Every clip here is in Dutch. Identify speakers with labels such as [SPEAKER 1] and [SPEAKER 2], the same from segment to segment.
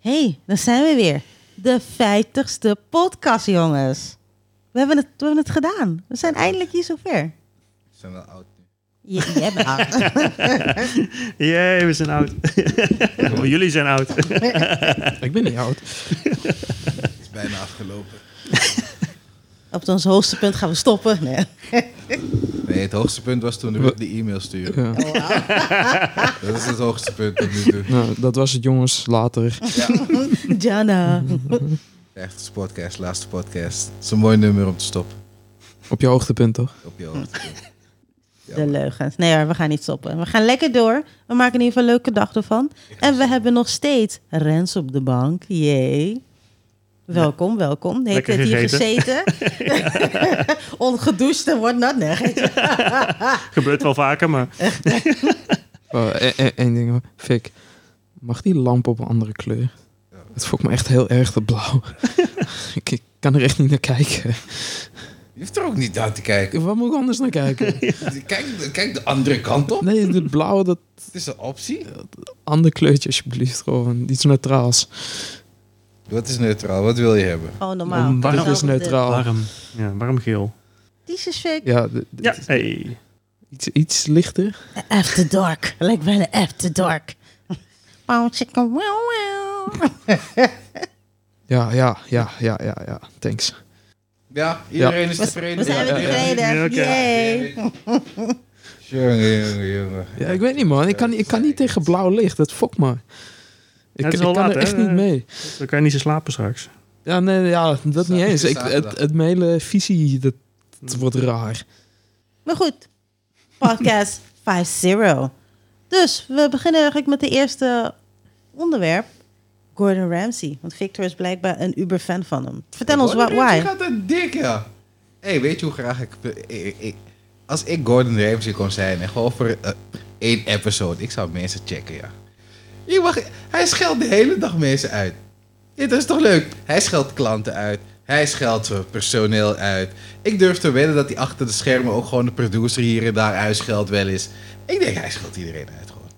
[SPEAKER 1] hey, daar zijn we weer. De 50ste podcast, jongens. We hebben het, we hebben het gedaan. We zijn eindelijk hier zover.
[SPEAKER 2] We zijn wel oud nu.
[SPEAKER 1] Je, jij bent oud.
[SPEAKER 3] Jee, we zijn oud. Maar Jullie zijn oud.
[SPEAKER 4] Ik ben niet oud.
[SPEAKER 2] Het is bijna afgelopen.
[SPEAKER 1] Op ons hoogste punt gaan we stoppen. Nee.
[SPEAKER 2] Nee, het hoogste punt was toen Ruud die e-mail stuurde.
[SPEAKER 4] Ja.
[SPEAKER 2] Dat is het hoogste punt tot nu toe.
[SPEAKER 4] Nou, dat was het jongens, later.
[SPEAKER 1] Jana.
[SPEAKER 2] Echt, het is podcast, laatste podcast. Het is een mooi nummer om te stoppen.
[SPEAKER 4] Op je hoogtepunt toch?
[SPEAKER 2] Op je hoogtepunt.
[SPEAKER 1] De leugens. Nee hoor, we gaan niet stoppen. We gaan lekker door. We maken in ieder geval een leuke dag ervan. En we hebben nog steeds Rens op de bank. Jee. Welkom, welkom. De hele
[SPEAKER 3] Lekker
[SPEAKER 1] tijd hier gezeten. Ongedoucht en wordt nat. Nee, geitje.
[SPEAKER 3] Gebeurt wel vaker, maar
[SPEAKER 4] Oh, e- e- één ding hoor. Fik, mag die lamp op een andere kleur? Het voelt me echt heel erg dat blauw. ik, ik kan er echt niet naar kijken.
[SPEAKER 2] Je hoeft er ook niet aan te kijken.
[SPEAKER 4] Waar moet ik anders naar kijken?
[SPEAKER 2] Kijk, kijk de andere kant op.
[SPEAKER 4] Nee, de blauwe, dat
[SPEAKER 2] Het is een optie.
[SPEAKER 4] ander kleurtje alsjeblieft. Gewoon iets neutraals.
[SPEAKER 2] Wat is neutraal? Wat wil je hebben?
[SPEAKER 1] Gewoon normaal.
[SPEAKER 4] Een warm is
[SPEAKER 1] Dezelfde-
[SPEAKER 4] neutraal.
[SPEAKER 3] warm. Ja, warm geel.
[SPEAKER 1] Die is fake.
[SPEAKER 4] Ja, de- de-
[SPEAKER 3] Ja, hey.
[SPEAKER 4] Iets, iets lichter.
[SPEAKER 1] After dark. Lijkt bijna after dark. Wow, chicka, wow, wow.
[SPEAKER 4] Ja, ja, ja, ja, ja, ja. Thanks.
[SPEAKER 2] Ja, iedereen is
[SPEAKER 1] We
[SPEAKER 2] tevreden.
[SPEAKER 1] zijn weer
[SPEAKER 2] Ja,
[SPEAKER 1] tevreden.
[SPEAKER 3] Oké.
[SPEAKER 1] Yay.
[SPEAKER 2] Jongen, jongen, jongen.
[SPEAKER 4] Ja, ik weet niet, man. Ik kan, ik kan niet tegen blauw licht. Dat fokt me. Ik,
[SPEAKER 3] het is
[SPEAKER 4] ik
[SPEAKER 3] al
[SPEAKER 4] kan
[SPEAKER 3] laat,
[SPEAKER 4] er
[SPEAKER 3] hè?
[SPEAKER 4] echt niet mee.
[SPEAKER 3] Dan kan je niet zo slapen straks.
[SPEAKER 4] Ja, nee, ja, dat niet eens. Ik, het,
[SPEAKER 2] Zaterdag.
[SPEAKER 4] het mijn hele visie, dat,
[SPEAKER 1] Mm.
[SPEAKER 4] het wordt raar.
[SPEAKER 1] Maar goed, podcast 5-0. Dus we beginnen eigenlijk met de eerste onderwerp. Gordon Ramsay. Want Victor is blijkbaar een uber-fan van hem. Vertel ons wa-
[SPEAKER 2] Gordon Ramsay
[SPEAKER 1] why.
[SPEAKER 2] gaat een dik, ja. Hé, hey, weet je hoe graag ik, ik- ik- Als ik Gordon Ramsay kon zijn en gewoon voor eh, één episode, ik zou mensen checken, ja. Je mag, hij scheldt de hele dag mensen uit. Ja, dat is toch leuk? Hij scheldt klanten uit. Hij scheldt zijn personeel uit. Ik durf te wedden dat hij achter de schermen ook gewoon de producer hier en daar uitscheldt wel eens. Ik denk, hij scheldt iedereen uit gewoon.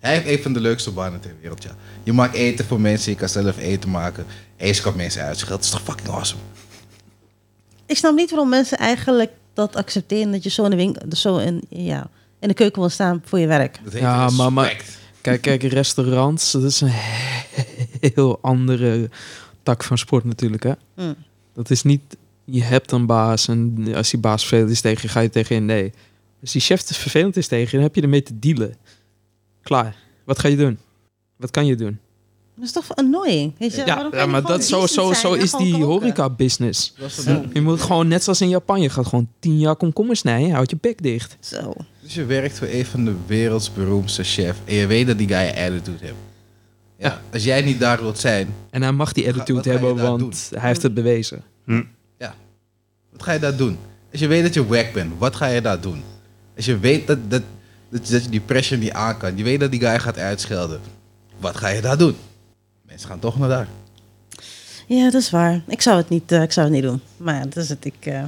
[SPEAKER 2] Hij heeft een van de leukste banen ter wereld, ja. Je maakt eten voor mensen, je kan zelf eten maken. En je kan mensen uitschelden. Dat is toch fucking awesome?
[SPEAKER 1] Ik snap niet waarom mensen eigenlijk dat accepteren... dat je zo in de, winkel, zo in, ja, in de keuken wil staan voor je werk.
[SPEAKER 2] Dat
[SPEAKER 4] Ja,
[SPEAKER 2] respect.
[SPEAKER 4] maar- maar- Kijk, kijk, restaurants, dat is een heel andere tak van sport natuurlijk, hè.
[SPEAKER 1] Mm.
[SPEAKER 4] Dat is niet, je hebt een baas en als die baas vervelend is tegen je, ga je tegen in. Nee, als die chef te vervelend is tegen je, dan heb je ermee te dealen. Klaar. Wat ga je doen? Wat kan je doen?
[SPEAKER 1] Dat is toch annoying? Weet je?
[SPEAKER 4] Ja,
[SPEAKER 1] Waarom kan
[SPEAKER 4] ja
[SPEAKER 1] je
[SPEAKER 4] maar
[SPEAKER 1] gewoon
[SPEAKER 4] dat zo,
[SPEAKER 1] decent
[SPEAKER 4] zo,
[SPEAKER 1] zijn
[SPEAKER 4] zo
[SPEAKER 1] en
[SPEAKER 4] is
[SPEAKER 1] gewoon
[SPEAKER 4] die
[SPEAKER 1] koken?
[SPEAKER 4] horeca-business.
[SPEAKER 2] Dat was het.
[SPEAKER 4] Je moet gewoon, net zoals in Japan, je gaat gewoon tien jaar komkommers snijden. Houd je bek dicht.
[SPEAKER 1] Zo.
[SPEAKER 2] Dus je werkt voor een van de werelds beroemdste chef. En je weet dat die guy een attitude heeft. Ja,
[SPEAKER 4] Ja.
[SPEAKER 2] Als jij niet daar wilt zijn,
[SPEAKER 4] En hij mag die
[SPEAKER 2] Wat
[SPEAKER 4] attitude
[SPEAKER 2] ga je
[SPEAKER 4] hebben,
[SPEAKER 2] daar
[SPEAKER 4] want hij heeft het bewezen.
[SPEAKER 3] Hm.
[SPEAKER 2] wat ga je daar doen? Als je weet dat je wack bent, wat ga je daar doen? Als je weet dat, dat, dat, dat je die pressure niet aan kan. Je weet dat die guy gaat uitschelden. Wat ga je daar doen? Mensen gaan toch naar daar.
[SPEAKER 1] Ja, dat is waar. Ik zou het niet, eh, ik zou het niet doen. Maar ja, dat is het. Ik, eh,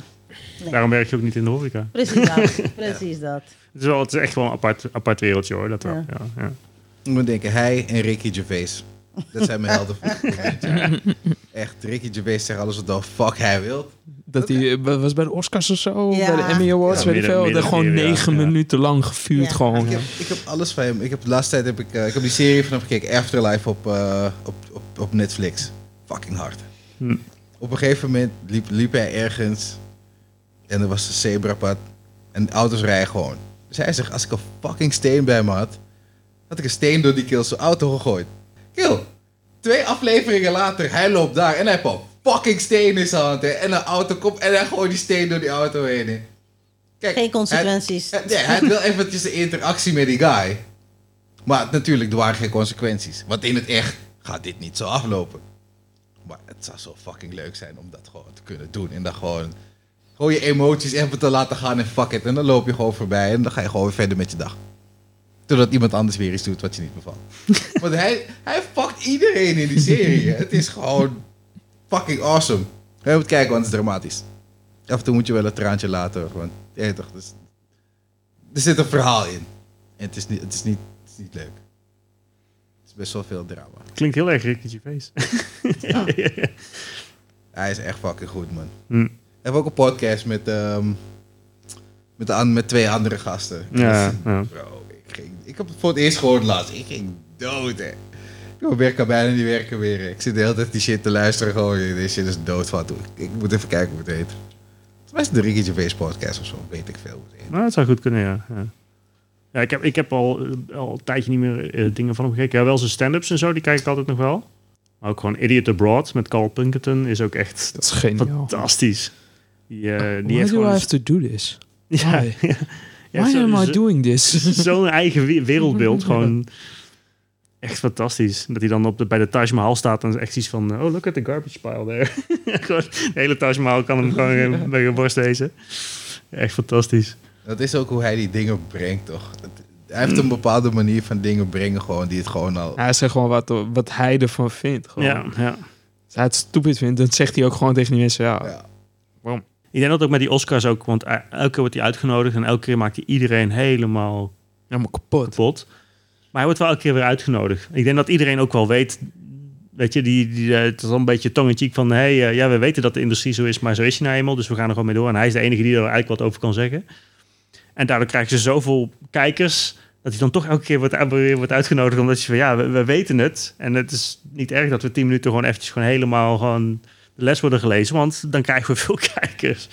[SPEAKER 3] Daarom werk je ook niet in de horeca.
[SPEAKER 1] precies dat. Precies dat.
[SPEAKER 3] Het is, wel, het is echt wel een apart, apart wereldje hoor. Dat wel.
[SPEAKER 1] Ja.
[SPEAKER 3] Ja. Ja,
[SPEAKER 2] Ik moet denken, hij en Ricky Gervais. Dat zijn mijn helden. van dit moment, ja. Echt, Ricky Gervais zegt alles wat de fuck hij wil.
[SPEAKER 4] Dat hij eh, was bij de Oscars of zo,
[SPEAKER 1] Ja.
[SPEAKER 4] bij de Emmy Awards,
[SPEAKER 3] Ja,
[SPEAKER 4] weet ik
[SPEAKER 3] midden-
[SPEAKER 4] veel. Dat gewoon
[SPEAKER 3] midden- ja,
[SPEAKER 4] negen
[SPEAKER 3] ja.
[SPEAKER 4] minuten lang gevuurd
[SPEAKER 1] Ja.
[SPEAKER 4] gewoon.
[SPEAKER 2] Ik heb, ik heb alles van hem. Ik heb de laatste tijd heb ik, eh, ik heb die serie van hem gekeken, Afterlife op, eh, op, op, op Netflix. Fucking hard.
[SPEAKER 3] Hm.
[SPEAKER 2] Op een gegeven moment liep, liep hij ergens en er was een zebrapad en de auto's rijden gewoon. Dus hij zegt, als ik een fucking steen bij me had, had ik een steen door die Kills auto gegooid. Kill, twee afleveringen later, hij loopt daar en hij heeft een fucking steen in zijn hand hè, en een auto komt en hij gooit die steen door die auto heen. hè. Kijk,
[SPEAKER 1] Geen
[SPEAKER 2] hij-
[SPEAKER 1] consequenties.
[SPEAKER 2] ja, hij had wel eventjes de interactie met die guy. Maar natuurlijk, er waren geen consequenties. Want in het echt gaat dit niet zo aflopen. Maar het zou zo fucking leuk zijn om dat gewoon te kunnen doen. En dan gewoon, gewoon je emoties even te laten gaan en fuck it. En dan loop je gewoon voorbij en dan ga je gewoon weer verder met je dag. Totdat iemand anders weer iets doet wat je niet bevalt. Want hij, hij fuckt iedereen in die serie. hè. Het is gewoon fucking awesome. We moeten kijken, want het is dramatisch. Af en toe moet je wel een traantje laten. hoor, Want je weet toch, dus, er zit een verhaal in. En het is niet, het is niet, het is niet leuk. Het is best wel veel drama.
[SPEAKER 3] Klinkt heel erg Ricky Gervais.
[SPEAKER 2] Hij is echt fucking goed, man.
[SPEAKER 3] Hm.
[SPEAKER 2] We hebben ook een podcast met, ehm, met, de an- met twee andere gasten.
[SPEAKER 3] ja, ja.
[SPEAKER 2] Bro, ik, ging, ik heb het voor het eerst gehoord laatst. Ik ging dood, hè. Ik werk kan bijna niet werken meer. hè. Ik zit de hele tijd die shit te luisteren. Gewoon, deze shit is dood van. Ik moet even kijken hoe het heet. Volgens mij is het de Ricky Gervais podcast of zo. Weet ik veel hoe het heet.
[SPEAKER 3] Nou, het zou goed kunnen, ja. ja. Ja, ik heb, ik heb al, eh, al een tijdje niet meer eh, dingen van hem gekeken. Ja, wel zijn stand-ups en zo, die kijk ik altijd nog wel. Maar ook gewoon Idiot Abroad met Carl Pinkerton is ook echt
[SPEAKER 4] Dat is geniaal.
[SPEAKER 3] fantastisch. Die, eh, die
[SPEAKER 4] Why
[SPEAKER 3] heeft
[SPEAKER 4] do I
[SPEAKER 3] gewoon...
[SPEAKER 4] have to do this?
[SPEAKER 3] een- ja,
[SPEAKER 4] Why?
[SPEAKER 3] ja. Ja,
[SPEAKER 4] Why
[SPEAKER 3] zo-
[SPEAKER 4] am I
[SPEAKER 3] zo-
[SPEAKER 4] doing this?
[SPEAKER 3] Zo'n eigen we- wereldbeeld, gewoon echt fantastisch. Dat hij dan op de, bij de Taj Mahal staat en echt iets van... Oh, look at the garbage pile there. Gewoon, de hele Taj Mahal kan hem gewoon eh, bij je borst lezen. Echt fantastisch.
[SPEAKER 2] Dat is ook hoe hij die dingen brengt, toch? Het- Hij heeft een bepaalde manier van dingen brengen gewoon. Die het gewoon al...
[SPEAKER 4] Hij zegt gewoon wat, wat hij ervan vindt. Gewoon.
[SPEAKER 3] Ja, ja.
[SPEAKER 4] Als hij het stupid vindt, dan zegt hij ook gewoon tegen die mensen... Ja,
[SPEAKER 2] Ja.
[SPEAKER 3] Ik denk dat ook met die Oscars ook, want eh, elke keer wordt hij uitgenodigd en elke keer maakt hij iedereen helemaal
[SPEAKER 4] helemaal kapot.
[SPEAKER 3] kapot. Maar hij wordt wel elke keer weer uitgenodigd. Ik denk dat iedereen ook wel weet, weet je, die, die, eh, het is wel een beetje tong in cheek van, hé, hey, eh, ja, we weten dat de industrie zo is, maar zo is hij nou eenmaal, dus we gaan er gewoon mee door. En hij is de enige die er eigenlijk wat over kan zeggen. En daardoor krijgen ze zoveel kijkers, dat hij dan toch elke keer wordt, eh, weer wordt uitgenodigd, omdat je van, ja, we, we weten het. En het is niet erg dat we tien minuten gewoon eventjes gewoon helemaal gewoon de les worden gelezen, want dan krijgen we veel kijkers.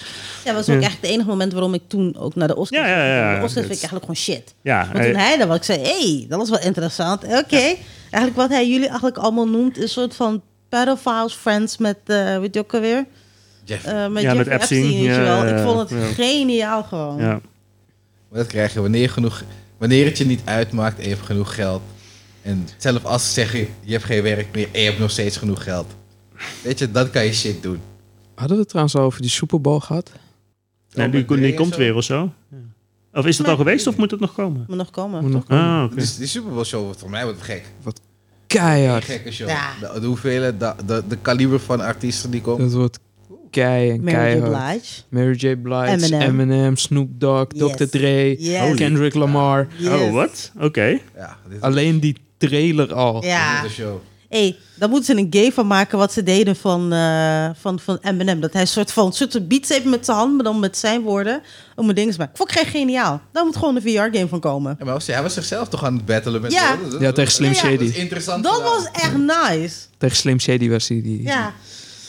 [SPEAKER 1] Ja, dat was ook
[SPEAKER 3] Ja.
[SPEAKER 1] echt het enige moment waarom ik toen ook naar de Oscars
[SPEAKER 3] Ja, ja,
[SPEAKER 1] ging.
[SPEAKER 3] ja, ja.
[SPEAKER 1] De Oscars vind
[SPEAKER 3] Het-
[SPEAKER 1] ik eigenlijk gewoon shit.
[SPEAKER 3] Ja,
[SPEAKER 1] Maar
[SPEAKER 3] eh,
[SPEAKER 1] toen hij daar was, ik zei, hey, dat was wel interessant. Oké. Eigenlijk wat hij jullie eigenlijk allemaal noemt is een soort van pedophiles friends met, eh weet je ook alweer?
[SPEAKER 2] Jeff.
[SPEAKER 1] Eh, met
[SPEAKER 3] Ja,
[SPEAKER 1] Jeffrey
[SPEAKER 3] met Epstein.
[SPEAKER 1] weet je
[SPEAKER 3] Ja,
[SPEAKER 1] wel.
[SPEAKER 3] ja,
[SPEAKER 1] Ik vond het
[SPEAKER 3] ja.
[SPEAKER 1] geniaal gewoon.
[SPEAKER 3] ja.
[SPEAKER 2] Maar dat krijg je wanneer, je genoeg, wanneer het je niet uitmaakt en je hebt genoeg geld. En zelf als ze zeggen, je hebt geen werk meer en je hebt nog steeds genoeg geld. Weet je, dan kan je shit doen.
[SPEAKER 4] Hadden we het trouwens al over die Super Bowl gehad?
[SPEAKER 2] Oh,
[SPEAKER 3] Nee, die, die komt weer of zo. Of is dat al geweest of moet het nog komen?
[SPEAKER 1] Moet nog komen.
[SPEAKER 4] Moet nog
[SPEAKER 3] Ah, oké.
[SPEAKER 2] Dus die Super Bowl show wordt voor mij wordt het gek. Een
[SPEAKER 4] keihard.
[SPEAKER 2] gekke show.
[SPEAKER 1] Ja.
[SPEAKER 2] De, de hoeveelheid, de, de, de kaliber van artiesten die komen.
[SPEAKER 4] Dat wordt kei en
[SPEAKER 1] Mary J.
[SPEAKER 4] keihard.
[SPEAKER 1] Blige.
[SPEAKER 4] Mary J. Blige,
[SPEAKER 1] Eminem.
[SPEAKER 4] Eminem, Snoop Dogg,
[SPEAKER 1] Yes.
[SPEAKER 4] Dr. Dre,
[SPEAKER 1] Yes. Holy.
[SPEAKER 4] Kendrick Lamar.
[SPEAKER 1] Yes.
[SPEAKER 3] Oh, wat? Oké.
[SPEAKER 2] Ja, dit is
[SPEAKER 4] Alleen die trailer al.
[SPEAKER 3] Oh,
[SPEAKER 1] Ja.
[SPEAKER 2] dit is de show.
[SPEAKER 1] hey, daar moeten ze een game van maken wat ze deden van, eh, van, van Eminem. Dat hij een soort van soort beats heeft met zijn hand, maar dan met zijn woorden. Om een ding te maken. Ik vond ik echt geniaal. Daar moet gewoon een VR-game van komen.
[SPEAKER 2] Ja, maar was- hij was zichzelf toch aan het battelen met...
[SPEAKER 1] Ja.
[SPEAKER 2] dat,
[SPEAKER 4] Ja, tegen Slim
[SPEAKER 2] dat- dat
[SPEAKER 4] Shady.
[SPEAKER 2] is interessant.
[SPEAKER 1] Dat
[SPEAKER 2] gedaan.
[SPEAKER 1] was echt nice.
[SPEAKER 4] Tegen Slim Shady was die. die
[SPEAKER 1] Ja.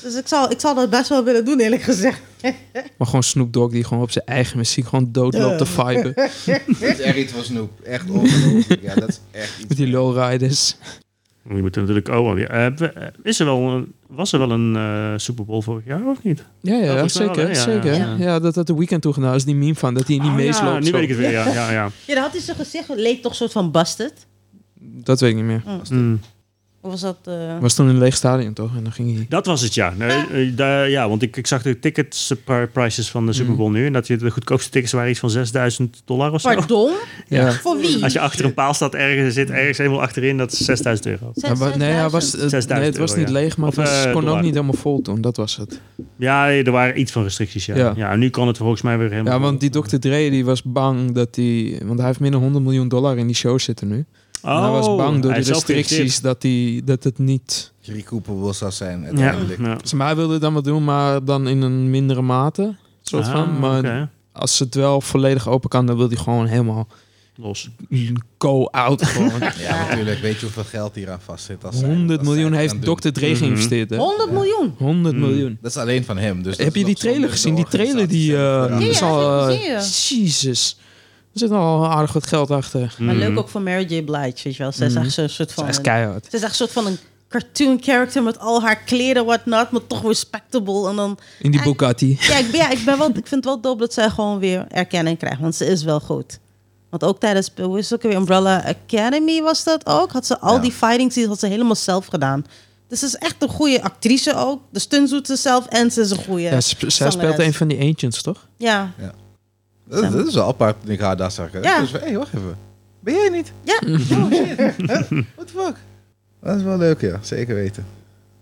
[SPEAKER 1] Dus ik zal, ik zal dat best wel willen doen, eerlijk gezegd.
[SPEAKER 4] Maar gewoon Snoop Dogg die gewoon op zijn eigen muziek gewoon doodloopt te viben.
[SPEAKER 2] Dat is echt iets van Snoop. Echt ongelooflijk. ja, dat is echt iets.
[SPEAKER 4] Met die lowriders.
[SPEAKER 3] Je moet natuurlijk... Oh, weer. eh, we- eh, is er wel een, was er wel een eh, Super Bowl vorig jaar of niet?
[SPEAKER 4] Ja, ja,
[SPEAKER 3] volgens mij
[SPEAKER 4] zeker.
[SPEAKER 3] wel, hè? Ja,
[SPEAKER 4] zeker.
[SPEAKER 3] ja,
[SPEAKER 4] Ja,
[SPEAKER 3] ja.
[SPEAKER 4] dat had de weekend toen gedaan. Dat is die meme van dat hij niet
[SPEAKER 3] Oh,
[SPEAKER 4] meesloopt.
[SPEAKER 3] ja, nu
[SPEAKER 4] zo.
[SPEAKER 3] weet ik het weer. Ja, ja, ja.
[SPEAKER 1] Ja, dan had hij zijn gezicht, leek toch een soort van bastard.
[SPEAKER 4] Dat weet ik niet meer.
[SPEAKER 3] Mm.
[SPEAKER 1] Of was dat... eh,
[SPEAKER 4] Was toen in een leeg stadion toch? En dan ging hij.
[SPEAKER 3] Dat was het, ja. Nee, eh, daar- ja, want ik, ik zag de tickets eh, pri- prices van de
[SPEAKER 4] Mm.
[SPEAKER 3] Super Bowl nu. En dat je de goedkoopste tickets waren iets van 6000 dollar of zo.
[SPEAKER 1] pardon?
[SPEAKER 4] Ja.
[SPEAKER 1] Voor wie?
[SPEAKER 3] Als je achter een paal staat, ergens zit ergens helemaal achterin, dat is 6000 euro.
[SPEAKER 1] Zes-
[SPEAKER 4] Hij wa- nee, hij was,
[SPEAKER 1] 6000?
[SPEAKER 4] eh,
[SPEAKER 3] 6000
[SPEAKER 4] nee, het was
[SPEAKER 3] euro,
[SPEAKER 4] niet
[SPEAKER 3] ja.
[SPEAKER 4] leeg, maar
[SPEAKER 3] Of,
[SPEAKER 4] het was-
[SPEAKER 3] eh,
[SPEAKER 4] kon ook
[SPEAKER 3] dollar.
[SPEAKER 4] niet helemaal vol toen. Dat was het.
[SPEAKER 3] Ja, er waren iets van restricties, ja. Ja,
[SPEAKER 4] Ja.
[SPEAKER 3] en nu kan het volgens mij weer helemaal...
[SPEAKER 4] Ja, want die Dr. Dre die was bang dat hij... Want hij heeft meer dan 100 miljoen dollar in die show zitten nu. En hij was bang
[SPEAKER 3] Oh,
[SPEAKER 4] door
[SPEAKER 3] hij
[SPEAKER 4] die
[SPEAKER 3] is zelf
[SPEAKER 4] restricties
[SPEAKER 3] geïnteresseerd.
[SPEAKER 4] dat, hij, dat het niet...
[SPEAKER 2] Recoupable zou zijn
[SPEAKER 3] Ja,
[SPEAKER 2] uiteindelijk.
[SPEAKER 3] ja.
[SPEAKER 4] Dus mij wilde het dan wel doen, maar dan in een mindere mate. Soort van.
[SPEAKER 3] Ah,
[SPEAKER 4] Maar
[SPEAKER 3] oké.
[SPEAKER 4] als het wel volledig open kan, dan wil hij gewoon helemaal
[SPEAKER 3] Los.
[SPEAKER 4] go out. Gewoon.
[SPEAKER 2] Ja, natuurlijk. Weet je hoeveel geld hier aan vast zit? Als zij-
[SPEAKER 4] 100
[SPEAKER 2] als zij
[SPEAKER 4] miljoen
[SPEAKER 2] het
[SPEAKER 4] heeft
[SPEAKER 2] gaan doen. Mhm.
[SPEAKER 4] Dr. Dre geïnvesteerd. hè?
[SPEAKER 1] 100 miljoen.
[SPEAKER 4] 100 miljoen.
[SPEAKER 2] Dat is alleen van hem. Dus dat
[SPEAKER 4] Heb
[SPEAKER 2] is
[SPEAKER 4] je die
[SPEAKER 2] nog zonder
[SPEAKER 4] trailer
[SPEAKER 2] de
[SPEAKER 4] gezien? Die trailer die...
[SPEAKER 2] organisatie.
[SPEAKER 1] Ja,
[SPEAKER 4] eh is
[SPEAKER 1] ja,
[SPEAKER 4] al...
[SPEAKER 1] zie je,
[SPEAKER 4] eh,
[SPEAKER 1] zie
[SPEAKER 4] Jezus. Er zit al aardig wat geld achter.
[SPEAKER 1] Maar
[SPEAKER 3] Mm.
[SPEAKER 1] leuk ook voor Mary J. Blige, weet je wel. Ze is echt zo'n soort
[SPEAKER 4] Dat
[SPEAKER 1] van...
[SPEAKER 4] is echt
[SPEAKER 1] een-
[SPEAKER 4] keihard.
[SPEAKER 1] Ze is echt een soort van een cartoon character met al haar kleren, whatnot, maar toch respectable. En dan,
[SPEAKER 4] In die
[SPEAKER 1] En-
[SPEAKER 4] Bugatti.
[SPEAKER 1] ja, ik, ben, ja, ik, ben wel, ik vind het wel dope dat zij gewoon weer erkenning krijgt, want ze is wel goed. Want ook tijdens, hoe is het ook weer, Umbrella Academy was dat ook, had ze al
[SPEAKER 2] Ja.
[SPEAKER 1] die fighting scenes had ze helemaal zelf gedaan. Dus ze is echt een goede actrice ook. De stunts doet ze zelf en ze is een goede.
[SPEAKER 4] Ja, ze- zij speelt
[SPEAKER 1] zangeres.
[SPEAKER 4] een van die ancients, toch?
[SPEAKER 1] Ja,
[SPEAKER 2] Dat, dat is wel apart toen ik haar daar zag. hè.
[SPEAKER 1] Ja.
[SPEAKER 2] Dus, hé, hey, wacht even. Ben jij niet?
[SPEAKER 1] Ja.
[SPEAKER 2] Oh, shit. Huh? What the fuck? Dat is wel leuk, ja. Zeker weten.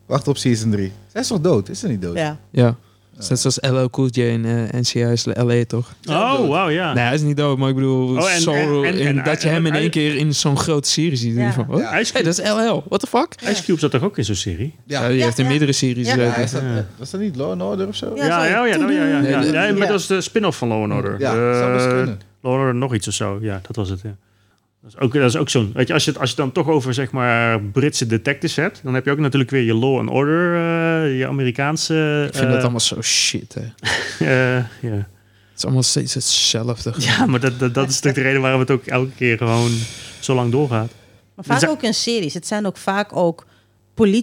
[SPEAKER 2] Wacht op season 3. Zij is toch dood? Is ze niet dood?
[SPEAKER 1] ja.
[SPEAKER 4] Ja. Het is Net zoals LL Cool J in eh, NCIS LA, toch?
[SPEAKER 3] Oh, wauw, ja.
[SPEAKER 4] Nee, hij is niet dood, maar ik bedoel...
[SPEAKER 3] Oh, en-
[SPEAKER 4] zo-
[SPEAKER 3] en- en-
[SPEAKER 4] in-
[SPEAKER 3] en-
[SPEAKER 4] dat je hem in
[SPEAKER 3] en-
[SPEAKER 4] één keer in zo'n grote serie ziet.
[SPEAKER 1] Ja.
[SPEAKER 4] Ja. Van,
[SPEAKER 2] Ja.
[SPEAKER 4] ja.
[SPEAKER 3] Ice
[SPEAKER 4] Hey,
[SPEAKER 3] Cube,
[SPEAKER 4] dat is LL. What the fuck?
[SPEAKER 3] Ice Cube zat toch ook in zo'n serie?
[SPEAKER 4] Ja,
[SPEAKER 2] Ja.
[SPEAKER 4] die
[SPEAKER 1] Ja,
[SPEAKER 4] heeft in
[SPEAKER 1] ja.
[SPEAKER 4] meerdere series
[SPEAKER 1] Ja.
[SPEAKER 2] Ja,
[SPEAKER 4] gezeten.
[SPEAKER 2] is dat,
[SPEAKER 3] Ja.
[SPEAKER 2] was dat niet Law and Order of zo?
[SPEAKER 1] Ja,
[SPEAKER 3] Ja, ja,
[SPEAKER 1] zo.
[SPEAKER 3] oh ja, nou, ja, ja, ja.
[SPEAKER 4] Nee,
[SPEAKER 3] Nee, maar
[SPEAKER 1] ja.
[SPEAKER 3] dat is de spin-off van Law and Order.
[SPEAKER 2] Ja,
[SPEAKER 3] Eh,
[SPEAKER 2] zou best kunnen.
[SPEAKER 3] Law and Order nog iets of zo. Ja, dat was het, ja. Dat is ook, dat is ook zo'n... Weet je, als je, het- als je het dan toch over, zeg maar, Britse detectives hebt... dan heb je ook natuurlijk weer je Law and Order, eh, je Amerikaanse...
[SPEAKER 4] Ik vind
[SPEAKER 3] eh,
[SPEAKER 4] dat allemaal zo shit, hè. Het
[SPEAKER 3] eh, ja.
[SPEAKER 4] is allemaal steeds hetzelfde.
[SPEAKER 3] ja, maar dat, dat, dat is natuurlijk de reden waarom het ook elke keer gewoon zo lang doorgaat.
[SPEAKER 1] Maar vaak
[SPEAKER 3] Ze-
[SPEAKER 1] ook in series. Het zijn ook vaak ook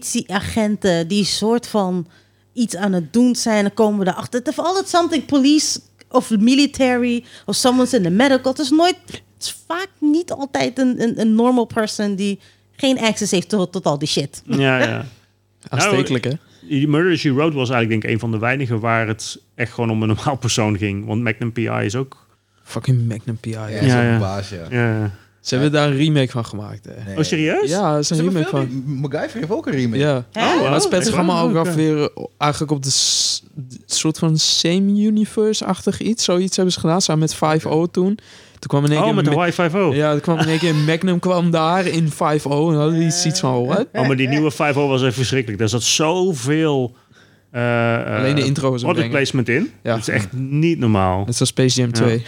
[SPEAKER 1] politieagenten die soort van iets aan het doen zijn. Dan komen we erachter. Het is altijd something police of military of someone's in the medical. Het is nooit, het is vaak niet altijd een, een, een normal person die geen access heeft tot, tot al die shit.
[SPEAKER 3] Ja, ja.
[SPEAKER 4] Aanstekelijk, hè?
[SPEAKER 3] Die Murder She Wrote was eigenlijk denk ik een van de weinigen... waar het echt gewoon om een normaal persoon ging. Want Magnum P.I. is ook...
[SPEAKER 4] Fucking Magnum P.I.
[SPEAKER 2] Ja,
[SPEAKER 4] hè.
[SPEAKER 2] zo'n
[SPEAKER 3] ja.
[SPEAKER 2] baas, ja.
[SPEAKER 3] ja.
[SPEAKER 4] Ze hebben daar een remake van gemaakt, hè.
[SPEAKER 2] Nee.
[SPEAKER 3] Oh, serieus?
[SPEAKER 4] Ja, er is
[SPEAKER 2] Ze
[SPEAKER 4] een
[SPEAKER 2] hebben
[SPEAKER 4] remake
[SPEAKER 2] veel
[SPEAKER 4] van.
[SPEAKER 2] rem- MacGyver heeft ook een remake.
[SPEAKER 4] Ja.
[SPEAKER 1] Hè?
[SPEAKER 3] Oh,
[SPEAKER 4] Maar het speelt
[SPEAKER 3] echt
[SPEAKER 4] zich allemaal
[SPEAKER 3] waar?
[SPEAKER 4] ook af
[SPEAKER 3] Oké.
[SPEAKER 4] weer eh, eigenlijk op de s- d- soort van same universe-achtig iets. Zoiets hebben ze gedaan samen met 5-0 toen. Toen kwam in één
[SPEAKER 3] Oh,
[SPEAKER 4] keer
[SPEAKER 3] met de
[SPEAKER 4] Ma-
[SPEAKER 3] High 5 oh.
[SPEAKER 4] Ja, er kwam in één keer Magnum kwam daar in 5-0 en hadden die iets van wat?
[SPEAKER 3] Oh, maar die nieuwe 5-0 was echt verschrikkelijk. Daar zat zoveel... eh, eh,
[SPEAKER 4] Alleen de intro is
[SPEAKER 3] product
[SPEAKER 4] een
[SPEAKER 3] placement in.
[SPEAKER 4] Ja.
[SPEAKER 3] Dat is echt niet normaal.
[SPEAKER 4] Net zoals Space Jam 2.
[SPEAKER 2] Ja,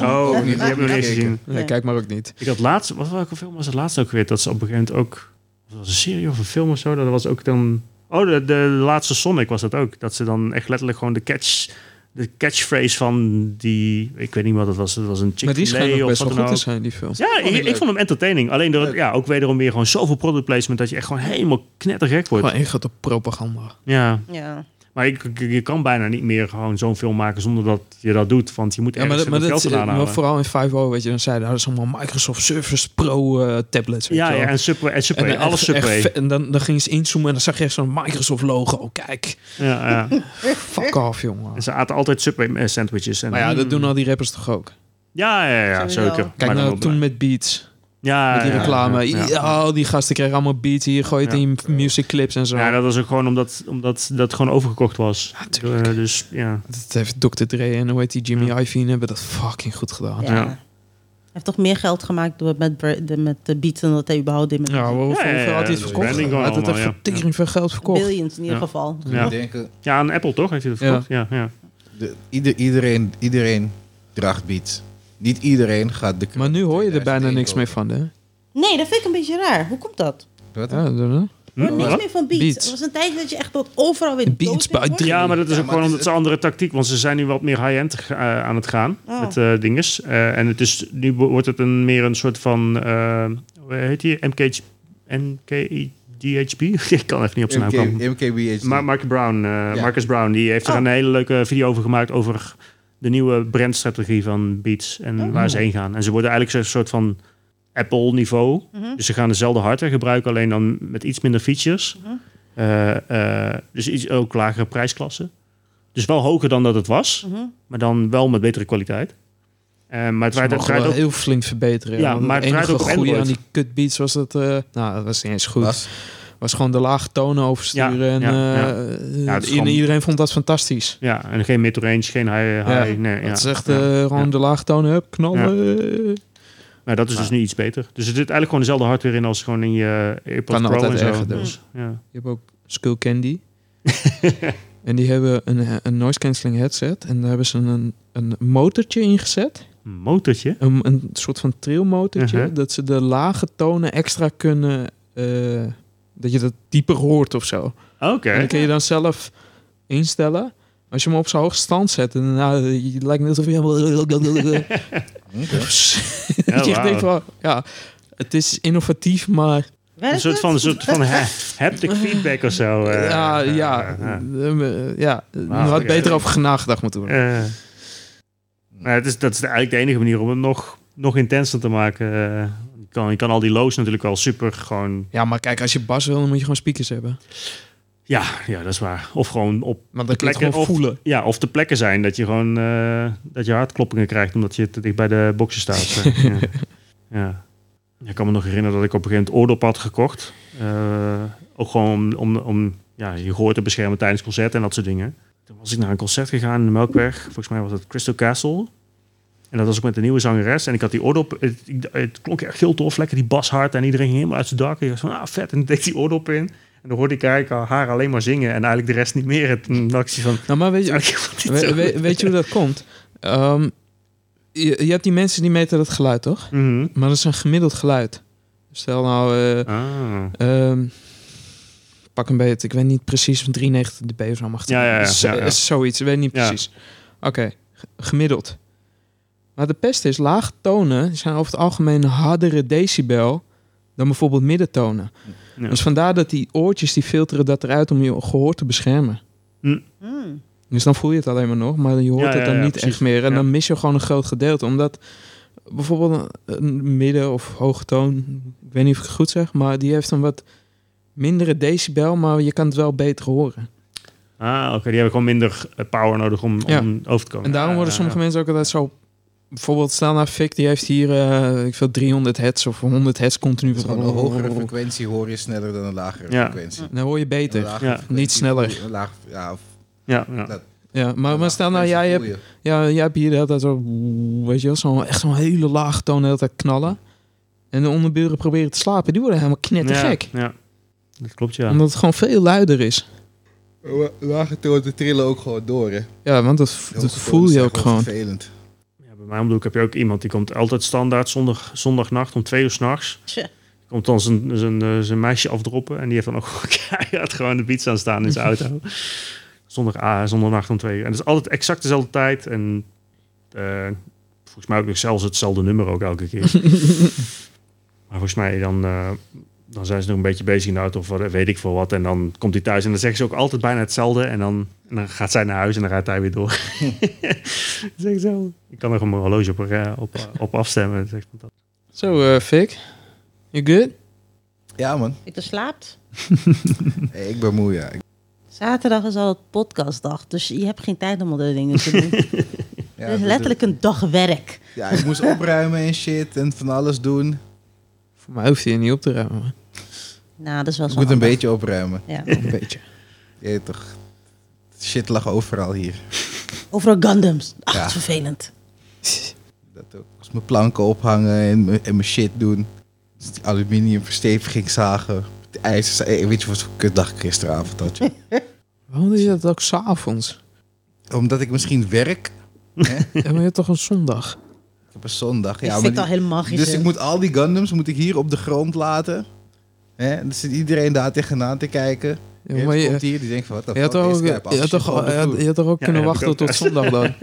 [SPEAKER 3] Oh, die hebben we nog niet
[SPEAKER 2] gekeken.
[SPEAKER 3] gezien.
[SPEAKER 4] Nee,
[SPEAKER 1] Nee.
[SPEAKER 4] Kijk maar ook niet.
[SPEAKER 3] Ik had laatst, wat welke film was het laatst ook weer? Dat ze op een gegeven moment ook, was het een serie of een film of zo? Dat was ook dan, oh, de, de laatste Sonic was dat ook. Dat ze dan echt letterlijk gewoon de catch, de catchphrase van die, ik weet niet wat dat was. Dat was een
[SPEAKER 4] Maar die schijnt
[SPEAKER 3] Chick-fil-A
[SPEAKER 4] nog
[SPEAKER 3] of
[SPEAKER 4] best
[SPEAKER 3] wat
[SPEAKER 4] wel
[SPEAKER 3] dan
[SPEAKER 4] goed te
[SPEAKER 3] ook.
[SPEAKER 4] zijn, die film.
[SPEAKER 3] Ja, ik, ik vond hem entertaining. Alleen door, ja, ook wederom weer gewoon zoveel product placement dat je echt gewoon helemaal knettergek wordt.
[SPEAKER 4] Gewoon één grote propaganda.
[SPEAKER 3] Ja,
[SPEAKER 1] Ja.
[SPEAKER 3] maar ik- ik- je kan bijna niet meer gewoon zo'n film maken zonder dat je dat doet. Want je moet
[SPEAKER 4] Ja, maar,
[SPEAKER 3] ergens
[SPEAKER 4] dat, maar,
[SPEAKER 3] het
[SPEAKER 4] dat,
[SPEAKER 3] geld
[SPEAKER 4] eh,
[SPEAKER 3] vandaan
[SPEAKER 4] maar
[SPEAKER 3] halen.
[SPEAKER 4] vooral in 5-0, weet je, dan zeiden "Ah, dat is allemaal Microsoft Surface Pro eh, tablets. Weet
[SPEAKER 3] Ja,
[SPEAKER 4] je wel.
[SPEAKER 3] ja, en Subway, en Subway
[SPEAKER 4] En, eh,
[SPEAKER 3] alles E.
[SPEAKER 4] echt- echt
[SPEAKER 3] Subway.
[SPEAKER 4] vet. en dan, dan ging ze inzoomen en dan zag je echt zo'n Microsoft logo. Kijk,
[SPEAKER 3] Ja, ja.
[SPEAKER 4] fuck off, jongen.
[SPEAKER 3] En ze aten altijd Subway eh, sandwiches. En,
[SPEAKER 4] Maar ja, dat doen al die rappers toch ook?
[SPEAKER 3] Ja, ja, ja,
[SPEAKER 1] Sowieso.
[SPEAKER 3] zeker.
[SPEAKER 4] Kijk
[SPEAKER 3] Maar dan
[SPEAKER 4] nou
[SPEAKER 3] op-
[SPEAKER 4] toen met Beats,
[SPEAKER 3] ja,
[SPEAKER 4] met die
[SPEAKER 3] Ah, ja,
[SPEAKER 4] reclame.
[SPEAKER 3] Ja, ja.
[SPEAKER 4] Ja, die gasten kregen allemaal beats hier, gooi het
[SPEAKER 3] Ja.
[SPEAKER 4] in music clips en zo.
[SPEAKER 3] Ja,
[SPEAKER 4] dat...
[SPEAKER 3] dat was ook gewoon omdat, omdat dat gewoon overgekocht was.
[SPEAKER 4] Ja, tuurlijk.
[SPEAKER 3] Eh, dus ja.
[SPEAKER 4] heeft Dr. Dre en hoe heet die Jimmy Iovine hebben dat fucking goed gedaan.
[SPEAKER 1] Ja. Hij heeft toch meer geld gemaakt door met, Br- de- met de beat dan dat hij überhaupt in met
[SPEAKER 4] Ja, hoeveel,
[SPEAKER 3] Ja, ja, ja,
[SPEAKER 4] hoeveel had hij het
[SPEAKER 2] de
[SPEAKER 4] verkocht?
[SPEAKER 3] branding
[SPEAKER 4] Hij had het
[SPEAKER 3] gewoon
[SPEAKER 4] echt
[SPEAKER 3] allemaal,
[SPEAKER 4] voor
[SPEAKER 3] ja.
[SPEAKER 4] tering veel geld verkocht.
[SPEAKER 1] billions in ieder
[SPEAKER 3] Ja.
[SPEAKER 1] geval.
[SPEAKER 3] Ja.
[SPEAKER 2] Ik denk,
[SPEAKER 3] ja, aan Apple toch heeft hij dat
[SPEAKER 4] Ja.
[SPEAKER 3] verkocht? Ja. Ja, ja.
[SPEAKER 2] de, ieder, iedereen, iedereen draagt beats. Niet iedereen gaat de...
[SPEAKER 4] Maar nu hoor je er bijna niks mee
[SPEAKER 2] mee
[SPEAKER 4] van, hè?
[SPEAKER 1] Nee, dat vind ik een beetje raar. Hoe komt dat?
[SPEAKER 4] Ja, dat doen
[SPEAKER 1] Ik hoor
[SPEAKER 4] we.
[SPEAKER 1] niks
[SPEAKER 3] Hm? Wat?
[SPEAKER 1] meer van beats.
[SPEAKER 4] Beats.
[SPEAKER 1] Er was een tijdje dat je echt dat overal weer
[SPEAKER 4] Beats
[SPEAKER 1] dood in
[SPEAKER 4] by
[SPEAKER 1] wordt.
[SPEAKER 4] Dre.
[SPEAKER 3] Ja, maar dat is
[SPEAKER 2] Ja,
[SPEAKER 3] ook
[SPEAKER 2] maar
[SPEAKER 3] gewoon
[SPEAKER 2] het is-
[SPEAKER 3] omdat ze andere tactiek. Want ze zijn nu wat meer high-end eh, aan het gaan
[SPEAKER 1] Oh.
[SPEAKER 3] met eh dinges. Eh, en het is, nu wordt het een, meer een soort van, eh, hoe heet die? MKH, MKDHB? Ik kan even niet op zijn naam komen.
[SPEAKER 2] MKBH.
[SPEAKER 3] Ma- Mark Brown, eh,
[SPEAKER 2] Ja.
[SPEAKER 3] Marcus Brown, die heeft er
[SPEAKER 1] Oh.
[SPEAKER 3] een hele leuke video over gemaakt over de nieuwe brandstrategie van Beats en
[SPEAKER 1] Oh.
[SPEAKER 3] waar ze heen gaan. En ze worden eigenlijk zo'n soort van Apple niveau.
[SPEAKER 1] Mhm.
[SPEAKER 3] Dus ze gaan dezelfde hardware gebruiken, alleen dan met iets minder features.
[SPEAKER 1] Mhm.
[SPEAKER 3] Eh, eh, dus iets ook lagere prijsklasse. Dus wel hoger dan dat het was,
[SPEAKER 1] Mhm.
[SPEAKER 3] maar dan wel met betere kwaliteit. Eh, maar het
[SPEAKER 4] Ze
[SPEAKER 3] draait, het
[SPEAKER 4] mogen
[SPEAKER 3] draait
[SPEAKER 4] wel
[SPEAKER 3] ook...
[SPEAKER 4] heel flink verbeteren.
[SPEAKER 3] Ja,
[SPEAKER 4] Ja,
[SPEAKER 3] maar
[SPEAKER 4] maar
[SPEAKER 3] het
[SPEAKER 4] het
[SPEAKER 3] draait
[SPEAKER 4] enige
[SPEAKER 3] ook op
[SPEAKER 4] goede aan
[SPEAKER 3] Android.
[SPEAKER 4] die kutbeats was dat... eh, nou, dat was niet eens goed.
[SPEAKER 2] Was.
[SPEAKER 4] was gewoon de laag tonen
[SPEAKER 3] Ja,
[SPEAKER 4] oversturen. en
[SPEAKER 3] ja, ja.
[SPEAKER 4] eh,
[SPEAKER 3] Ja, het is
[SPEAKER 4] iedereen-
[SPEAKER 3] gewoon-
[SPEAKER 4] iedereen vond dat fantastisch.
[SPEAKER 3] Ja, en geen midrange, geen high...
[SPEAKER 4] Ja.
[SPEAKER 3] high nee, ja.
[SPEAKER 4] Dat is echt
[SPEAKER 3] Ja.
[SPEAKER 4] eh, gewoon
[SPEAKER 3] Ja.
[SPEAKER 4] de laag tonen, hup, knallen. Eh.
[SPEAKER 3] Nou, dat is dus nu iets beter. Dus er zit eigenlijk gewoon dezelfde hardware in als gewoon in je AirPods
[SPEAKER 4] Kan
[SPEAKER 3] Pro
[SPEAKER 4] altijd
[SPEAKER 3] en zo.
[SPEAKER 4] erger, dus.
[SPEAKER 3] Ja.
[SPEAKER 4] Je hebt ook Skull Candy. en die hebben een, eh, een noise cancelling headset. En daar hebben ze een, een motortje in gezet.
[SPEAKER 3] Een motortje?
[SPEAKER 4] Een, een soort van trilmotortje.
[SPEAKER 3] Mhm.
[SPEAKER 4] Dat ze de lage tonen extra kunnen... eh, dat je dat dieper hoort of zo.
[SPEAKER 3] Oké.
[SPEAKER 4] En dan kun je dan zelf instellen. Als je hem op zijn hoogste stand zet, en, nou, je lijkt net of je...
[SPEAKER 3] Hm?
[SPEAKER 2] Oké.
[SPEAKER 3] Ja,
[SPEAKER 4] dat je echt
[SPEAKER 3] wauw.
[SPEAKER 4] denkt van, ja, het is innovatief, maar
[SPEAKER 1] Werkt
[SPEAKER 3] Een soort van,
[SPEAKER 1] het?
[SPEAKER 3] soort van he- haptic feedback of zo. eh.
[SPEAKER 4] ja, ja,
[SPEAKER 3] Eh,
[SPEAKER 4] eh, ja,
[SPEAKER 3] Wauw,
[SPEAKER 4] er had
[SPEAKER 3] oké.
[SPEAKER 4] beter over genagedacht moeten worden.
[SPEAKER 3] eh. Nou, het is, dat is eigenlijk de enige manier om het nog, nog intenser te maken. eh. je, kan, je kan al die lows natuurlijk wel super gewoon...
[SPEAKER 4] Ja, maar kijk, als je bas wil, dan moet je gewoon speakers hebben.
[SPEAKER 3] Ja, ja, dat is waar. Of gewoon op...
[SPEAKER 4] Want dan kun je het
[SPEAKER 3] Lekker
[SPEAKER 4] gewoon
[SPEAKER 3] of-
[SPEAKER 4] voelen.
[SPEAKER 3] Ja, of de plekken zijn dat je gewoon eh, dat je hartkloppingen krijgt omdat je te dicht bij de boxen staat. eh. ja. ja. Ik kan me nog herinneren dat ik op een gegeven moment oordop had gekocht. Eh, ook gewoon om, om, om ja, je gehoor te beschermen tijdens concerten en dat soort dingen. Toen was ik naar een concert gegaan in de Melkweg. Volgens mij was het Crystal Castle. En dat was ook met een nieuwe zangeres. En ik had die oordop... Het, ik- het klonk echt heel tof. Lekker die bas hard. En iedereen ging helemaal uit zijn dak. En ik was van, ah, vet. En ik deed die oordop in. En dan hoorde ik eigenlijk haar alleen maar zingen. En eigenlijk de rest niet meer. En toen dacht ik van...
[SPEAKER 4] Nou, maar weet je,
[SPEAKER 3] eigenlijk helemaal niet
[SPEAKER 4] we-
[SPEAKER 3] zo
[SPEAKER 4] we-
[SPEAKER 3] goed.
[SPEAKER 4] weet je hoe dat komt? Ehm, je, je hebt die mensen die meten dat geluid, toch?
[SPEAKER 3] Mhm.
[SPEAKER 4] Maar dat is een gemiddeld geluid. Stel nou, eh,
[SPEAKER 3] Ah.
[SPEAKER 4] ehm, pak een beetje, ik weet niet precies of 93 dB of zo mag. het
[SPEAKER 3] Ja, ja, ja,
[SPEAKER 4] Z-
[SPEAKER 3] ja, ja.
[SPEAKER 4] Zoiets, ik weet niet
[SPEAKER 3] Ja.
[SPEAKER 4] precies. Oké, g- gemiddeld. Maar de pest is, laag tonen zijn over het algemeen een hardere decibel dan bijvoorbeeld middentonen.
[SPEAKER 3] Ah, Ja.
[SPEAKER 4] Dus vandaar dat die oortjes die filteren dat eruit om je gehoor te beschermen.
[SPEAKER 1] Hmm.
[SPEAKER 4] Dus dan voel je het alleen maar nog, maar je hoort
[SPEAKER 3] Ja,
[SPEAKER 4] het
[SPEAKER 3] ja,
[SPEAKER 4] dan
[SPEAKER 3] ja,
[SPEAKER 4] niet
[SPEAKER 3] precies.
[SPEAKER 4] echt meer. En
[SPEAKER 3] Ja.
[SPEAKER 4] dan mis je gewoon een groot gedeelte. Omdat bijvoorbeeld een, een midden- of hoge toon, ik weet niet of ik het goed zeg, maar die heeft een wat mindere decibel, maar je kan het wel beter horen.
[SPEAKER 3] Ah, oké. Die hebben gewoon minder eh, power nodig om,
[SPEAKER 4] Ja.
[SPEAKER 3] om over te komen.
[SPEAKER 4] En daarom worden
[SPEAKER 3] Ah,
[SPEAKER 4] sommige mensen ook altijd zo... Bijvoorbeeld, stel nou Fik, die heeft hier eh, ik veel 300 hertz of 100 hertz continu.
[SPEAKER 2] Dus gewoon een hogere frequentie hoor je sneller dan een lagere
[SPEAKER 3] Ja.
[SPEAKER 2] frequentie.
[SPEAKER 4] Dan hoor je
[SPEAKER 2] En een
[SPEAKER 4] beter.
[SPEAKER 2] lagere
[SPEAKER 3] Ja.
[SPEAKER 2] frequentie
[SPEAKER 4] Niet sneller.
[SPEAKER 2] Een laag, ja, of-
[SPEAKER 3] Ja, ja. ja.
[SPEAKER 4] Ja, maar,
[SPEAKER 2] een
[SPEAKER 4] maar
[SPEAKER 2] laag
[SPEAKER 4] stel nou,
[SPEAKER 2] frequentie
[SPEAKER 4] jij hebt
[SPEAKER 2] voel je.
[SPEAKER 4] Ja, jij hebt hier de hele tijd zo, weet je wel, zo'n, echt zo'n hele laag toon de hele tijd knallen. En de onderburen proberen te slapen, die worden helemaal knettergek.
[SPEAKER 3] Ja, ja. Dat klopt, ja.
[SPEAKER 4] Omdat het gewoon veel luider is.
[SPEAKER 2] Wa- Lage tonen trillen ook gewoon door, hè?
[SPEAKER 4] Ja, want dat,
[SPEAKER 2] Hoge
[SPEAKER 4] dat
[SPEAKER 2] tonen
[SPEAKER 4] voel je
[SPEAKER 2] zijn
[SPEAKER 4] ook gewoon.
[SPEAKER 2] vervelend.
[SPEAKER 3] Ja, bij mij om de hoek heb je ook iemand die komt altijd standaard zondag, zondagnacht om twee uur s'nachts.
[SPEAKER 1] Tje.
[SPEAKER 3] Komt dan zijn, zijn, eh, zijn meisje afdroppen en die heeft dan ook gewoon keihard gewoon de beats aan staan in zijn auto. Zondag, ah, zondagnacht om twee uur. En dat is altijd exact dezelfde tijd. En eh, volgens mij ook nog zelfs hetzelfde nummer ook elke keer. maar volgens mij dan, eh, dan zijn ze nog een beetje bezig in de auto of wat- weet ik veel wat. En dan komt hij thuis en dan zeggen ze ook altijd bijna hetzelfde. En dan, en dan gaat zij naar huis en dan rijdt hij weer door. Zeg zo. oh, Ik kan nog een horloge op, eh, op, op afstemmen. Zeg maar dat.
[SPEAKER 4] Zo, eh, Fik. You good?
[SPEAKER 2] Ja, man.
[SPEAKER 1] Ik er slaapt.
[SPEAKER 2] Hey, ik ben moe, ja. Ik-
[SPEAKER 1] Zaterdag is al het podcastdag, dus je hebt geen tijd om andere dingen te doen. Het
[SPEAKER 2] ja,
[SPEAKER 1] is
[SPEAKER 2] dat-
[SPEAKER 1] letterlijk een dag werk.
[SPEAKER 2] Ja, ik moest opruimen en shit en van alles doen.
[SPEAKER 4] Voor mij hoeft hij niet op te ruimen.
[SPEAKER 1] Nou, dat is wel
[SPEAKER 2] Ik
[SPEAKER 1] zo.
[SPEAKER 2] moet
[SPEAKER 1] handig.
[SPEAKER 2] een beetje opruimen.
[SPEAKER 1] Ja.
[SPEAKER 4] Een beetje.
[SPEAKER 2] Je weet toch. Shit lag overal hier.
[SPEAKER 1] Overal Gundams. Ach,
[SPEAKER 2] Ja.
[SPEAKER 1] dat is vervelend.
[SPEAKER 2] Dat ook. Ik moest mijn planken ophangen en, mijn- en mijn shit doen. Dus die aluminiumversteviging zagen. De ijzers. Hey, weet je wat voor kutdag ik gisteravond had? joh?
[SPEAKER 4] Waarom doe je dat ook s'avonds?
[SPEAKER 2] Omdat ik misschien werk. Hè? Ik
[SPEAKER 4] Ja, maar je hebt toch een zondag?
[SPEAKER 2] heb een zondag.
[SPEAKER 1] ik
[SPEAKER 2] Ja,
[SPEAKER 1] vind
[SPEAKER 2] maar
[SPEAKER 1] het al
[SPEAKER 2] die-
[SPEAKER 1] helemaal geen
[SPEAKER 2] dus
[SPEAKER 1] zin.
[SPEAKER 2] ik moet al die Gundams moet ik hier op de grond laten. Hè? En Dan zit iedereen daar tegenaan te kijken.
[SPEAKER 4] Ja,
[SPEAKER 2] Eerst
[SPEAKER 4] maar je,
[SPEAKER 2] komt hier, die denkt van wat de
[SPEAKER 4] je had
[SPEAKER 2] fuck
[SPEAKER 4] toch
[SPEAKER 2] is
[SPEAKER 4] ook, eh,
[SPEAKER 2] dit?
[SPEAKER 4] je
[SPEAKER 2] Hij heeft al
[SPEAKER 4] had
[SPEAKER 2] shit
[SPEAKER 4] toch,
[SPEAKER 2] op de
[SPEAKER 4] je had-
[SPEAKER 2] vloer.
[SPEAKER 4] je had toch ook
[SPEAKER 3] Ja,
[SPEAKER 4] kunnen
[SPEAKER 3] heb ik
[SPEAKER 4] wachten
[SPEAKER 3] ook
[SPEAKER 4] tot zondag dan?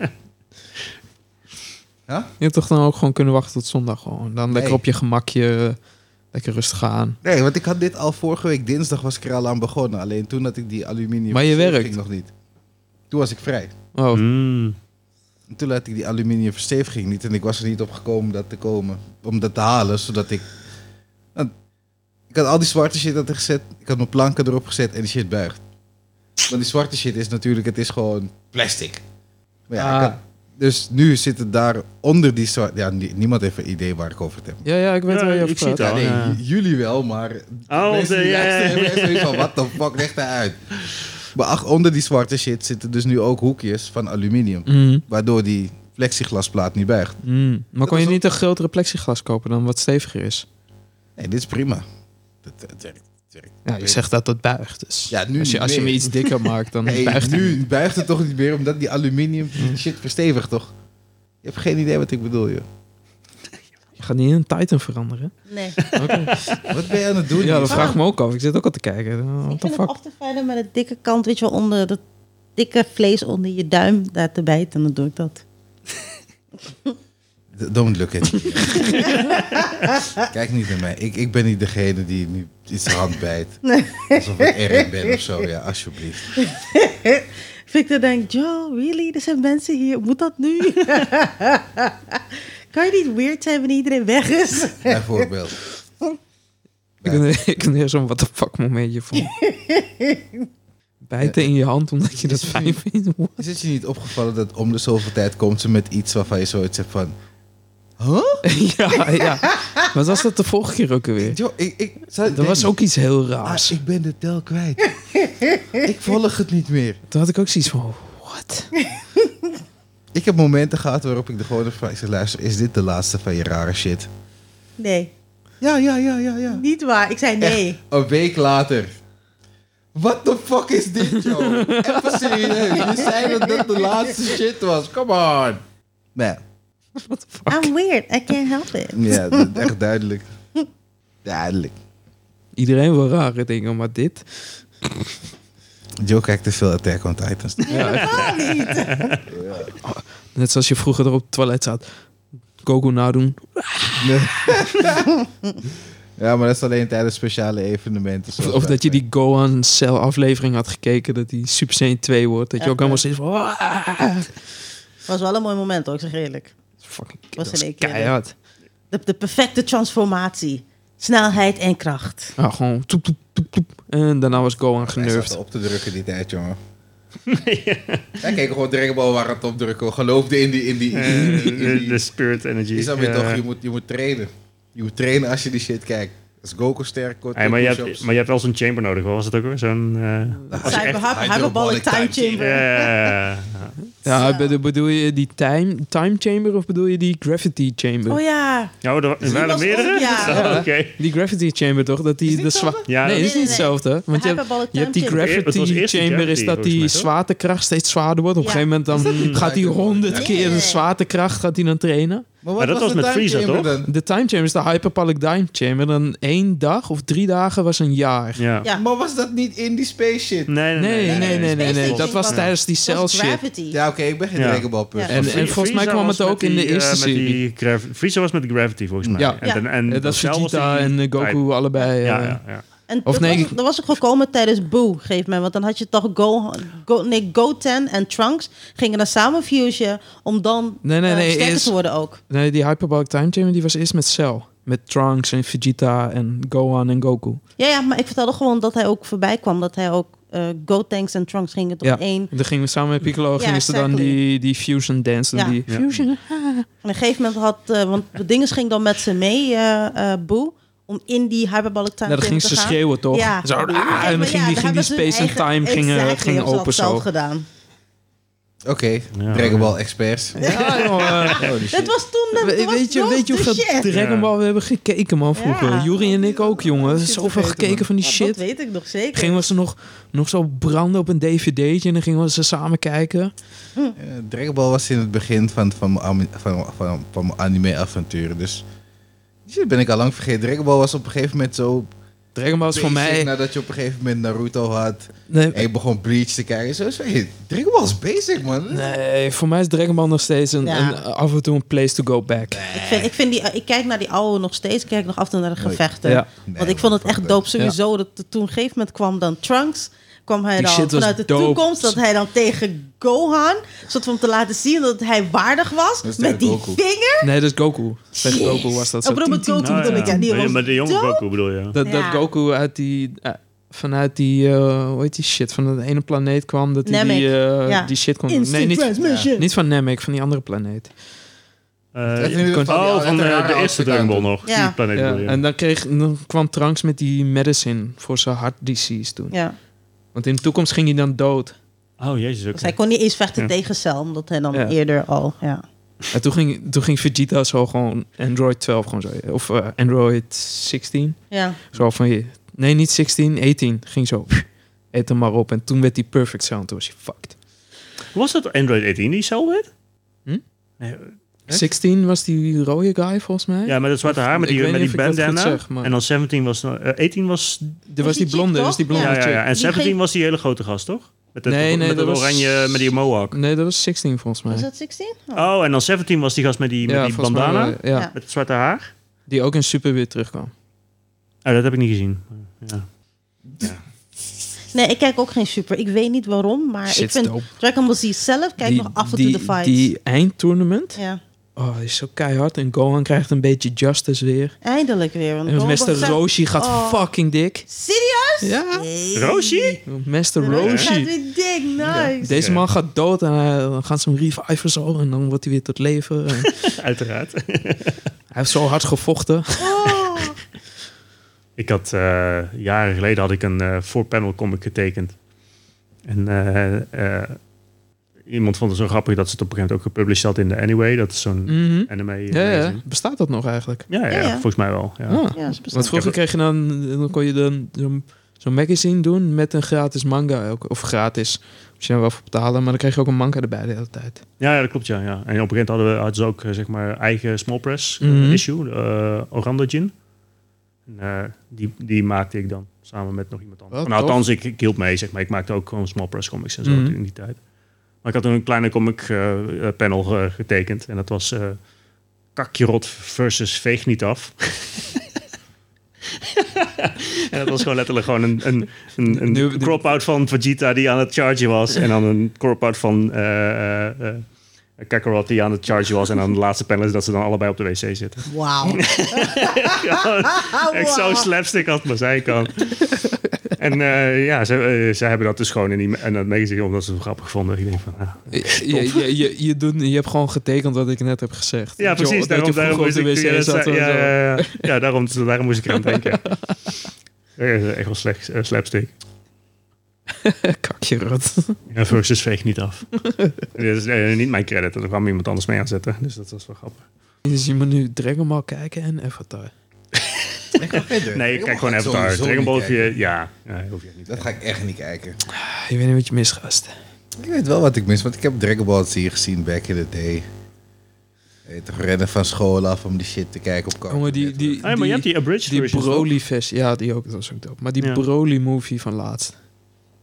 [SPEAKER 2] Ja?
[SPEAKER 4] Je had toch dan ook gewoon kunnen wachten tot zondag gewoon? Dan lekker
[SPEAKER 2] Nee.
[SPEAKER 4] op je gemakje, eh, lekker rustig aan.
[SPEAKER 2] Nee, want ik had dit al vorige week dinsdag was ik er al aan begonnen. Alleen toen had ik die aluminium.
[SPEAKER 4] Maar je
[SPEAKER 2] versteviging
[SPEAKER 4] werkt.
[SPEAKER 2] nog niet. Toen was ik vrij.
[SPEAKER 4] Oh,
[SPEAKER 3] Mm.
[SPEAKER 2] En toen had ik die aluminium versteviging niet. En ik was er niet op gekomen dat te komen. Om dat te halen, zodat ik. Want ik had al die zwarte shit had er gezet. Ik had mijn planken erop gezet en die shit buigt. Want die zwarte shit is natuurlijk, het is gewoon plastic. Maar ja, ik
[SPEAKER 4] Ah.
[SPEAKER 2] had- dus nu zit het daar onder die zwarte. Ja, nie- niemand heeft een idee waar ik over het heb.
[SPEAKER 4] Ja, ja, ik weet
[SPEAKER 3] Ja,
[SPEAKER 4] waar je
[SPEAKER 3] ik
[SPEAKER 4] over
[SPEAKER 3] zie
[SPEAKER 4] praat.
[SPEAKER 3] het al.
[SPEAKER 2] Ja, Oh, nee,
[SPEAKER 3] Ja.
[SPEAKER 2] j- jullie wel, maar
[SPEAKER 3] Oh,
[SPEAKER 2] mensen
[SPEAKER 3] de-
[SPEAKER 2] die
[SPEAKER 3] ja, ja,
[SPEAKER 2] luisteren hebben
[SPEAKER 3] ja.
[SPEAKER 2] echt zoiets van, wat de fuck legt hij uit? Maar ach, onder die zwarte shit zitten dus nu ook hoekjes van aluminium,
[SPEAKER 4] Mm,
[SPEAKER 2] waardoor die plexiglasplaat niet buigt.
[SPEAKER 4] mm. Maar kon
[SPEAKER 2] is
[SPEAKER 4] je
[SPEAKER 2] ook-
[SPEAKER 4] niet een grotere plexiglas kopen dan wat steviger is?
[SPEAKER 2] Nee, dit is prima. Dat, dat werkt.
[SPEAKER 4] Ja, je zegt dat dat buigt. Dus
[SPEAKER 2] Ja, nu
[SPEAKER 4] als, je,
[SPEAKER 2] niet
[SPEAKER 4] als je me
[SPEAKER 2] meer.
[SPEAKER 4] iets dikker maakt, dan
[SPEAKER 2] Nee,
[SPEAKER 4] buigt Mm. het.
[SPEAKER 2] nu buigt het toch niet meer, omdat die aluminium shit verstevigt, toch? Je hebt geen idee wat ik bedoel, joh.
[SPEAKER 4] Je gaat niet in een Titan veranderen.
[SPEAKER 1] Nee.
[SPEAKER 2] Wat ben je aan het doen?
[SPEAKER 4] Ja,
[SPEAKER 2] hier?
[SPEAKER 4] dat vraag ik me ook af. Ik zit ook al te kijken.
[SPEAKER 1] Ik
[SPEAKER 4] What the
[SPEAKER 1] vind het
[SPEAKER 4] fuck?
[SPEAKER 1] af te fijner met de dikke kant, weet je wel, onder dat dikke vlees onder je duim daar te bijten. Dan doe ik dat.
[SPEAKER 2] D- Don't look at me. Kijk niet naar mij. Ik, ik ben niet degene die nu iets aan hand bijt. Alsof ik erg ben of zo. Ja, alsjeblieft.
[SPEAKER 1] Victor denkt, Joe, really? Er zijn mensen hier. Moet dat nu? kan je niet weird zijn wanneer iedereen weg is?
[SPEAKER 2] Bijvoorbeeld.
[SPEAKER 4] Ik heb- Ik heb weer zo'n what the fuck momentje van. Bijten in je hand omdat je dat fijn vindt.
[SPEAKER 2] Is het je niet opgevallen dat om de zoveel tijd komt ze met iets waarvan je zoiets hebt van... Huh?
[SPEAKER 4] ja, ja. Wat was dat de vorige keer ook alweer?
[SPEAKER 2] Yo, ik, ik,
[SPEAKER 4] Dat was ook iets heel
[SPEAKER 2] Ah,
[SPEAKER 4] raars.
[SPEAKER 2] ik ben de tel kwijt. ik volg het niet meer.
[SPEAKER 4] Toen had ik ook zoiets van... What?
[SPEAKER 2] Ik heb momenten gehad waarop ik er gewoon van... Ik zeg, luister, is dit de laatste van je rare shit?
[SPEAKER 1] Nee,
[SPEAKER 2] Ja, ja, ja, ja, ja.
[SPEAKER 1] niet waar. Ik zei nee.
[SPEAKER 2] Echt, een week later. What the fuck is dit, joh? Even serieus. Je zei dat dit de laatste shit was. Come on. Nee.
[SPEAKER 4] What the fuck?
[SPEAKER 1] I'm weird. I can't help it.
[SPEAKER 2] Ja, dat is echt duidelijk. Duidelijk.
[SPEAKER 4] Iedereen wil rare dingen, maar dit...
[SPEAKER 2] Joe kijkt te veel Attack on Titans.
[SPEAKER 1] Helemaal niet.
[SPEAKER 4] Net zoals je vroeger er op het toilet zat. Gogo nadoen.
[SPEAKER 2] Nee. ja, maar dat is alleen tijdens speciale evenementen.
[SPEAKER 4] Of,
[SPEAKER 2] zoals
[SPEAKER 4] of
[SPEAKER 2] wij.
[SPEAKER 4] dat je die Gohan Cell aflevering had gekeken. Dat die Super Saiyan 2 wordt. Dat je
[SPEAKER 1] Ja,
[SPEAKER 4] ook allemaal steeds van... "Ah."
[SPEAKER 1] was wel een mooi moment hoor, ik zeg eerlijk.
[SPEAKER 4] Fucking
[SPEAKER 1] Was
[SPEAKER 4] dat is
[SPEAKER 1] in één keer, hè?
[SPEAKER 4] keihard.
[SPEAKER 1] De, de perfecte transformatie. Snelheid en kracht.
[SPEAKER 4] Ja, gewoon toep, toep, toep, toep. En daarna was Gohan
[SPEAKER 2] Hij zat
[SPEAKER 4] genervd.
[SPEAKER 2] op te drukken die tijd, jongen. Hij keek gewoon Dragon Ball waar het op drukken. Geloofde in die... In die, in die, in die-
[SPEAKER 3] Eh, De spirit energy.
[SPEAKER 2] Je snap je
[SPEAKER 3] Ja.
[SPEAKER 2] toch, je moet, je moet trainen. Je moet trainen als je die shit kijkt. Als Goku sterk wordt,
[SPEAKER 3] Hey, Ah, maar, je hebt,
[SPEAKER 2] push-ups.
[SPEAKER 3] maar je hebt wel zo'n chamber nodig, hoor. Was het ook weer zo'n... eh, als je echt-
[SPEAKER 1] Cyber hyperbolic
[SPEAKER 2] Hydrobolic
[SPEAKER 1] time
[SPEAKER 2] time
[SPEAKER 1] chamber.
[SPEAKER 2] chamber.
[SPEAKER 3] Ja.
[SPEAKER 4] Ja,
[SPEAKER 1] Zo.
[SPEAKER 4] bedo- bedoel je die time, time chamber of bedoel je die gravity chamber?
[SPEAKER 1] Oh ja.
[SPEAKER 3] Ja, oh, er wa- er waren
[SPEAKER 1] was
[SPEAKER 3] meerdere?
[SPEAKER 1] ook- ja.
[SPEAKER 3] Zo, Oké.
[SPEAKER 4] Die gravity chamber toch? Dat die
[SPEAKER 2] Is dit
[SPEAKER 4] de zwa-
[SPEAKER 2] hetzelfde?
[SPEAKER 3] Ja,
[SPEAKER 4] nee,
[SPEAKER 3] dat- Eh,
[SPEAKER 4] dat is
[SPEAKER 1] Nee,
[SPEAKER 4] niet
[SPEAKER 1] nee, nee.
[SPEAKER 4] hetzelfde. Want je hebt,
[SPEAKER 1] Hyperbolic
[SPEAKER 4] je hebt die
[SPEAKER 1] time chamber.
[SPEAKER 3] Het was
[SPEAKER 4] gravity
[SPEAKER 3] eerst die
[SPEAKER 4] chamber, is
[SPEAKER 3] gravity,
[SPEAKER 4] dat die
[SPEAKER 3] volgens mij, toch?
[SPEAKER 4] zwaartekracht steeds zwaarder wordt. Op een
[SPEAKER 1] Ja.
[SPEAKER 4] gegeven moment
[SPEAKER 1] Is dat
[SPEAKER 4] dan
[SPEAKER 2] die-
[SPEAKER 4] gaat hij honderd
[SPEAKER 1] Nee.
[SPEAKER 4] keer de zwaartekracht gaat hij dan trainen.
[SPEAKER 2] Maar
[SPEAKER 3] Maar dat was met Frieza, toch?
[SPEAKER 4] De time chamber is de hyperbolic time chamber. Dan één dag of drie dagen was een jaar.
[SPEAKER 3] Ja.
[SPEAKER 1] Ja.
[SPEAKER 2] Maar was dat niet in die space shit?
[SPEAKER 3] Nee, nee,
[SPEAKER 4] Nee, nee, nee, nee, nee.
[SPEAKER 1] Space
[SPEAKER 4] Dat
[SPEAKER 1] Station
[SPEAKER 4] was
[SPEAKER 1] was-
[SPEAKER 4] tijdens die
[SPEAKER 1] Dat
[SPEAKER 4] cell
[SPEAKER 1] was
[SPEAKER 4] shit.
[SPEAKER 1] Gravity.
[SPEAKER 2] Ja, oké, ik ben geen
[SPEAKER 3] Ja.
[SPEAKER 2] Dragon Ball person.
[SPEAKER 1] Ja.
[SPEAKER 4] En-
[SPEAKER 3] Free-
[SPEAKER 4] volgens mij
[SPEAKER 3] Freezer
[SPEAKER 4] kwam het
[SPEAKER 3] was
[SPEAKER 4] ook
[SPEAKER 3] met
[SPEAKER 4] in de
[SPEAKER 3] die, eh,
[SPEAKER 4] eerste
[SPEAKER 3] met die grav- Freezer was met Gravity, volgens mij.
[SPEAKER 2] Ja.
[SPEAKER 3] En,
[SPEAKER 1] Ja.
[SPEAKER 3] en, en
[SPEAKER 4] Eh, Dat is
[SPEAKER 3] Cell was
[SPEAKER 4] Vegeta
[SPEAKER 3] die-
[SPEAKER 4] en eh, Goku allebei. eh,
[SPEAKER 3] Ja, ja, ja.
[SPEAKER 1] En
[SPEAKER 4] Of
[SPEAKER 1] dat,
[SPEAKER 4] nee,
[SPEAKER 1] was,
[SPEAKER 4] ik-
[SPEAKER 1] dat was ook gekomen tijdens Boo, geef mij. Want dan had je toch Go, Go, nee, Goten en Trunks gingen dan samen fusen om dan
[SPEAKER 4] Nee, nee,
[SPEAKER 1] eh,
[SPEAKER 4] nee,
[SPEAKER 1] sterker
[SPEAKER 4] eerst-
[SPEAKER 1] te worden ook.
[SPEAKER 4] Nee, die hyperbolic time chamber die was eerst met Cell. Met Trunks en Vegeta en Gohan en Goku.
[SPEAKER 1] Ja, ja, maar ik vertelde gewoon dat hij ook voorbij kwam. Dat hij ook eh Gotenks en Trunks gingen tot
[SPEAKER 4] Ja.
[SPEAKER 1] één. En
[SPEAKER 4] En dan gingen we samen met Piccolo gingen ze dan
[SPEAKER 1] exactly.
[SPEAKER 4] die, die fusion dance doen.
[SPEAKER 1] Ja.
[SPEAKER 4] Die,
[SPEAKER 3] Ja.
[SPEAKER 4] Fusion.
[SPEAKER 1] op een gegeven moment had... eh, want de dinges ging dan met ze mee, eh, eh, Boo. Om in die hyperbolic time
[SPEAKER 4] Nou, dan
[SPEAKER 1] chamber
[SPEAKER 4] ging
[SPEAKER 1] te
[SPEAKER 4] ze
[SPEAKER 1] gaan.
[SPEAKER 4] schreeuwen toch?
[SPEAKER 1] Ja.
[SPEAKER 4] Zo, ah,
[SPEAKER 1] Kijk, maar ja,
[SPEAKER 4] en dan ging die, ging die
[SPEAKER 1] hebben ze hun
[SPEAKER 4] space en
[SPEAKER 1] eigen-
[SPEAKER 4] time gingen,
[SPEAKER 1] Exactly,
[SPEAKER 4] gingen
[SPEAKER 1] hebben ze
[SPEAKER 4] open
[SPEAKER 1] dat zelf
[SPEAKER 4] zo.
[SPEAKER 1] gedaan.
[SPEAKER 2] Oké, Dragon Ball experts.
[SPEAKER 4] Ja, joh, eh,
[SPEAKER 2] Holy
[SPEAKER 1] Dat
[SPEAKER 2] shit.
[SPEAKER 1] was toen... Dat,
[SPEAKER 4] we-
[SPEAKER 1] was
[SPEAKER 4] weet je,
[SPEAKER 1] nog
[SPEAKER 4] weet je
[SPEAKER 1] de
[SPEAKER 4] hoeveel
[SPEAKER 1] shit.
[SPEAKER 4] Dragon Ball we hebben gekeken man vroeger?
[SPEAKER 1] Ja.
[SPEAKER 4] Jury en ik ook jongen.
[SPEAKER 2] Shit
[SPEAKER 4] Zoveel
[SPEAKER 2] vergeten,
[SPEAKER 4] gekeken
[SPEAKER 2] man.
[SPEAKER 4] van die
[SPEAKER 1] Ja,
[SPEAKER 4] shit.
[SPEAKER 1] Dat weet ik nog zeker.
[SPEAKER 4] Gingen we ze nog, nog zo branden op een dvd'tje en dan gingen we ze samen kijken.
[SPEAKER 2] Eh, Dragon Ball was in het begin van, van, mijn ami- van, van, van mijn anime-avonturen, dus... Die shit ben ik al lang vergeten. Dragon Ball was op een gegeven moment zo...
[SPEAKER 4] Dragon Ball is voor
[SPEAKER 2] basic
[SPEAKER 4] mij...
[SPEAKER 2] Nadat je op een gegeven moment Naruto had.
[SPEAKER 4] Nee,
[SPEAKER 2] En ik begon Bleach te kijken. Zo, zo, hey, Dragon Ball is basic, man.
[SPEAKER 4] nee, voor mij is Dragon Ball nog steeds een,
[SPEAKER 1] Ja.
[SPEAKER 4] een- af en toe een place to go back.
[SPEAKER 1] Ik, vind, ik, vind die, ik kijk naar die oude nog steeds. Ik kijk nog af en toe naar de
[SPEAKER 2] Mooi.
[SPEAKER 1] gevechten.
[SPEAKER 4] Ja.
[SPEAKER 2] Nee,
[SPEAKER 1] Want ik
[SPEAKER 2] man,
[SPEAKER 1] vond het
[SPEAKER 2] fuck
[SPEAKER 1] echt
[SPEAKER 2] that.
[SPEAKER 1] dope sowieso. Dat er toen op een gegeven moment kwam dan Trunks. Kwam hij
[SPEAKER 4] Die
[SPEAKER 1] dan
[SPEAKER 4] shit was
[SPEAKER 1] vanuit de
[SPEAKER 4] dope.
[SPEAKER 1] toekomst. Dat hij dan tegen Gohan. Zodat we hem te laten zien dat hij waardig was.
[SPEAKER 2] Dat
[SPEAKER 1] Met
[SPEAKER 2] is tegen
[SPEAKER 1] die
[SPEAKER 2] Goku.
[SPEAKER 1] vinger.
[SPEAKER 4] Nee, dat is Goku. Tegen Goku was dat Nou zo.
[SPEAKER 1] Ik bedoel met
[SPEAKER 4] Tien, tien,
[SPEAKER 1] Goku bedoel ik. Ja, die
[SPEAKER 3] Nou, Maar-
[SPEAKER 1] was
[SPEAKER 3] maar de jonge
[SPEAKER 1] dope.
[SPEAKER 3] Goku bedoel je?
[SPEAKER 4] Dat, dat
[SPEAKER 1] Ja.
[SPEAKER 4] Goku uit die, eh, vanuit die, eh, hoe heet die shit, van dat ene planeet kwam, dat hij die,
[SPEAKER 1] Namek.
[SPEAKER 4] eh,
[SPEAKER 1] Ja.
[SPEAKER 4] die shit kon
[SPEAKER 1] Instant
[SPEAKER 4] Nee, niet,
[SPEAKER 1] transmission.
[SPEAKER 4] niet van Namek, van die andere planeet.
[SPEAKER 3] Eh,
[SPEAKER 2] Dat is in ieder geval die
[SPEAKER 3] oh, van
[SPEAKER 2] oude
[SPEAKER 3] de, de
[SPEAKER 2] rare
[SPEAKER 3] eerste
[SPEAKER 2] outfit
[SPEAKER 3] Dragon Ball
[SPEAKER 2] aan
[SPEAKER 3] nog.
[SPEAKER 1] Ja.
[SPEAKER 3] Die planeet
[SPEAKER 4] Ja,
[SPEAKER 3] bedoel je.
[SPEAKER 4] en dan, kreeg, dan kwam Trunks met die medicine voor zijn heart disease toen.
[SPEAKER 1] Ja.
[SPEAKER 4] Want in de toekomst ging hij dan dood.
[SPEAKER 3] Oh, jezus. oké.
[SPEAKER 1] Dus hij kon niet eens vechten
[SPEAKER 3] Ja.
[SPEAKER 1] tegen Cell. Omdat hij dan
[SPEAKER 4] Ja.
[SPEAKER 1] eerder al... Ja.
[SPEAKER 4] En toen ging, toen ging Vegeta zo gewoon Android 12 gewoon zo, of eh, Android 16.
[SPEAKER 1] Ja.
[SPEAKER 4] Zo van hier. Nee, niet 16, 18. Ging zo, eet hem maar op. En toen werd hij perfect sound, toen was hij fucked.
[SPEAKER 3] Was dat Android 18 die cel werd?
[SPEAKER 4] Hm?
[SPEAKER 3] Nee,
[SPEAKER 4] 16 was die rode guy volgens mij.
[SPEAKER 3] Ja, met dat zwarte haar, met
[SPEAKER 4] Ik
[SPEAKER 3] die,
[SPEAKER 4] weet
[SPEAKER 3] met
[SPEAKER 4] niet
[SPEAKER 3] die
[SPEAKER 4] of ik dat goed
[SPEAKER 3] bandana.
[SPEAKER 4] zeg, maar-
[SPEAKER 3] En dan 17 was... eh, 18 was...
[SPEAKER 4] Er was die
[SPEAKER 1] die chick,
[SPEAKER 4] blonde, er was die
[SPEAKER 1] toch?
[SPEAKER 4] blonde
[SPEAKER 3] Ja, ja,
[SPEAKER 4] chick.
[SPEAKER 3] ja. En
[SPEAKER 1] Die
[SPEAKER 3] 17
[SPEAKER 1] ging-
[SPEAKER 3] was die hele grote gast, toch? Met dat,
[SPEAKER 4] Nee, nee,
[SPEAKER 3] met
[SPEAKER 4] dat
[SPEAKER 3] dat
[SPEAKER 4] was-
[SPEAKER 3] oranje, met die mohawk.
[SPEAKER 4] Nee, dat was 16 volgens mij.
[SPEAKER 1] Was dat 16? Oh.
[SPEAKER 3] Oh, en dan 17 was die gast met die, met
[SPEAKER 4] ja,
[SPEAKER 3] die
[SPEAKER 4] volgens mij
[SPEAKER 3] bandana.
[SPEAKER 4] wel, ja.
[SPEAKER 1] Ja.
[SPEAKER 3] Met het zwarte haar.
[SPEAKER 4] Die ook in Super weer terugkwam.
[SPEAKER 3] Oh, dat heb ik niet gezien. Ja.
[SPEAKER 1] Nee, ik kijk ook geen super. Ik weet niet waarom. Maar
[SPEAKER 4] Shit,
[SPEAKER 1] ik vind
[SPEAKER 4] dope.
[SPEAKER 1] Dragon Ball Z zelf. Kijk
[SPEAKER 4] Die-
[SPEAKER 1] nog af en toe
[SPEAKER 4] die-
[SPEAKER 1] de fights.
[SPEAKER 4] Die eindtournament.
[SPEAKER 1] Ja.
[SPEAKER 4] Oh, die is zo keihard. En Gohan krijgt een beetje justice weer.
[SPEAKER 1] Eindelijk weer. Want
[SPEAKER 4] En
[SPEAKER 1] Gohan
[SPEAKER 4] Mr.
[SPEAKER 1] was-
[SPEAKER 4] Roshi gaat
[SPEAKER 1] Oh.
[SPEAKER 4] fucking dik.
[SPEAKER 1] Serieus?
[SPEAKER 4] Ja.
[SPEAKER 1] Nee.
[SPEAKER 3] Roshi?
[SPEAKER 4] Mr.
[SPEAKER 1] Roshi gaat
[SPEAKER 4] Roshi.
[SPEAKER 1] weer dik, nice.
[SPEAKER 4] Deze man gaat dood en hij- dan gaan ze hem reviven zo. En dan wordt hij weer tot leven. En hij
[SPEAKER 3] Uiteraard.
[SPEAKER 4] heeft zo hard gevochten.
[SPEAKER 1] Oh.
[SPEAKER 3] Ik had eh, jaren geleden had ik een eh four panel comic getekend. En eh, eh, Iemand vond het zo grappig dat ze het op een gegeven moment ook gepublished had in de Anyway. Dat is zo'n
[SPEAKER 4] Mhm.
[SPEAKER 3] anime.
[SPEAKER 4] Ja, ja.
[SPEAKER 3] magazine.
[SPEAKER 4] Bestaat dat nog eigenlijk?
[SPEAKER 3] Ja, ja,
[SPEAKER 1] Ja, ja.
[SPEAKER 3] volgens mij wel. Ja.
[SPEAKER 4] Ah.
[SPEAKER 1] Ja, ze bestaan.
[SPEAKER 4] Want vroeger kreeg je dan, dan kon je dan zo'n zo'n magazine doen met een gratis manga. Ook, of gratis, moest je nou wel voor betalen, maar dan kreeg je ook een manga erbij de hele tijd.
[SPEAKER 3] Ja, ja, dat klopt, ja. ja. En op een gegeven moment hadden, we, hadden ze ook eh, zeg maar, eigen small press eh,
[SPEAKER 4] Mhm.
[SPEAKER 3] issue, eh Oranda Gin. En, eh, die, die maakte ik dan samen met nog iemand anders.
[SPEAKER 4] Wat
[SPEAKER 3] nou,
[SPEAKER 4] tof.
[SPEAKER 3] althans, ik, ik hield mee, zeg maar. Ik maakte ook gewoon small press comics en zo
[SPEAKER 4] Mhm.
[SPEAKER 3] in die tijd. Maar ik had toen een kleine comic eh, eh, panel eh, getekend. En dat was eh Kakjerot versus Veeg niet af. en dat was gewoon letterlijk gewoon een, een, een, een
[SPEAKER 4] Nu- nu-
[SPEAKER 3] crop-out van Vegeta die aan het chargen was. En dan een crop-out van eh, eh, eh, Kakarot die aan het chargen was. En dan de laatste panel is dat ze dan allebei op de wc zitten.
[SPEAKER 1] Wauw.
[SPEAKER 3] Echt zo
[SPEAKER 1] Wauw.
[SPEAKER 3] slapstick als het maar zijn kan. en eh, ja, ze, eh, ze hebben dat dus gewoon in, die, in dat magazine omdat ze het grappig vonden. Ik denk van, ah.
[SPEAKER 4] Je, je, je, je, doet, je hebt gewoon getekend wat ik net heb gezegd.
[SPEAKER 3] Ja,
[SPEAKER 4] Dat je-
[SPEAKER 3] precies.
[SPEAKER 4] dat
[SPEAKER 3] daarom,
[SPEAKER 4] je vroeger
[SPEAKER 3] daarom, moest ik,
[SPEAKER 4] op de
[SPEAKER 3] ja,
[SPEAKER 4] wc zat. en
[SPEAKER 3] ja,
[SPEAKER 4] zo.
[SPEAKER 3] ja, ja. Ja, daarom, daarom moest ik eraan denken. Ja, dat is Echt wel slecht, eh, slapstick.
[SPEAKER 4] Kakje rot.
[SPEAKER 3] Ja, versus veeg niet af. Dit is eh, niet mijn credit, daar kwam iemand anders mee aanzetten. Dus dat was wel grappig.
[SPEAKER 4] Dus je moet nu Dragon Ball kijken en Avatar.
[SPEAKER 2] Ik ga verder.
[SPEAKER 3] Nee, ik
[SPEAKER 2] Dragon Ball
[SPEAKER 3] kijk gewoon
[SPEAKER 2] ga ik
[SPEAKER 3] Avatar.
[SPEAKER 2] sowieso
[SPEAKER 3] Dragon
[SPEAKER 2] niet
[SPEAKER 3] Ball hoef
[SPEAKER 2] kijken.
[SPEAKER 3] je... Ja, ja, hoef je niet.
[SPEAKER 2] Dat ga ik echt niet kijken.
[SPEAKER 4] Ah, Je weet niet wat je mist, gast.
[SPEAKER 2] Ik weet wel wat ik mis, want ik heb Dragon Ball hier gezien back in the day. Hey, toch rennen van school af om die shit te kijken op Cartoon
[SPEAKER 4] Jongen, die,
[SPEAKER 2] Network.
[SPEAKER 4] die,
[SPEAKER 3] Ah, ja, maar je hebt die abridged
[SPEAKER 4] die
[SPEAKER 3] versions ook.
[SPEAKER 4] Broly-versie. Ja, die ook. Dat was ook dope. Maar die
[SPEAKER 3] Ja.
[SPEAKER 4] Broly-movie van laatst.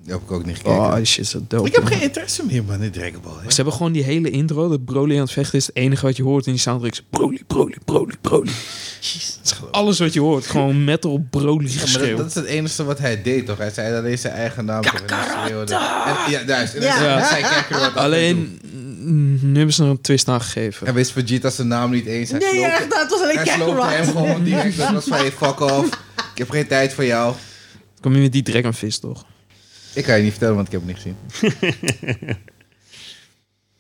[SPEAKER 2] Die heb ik ook niet gekeken.
[SPEAKER 4] Oh, die shit, is dat dope.
[SPEAKER 2] ik heb
[SPEAKER 4] man.
[SPEAKER 2] geen interesse meer, man, in Dragon Ball. hè.
[SPEAKER 4] Ze hebben gewoon die hele intro. Dat Broly aan het vechten is het enige wat je hoort in die soundtrack. is Broly, Broly, Broly, Broly.
[SPEAKER 2] Dat is geloof ik.
[SPEAKER 4] Alles wat je hoort. Gewoon metal Broly
[SPEAKER 2] Ja, maar dat,
[SPEAKER 4] geschreeuw.
[SPEAKER 2] dat is het enige wat hij deed, toch? Hij zei alleen zijn eigen naam. toch? En hij schreeuwde. En- Ja, daar is. en hij
[SPEAKER 1] Ja.
[SPEAKER 2] zei-
[SPEAKER 4] Ja.
[SPEAKER 2] hij zei, kijk er wat af en toe.
[SPEAKER 4] Alleen, mm, nu hebben ze er een twist aan gegeven.
[SPEAKER 2] Hij wist Vegeta zijn naam niet eens. Hij
[SPEAKER 1] Nee,
[SPEAKER 2] sloopte-
[SPEAKER 1] echt, dat was alleen
[SPEAKER 2] Hij sloopte hem
[SPEAKER 1] Kakarot.
[SPEAKER 2] gewoon direct. Dat was van, hey, fuck off. Ik heb geen tijd voor jou.
[SPEAKER 4] Dan kom je met die Dragonfist, toch?
[SPEAKER 2] Ik kan je niet vertellen, want ik heb het niet gezien.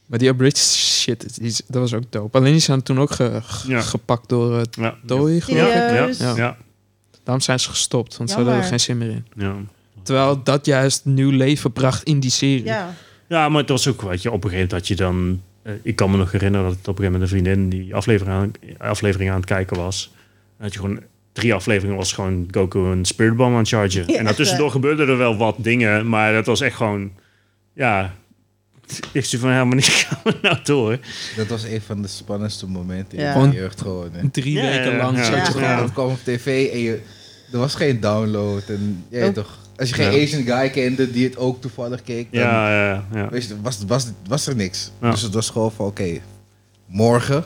[SPEAKER 4] Maar die abridged shit, die is- dat was ook dope. Alleen die zijn toen ook ge- ge-
[SPEAKER 3] Ja.
[SPEAKER 4] gepakt door eh,
[SPEAKER 3] Ja.
[SPEAKER 4] Toei, geloof ik.
[SPEAKER 3] Ja, ja,
[SPEAKER 1] Serieus?
[SPEAKER 3] ja, ja.
[SPEAKER 4] Daarom zijn ze gestopt, want ze
[SPEAKER 1] Jammer.
[SPEAKER 4] hadden er geen zin meer in.
[SPEAKER 3] ja.
[SPEAKER 4] Terwijl dat juist nieuw leven bracht in die serie.
[SPEAKER 1] Ja.
[SPEAKER 3] Ja, maar het was ook, weet je, op een gegeven moment dat je dan... eh, ik kan me nog herinneren dat ik op een gegeven moment een vriendin die aflevering aan, aflevering aan het kijken was. En dat je gewoon drie afleveringen was gewoon Goku een Spirit Bomb aan het chargen.
[SPEAKER 1] Ja,
[SPEAKER 3] en daartussendoor
[SPEAKER 1] echt, eh.
[SPEAKER 3] gebeurden er wel wat dingen, maar dat was echt gewoon... Ja, ik zie van helemaal niet gaan we nou door.
[SPEAKER 2] Dat was een van de spannendste momenten
[SPEAKER 1] Ja.
[SPEAKER 2] in mijn
[SPEAKER 4] Gewoon-
[SPEAKER 2] jeugd gewoon. Hè.
[SPEAKER 4] Drie
[SPEAKER 3] Ja,
[SPEAKER 4] weken
[SPEAKER 3] ja,
[SPEAKER 4] lang
[SPEAKER 3] ja.
[SPEAKER 4] zat je
[SPEAKER 1] Ja.
[SPEAKER 4] gewoon-
[SPEAKER 2] Ja. Dat kwam op tv en je, er was geen download. En, ja,
[SPEAKER 1] Oh.
[SPEAKER 2] toch, als je geen
[SPEAKER 3] Ja.
[SPEAKER 2] Asian guy kende die het ook toevallig keek, dan
[SPEAKER 3] Ja, ja, ja.
[SPEAKER 2] weet je, was, was, was er niks.
[SPEAKER 3] Ja.
[SPEAKER 2] Dus het was gewoon van, oké, morgen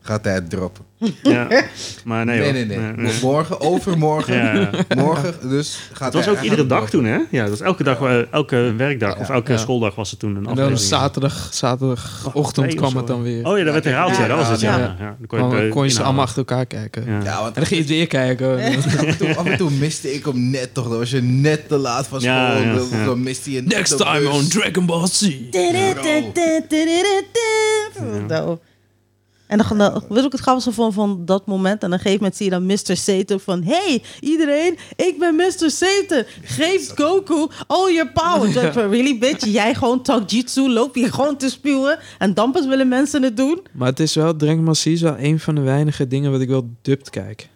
[SPEAKER 2] gaat hij het droppen.
[SPEAKER 3] ja. Maar nee,
[SPEAKER 2] Nee,
[SPEAKER 3] hoor.
[SPEAKER 2] nee, nee. Morgen, overmorgen,
[SPEAKER 3] Ja, ja.
[SPEAKER 2] morgen, dus gaat
[SPEAKER 3] Het was ook iedere dag toen, hè? Ja, dat was elke dag, eh, elke werkdag of
[SPEAKER 2] Ja.
[SPEAKER 3] elke
[SPEAKER 4] Ja.
[SPEAKER 3] schooldag was er toen een
[SPEAKER 4] En dan
[SPEAKER 3] aflevering.
[SPEAKER 4] zaterdag, zaterdagochtend
[SPEAKER 3] Nee, of
[SPEAKER 4] kwam
[SPEAKER 3] zo,
[SPEAKER 4] het dan
[SPEAKER 3] hè?
[SPEAKER 4] weer.
[SPEAKER 3] Oh ja, dat werd herhaald. Ja, dat was het. Ja,
[SPEAKER 1] Ja.
[SPEAKER 3] ja. ja. Dan
[SPEAKER 4] Dan
[SPEAKER 3] het, eh,
[SPEAKER 4] kon je ze
[SPEAKER 3] inhalen.
[SPEAKER 4] allemaal achter elkaar kijken.
[SPEAKER 3] Ja.
[SPEAKER 2] Ja, want
[SPEAKER 4] En dan ging je het weer kijken.
[SPEAKER 2] af en, toe, af en toe miste ik hem net toch. Dan was je net te laat van school.
[SPEAKER 3] Ja, ja,
[SPEAKER 2] dan,
[SPEAKER 3] ja.
[SPEAKER 2] dan miste je net
[SPEAKER 4] Next
[SPEAKER 2] de
[SPEAKER 4] time
[SPEAKER 2] bus.
[SPEAKER 4] on Dragon Ball Z.
[SPEAKER 1] Zo. En dan, dan was ook het grappigste van, van dat moment. En op een gegeven moment zie je dan Mr. Satan van... Hey, iedereen, ik ben Mr. Satan. Geef Goku all your power. Toen dacht ik van, Really, bitch? Jij gewoon Takjitsu, loop je gewoon te spuwen. En dan pas willen mensen het doen?
[SPEAKER 4] Maar het is wel, Dragon Ball Z is wel een van de weinige dingen wat ik wel dubbed kijk.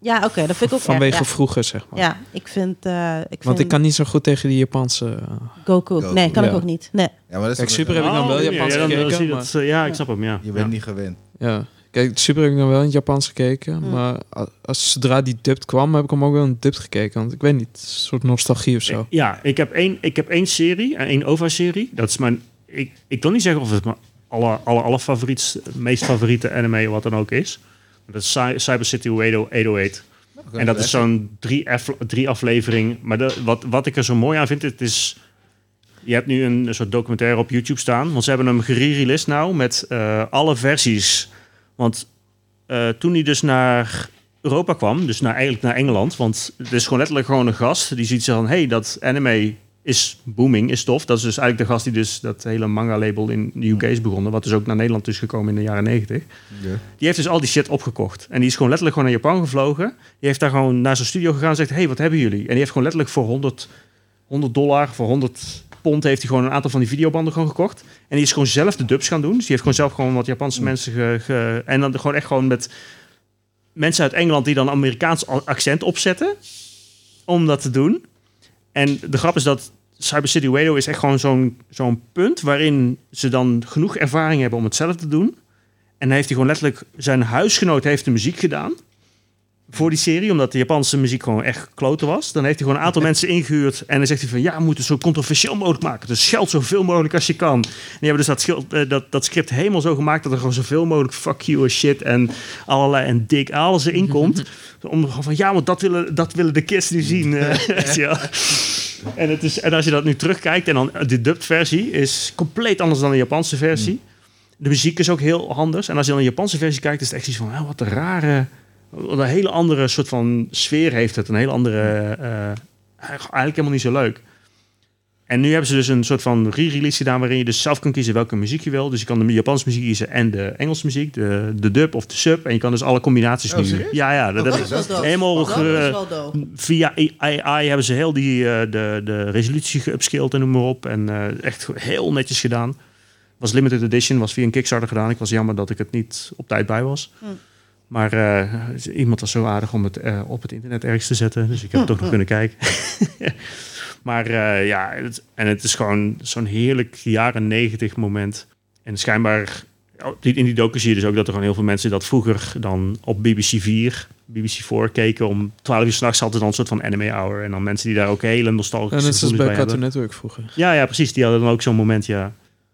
[SPEAKER 1] Ja, oké, dat vind ik ook
[SPEAKER 4] Vanwege
[SPEAKER 1] erg,
[SPEAKER 4] vroeger, zeg
[SPEAKER 1] ja.
[SPEAKER 4] maar.
[SPEAKER 1] ja, ik vind, eh, ik vind
[SPEAKER 4] Want ik kan niet zo goed tegen die Japanse... eh,
[SPEAKER 1] Goku.
[SPEAKER 2] Goku.
[SPEAKER 1] Nee, kan
[SPEAKER 4] Ja.
[SPEAKER 1] ik ook niet. Nee.
[SPEAKER 2] Ja, maar dat is
[SPEAKER 4] Kijk,
[SPEAKER 2] ook-
[SPEAKER 4] Super heb ik dan wel
[SPEAKER 3] Oh, ja,
[SPEAKER 4] Japans
[SPEAKER 3] ja, dan- dan
[SPEAKER 4] gekeken,
[SPEAKER 3] zie je dat, eh, ja, ik snap hem, ja.
[SPEAKER 2] Je bent
[SPEAKER 3] Ja.
[SPEAKER 2] niet gewend.
[SPEAKER 4] Ja. Kijk, Super heb ik dan wel in het Japans gekeken.
[SPEAKER 1] Mm.
[SPEAKER 4] Maar a- als, zodra die dubbed kwam, heb ik hem ook wel in het dubbed gekeken. Want ik weet niet, een soort nostalgie of zo.
[SPEAKER 3] Ja, ik heb één, ik heb één serie, eh, één OVA-serie. Dat is mijn, ik, ik wil niet zeggen of het mijn alle, alle, alle favoriet, meest favoriete anime wat dan ook is. Maar Dat is Cy- Cyber City 808. En dat is zo'n drie, af- drie aflevering. Maar de- wat, wat ik er zo mooi aan vind, het is... Je hebt nu een soort documentaire op YouTube staan. Want ze hebben hem gerereleased nou met eh, alle versies. Want eh, toen hij dus naar Europa kwam, dus naar, eigenlijk naar Engeland... want het is gewoon letterlijk gewoon een gast die ziet zo van... hey, dat anime is booming, is tof. Dat is dus eigenlijk de gast die dus dat hele manga-label in de UK is begonnen... wat dus ook naar Nederland is gekomen in de jaren negentig.
[SPEAKER 2] Ja.
[SPEAKER 3] Die heeft dus al die shit opgekocht. En die is gewoon letterlijk gewoon naar Japan gevlogen. Die heeft daar gewoon naar zijn studio gegaan en zegt... hey, wat hebben jullie? En die heeft gewoon letterlijk voor 100, 150.000 100 dollar voor 100 pond heeft hij gewoon een aantal van die videobanden gewoon gekocht. En die is gewoon zelf de dubs gaan doen. Dus die heeft gewoon zelf gewoon wat Japanse mensen ge- ge- en dan gewoon echt gewoon met mensen uit Engeland die dan Amerikaans a- accent opzetten om dat te doen. En de grap is dat Cyber City Radio is echt gewoon zo'n zo'n punt waarin ze dan genoeg ervaring hebben om het zelf te doen. En dan heeft hij gewoon letterlijk zijn huisgenoot heeft de muziek gedaan voor die serie, omdat de Japanse muziek gewoon echt kloten was. Dan heeft hij gewoon een aantal mensen ingehuurd en dan zegt hij van ja, we moeten het zo controversieel mogelijk maken. Dus scheld zoveel mogelijk als je kan. En die hebben dus dat, schil- eh, dat, dat script helemaal zo gemaakt dat er gewoon zoveel mogelijk fuck you en shit en allerlei en dik alles erin komt. Om gewoon van ja, want dat willen, dat willen de kids nu zien. eh, weet je wel. en, het is, en als je dat nu terugkijkt en dan eh, de dubbed versie is compleet anders dan de Japanse versie. De muziek is ook heel anders. En als je dan de Japanse versie kijkt, is het echt iets van ah, wat een rare. Wat een hele andere soort van sfeer heeft het. Een hele andere... eh, eigenlijk helemaal niet zo leuk. En nu hebben ze dus een soort van re-release gedaan... waarin je dus zelf kan kiezen welke muziek je wil. Dus je kan de Japanse muziek kiezen en de Engelse muziek. De, de dub of de sub. En je kan dus alle combinaties
[SPEAKER 2] Oh,
[SPEAKER 3] nu...
[SPEAKER 2] serieus?
[SPEAKER 3] Ja, ja. Dat
[SPEAKER 2] Oh,
[SPEAKER 3] hebben
[SPEAKER 2] dat
[SPEAKER 3] ze
[SPEAKER 2] is
[SPEAKER 3] helemaal
[SPEAKER 1] Dat
[SPEAKER 3] ge-
[SPEAKER 1] is wel dope.
[SPEAKER 3] Via AI hebben ze heel die, eh, de, de resolutie geupscaled en noem maar op. En eh, echt heel netjes gedaan. Was limited edition, was via een Kickstarter gedaan. Ik was jammer dat ik het niet op tijd bij was. Maar eh, iemand was zo aardig om het eh, op het internet ergens te zetten. Dus ik heb toch nog kunnen kijken. maar eh, ja, het, en het is gewoon zo'n heerlijk jaren negentig moment. En schijnbaar, in die docu zie je dus ook dat er gewoon heel veel mensen dat vroeger dan op BBC 4, BBC 4 keken. Om 12 uur s'nachts hadden dan een soort van anime hour. En dan mensen die daar ook hele nostalgische
[SPEAKER 4] En net zoals
[SPEAKER 3] gevoelens
[SPEAKER 4] bij
[SPEAKER 3] bij hebben.
[SPEAKER 4] Cartoon Network vroeger.
[SPEAKER 3] Ja, ja, precies. Die hadden dan ook zo'n moment, ja.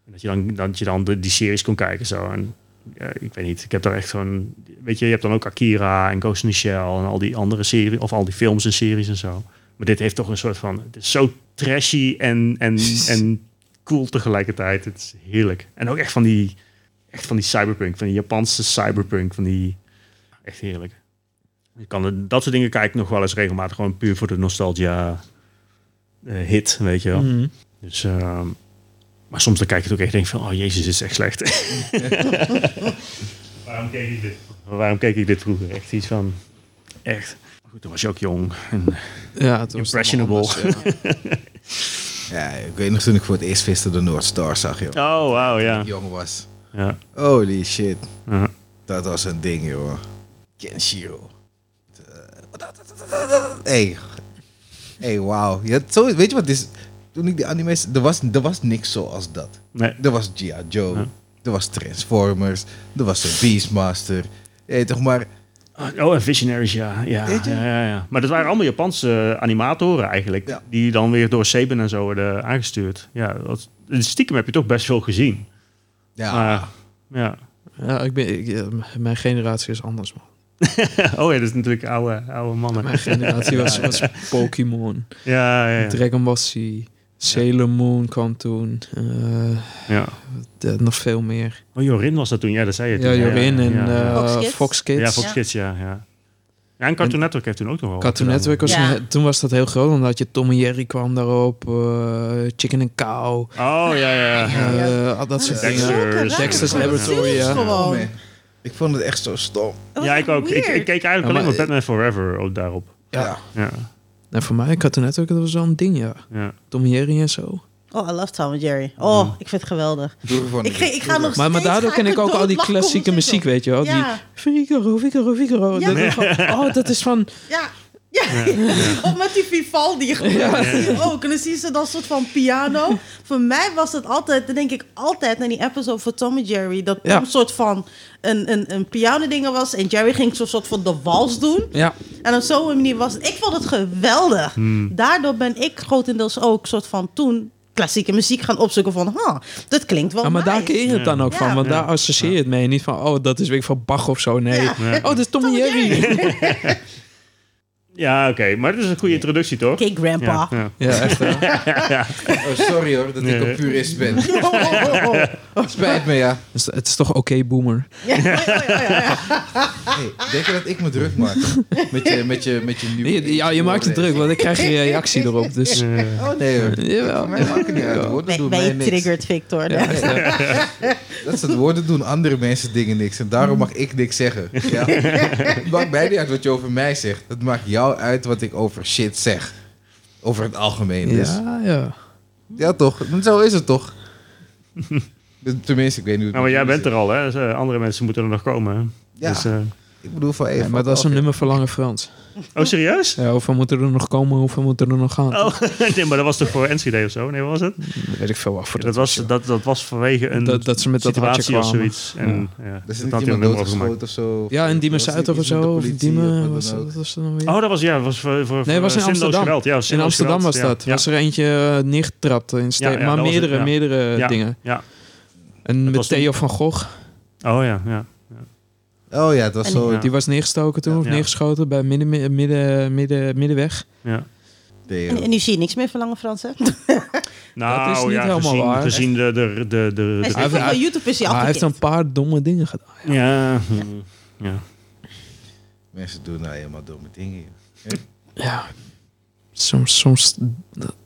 [SPEAKER 3] En Dat je dan, dat je dan de, die series kon kijken zo. En, ja, ik weet niet, ik heb daar echt zo'n... Weet je, je hebt dan ook Akira en Ghost in the Shell en al die andere series... of al die films en series en zo. Maar dit heeft toch een soort van... Het is zo trashy en, en, en cool tegelijkertijd. Het is heerlijk. En ook echt van die, echt van die cyberpunk, van die Japanse cyberpunk. Van die, echt heerlijk. Je kan het- dat soort dingen kijk ik nog wel eens regelmatig. Gewoon puur voor de nostalgia eh, hit, weet je wel.
[SPEAKER 4] Mhm.
[SPEAKER 3] Dus, ehm, maar soms dan kijk je het ook echt en denk van, oh jezus, dit is echt slecht. Waarom keek ik dit? Waarom keek ik dit vroeger? Echt iets van, echt. Maar Goed, toen was je ook jong. En,
[SPEAKER 4] Ja, het was
[SPEAKER 3] Impressionable.
[SPEAKER 4] allemaal anders, ja.
[SPEAKER 2] Ja, ik weet nog toen ik voor het eerst Vista de Noordstar zag, joh.
[SPEAKER 3] oh, wauw, ja.
[SPEAKER 2] Ik jong was.
[SPEAKER 3] ja.
[SPEAKER 2] Holy shit.
[SPEAKER 3] ja.
[SPEAKER 2] Dat was een ding, joh. Kenshiro. Hey. Hey, wauw. Je had zo- Weet je wat dit is? Toen ik die anime's... Er was, er was niks zoals dat.
[SPEAKER 3] Nee.
[SPEAKER 2] Er was G.I. Joe.
[SPEAKER 3] Ja.
[SPEAKER 2] Er was Transformers. Er was een Beastmaster. Hey, toch maar...
[SPEAKER 3] Oh, en Visionaries, ja. Ja,
[SPEAKER 2] Weet je?
[SPEAKER 3] ja, ja, ja. Maar dat waren allemaal Japanse animatoren eigenlijk.
[SPEAKER 2] Ja.
[SPEAKER 3] Die dan weer door Seben en zo werden aangestuurd. Ja, dat, stiekem heb je toch best veel gezien.
[SPEAKER 2] Ja.
[SPEAKER 3] Maar, ja.
[SPEAKER 4] Ja, ik ben, ik, ja, m- mijn generatie is anders, man.
[SPEAKER 3] Oh ja, dat is natuurlijk oude, oude mannen.
[SPEAKER 4] Mijn generatie was, was Pokémon,
[SPEAKER 3] Ja, ja, ja.
[SPEAKER 4] Dragon Ball Z, Sailor Moon kwam toen. eh,
[SPEAKER 3] ja.
[SPEAKER 4] de- nog veel meer.
[SPEAKER 3] Oh, Jorin was dat toen. Ja, dat zei je
[SPEAKER 4] Ja,
[SPEAKER 3] toen.
[SPEAKER 4] Jorin en
[SPEAKER 3] ja, ja.
[SPEAKER 4] eh,
[SPEAKER 1] Fox Kids.
[SPEAKER 4] Fox Kids.
[SPEAKER 3] Ja, Fox
[SPEAKER 1] Ja.
[SPEAKER 3] Kids, ja. ja. Ja, en Cartoon Network heeft toen ook nog wel. wat
[SPEAKER 4] Cartoon
[SPEAKER 3] gedaan.
[SPEAKER 4] Network was
[SPEAKER 1] Ja.
[SPEAKER 4] een- toen was dat heel groot, omdat je Tom en Jerry kwam daarop, eh, Chicken and Cow,
[SPEAKER 3] Oh, ja, ja. ja.
[SPEAKER 4] eh, al dat soort dingen.
[SPEAKER 3] Dexter.
[SPEAKER 1] Zulke
[SPEAKER 4] Dexter's
[SPEAKER 1] rare
[SPEAKER 4] Laboratory,
[SPEAKER 1] series
[SPEAKER 4] ja.
[SPEAKER 1] gewoon.
[SPEAKER 2] Oh, man. Ik vond het echt zo stom.
[SPEAKER 1] Dat was
[SPEAKER 3] Ja, ik ook. Ik,
[SPEAKER 1] weird.
[SPEAKER 3] ik keek eigenlijk
[SPEAKER 4] Ja,
[SPEAKER 3] alleen maar
[SPEAKER 4] maar-
[SPEAKER 3] Batman Forever ook daarop.
[SPEAKER 4] Ja.
[SPEAKER 3] Ja,
[SPEAKER 4] Nou, voor mij, Cartoon Network, dat was wel een ding, ja.
[SPEAKER 3] ja.
[SPEAKER 4] Tom en Jerry en zo.
[SPEAKER 1] Oh, I love Tom and Jerry. Oh, ik vind het geweldig.
[SPEAKER 2] Vroeger vond
[SPEAKER 1] Ik,
[SPEAKER 2] het-
[SPEAKER 1] ik ga nog
[SPEAKER 4] Maar, maar
[SPEAKER 1] steeds
[SPEAKER 4] daardoor
[SPEAKER 1] ga
[SPEAKER 4] ken ik
[SPEAKER 1] er
[SPEAKER 4] ook al die
[SPEAKER 1] doodlachen om
[SPEAKER 4] klassieke
[SPEAKER 1] te
[SPEAKER 4] muziek, weet je wel. Die
[SPEAKER 1] Ja.
[SPEAKER 4] Figaro, Figaro, Figaro.
[SPEAKER 1] Ja.
[SPEAKER 4] Dat is van, oh, dat is van...
[SPEAKER 1] Ja. Ja, of met die Vivaldi gewoon. Dat zie je ook. En dan zie ze dat soort van piano. Voor mij was het altijd, dan denk ik altijd naar die episode van Tom en Jerry, dat Tom
[SPEAKER 4] Ja.
[SPEAKER 1] een soort van een, een, een pianodingen was en Jerry ging zo'n soort van de wals doen.
[SPEAKER 4] Ja,
[SPEAKER 1] En op zo'n manier was het, ik vond het geweldig. Daardoor ben ik grotendeels ook soort van toen klassieke muziek gaan opzoeken van, ha, dat klinkt wel
[SPEAKER 4] ja maar daar
[SPEAKER 1] nice.
[SPEAKER 4] keer je het dan ook
[SPEAKER 1] Ja.
[SPEAKER 4] van. Want
[SPEAKER 3] Ja.
[SPEAKER 4] daar associeer je het mee. Niet van, oh, dat is weer van Bach of zo. Nee.
[SPEAKER 1] Ja.
[SPEAKER 4] Oh, dat is Tom en Jerry.
[SPEAKER 3] Ja, oké. Maar dat is een goede introductie, toch?
[SPEAKER 1] Oké, grandpa.
[SPEAKER 3] Ja, ja.
[SPEAKER 4] Ja, echt. hè.
[SPEAKER 2] Oh, sorry hoor, dat ik
[SPEAKER 3] Nee.
[SPEAKER 2] een purist ben.
[SPEAKER 1] Oh, oh, oh, oh.
[SPEAKER 2] Spijt me, ja.
[SPEAKER 4] Dus het is toch oké, boomer.
[SPEAKER 1] Ja, ja, ja, ja, ja.
[SPEAKER 2] Hey, denk je dat ik me druk maak? Met je, met je, met je nieuwe...
[SPEAKER 4] Nee, ja, je maakt het druk, want ik krijg je reactie erop. Dus,
[SPEAKER 3] Eh,
[SPEAKER 2] Oh nee hoor.
[SPEAKER 4] jawel.
[SPEAKER 2] Voor mij maakt het niet uit. Woorden
[SPEAKER 1] Bij,
[SPEAKER 2] doen
[SPEAKER 1] bij
[SPEAKER 2] mij
[SPEAKER 1] je
[SPEAKER 2] niks.
[SPEAKER 1] triggert Victor.
[SPEAKER 4] Ja, echt, hè.
[SPEAKER 2] Dat is het woorden doen andere mensen dingen niks. En daarom mag ik niks zeggen. Ja. het maakt mij niet uit wat je over mij zegt. Het maakt jou uit wat ik over shit zeg. Over het algemeen. Dus. Ja.
[SPEAKER 4] Ja, ja.
[SPEAKER 2] toch? Zo is het toch? Tenminste, ik weet niet hoe het
[SPEAKER 3] Nou, maar
[SPEAKER 2] met
[SPEAKER 3] jij
[SPEAKER 2] jullie
[SPEAKER 3] bent
[SPEAKER 2] zit.
[SPEAKER 3] er al, hè? Dus, eh, andere mensen moeten er nog komen. hè?
[SPEAKER 2] Ja,
[SPEAKER 3] Dus, eh,
[SPEAKER 2] ik bedoel van even.
[SPEAKER 4] Ja, maar dat is een nummer voor Lange Frans.
[SPEAKER 3] oh, serieus?
[SPEAKER 4] Ja, hoeveel moeten er nog komen, hoeveel moeten er nog gaan?
[SPEAKER 3] Oh, nee, maar dat was toch voor Enschede of zo? Nee, wat was het?
[SPEAKER 4] Weet ik veel wat voor
[SPEAKER 3] Ja, dat, was, dat, dat was vanwege een
[SPEAKER 4] Dat- dat ze met dat hartje
[SPEAKER 3] situatie of
[SPEAKER 4] kwamen.
[SPEAKER 3] zoiets. En, ja.
[SPEAKER 2] Er is
[SPEAKER 3] dat
[SPEAKER 2] niet
[SPEAKER 3] had hij een
[SPEAKER 2] iemand
[SPEAKER 3] nummer over gemaakt.
[SPEAKER 2] doodgeschoten of zo.
[SPEAKER 4] Ja, in Diemen
[SPEAKER 2] Er was
[SPEAKER 4] Zuid
[SPEAKER 2] niet
[SPEAKER 4] of
[SPEAKER 2] iets met
[SPEAKER 4] zo.
[SPEAKER 2] de
[SPEAKER 4] Of
[SPEAKER 2] politie of
[SPEAKER 4] Diemen.
[SPEAKER 2] wat
[SPEAKER 4] Was,
[SPEAKER 2] dan ook.
[SPEAKER 4] dat was er dan weer?
[SPEAKER 3] Oh, dat was, ja, was voor, voor voor,
[SPEAKER 4] Nee, was in
[SPEAKER 3] eh, zinloos
[SPEAKER 4] Amsterdam.
[SPEAKER 3] geweld. Ja,
[SPEAKER 4] in
[SPEAKER 3] zinloos
[SPEAKER 4] Amsterdam
[SPEAKER 3] geweld.
[SPEAKER 4] was dat.
[SPEAKER 3] Ja,
[SPEAKER 4] Was
[SPEAKER 3] ja.
[SPEAKER 4] er eentje eh, neergetrapt. In ste-
[SPEAKER 3] Ja, ja, dat
[SPEAKER 4] maar
[SPEAKER 3] was het,
[SPEAKER 4] meerdere,
[SPEAKER 3] ja.
[SPEAKER 4] meerdere
[SPEAKER 3] Ja.
[SPEAKER 4] dingen.
[SPEAKER 3] Ja.
[SPEAKER 4] En
[SPEAKER 3] Dat
[SPEAKER 4] met
[SPEAKER 3] was toen-
[SPEAKER 4] Theo van Gogh,
[SPEAKER 3] Oh ja, ja.
[SPEAKER 2] Oh ja, het was
[SPEAKER 1] En-
[SPEAKER 2] zo.
[SPEAKER 3] Ja.
[SPEAKER 4] die was neergestoken toen, of
[SPEAKER 3] Ja.
[SPEAKER 4] neergeschoten bij midden, midden, midden, midden, middenweg.
[SPEAKER 3] ja.
[SPEAKER 2] Theo.
[SPEAKER 1] En, en nu zie je niks meer van Lange Frans, hè?
[SPEAKER 3] Nou,
[SPEAKER 4] Dat is niet
[SPEAKER 3] ja,
[SPEAKER 4] helemaal
[SPEAKER 3] gezien,
[SPEAKER 4] waar.
[SPEAKER 3] gezien de... de, de, de, de-
[SPEAKER 1] Hij is
[SPEAKER 4] Hij-
[SPEAKER 1] van "Oh,
[SPEAKER 4] hij-
[SPEAKER 1] YouTube is hij
[SPEAKER 2] Ah,
[SPEAKER 4] Maar hij heeft
[SPEAKER 1] afgekikt.
[SPEAKER 4] een paar domme dingen gedaan.
[SPEAKER 3] ja, hm, ja.
[SPEAKER 2] Mensen doen nou helemaal domme dingen. joh.
[SPEAKER 4] Ja, soms, soms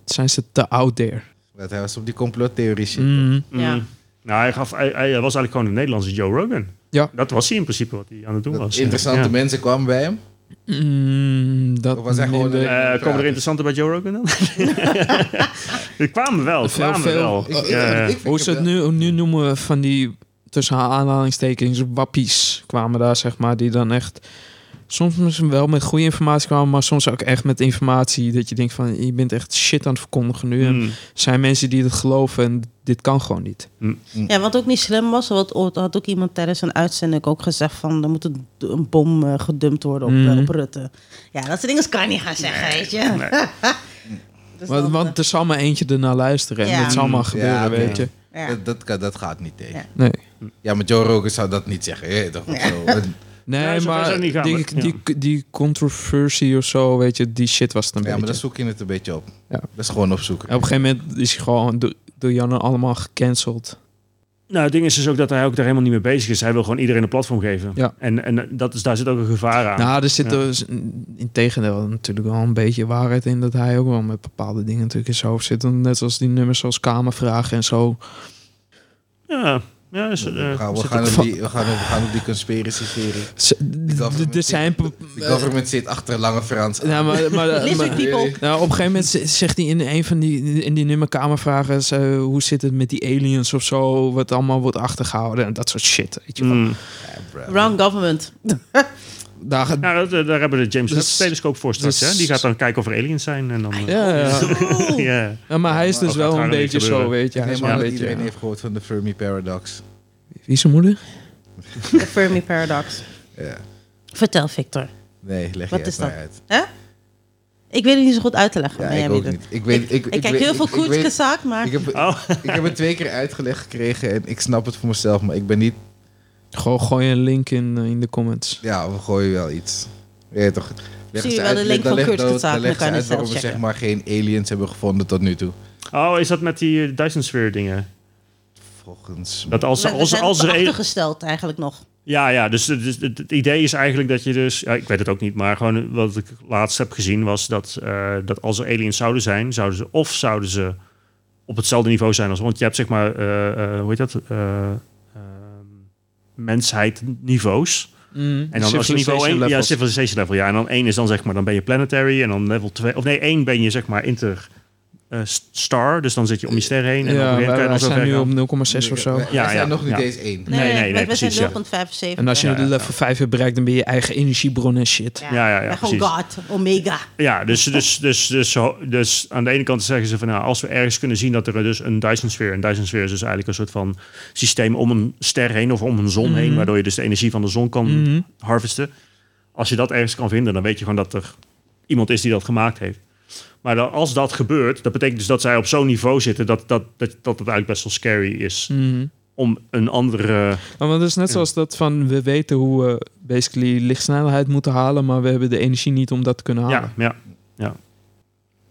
[SPEAKER 4] zijn ze te out there.
[SPEAKER 2] Want hij was op die complottheorie shit.
[SPEAKER 4] Mhm.
[SPEAKER 1] Ja.
[SPEAKER 3] Mm. Nou, hij, gaf, hij, hij was eigenlijk gewoon een Nederlandse Joe Rogan.
[SPEAKER 4] Ja.
[SPEAKER 3] Dat was hij in principe wat hij aan het doen
[SPEAKER 2] Dat
[SPEAKER 3] was.
[SPEAKER 2] interessante
[SPEAKER 3] Ja.
[SPEAKER 2] mensen kwamen bij hem.
[SPEAKER 4] Mm, dat
[SPEAKER 2] Of was hij gewoon
[SPEAKER 4] neemde-
[SPEAKER 2] een-
[SPEAKER 3] Eh, komen er interessante bij Joe Rogan dan? Die kwamen wel,
[SPEAKER 4] Veel,
[SPEAKER 3] kwamen
[SPEAKER 4] veel.
[SPEAKER 3] wel.
[SPEAKER 2] Ik- ik-
[SPEAKER 3] Ja, ja.
[SPEAKER 2] ik- ik
[SPEAKER 4] Oh, Hoe ze
[SPEAKER 2] heb
[SPEAKER 4] het nu, nu noemen van die tussen aanhalingstekens wappies kwamen daar, zeg maar, die dan echt soms misschien wel met goede informatie kwamen, maar soms ook echt met informatie dat je denkt van je bent echt shit aan het verkondigen nu. En
[SPEAKER 3] Mm.
[SPEAKER 4] er zijn mensen die het geloven en dit kan gewoon niet.
[SPEAKER 1] Ja, wat ook niet slim was, want ooit had ook iemand tijdens een uitzending ook gezegd van er moet een, een bom eh, gedumpt worden op, eh,
[SPEAKER 4] Mhm.
[SPEAKER 1] op Rutte. Ja, dat soort dingen kan je niet gaan zeggen, weet je. Dus
[SPEAKER 4] Want,
[SPEAKER 1] dan,
[SPEAKER 4] want er zal maar eentje ernaar luisteren en
[SPEAKER 1] Ja.
[SPEAKER 4] dat zal maar
[SPEAKER 3] Mm.
[SPEAKER 2] Ja,
[SPEAKER 4] gebeuren, weet
[SPEAKER 2] nee.
[SPEAKER 4] je.
[SPEAKER 1] eh, ja.
[SPEAKER 2] Dat, dat, kan- dat gaat niet tegen. Ja.
[SPEAKER 1] Ja.
[SPEAKER 4] Nee.
[SPEAKER 2] maar Joe Rogan zou dat niet zeggen. hè, toch? Of zo. En-
[SPEAKER 4] Nee,
[SPEAKER 3] Ja, zover zou
[SPEAKER 4] maar
[SPEAKER 3] het niet gaan,
[SPEAKER 4] die,
[SPEAKER 3] maar-
[SPEAKER 4] die, die controversie of zo, weet je, die shit was het een
[SPEAKER 2] Ja, maar
[SPEAKER 4] beetje.
[SPEAKER 2] dan zoek je het een beetje op.
[SPEAKER 4] Ja.
[SPEAKER 2] Dat is gewoon opzoeken.
[SPEAKER 4] En Op een gegeven moment is hij gewoon door, door Janne allemaal gecanceld.
[SPEAKER 3] Nou, het ding is dus ook dat hij ook daar helemaal niet mee bezig is. Hij wil gewoon iedereen een platform geven.
[SPEAKER 4] Ja.
[SPEAKER 3] En, en dat is, daar zit ook een gevaar aan.
[SPEAKER 4] Nou, er zit
[SPEAKER 3] Ja.
[SPEAKER 4] dus in tegendeel natuurlijk wel een beetje waarheid in dat hij ook wel met bepaalde dingen natuurlijk in zijn hoofd zit. Want Net zoals die nummers zoals Kamervragen en zo.
[SPEAKER 3] ja, ja is, eh,
[SPEAKER 2] we, gaan, we,
[SPEAKER 3] zit
[SPEAKER 2] gaan
[SPEAKER 3] het-
[SPEAKER 2] op die, we, gaan op, we gaan op die conspiracy theorie.
[SPEAKER 4] Z- d- d- Er zijn. pe-
[SPEAKER 2] De government zit achter lange Frans. aan.
[SPEAKER 4] Nou, maar,
[SPEAKER 2] eh,
[SPEAKER 4] maar, maar-
[SPEAKER 1] Lizard people.
[SPEAKER 4] nou, op een gegeven moment z- zegt hij in een van die, in die nummer Kamervragen: z- eh, hoe zit het met die aliens of zo? Wat allemaal wordt achtergehouden en dat soort shit. Weet je wel.
[SPEAKER 3] Mm.
[SPEAKER 2] Ja, bro.
[SPEAKER 1] Wrong government.
[SPEAKER 4] Daar, gaat-
[SPEAKER 3] Nou, dat, eh, daar hebben we de James
[SPEAKER 4] Dus-
[SPEAKER 3] Webb telescoop voor straks.
[SPEAKER 4] dus-
[SPEAKER 3] hè? Die gaat dan kijken of er aliens zijn. En dan,
[SPEAKER 2] Ah,
[SPEAKER 3] eh,
[SPEAKER 4] ja, ja.
[SPEAKER 3] ja.
[SPEAKER 4] Ja, maar hij is dus
[SPEAKER 3] Dat gaat
[SPEAKER 4] wel een
[SPEAKER 3] gewoon niet
[SPEAKER 4] beetje zo,
[SPEAKER 3] gebeuren.
[SPEAKER 4] weet je.
[SPEAKER 2] Ik
[SPEAKER 4] Hij is
[SPEAKER 2] neem
[SPEAKER 4] wel
[SPEAKER 2] aan
[SPEAKER 4] een
[SPEAKER 2] dat
[SPEAKER 4] beetje.
[SPEAKER 2] iedereen
[SPEAKER 4] ja.
[SPEAKER 2] heeft gehoord van de Fermi Paradox.
[SPEAKER 4] Wie is zijn moeder?
[SPEAKER 1] De Fermi Paradox.
[SPEAKER 2] Ja.
[SPEAKER 1] Vertel, Victor.
[SPEAKER 2] Nee, leg
[SPEAKER 1] Wat
[SPEAKER 2] je
[SPEAKER 1] is
[SPEAKER 2] het maar
[SPEAKER 1] dat?
[SPEAKER 2] uit.
[SPEAKER 1] Ik weet het niet zo goed uit te leggen.
[SPEAKER 2] Ja,
[SPEAKER 1] Nee,
[SPEAKER 2] ik
[SPEAKER 1] jij
[SPEAKER 2] ook
[SPEAKER 1] weet het.
[SPEAKER 2] niet. Ik, weet, ik, ik,
[SPEAKER 1] Ik kijk
[SPEAKER 2] weet-
[SPEAKER 1] heel veel
[SPEAKER 2] ik- ik weet-
[SPEAKER 1] koetsgezaak, maar...
[SPEAKER 2] Ik heb,
[SPEAKER 3] Oh.
[SPEAKER 2] ik heb het twee keer uitgelegd gekregen en ik snap het voor mezelf, maar ik ben niet...
[SPEAKER 4] Gewoon gooi een link in, eh, in de comments.
[SPEAKER 2] Ja, we gooien wel iets. Je weet toch... leg
[SPEAKER 1] Zie
[SPEAKER 2] eens
[SPEAKER 1] je wel de
[SPEAKER 2] uit-
[SPEAKER 1] link
[SPEAKER 2] dan
[SPEAKER 1] van
[SPEAKER 2] leg
[SPEAKER 1] Kurt
[SPEAKER 2] dan- dan
[SPEAKER 1] Gezaak,
[SPEAKER 2] leg
[SPEAKER 1] dan kan je
[SPEAKER 2] eens
[SPEAKER 1] het zelf
[SPEAKER 2] uit waarom we zeg
[SPEAKER 1] checken.
[SPEAKER 2] maar geen aliens hebben gevonden tot nu toe.
[SPEAKER 3] Oh, is dat met die eh, Dyson Sphere dingen?
[SPEAKER 2] Volgens
[SPEAKER 3] Dat als,
[SPEAKER 1] We- we
[SPEAKER 3] als, als,
[SPEAKER 1] zijn op de
[SPEAKER 3] er een-
[SPEAKER 1] achtergesteld eigenlijk nog.
[SPEAKER 3] Ja, ja, dus, dus het, het idee is eigenlijk dat je dus... Ja, ik weet het ook niet, maar gewoon eh, wat ik laatst heb gezien was... dat, eh, dat als er aliens zouden zijn, zouden ze of zouden ze op hetzelfde niveau zijn als... Want je hebt zeg maar, eh, eh, hoe heet dat? Eh, ehm, mensheid niveaus.
[SPEAKER 2] Mm.
[SPEAKER 4] Mhm.
[SPEAKER 3] En dan als je niveau 1... Ja, civilization level. Ja, en dan één is dan zeg maar, dan ben je planetary. En dan level 2... Of nee, één ben je zeg maar inter... eh, star, dus dan zit je om je ster heen. En
[SPEAKER 4] Ja,
[SPEAKER 3] dan
[SPEAKER 4] wij,
[SPEAKER 3] weer- kan je
[SPEAKER 4] wij
[SPEAKER 3] dan zo
[SPEAKER 4] zijn
[SPEAKER 3] ver
[SPEAKER 4] nu
[SPEAKER 3] gaan.
[SPEAKER 4] op 0,6 of zo.
[SPEAKER 2] Wij- wij
[SPEAKER 3] Ja,
[SPEAKER 2] zijn
[SPEAKER 3] ja,
[SPEAKER 2] nog niet
[SPEAKER 3] ja.
[SPEAKER 2] eens één.
[SPEAKER 3] Nee, nee, nee,
[SPEAKER 1] we- we
[SPEAKER 3] precies, ja.
[SPEAKER 1] zijn 0,75.
[SPEAKER 4] En als je
[SPEAKER 3] Ja,
[SPEAKER 4] de
[SPEAKER 3] ja.
[SPEAKER 4] level 5 hebt bereikt, dan ben je eigen energiebron en shit.
[SPEAKER 1] Ja,
[SPEAKER 3] Ja, ja, ja,
[SPEAKER 1] Maar gewoon God, Omega.
[SPEAKER 3] Ja, dus, dus, dus, dus, zo- dus aan de ene kant zeggen ze van nou, als we ergens kunnen zien dat er dus een Dyson sfeer. Een Dyson sfeer is dus eigenlijk een soort van systeem om een ster heen of om een zon heen, waardoor je dus de energie van de zon kan
[SPEAKER 4] Mhm.
[SPEAKER 3] harvesten. Als je dat ergens kan vinden, dan weet je gewoon dat er iemand is die dat gemaakt heeft. Maar dan, als dat gebeurt, dat betekent dus dat zij op zo'n niveau zitten dat, dat, dat, dat het eigenlijk best wel scary is
[SPEAKER 4] Mhm.
[SPEAKER 3] om een andere.
[SPEAKER 4] Ja, Want dat is net
[SPEAKER 3] Ja.
[SPEAKER 4] zoals dat van we weten hoe we basically lichtsnelheid moeten halen, maar we hebben de energie niet om dat te kunnen halen.
[SPEAKER 3] Ja, ja, ja.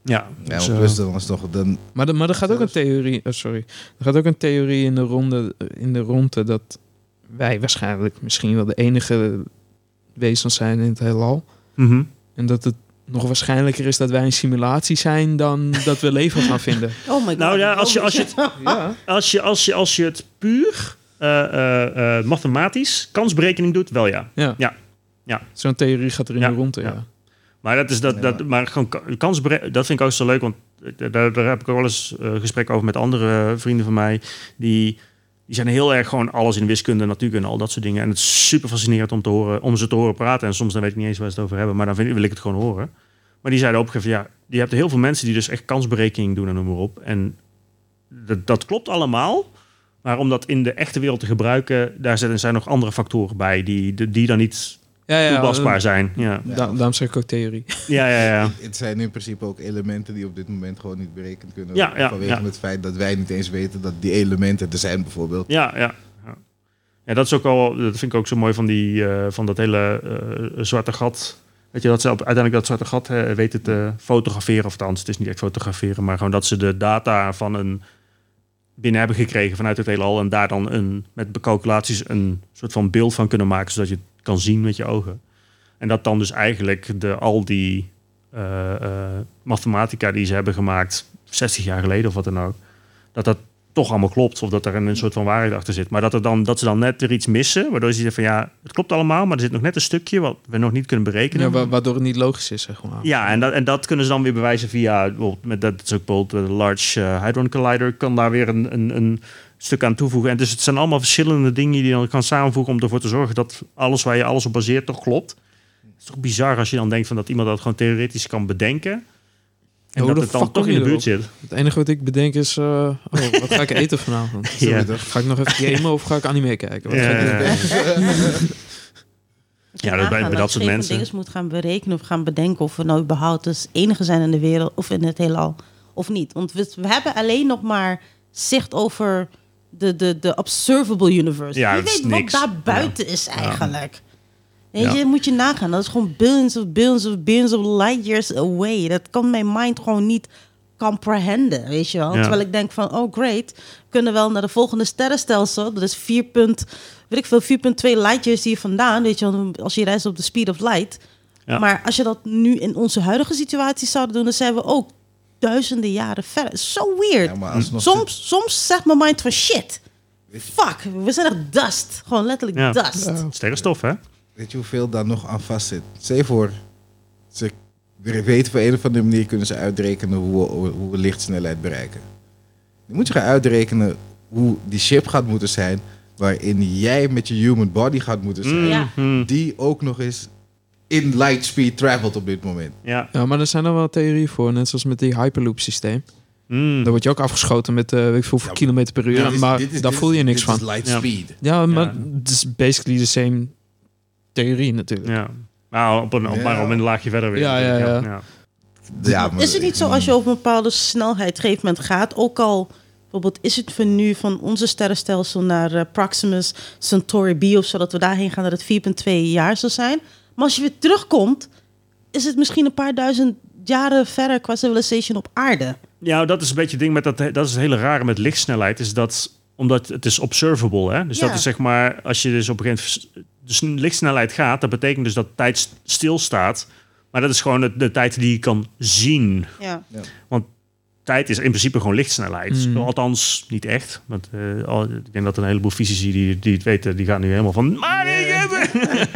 [SPEAKER 3] Ja,
[SPEAKER 2] Ja,
[SPEAKER 4] Zo.
[SPEAKER 2] maar plus dan was nog... Dan,
[SPEAKER 4] Maar, de- maar er gaat ook een theorie, oh, sorry, er gaat ook een theorie in de ronde, eh, in de ronde dat wij waarschijnlijk misschien wel de enige wezens zijn in het heelal.
[SPEAKER 3] Mhm.
[SPEAKER 4] En dat het nog waarschijnlijker is dat wij een simulatie zijn dan dat we leven gaan vinden.
[SPEAKER 1] Oh my god.
[SPEAKER 3] Nou ja, als je- als je het-
[SPEAKER 4] Ja.
[SPEAKER 3] Als je, als je, als je het puur eh, eh, eh, mathematisch kansberekening doet, wel ja.
[SPEAKER 4] ja.
[SPEAKER 3] Ja. Ja.
[SPEAKER 4] Zo'n theorie gaat er in
[SPEAKER 3] Ja,
[SPEAKER 4] de ronde, ja.
[SPEAKER 3] ja. Maar, dat is dat,
[SPEAKER 2] Nee,
[SPEAKER 3] dat, maar gewoon ka- kansbre- dat vind ik ook zo leuk. Want eh, daar, daar heb ik ook wel eens eh, gesprekken over met andere eh, vrienden van mij. Die, die zijn heel erg gewoon alles in wiskunde, natuurkunde, al dat soort dingen. En het is super fascinerend om, te horen, om ze te horen praten. En soms dan weet ik niet eens waar ze het over hebben. Maar dan vind, wil ik het gewoon horen. Maar die zeiden opgegeven, ja, je hebt heel veel mensen die dus echt kansberekening doen en noem maar op. En dat, dat klopt allemaal. Maar om dat in de echte wereld te gebruiken, daar zitten- zijn nog andere factoren bij die, die dan niet
[SPEAKER 4] Ja, ja,
[SPEAKER 3] toepasbaar
[SPEAKER 4] eh,
[SPEAKER 3] zijn. Ja,
[SPEAKER 4] da- daarom zeg ik ook theorie.
[SPEAKER 3] ja, ja. ja.
[SPEAKER 2] Het zijn in principe ook elementen die op dit moment gewoon niet berekend kunnen
[SPEAKER 3] Ja,
[SPEAKER 2] worden.
[SPEAKER 3] ja,
[SPEAKER 2] vanwege
[SPEAKER 3] ja.
[SPEAKER 2] het feit dat wij niet eens weten dat die elementen er zijn bijvoorbeeld.
[SPEAKER 3] Ja, ja. ja. Ja, dat is ook al, dat vind ik ook zo mooi van, die, eh, van dat hele eh, zwarte gat. Weet je, dat ze op- uiteindelijk dat zwarte gat eh, weten te fotograferen. Of althans, het is niet echt fotograferen, maar gewoon dat ze de data van een binnen hebben gekregen vanuit het heelal. En daar dan een, met calculaties een soort van beeld van kunnen maken, zodat je het kan zien met je ogen. En dat dan dus eigenlijk de, al die eh, eh, mathematica die ze hebben gemaakt, 60 jaar geleden of wat dan ook, dat dat toch allemaal klopt. Of dat er een soort van waarheid achter zit. Maar dat, er dan, dat ze dan net weer iets missen. Waardoor ze zeggen van ja, het klopt allemaal. Maar er zit nog net een stukje wat we nog niet kunnen berekenen.
[SPEAKER 4] Ja, wa- waardoor het niet logisch is, zeg maar.
[SPEAKER 3] Ja, en dat, en dat kunnen ze dan weer bewijzen via bijvoorbeeld, met dat is ook bijvoorbeeld de Large eh, Hadron Collider kan daar weer een, een, een stuk aan toevoegen. En dus het zijn allemaal verschillende dingen die je dan kan samenvoegen om ervoor te zorgen dat alles waar je alles op baseert toch klopt. Het is toch bizar als je dan denkt van dat iemand dat gewoon theoretisch kan bedenken. En
[SPEAKER 4] hoe
[SPEAKER 3] dat
[SPEAKER 4] Oh, de
[SPEAKER 3] het dan
[SPEAKER 4] fuck
[SPEAKER 3] toch
[SPEAKER 4] kom
[SPEAKER 3] in de
[SPEAKER 4] je
[SPEAKER 3] buurt zit.
[SPEAKER 4] Het enige wat ik bedenk is, eh, oh, wat ga ik eten vanavond?
[SPEAKER 2] Zullen we
[SPEAKER 3] Ja.
[SPEAKER 2] dat-
[SPEAKER 4] Ga ik nog even gamen of ga ik anime kijken? Wat ga ik
[SPEAKER 3] Ja,
[SPEAKER 4] doen?
[SPEAKER 3] ja, ja.
[SPEAKER 1] Moet je
[SPEAKER 3] Ja, dat bij-
[SPEAKER 1] nagaan
[SPEAKER 3] bij dat soort
[SPEAKER 1] je van
[SPEAKER 3] mensen.
[SPEAKER 1] dingen moet gaan berekenen of gaan bedenken of we nou überhaupt dus enige zijn in de wereld of in het heelal of niet. Want we, we hebben alleen nog maar zicht over de, de, de observable universe.
[SPEAKER 3] Ja,
[SPEAKER 1] je
[SPEAKER 3] dat is
[SPEAKER 1] weet
[SPEAKER 3] niks.
[SPEAKER 1] wat daar buiten is eigenlijk. Weet
[SPEAKER 3] Ja.
[SPEAKER 1] je, moet je nagaan. Dat is gewoon billions of billions of billions of light years away. Dat kan mijn mind gewoon niet comprehenden, weet je wel.
[SPEAKER 3] Ja.
[SPEAKER 1] Terwijl ik denk van, oh great, we kunnen wel naar de volgende sterrenstelsel. Dat is 4. Punt, weet ik veel, 4.2 light years hier vandaan, weet je wel, als je reist op de speed of light.
[SPEAKER 3] Ja.
[SPEAKER 1] Maar als je dat nu in onze huidige situatie zouden doen, dan zijn we ook duizenden jaren verder. Zo weird.
[SPEAKER 2] Ja, maar alsnog
[SPEAKER 1] soms, soms zegt mijn mind van shit. Fuck, we zijn echt dust. Gewoon letterlijk
[SPEAKER 3] Ja.
[SPEAKER 1] dust.
[SPEAKER 3] Sterrenstof, hè?
[SPEAKER 2] Weet je hoeveel daar nog aan vast zit? Zee voor, ze weten op een of andere manier kunnen ze uitrekenen hoe we, hoe we lichtsnelheid bereiken. Dan moet je gaan uitrekenen hoe die chip gaat moeten zijn, waarin jij met je human body gaat moeten zijn,
[SPEAKER 1] Ja.
[SPEAKER 3] Mhm.
[SPEAKER 2] die ook nog eens in lightspeed travelt op dit moment.
[SPEAKER 3] Ja.
[SPEAKER 4] Ja, maar er zijn er wel theorieën voor, net zoals met die Hyperloop systeem.
[SPEAKER 3] Mm.
[SPEAKER 4] Daar word je ook afgeschoten met, eh weet ik veel, hoeveel
[SPEAKER 2] Ja,
[SPEAKER 4] kilometer per uur,
[SPEAKER 2] Dit is-
[SPEAKER 4] maar
[SPEAKER 2] dit is-
[SPEAKER 4] daar
[SPEAKER 2] dit
[SPEAKER 4] voel
[SPEAKER 2] is-
[SPEAKER 4] je niks
[SPEAKER 2] dit
[SPEAKER 4] van.
[SPEAKER 2] is lightspeed.
[SPEAKER 4] Ja, maar
[SPEAKER 3] Ja.
[SPEAKER 4] het is basically the same theorie natuurlijk.
[SPEAKER 3] Ja. Maar op een, op, maar op een laagje verder weer.
[SPEAKER 4] Ja, ja, ja.
[SPEAKER 2] Ja, maar-
[SPEAKER 1] Is het niet zo als je op een bepaalde snelheid op een gegeven moment gaat, ook al bijvoorbeeld is het van nu van onze sterrenstelsel naar eh, Proximus Centauri B of zodat we daarheen gaan dat het 4.2 jaar zal zijn. Maar als je weer terugkomt, is het misschien een paar duizend jaren verder qua civilization op aarde.
[SPEAKER 3] Ja, dat is een beetje het ding met dat. Dat is het hele rare met lichtsnelheid. Is dat omdat het is observable, hè? Dus dat
[SPEAKER 1] Ja.
[SPEAKER 3] is zeg maar als je dus op een gegeven moment dus een lichtsnelheid gaat, dat betekent dus dat tijd st- stilstaat. Maar dat is gewoon de, de tijd die je kan zien.
[SPEAKER 1] Ja.
[SPEAKER 3] Tijd is in principe gewoon lichtsnelheid.
[SPEAKER 4] Mm.
[SPEAKER 3] Althans, niet echt. Want eh, al- ik denk dat een heleboel fysici die, die het weten, die gaan nu helemaal van. Maar, ik heb het."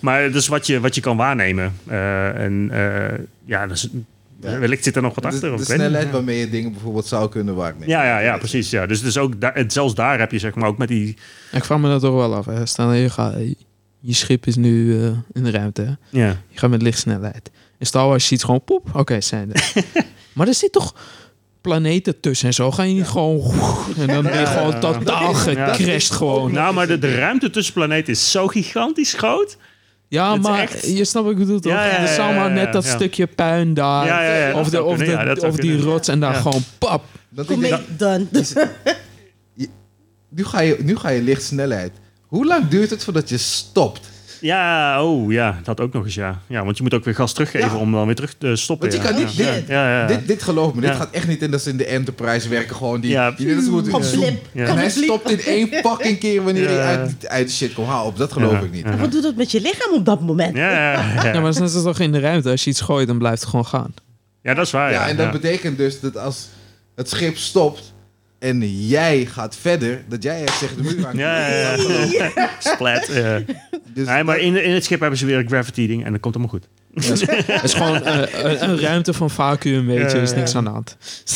[SPEAKER 3] maar dus wat je, wat je kan waarnemen. Eh, en eh, ja, dus,
[SPEAKER 2] Ja.
[SPEAKER 3] wellicht zit er nog wat
[SPEAKER 2] de,
[SPEAKER 3] achter. of
[SPEAKER 2] de
[SPEAKER 3] ik weet niet.
[SPEAKER 2] snelheid waarmee je dingen bijvoorbeeld zou kunnen waarnemen.
[SPEAKER 3] Ja, ja, ja, precies. Ja. Dus, dus ook daar, en zelfs daar heb je zeg maar ook met die...
[SPEAKER 4] Ik vraag me dat toch wel af. Hè. Stel dat je, gaat, je schip is nu eh, in de ruimte. Hè.
[SPEAKER 3] Ja,
[SPEAKER 4] Je gaat met lichtsnelheid. En Star Wars ziet gewoon poep. Oké, zijn er. maar er zit toch planeten tussen en zo. Ga je niet gewoon... En dan ben je gewoon
[SPEAKER 3] ja, ja.
[SPEAKER 4] totaal gecrashed gewoon.
[SPEAKER 3] nou, maar de, de ruimte tussen planeten is zo gigantisch groot.
[SPEAKER 4] Ja,
[SPEAKER 3] Het is
[SPEAKER 4] maar
[SPEAKER 3] echt-
[SPEAKER 4] je snapt wat ik bedoel toch?
[SPEAKER 3] Ja, ja,
[SPEAKER 4] er
[SPEAKER 3] ja,
[SPEAKER 4] zou maar
[SPEAKER 3] ja,
[SPEAKER 4] net dat
[SPEAKER 3] ja.
[SPEAKER 4] stukje puin daar.
[SPEAKER 3] Ja, ja, ja, dat
[SPEAKER 4] of de,
[SPEAKER 3] zou
[SPEAKER 4] of, de,
[SPEAKER 3] kunnen, ja, dat zou
[SPEAKER 4] of die
[SPEAKER 3] kunnen.
[SPEAKER 4] rots en daar
[SPEAKER 3] Ja.
[SPEAKER 4] gewoon pap.
[SPEAKER 2] Dat ik denk,
[SPEAKER 1] Commit done.
[SPEAKER 2] nu, ga je, nu ga je lichtsnelheid. Hoe lang duurt het voordat je stopt?
[SPEAKER 3] Ja, oh ja, dat ook nog eens, ja. Ja, want je moet ook weer gas teruggeven
[SPEAKER 2] Ja.
[SPEAKER 3] om dan weer terug te stoppen.
[SPEAKER 2] Want je
[SPEAKER 3] ja.
[SPEAKER 2] kan niet
[SPEAKER 3] ja.
[SPEAKER 2] dit-
[SPEAKER 3] Ja, ja, ja.
[SPEAKER 2] Dit, dit geloof me, dit
[SPEAKER 3] Ja.
[SPEAKER 2] gaat echt niet in dat ze in de Enterprise werken. Gewoon die.
[SPEAKER 3] Ja.
[SPEAKER 2] die dit is moeten
[SPEAKER 1] Op
[SPEAKER 2] doen.
[SPEAKER 1] blip.
[SPEAKER 3] Ja.
[SPEAKER 2] En hij stopt in één fucking keer wanneer
[SPEAKER 3] Ja.
[SPEAKER 2] hij uit, uit de shit komt. Hou op, dat geloof
[SPEAKER 3] Ja.
[SPEAKER 2] ik niet.
[SPEAKER 3] Ja.
[SPEAKER 1] Wat doet dat met je lichaam op dat moment?
[SPEAKER 3] Ja, ja, ja.
[SPEAKER 4] Ja, maar dat is net toch in de ruimte. Als je iets gooit, dan blijft het gewoon gaan.
[SPEAKER 3] Ja, dat is waar, ja.
[SPEAKER 2] Ja, en dat
[SPEAKER 3] ja.
[SPEAKER 2] betekent dus dat als het schip stopt en jij gaat verder, dat jij echt tegen de muur aan
[SPEAKER 3] Ja, ja, ja. Splat. ja.
[SPEAKER 2] Dus
[SPEAKER 3] Nee, maar
[SPEAKER 2] dat- Dus
[SPEAKER 3] in, in het schip hebben ze weer een gravity ding en dat komt allemaal goed.
[SPEAKER 4] Het is gewoon eh, een, een ruimte van vacuüm, weet je. Er is
[SPEAKER 3] Ja.
[SPEAKER 4] niks aan de hand.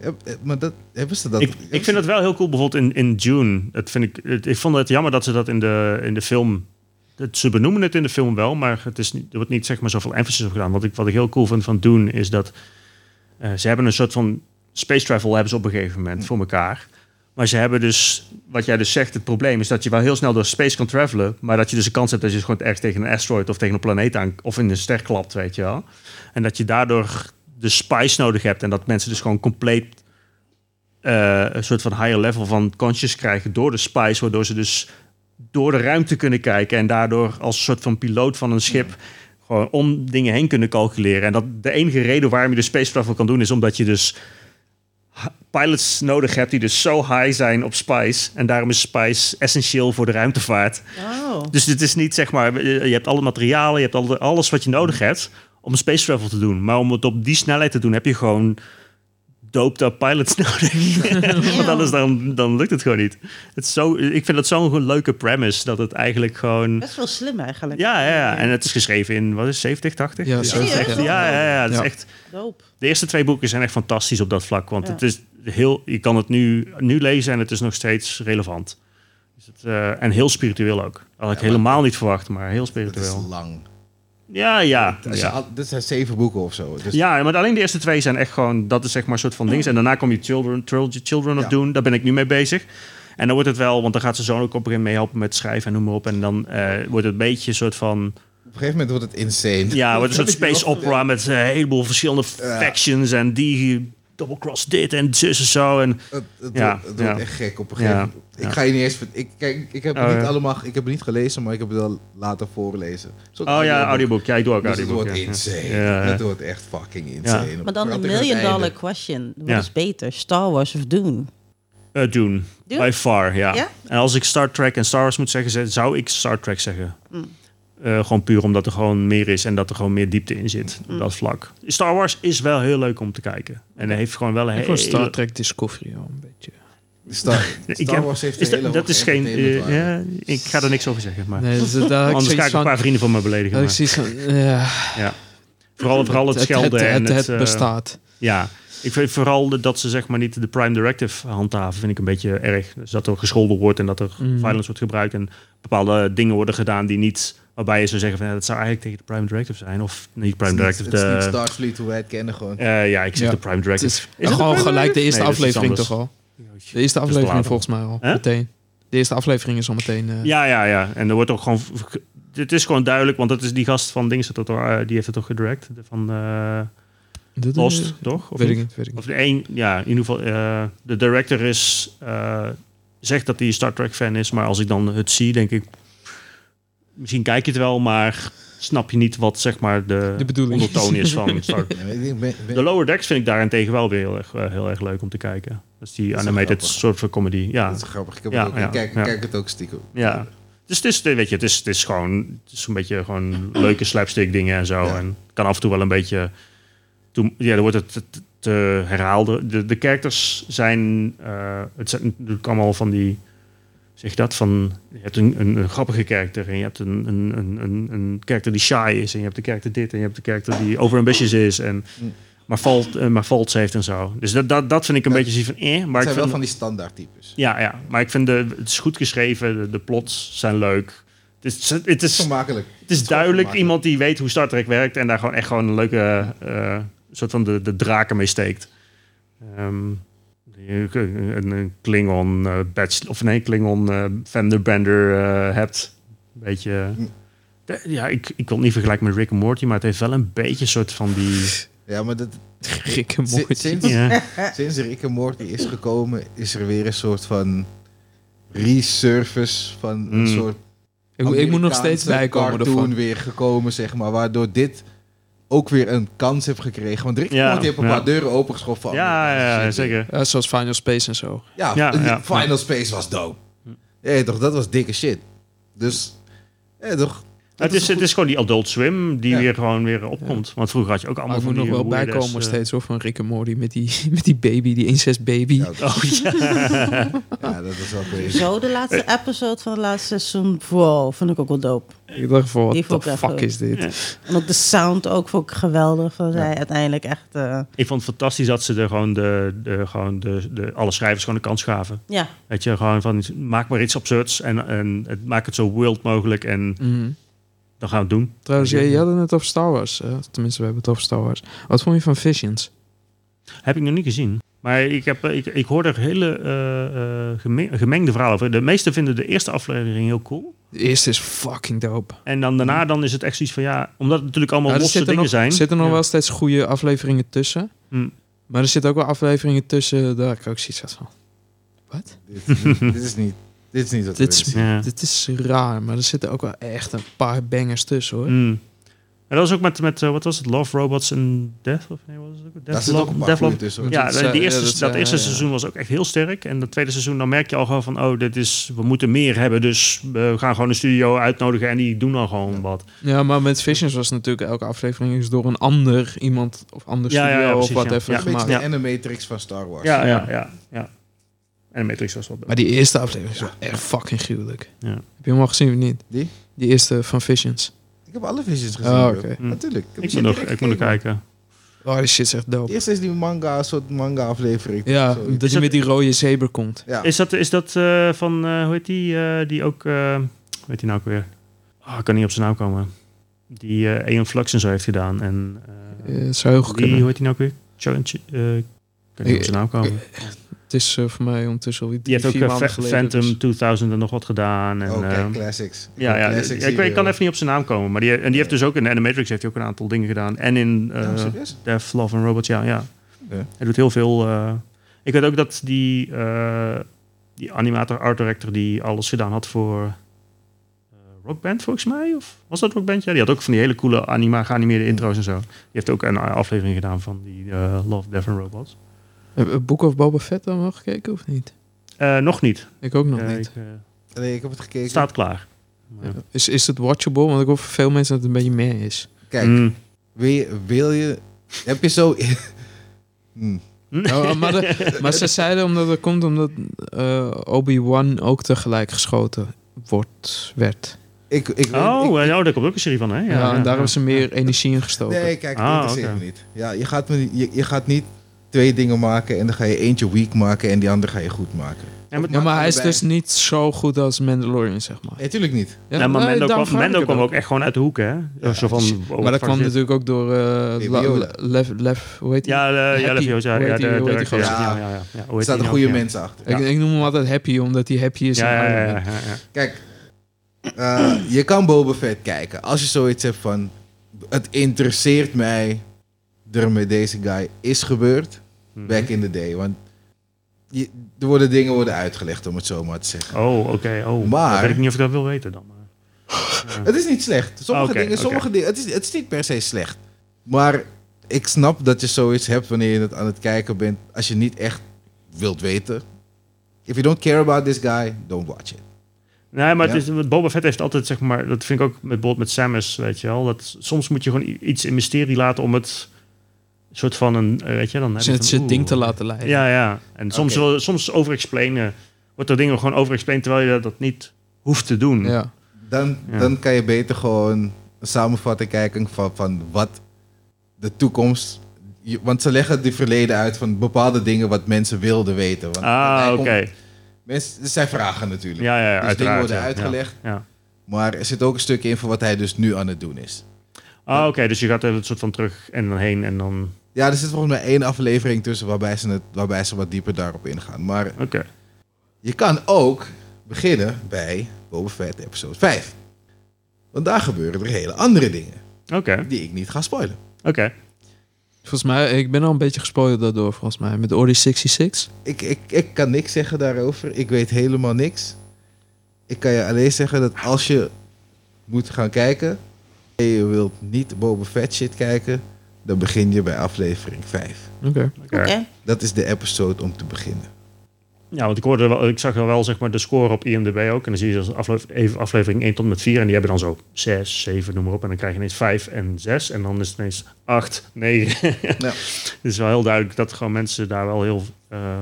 [SPEAKER 2] Ja, eh, maar dat, hebben ze dat?
[SPEAKER 3] Ik, ik vind dat wel heel cool, bijvoorbeeld in, in June. Dat vind ik, het- ik vond het jammer dat ze dat in de, in de film... dat ze benoemen het in de film wel, maar het is niet, er wordt niet zeg maar, zoveel emphasis op gedaan. Wat ik, wat ik heel cool vind van Dune is dat... eh, ze hebben een soort van space travel hebben ze op een gegeven moment voor elkaar. Maar ze hebben dus, wat jij dus zegt, het probleem is dat je wel heel snel door space kan travelen. Maar dat je dus de kans hebt dat je gewoon ergens tegen een asteroid of tegen een planeet aan of in een ster klapt, weet je wel. En dat je daardoor de spice nodig hebt. En dat mensen dus gewoon compleet eh, een soort van higher level van conscious krijgen door de spice. Waardoor ze dus door de ruimte kunnen kijken. En daardoor als een soort van piloot van een schip gewoon om dingen heen kunnen calculeren. En dat de enige reden waarom je de space travel kan doen is omdat je dus ha- pilots nodig hebt die dus zo high zijn op spice. En daarom is spice essentieel voor de ruimtevaart.
[SPEAKER 1] Oh.
[SPEAKER 3] Dus dit is niet zeg maar, eh, je hebt alle materialen, je hebt alle, alles wat je nodig hebt om space travel te doen. Maar om het op die snelheid te doen, heb je gewoon doped up pilots nodig. Want anders dan, dan lukt het gewoon niet. Het is zo, ik vind dat zo'n leuke premise, dat het eigenlijk gewoon...
[SPEAKER 1] Best wel slim eigenlijk.
[SPEAKER 3] Ja, ja, ja, en het is geschreven in, wat is het, 70, 80?
[SPEAKER 4] Ja,
[SPEAKER 3] Dus
[SPEAKER 4] zo.
[SPEAKER 3] echt-
[SPEAKER 1] Serieus?
[SPEAKER 3] ja, ja, ja, dat is
[SPEAKER 4] Ja.
[SPEAKER 3] echt...
[SPEAKER 1] Doop.
[SPEAKER 3] De eerste twee boeken zijn echt fantastisch op dat vlak. Want
[SPEAKER 1] Ja.
[SPEAKER 3] het is heel, je kan het nu, nu lezen en het is nog steeds relevant. Dus het, eh, en heel spiritueel ook. Had ik
[SPEAKER 2] maar-
[SPEAKER 3] helemaal niet verwacht, maar heel
[SPEAKER 2] dat is
[SPEAKER 3] spiritueel.
[SPEAKER 2] lang.
[SPEAKER 3] Ja, ja.
[SPEAKER 2] Als je
[SPEAKER 3] ja.
[SPEAKER 2] al- dit zijn zeven boeken of zo. Dus
[SPEAKER 3] Ja, maar alleen de eerste twee zijn echt gewoon... Dat is zeg maar een soort van dings. En daarna kom je Children, Trilogy Children of
[SPEAKER 2] Ja.
[SPEAKER 3] doen. Daar ben ik nu mee bezig. En dan wordt het wel... Want dan gaat zijn zoon ook op een gegeven moment mee helpen met schrijven en noem maar op. En dan eh, wordt het een beetje een soort van...
[SPEAKER 2] Op een gegeven moment wordt het insane.
[SPEAKER 3] Ja, wordt een soort space opera met eh, een heleboel verschillende factions. En die double cross dit en zus en zo. En
[SPEAKER 2] Het, het
[SPEAKER 3] Ja,
[SPEAKER 2] wordt, het wordt
[SPEAKER 3] ja.
[SPEAKER 2] echt gek op een gegeven
[SPEAKER 3] Ja,
[SPEAKER 2] moment. Ik
[SPEAKER 3] ja.
[SPEAKER 2] ga je niet eens... vert- Ik, kijk, ik heb
[SPEAKER 3] Oh,
[SPEAKER 2] het niet
[SPEAKER 3] ja.
[SPEAKER 2] allemaal... Ik heb het niet gelezen, maar ik heb het wel later voorlezen. Een soort
[SPEAKER 3] Oh ja, audiobook. Ja, ik doe ook
[SPEAKER 2] Dus het
[SPEAKER 3] audiobook.
[SPEAKER 2] wordt
[SPEAKER 3] ja.
[SPEAKER 2] insane.
[SPEAKER 3] Ja, ja.
[SPEAKER 2] Het wordt echt fucking
[SPEAKER 1] Maar dan
[SPEAKER 2] insane.
[SPEAKER 1] een
[SPEAKER 2] Vooral tegen het
[SPEAKER 1] million dollar
[SPEAKER 2] einde.
[SPEAKER 1] question. Wat
[SPEAKER 3] Ja.
[SPEAKER 1] is beter, Star Wars of Dune?
[SPEAKER 3] Eh, Dune.
[SPEAKER 1] Dune?
[SPEAKER 3] By far, ja.
[SPEAKER 1] Ja?
[SPEAKER 3] En als ik Star Trek en Star Wars moet zeggen, ze- zou ik Star Trek zeggen.
[SPEAKER 1] Mm.
[SPEAKER 3] Eh, gewoon puur omdat er gewoon meer is en dat er gewoon meer diepte in zit.
[SPEAKER 1] Mm.
[SPEAKER 3] Op dat vlak. Star Wars is wel heel leuk om te kijken. En hij heeft gewoon wel een
[SPEAKER 4] Ik was
[SPEAKER 3] hele-
[SPEAKER 4] Star Trek Discovery al een beetje.
[SPEAKER 2] Star,
[SPEAKER 3] Ik
[SPEAKER 2] Star
[SPEAKER 3] heb-
[SPEAKER 2] Wars heeft
[SPEAKER 3] is
[SPEAKER 2] een
[SPEAKER 3] dat-
[SPEAKER 2] hele
[SPEAKER 3] dat is geen. eh,
[SPEAKER 2] entertainmentwaarde.
[SPEAKER 3] ja, ik ga er niks over zeggen. Maar.
[SPEAKER 4] Nee, dus daar had ik
[SPEAKER 3] Anders ga
[SPEAKER 4] zoiets
[SPEAKER 3] ik een
[SPEAKER 4] van...
[SPEAKER 3] paar vrienden van me beledigen.
[SPEAKER 4] had ik
[SPEAKER 3] maar-
[SPEAKER 4] zoiets van, ja,
[SPEAKER 3] ja. vooral, vooral het, schelden
[SPEAKER 4] eh, het,
[SPEAKER 3] en
[SPEAKER 4] het, het
[SPEAKER 3] eh,
[SPEAKER 4] bestaat.
[SPEAKER 3] Ja, ik vind vooral de- dat ze zeg maar niet de prime directive handhaven, vind ik een beetje erg. Dus dat er gescholden wordt en dat er
[SPEAKER 4] Mm.
[SPEAKER 3] violence wordt gebruikt en bepaalde dingen worden gedaan die niet, waarbij je zou zeggen van ja, dat zou eigenlijk tegen de prime directive zijn of niet prime
[SPEAKER 2] Het is
[SPEAKER 3] directive.
[SPEAKER 2] niet- het is niet
[SPEAKER 3] de,
[SPEAKER 2] Starfleet hoe wij het kennen gewoon.
[SPEAKER 3] eh, ja, ik zeg
[SPEAKER 4] Ja.
[SPEAKER 3] de prime
[SPEAKER 4] Het
[SPEAKER 3] directive.
[SPEAKER 4] is,
[SPEAKER 3] het een
[SPEAKER 4] gewoon
[SPEAKER 3] prime
[SPEAKER 4] gelijk de eerste
[SPEAKER 3] directive? Nee, dat is
[SPEAKER 4] aflevering
[SPEAKER 3] iets
[SPEAKER 4] toch al. De eerste
[SPEAKER 3] Dat is
[SPEAKER 4] aflevering
[SPEAKER 3] later.
[SPEAKER 4] volgens mij al,
[SPEAKER 3] Hè?
[SPEAKER 4] meteen. De eerste aflevering is al meteen... eh,
[SPEAKER 3] Ja, ja, ja. En er wordt ook gewoon. Het is gewoon duidelijk, want dat is die gast van Dings, dat, eh, die heeft het toch gedirect? De- Van eh
[SPEAKER 4] de- de-
[SPEAKER 3] Lost, toch? Of
[SPEAKER 4] Weet ik
[SPEAKER 3] niet?
[SPEAKER 4] niet, weet ik niet.
[SPEAKER 3] Of de een, ja, in ieder geval. eh, de director is, eh, zegt dat hij een Star Trek fan is, maar als ik dan het zie, denk ik. Misschien kijk je het wel, maar snap je niet wat zeg maar de,
[SPEAKER 4] De bedoeling.
[SPEAKER 3] ondertoon is van Star Trek.
[SPEAKER 2] Ja, maar ik denk- ben- ben-
[SPEAKER 3] De Lower Decks vind ik daarentegen wel weer heel erg, eh, heel erg leuk om te kijken. Dat is die
[SPEAKER 2] Dat is
[SPEAKER 3] animated
[SPEAKER 2] grappig.
[SPEAKER 3] soort van comedy. Ja,
[SPEAKER 2] Dat is grappig. Ik, heb
[SPEAKER 3] Ja,
[SPEAKER 2] het ook, ik
[SPEAKER 3] ja,
[SPEAKER 2] kijk, ik
[SPEAKER 3] ja.
[SPEAKER 2] kijk het ook stiekem.
[SPEAKER 3] ja. Dus het is, eh, weet je, het is, het is gewoon het is een beetje gewoon leuke slapstick dingen en zo.
[SPEAKER 2] Ja.
[SPEAKER 3] En kan af en toe wel een beetje... Toen, ja, dan wordt het te, te- te herhaalde. De, de characters zijn... eh, het zijn natuurlijk allemaal van die... Zeg je dat van... Je hebt een, een, een grappige karakter en je hebt een, een, een, een, een karakter die shy is. En je hebt een karakter dit en je hebt een karakter die overambitious is. En,
[SPEAKER 2] Mm.
[SPEAKER 3] maar, fault, eh, maar faults heeft en zo. Dus dat, dat, dat vind ik een
[SPEAKER 2] Ja.
[SPEAKER 3] beetje zo van... Eh, maar
[SPEAKER 2] Het
[SPEAKER 3] ik
[SPEAKER 2] zijn wel
[SPEAKER 3] vind,
[SPEAKER 2] van die standaard types.
[SPEAKER 3] ja, ja, maar ik vind de, het is goed geschreven, de, de plots zijn leuk. Het is, het is,
[SPEAKER 2] Zo makkelijk.
[SPEAKER 3] het is duidelijk
[SPEAKER 2] vermakelijk.
[SPEAKER 3] iemand die weet hoe Star Trek werkt en daar gewoon echt gewoon een leuke eh, soort van de, de draken mee steekt. Ehm, die- een, een Klingon eh batch, of nee, Klingon eh Vanderbender eh, hebt. Een beetje. De- ja, ik, ik wil het niet vergelijken met Rick en Morty, maar het heeft wel een beetje een soort van die.
[SPEAKER 2] Ja, maar dat,
[SPEAKER 4] Rick en
[SPEAKER 2] si-
[SPEAKER 4] Morty.
[SPEAKER 2] sinds,
[SPEAKER 3] Ja,
[SPEAKER 4] Eh.
[SPEAKER 2] sinds Rick en Morty is gekomen, is er weer een soort van resurface van een
[SPEAKER 3] Mm.
[SPEAKER 2] soort
[SPEAKER 4] Hmm. Ik, moet- ik moet nog steeds
[SPEAKER 2] Amerikaanse
[SPEAKER 4] bijkomen
[SPEAKER 2] cartoon
[SPEAKER 4] ervan.
[SPEAKER 2] weer gekomen, zeg maar. Waardoor dit ook weer een kans heeft gekregen. Want Rick
[SPEAKER 3] Ja,
[SPEAKER 2] ja, heeft een
[SPEAKER 3] ja.
[SPEAKER 2] paar deuren opengeschoven. van
[SPEAKER 3] ja,
[SPEAKER 2] Amerikaanse
[SPEAKER 3] ja,
[SPEAKER 2] shit.
[SPEAKER 3] zeker.
[SPEAKER 4] Ja, zoals Final Space en zo.
[SPEAKER 2] Ja,
[SPEAKER 3] Ja,
[SPEAKER 2] die
[SPEAKER 3] ja,
[SPEAKER 2] Final Space was dope. Ja, toch, dat was dikke shit. Dus, ja, toch.
[SPEAKER 3] het, is, het is gewoon die Adult Swim die
[SPEAKER 2] Ja.
[SPEAKER 3] weer gewoon weer opkomt. Want vroeger had je ook
[SPEAKER 4] Maar
[SPEAKER 3] allemaal
[SPEAKER 4] ik
[SPEAKER 3] van
[SPEAKER 4] moet nog
[SPEAKER 3] die
[SPEAKER 4] wel
[SPEAKER 3] weirdes,
[SPEAKER 4] bijkomen
[SPEAKER 3] eh,
[SPEAKER 4] steeds hoor, van Rick en Morty met die, met die baby, die incestbaby.
[SPEAKER 2] Ja, dat-
[SPEAKER 3] Oh ja.
[SPEAKER 2] ja, dat is wel crazy.
[SPEAKER 1] Zo, de laatste
[SPEAKER 2] Eh.
[SPEAKER 1] episode van het laatste seizoen. Wow, vond ik ook wel dope.
[SPEAKER 4] Ik dacht
[SPEAKER 1] Die
[SPEAKER 4] van, what
[SPEAKER 1] vond
[SPEAKER 4] the
[SPEAKER 1] ik
[SPEAKER 4] fuck
[SPEAKER 1] echt
[SPEAKER 4] is dit?
[SPEAKER 1] En ook de sound ook vond ik geweldig. Van zij uiteindelijk echt... eh,
[SPEAKER 3] Ik vond het fantastisch dat ze er gewoon, de, de, gewoon de, de, alle schrijvers gewoon een kans gaven.
[SPEAKER 1] ja,
[SPEAKER 3] Weet je, gewoon van maak maar iets absurds en, en het, maak het zo world mogelijk en
[SPEAKER 4] Mhm.
[SPEAKER 3] dan gaan we het doen.
[SPEAKER 4] Trouwens, jij, jij had het net over Star Wars. eh, tenminste, we hebben het over Star Wars. Wat vond je van Visions?
[SPEAKER 3] Heb ik nog niet gezien. Maar ik, heb, ik, ik hoor er hele eh, eh, geme- gemengde verhalen over. De meesten vinden de eerste aflevering heel cool.
[SPEAKER 4] De eerste is fucking dope.
[SPEAKER 3] En dan daarna dan is het echt zoiets van ja, omdat het natuurlijk allemaal
[SPEAKER 4] Nou, er
[SPEAKER 3] losse
[SPEAKER 4] zitten
[SPEAKER 3] dingen
[SPEAKER 4] nog,
[SPEAKER 3] zijn.
[SPEAKER 4] zitten nog
[SPEAKER 3] Ja.
[SPEAKER 4] wel steeds goede afleveringen tussen.
[SPEAKER 3] Hm.
[SPEAKER 4] Maar er zitten ook wel afleveringen tussen daar ik ook zoiets had van... Wat?
[SPEAKER 2] Dit is niet- dit is niet, dit is niet wat we willen
[SPEAKER 4] Dit is-
[SPEAKER 2] zien.
[SPEAKER 3] Ja.
[SPEAKER 4] Dit is raar, maar er zitten ook wel echt een paar bangers tussen hoor.
[SPEAKER 3] Mm. En dat was ook met, met eh, wat was het, Love Robots and Death? Of nee, wat was het ook?
[SPEAKER 2] Daar
[SPEAKER 3] Death,
[SPEAKER 2] zit ook
[SPEAKER 3] Love,
[SPEAKER 2] een paar
[SPEAKER 3] Death,
[SPEAKER 2] goede
[SPEAKER 3] Love-
[SPEAKER 2] tussen. hoor.
[SPEAKER 4] Ja,
[SPEAKER 3] Ja,
[SPEAKER 4] dat
[SPEAKER 3] dat,
[SPEAKER 4] zei-
[SPEAKER 3] die eerste,
[SPEAKER 4] ja, dat
[SPEAKER 3] dat,
[SPEAKER 4] zei-
[SPEAKER 3] eerste
[SPEAKER 4] ja, ja.
[SPEAKER 3] seizoen was ook echt heel sterk. En dat tweede seizoen, dan merk je al gewoon van... oh, dit is, we moeten meer hebben, dus we gaan gewoon een studio uitnodigen... en die doen dan gewoon wat.
[SPEAKER 4] Ja, maar met Visions was natuurlijk elke aflevering is door een ander iemand of ander
[SPEAKER 3] Ja, ja,
[SPEAKER 4] studio
[SPEAKER 3] ja,
[SPEAKER 4] of
[SPEAKER 3] precies,
[SPEAKER 4] wat
[SPEAKER 3] ja.
[SPEAKER 4] even
[SPEAKER 3] Ja.
[SPEAKER 2] Een beetje
[SPEAKER 4] gemaakt.
[SPEAKER 2] de
[SPEAKER 3] Ja.
[SPEAKER 2] animatrix van Star Wars.
[SPEAKER 3] Ja, ja, ja. ja. En Matrix was wat.
[SPEAKER 4] Maar die eerste aflevering is wel echt fucking gruwelijk.
[SPEAKER 3] Ja.
[SPEAKER 4] Heb je hem al gezien of niet?
[SPEAKER 2] Die?
[SPEAKER 4] Die eerste van Visions.
[SPEAKER 2] Ik heb alle visions gezien.
[SPEAKER 4] Oh,
[SPEAKER 2] bro.
[SPEAKER 4] oké.
[SPEAKER 3] Mm.
[SPEAKER 2] Natuurlijk. heb
[SPEAKER 3] ik
[SPEAKER 2] die
[SPEAKER 3] moet nog,
[SPEAKER 2] direct
[SPEAKER 3] ik moet nog
[SPEAKER 2] gekeken.
[SPEAKER 3] kijken.
[SPEAKER 4] Oh, die shit is echt dope.
[SPEAKER 2] Eerst is die manga, een soort manga-aflevering.
[SPEAKER 4] Ja,
[SPEAKER 2] Zo.
[SPEAKER 4] dat je met die rode zeber komt.
[SPEAKER 2] ja.
[SPEAKER 3] Is dat, is dat eh, van, eh, hoe heet die, eh, die ook... eh, hoe heet die nou ook weer? Ah, ik kan niet op zijn naam komen. Die eh Aeon Flux en zo heeft gedaan. En eh,
[SPEAKER 4] Eh, zou heel goed
[SPEAKER 3] die,
[SPEAKER 4] kunnen.
[SPEAKER 3] hoe heet die nou ook weer? Cho- Ch- eh, ik kan niet op zijn naam komen.
[SPEAKER 4] Het is eh, voor mij ondertussen al
[SPEAKER 3] Die eh, heeft ook
[SPEAKER 4] vier
[SPEAKER 3] eh,
[SPEAKER 4] maanden
[SPEAKER 3] Fa-
[SPEAKER 4] geleden, dus-
[SPEAKER 3] Phantom 2000 en nog wat gedaan. En,
[SPEAKER 2] Oké,
[SPEAKER 3] eh,
[SPEAKER 2] classics.
[SPEAKER 3] Ja, ja,
[SPEAKER 2] Classics eh,
[SPEAKER 3] ik,
[SPEAKER 2] zie
[SPEAKER 3] ik, weet-
[SPEAKER 2] je
[SPEAKER 3] ik kan
[SPEAKER 2] wel.
[SPEAKER 3] even niet op zijn naam komen. Maar die, en die heeft dus ook in Animatrix heeft hij ook een aantal dingen gedaan. En in eh
[SPEAKER 2] Nou, serieus?
[SPEAKER 3] Death, Love and Robots, ja. ja.
[SPEAKER 2] Ja.
[SPEAKER 3] Hij doet heel veel. eh, ik weet ook dat die, eh, die animator, art director, die alles gedaan had voor eh, Rockband volgens mij. Of was dat Rockband? Ja, die had ook van die hele coole anima geanimeerde intro's en zo. Die heeft ook een eh, aflevering gedaan van die eh, Love, Death and Robots.
[SPEAKER 4] Heb je Book Eh, of Boba Fett dan wel gekeken of niet?
[SPEAKER 3] Eh, nog niet.
[SPEAKER 4] Ik ook nog
[SPEAKER 3] Eh,
[SPEAKER 4] niet.
[SPEAKER 3] ik, eh,
[SPEAKER 2] Nee, ik heb het gekeken.
[SPEAKER 3] het staat klaar. Ja.
[SPEAKER 4] Is, is het watchable? Want ik hoor van veel mensen dat het een beetje meer is.
[SPEAKER 2] Kijk,
[SPEAKER 3] Mm.
[SPEAKER 2] wil je... Wil je heb je zo... Hm.
[SPEAKER 4] Nou, maar, de- maar ze zeiden omdat dat komt omdat eh, Obi-Wan ook tegelijk geschoten wordt, werd.
[SPEAKER 2] Ik, ik, weet-
[SPEAKER 3] Oh,
[SPEAKER 2] ik-
[SPEAKER 3] eh, nou, daar komt ook een serie van, hè?
[SPEAKER 4] Ja, en daar hebben ze meer energie in gestoken.
[SPEAKER 2] Nee, kijk, dat
[SPEAKER 3] Ah,
[SPEAKER 2] interesseert
[SPEAKER 3] oké.
[SPEAKER 2] me niet. Ja, je, gaat me, niet- je, je gaat niet twee dingen maken en dan ga je eentje weak maken en die andere ga je goed maken.
[SPEAKER 3] Ja, maar-
[SPEAKER 4] ja, maar hij is
[SPEAKER 2] Allebei.
[SPEAKER 4] dus niet zo goed als Mandalorian, zeg maar.
[SPEAKER 2] Nee, tuurlijk niet.
[SPEAKER 4] Ja,
[SPEAKER 3] Ja, maar
[SPEAKER 4] nee,
[SPEAKER 3] Mendo,
[SPEAKER 4] daarom
[SPEAKER 3] kwam,
[SPEAKER 4] vraag ik
[SPEAKER 3] Mendo
[SPEAKER 4] het
[SPEAKER 3] kwam ook echt gewoon uit de hoek, hè? zo van, oh, wat
[SPEAKER 4] maar dat
[SPEAKER 3] fuck
[SPEAKER 4] kwam dus-
[SPEAKER 3] is dit?
[SPEAKER 4] natuurlijk ook door eh
[SPEAKER 2] Baby
[SPEAKER 4] La-
[SPEAKER 2] Yoda.
[SPEAKER 4] La- Lef, Lef, hoe heet hij?
[SPEAKER 3] Ja, de, ja,
[SPEAKER 4] Happy.
[SPEAKER 3] de VO's, ja,
[SPEAKER 4] Hoe heet
[SPEAKER 3] ja,
[SPEAKER 4] die-
[SPEAKER 3] de
[SPEAKER 4] hoe heet die
[SPEAKER 3] directeur,
[SPEAKER 2] gozer?
[SPEAKER 3] ja, ja, ja, ja. Hoe
[SPEAKER 2] Er
[SPEAKER 3] heet
[SPEAKER 2] staan
[SPEAKER 3] die nou?
[SPEAKER 2] goede
[SPEAKER 3] Ja.
[SPEAKER 2] mensen achter.
[SPEAKER 4] Ik, ik noem hem altijd Happy, omdat hij happy is.
[SPEAKER 3] Ja,
[SPEAKER 4] en
[SPEAKER 3] ja,
[SPEAKER 4] Iron
[SPEAKER 3] ja,
[SPEAKER 4] Man.
[SPEAKER 3] ja, ja, ja.
[SPEAKER 2] Kijk, eh, je kan Boba Fett kijken. Als je zoiets hebt van... Het interesseert mij er met deze guy is gebeurd.
[SPEAKER 3] Mhm.
[SPEAKER 2] Back in the day. Want je, er worden dingen worden uitgelegd, om het zo maar te zeggen.
[SPEAKER 3] Oh, oké. oh.
[SPEAKER 2] Maar-
[SPEAKER 3] Dat weet ik niet of ik dat wil weten dan. maar-
[SPEAKER 2] Het is niet slecht. Sommige
[SPEAKER 3] Oké,
[SPEAKER 2] dingen,
[SPEAKER 3] oké.
[SPEAKER 2] sommige dingen het, is, het is niet per se slecht. Maar ik snap dat je zoiets hebt wanneer je het aan het kijken bent. Als je niet echt wilt weten. If you don't care about this guy, don't watch it.
[SPEAKER 3] Nee, maar het
[SPEAKER 2] Ja.
[SPEAKER 3] is, Boba Fett heeft altijd, zeg maar... Dat vind ik ook met, bijvoorbeeld met Samus, weet je wel. Dat, soms moet je gewoon i- iets in mysterie laten om het... soort van een, eh, weet je, dan heb
[SPEAKER 4] Dus
[SPEAKER 3] je
[SPEAKER 4] het
[SPEAKER 3] van,
[SPEAKER 4] zijn
[SPEAKER 3] oeh.
[SPEAKER 4] ding te laten leiden.
[SPEAKER 3] Ja, ja. En soms,
[SPEAKER 2] Oké.
[SPEAKER 3] wel- soms overexplainen. Wordt er dingen gewoon overexplained terwijl je dat niet hoeft te doen.
[SPEAKER 4] Ja.
[SPEAKER 2] Dan,
[SPEAKER 3] Ja.
[SPEAKER 2] dan kan je beter gewoon een samenvatting kijken van, van wat de toekomst... je- want ze leggen het verleden uit van bepaalde dingen wat mensen wilden weten. Want hij
[SPEAKER 3] Ah, oké.
[SPEAKER 2] komt- mensen, zij vragen natuurlijk.
[SPEAKER 3] Ja, ja, ja,
[SPEAKER 2] dus dingen
[SPEAKER 3] uiteraard.
[SPEAKER 2] worden
[SPEAKER 3] ja, ja.
[SPEAKER 2] uitgelegd.
[SPEAKER 3] Ja.
[SPEAKER 2] Maar er zit ook een stuk in van wat hij dus nu aan het doen is.
[SPEAKER 3] Ah, oké, dus je gaat er een soort van terug en dan heen en dan...
[SPEAKER 2] Ja, er zit volgens mij één aflevering tussen waarbij ze, het, waarbij ze wat dieper daarop ingaan. Maar
[SPEAKER 3] Oké.
[SPEAKER 2] je kan ook beginnen bij Boba Fett episode 5. Want daar gebeuren er hele andere dingen
[SPEAKER 3] Oké,
[SPEAKER 2] die ik niet ga spoilen.
[SPEAKER 3] oké.
[SPEAKER 4] Volgens mij, ik ben al een beetje gespoild daardoor, volgens mij. Met Ori 66.
[SPEAKER 2] Ik, ik, ik kan niks zeggen daarover. Ik weet helemaal niks. Ik kan je alleen zeggen dat als je moet gaan kijken... en je wilt niet Boba Fett shit kijken... dan begin je bij aflevering 5.
[SPEAKER 4] Oké.
[SPEAKER 1] oké.
[SPEAKER 3] Oké.
[SPEAKER 2] Dat is de episode om te beginnen.
[SPEAKER 3] Ja, want ik, hoorde wel, ik zag wel zeg maar, de score op IMDb ook. En dan zie je dus aflever- even aflevering 1 tot en met 4. En die hebben dan zo 6, 7, noem maar op. En dan krijg je ineens 5 en 6. En dan is het ineens 8, 9.
[SPEAKER 2] Ja.
[SPEAKER 3] Het is wel heel duidelijk dat gewoon mensen daar wel heel, eh,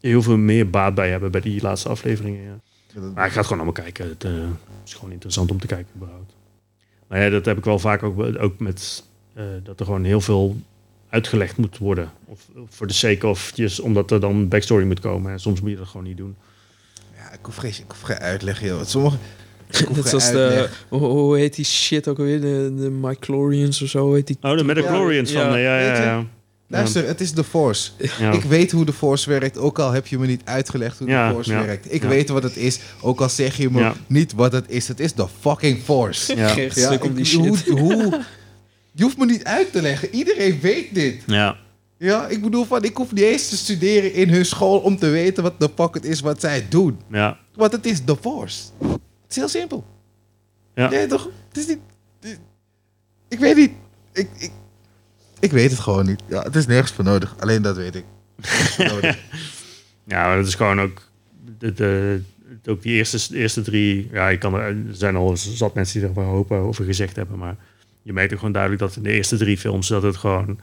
[SPEAKER 3] heel veel meer baat bij hebben bij die laatste afleveringen. Ja. Maar ik ga het gewoon allemaal kijken. Het eh, is gewoon interessant om te kijken überhaupt. Maar ja, dat heb ik wel vaak ook, be- ook met eh, dat er gewoon heel veel uitgelegd moet worden. Of of voor de sake of, just omdat er dan backstory moet komen. En soms moet je dat gewoon niet doen.
[SPEAKER 2] Ja, ik hoef geen, ik hoef geen uitleg, joh. Sommige... Ik hoef
[SPEAKER 4] Net
[SPEAKER 2] geen
[SPEAKER 4] zoals de,
[SPEAKER 2] uitleg.
[SPEAKER 4] hoe, hoe heet die shit ook alweer? De, de Myclorians of zo heet die.
[SPEAKER 3] Oh, de Metaclorians
[SPEAKER 4] Ja,
[SPEAKER 3] van, eh, ja, ja,
[SPEAKER 2] weet je.
[SPEAKER 3] ja.
[SPEAKER 2] Luister, het is de Force.
[SPEAKER 3] Ja.
[SPEAKER 2] Ik weet hoe de Force werkt, ook al heb je me niet uitgelegd hoe
[SPEAKER 3] Ja,
[SPEAKER 2] de Force
[SPEAKER 3] ja.
[SPEAKER 2] werkt. Ik
[SPEAKER 3] Ja.
[SPEAKER 2] weet wat het is, ook al zeg je me
[SPEAKER 3] Ja.
[SPEAKER 2] niet wat het is. Het is de fucking Force.
[SPEAKER 3] Ja.
[SPEAKER 4] Geef een stuk
[SPEAKER 2] ik-
[SPEAKER 4] om die shit.
[SPEAKER 2] Hoe, hoe, je hoeft me niet uit te leggen. Iedereen weet dit.
[SPEAKER 3] Ja.
[SPEAKER 2] Ja, ik bedoel van, ik hoef niet eens te studeren in hun school om te weten wat de fuck het is wat zij doen.
[SPEAKER 3] ja.
[SPEAKER 2] Want het is de Force. Het is heel simpel.
[SPEAKER 3] Ja.
[SPEAKER 2] Nee, toch? Het is niet... het- ik weet niet. Ik, ik, ik weet het gewoon niet. Ja, het is nergens voor nodig. Alleen dat weet ik. Nergens voor nodig.
[SPEAKER 3] Ja, maar dat is gewoon ook. De, de- ook die eerste, eerste drie. Ja, je kan er, er zijn al zat mensen die er wel hopen over gezegd hebben. Maar je merkt ook gewoon duidelijk dat in de eerste drie films. dat het gewoon.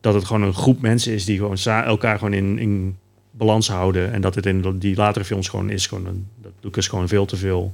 [SPEAKER 3] dat het gewoon een groep mensen is die gewoon sa- elkaar gewoon in, in balans houden. En dat het in die latere films gewoon is. Gewoon een, dat Lucas gewoon veel te veel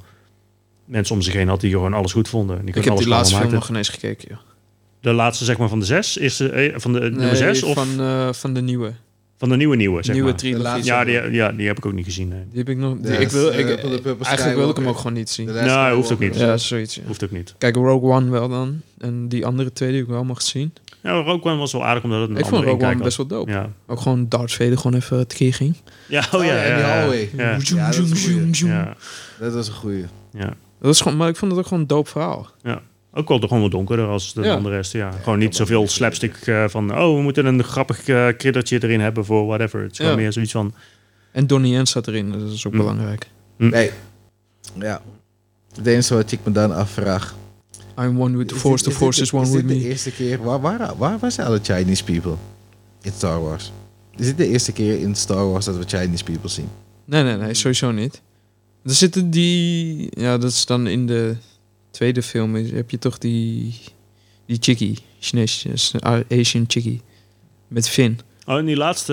[SPEAKER 3] mensen om zich heen had die gewoon alles goed vonden. En Die
[SPEAKER 4] Ik
[SPEAKER 3] gewoon alles
[SPEAKER 4] heb die laatste
[SPEAKER 3] gewoon
[SPEAKER 4] film nog
[SPEAKER 3] gemaakt
[SPEAKER 4] geen eens gekeken, joh.
[SPEAKER 3] hebben. De laatste, zeg maar, van de zes. Eerste, eh, van de nummer zes?
[SPEAKER 4] Nee,
[SPEAKER 3] Of van,
[SPEAKER 4] Van, eh, van de nieuwe.
[SPEAKER 3] de nieuwe, nieuwe, zeg
[SPEAKER 4] nieuwe
[SPEAKER 3] maar.
[SPEAKER 4] trilogie.
[SPEAKER 2] De laatste.
[SPEAKER 3] Ja die, ja, die heb ik ook niet gezien. Nee.
[SPEAKER 4] Die heb ik nog. die-
[SPEAKER 2] Ja,
[SPEAKER 4] ik wil,
[SPEAKER 2] eh,
[SPEAKER 4] ik,
[SPEAKER 2] Purple Skywalker.
[SPEAKER 4] eigenlijk wil ik hem ook gewoon niet zien.
[SPEAKER 2] De Last
[SPEAKER 3] Nou, hoeft ook
[SPEAKER 2] Skywalker.
[SPEAKER 3] niet.
[SPEAKER 4] Ja, zoiets. ja.
[SPEAKER 3] Hoeft ook niet.
[SPEAKER 4] Kijk, Rogue One wel dan. En die andere twee die ik wel mag zien.
[SPEAKER 3] Ja, Rogue One was wel aardig omdat het een
[SPEAKER 4] ik vond
[SPEAKER 3] andere
[SPEAKER 4] Rogue One
[SPEAKER 3] inkijk
[SPEAKER 4] best wel dope.
[SPEAKER 3] had. Ja.
[SPEAKER 4] Ook gewoon Darth Vader gewoon even tekeer ging.
[SPEAKER 3] Ja, oh ja.
[SPEAKER 2] ja, en die
[SPEAKER 3] ja, ja.
[SPEAKER 2] hallway.
[SPEAKER 3] Ja,
[SPEAKER 4] Zoom,
[SPEAKER 2] dat is een
[SPEAKER 4] zoom,
[SPEAKER 2] goeie.
[SPEAKER 4] zoom, zoom.
[SPEAKER 3] ja,
[SPEAKER 2] Dat was een goeie.
[SPEAKER 3] ja.
[SPEAKER 4] Dat was gewoon, maar ik vond het ook gewoon een dope verhaal.
[SPEAKER 3] Ook wel gewoon wat donkerder als de
[SPEAKER 4] Ja.
[SPEAKER 3] andere rest. Ja. Gewoon niet zoveel slapstick eh, van... oh, we moeten een grappig eh, kriddertje erin hebben voor whatever. Het is gewoon
[SPEAKER 4] Ja.
[SPEAKER 3] meer zoiets van...
[SPEAKER 4] En Donnie Yen zat erin, dus dat is ook
[SPEAKER 3] Hm.
[SPEAKER 4] belangrijk.
[SPEAKER 2] Nee. Ja. Het enige wat ik me dan afvraag.
[SPEAKER 4] I'm one with the force, the force is one
[SPEAKER 2] is
[SPEAKER 4] with
[SPEAKER 2] dit de
[SPEAKER 4] me.
[SPEAKER 2] eerste keer? Waar, waar, waar waren alle Chinese people in Star Wars? Is dit de eerste keer in Star Wars dat we Chinese people zien?
[SPEAKER 4] Nee, nee, nee, sowieso niet. Er zitten die... Ja, dat is dan in de tweede film. is- Heb je toch die... Die chickie. Chinese, Asian chickie. Met Finn.
[SPEAKER 3] Oh, in die laatste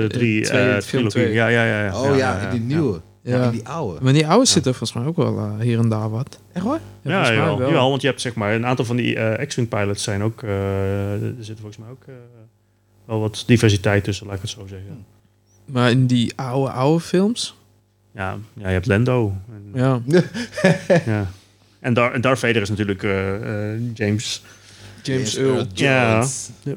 [SPEAKER 3] eh, drie
[SPEAKER 4] Twee,
[SPEAKER 3] eh,
[SPEAKER 4] film
[SPEAKER 3] trilogie.
[SPEAKER 4] twee.
[SPEAKER 3] Ja, ja, ja, ja.
[SPEAKER 2] Oh ja, in die nieuwe.
[SPEAKER 4] Ja.
[SPEAKER 2] In die oude.
[SPEAKER 4] Maar die oude zitten volgens mij ook wel eh, hier en daar wat.
[SPEAKER 2] Echt waar?
[SPEAKER 3] Ja, ja,
[SPEAKER 4] volgens mij
[SPEAKER 3] jawel.
[SPEAKER 4] wel.
[SPEAKER 3] Jawel, want je hebt zeg maar een aantal van die eh, X-Wing pilots zijn ook... eh, er zit volgens mij ook eh, wel wat diversiteit tussen, laat ik het zo
[SPEAKER 4] Hm.
[SPEAKER 3] zeggen.
[SPEAKER 4] Maar in die oude, oude films?
[SPEAKER 3] Ja, ja je hebt Lando. En,
[SPEAKER 4] Ja.
[SPEAKER 3] Ja. En Dar Darth Vader is natuurlijk eh, eh, James.
[SPEAKER 4] James Earl.
[SPEAKER 3] Ja.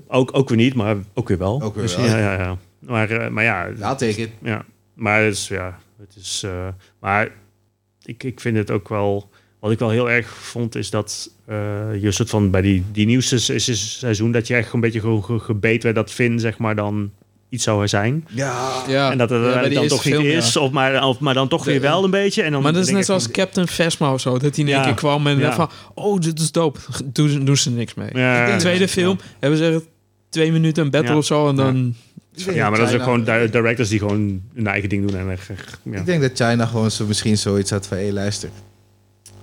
[SPEAKER 3] Ook, ook weer niet, maar ook weer wel.
[SPEAKER 2] Ook weer
[SPEAKER 3] Dus
[SPEAKER 2] wel.
[SPEAKER 3] Ja, ja, ja. Maar, eh, maar ja,
[SPEAKER 2] Ja, teken.
[SPEAKER 3] ja. Maar het is, ja, het is... eh, maar ik, ik vind het ook wel... Wat ik wel heel erg vond, is dat eh je soort van bij die, die nieuwste se- se- seizoen... dat je echt een beetje gewoon ge- gebeet werd dat Finn, zeg maar, dan iets zou zijn.
[SPEAKER 2] Ja.
[SPEAKER 4] Ja.
[SPEAKER 3] en dat het
[SPEAKER 4] Ja, bij
[SPEAKER 3] uiteindelijk
[SPEAKER 4] die
[SPEAKER 3] dan
[SPEAKER 4] eerste
[SPEAKER 3] toch niet
[SPEAKER 4] film, ja.
[SPEAKER 3] is, of maar, of maar dan toch
[SPEAKER 4] De-
[SPEAKER 3] weer wel een beetje. En dan
[SPEAKER 4] Maar dat is
[SPEAKER 3] denk
[SPEAKER 4] net
[SPEAKER 3] ik
[SPEAKER 4] zoals
[SPEAKER 3] van-
[SPEAKER 4] Captain Phasma of zo. Dat hij in één
[SPEAKER 3] Ja.
[SPEAKER 4] keer kwam en
[SPEAKER 3] Ja.
[SPEAKER 4] dacht van... Oh, dit is dope. Doen ze, doen ze niks mee.
[SPEAKER 3] Ja,
[SPEAKER 4] De tweede film hebben ze echt twee minuten een battle
[SPEAKER 3] Ja.
[SPEAKER 4] of zo. En dan...
[SPEAKER 3] Ja, maar dat is ook gewoon
[SPEAKER 2] duidelijk.
[SPEAKER 3] di- directors die gewoon hun eigen ding doen. En, echt- echt, ja.
[SPEAKER 2] Ik denk dat China gewoon zo misschien zoiets had van... Hé, luister.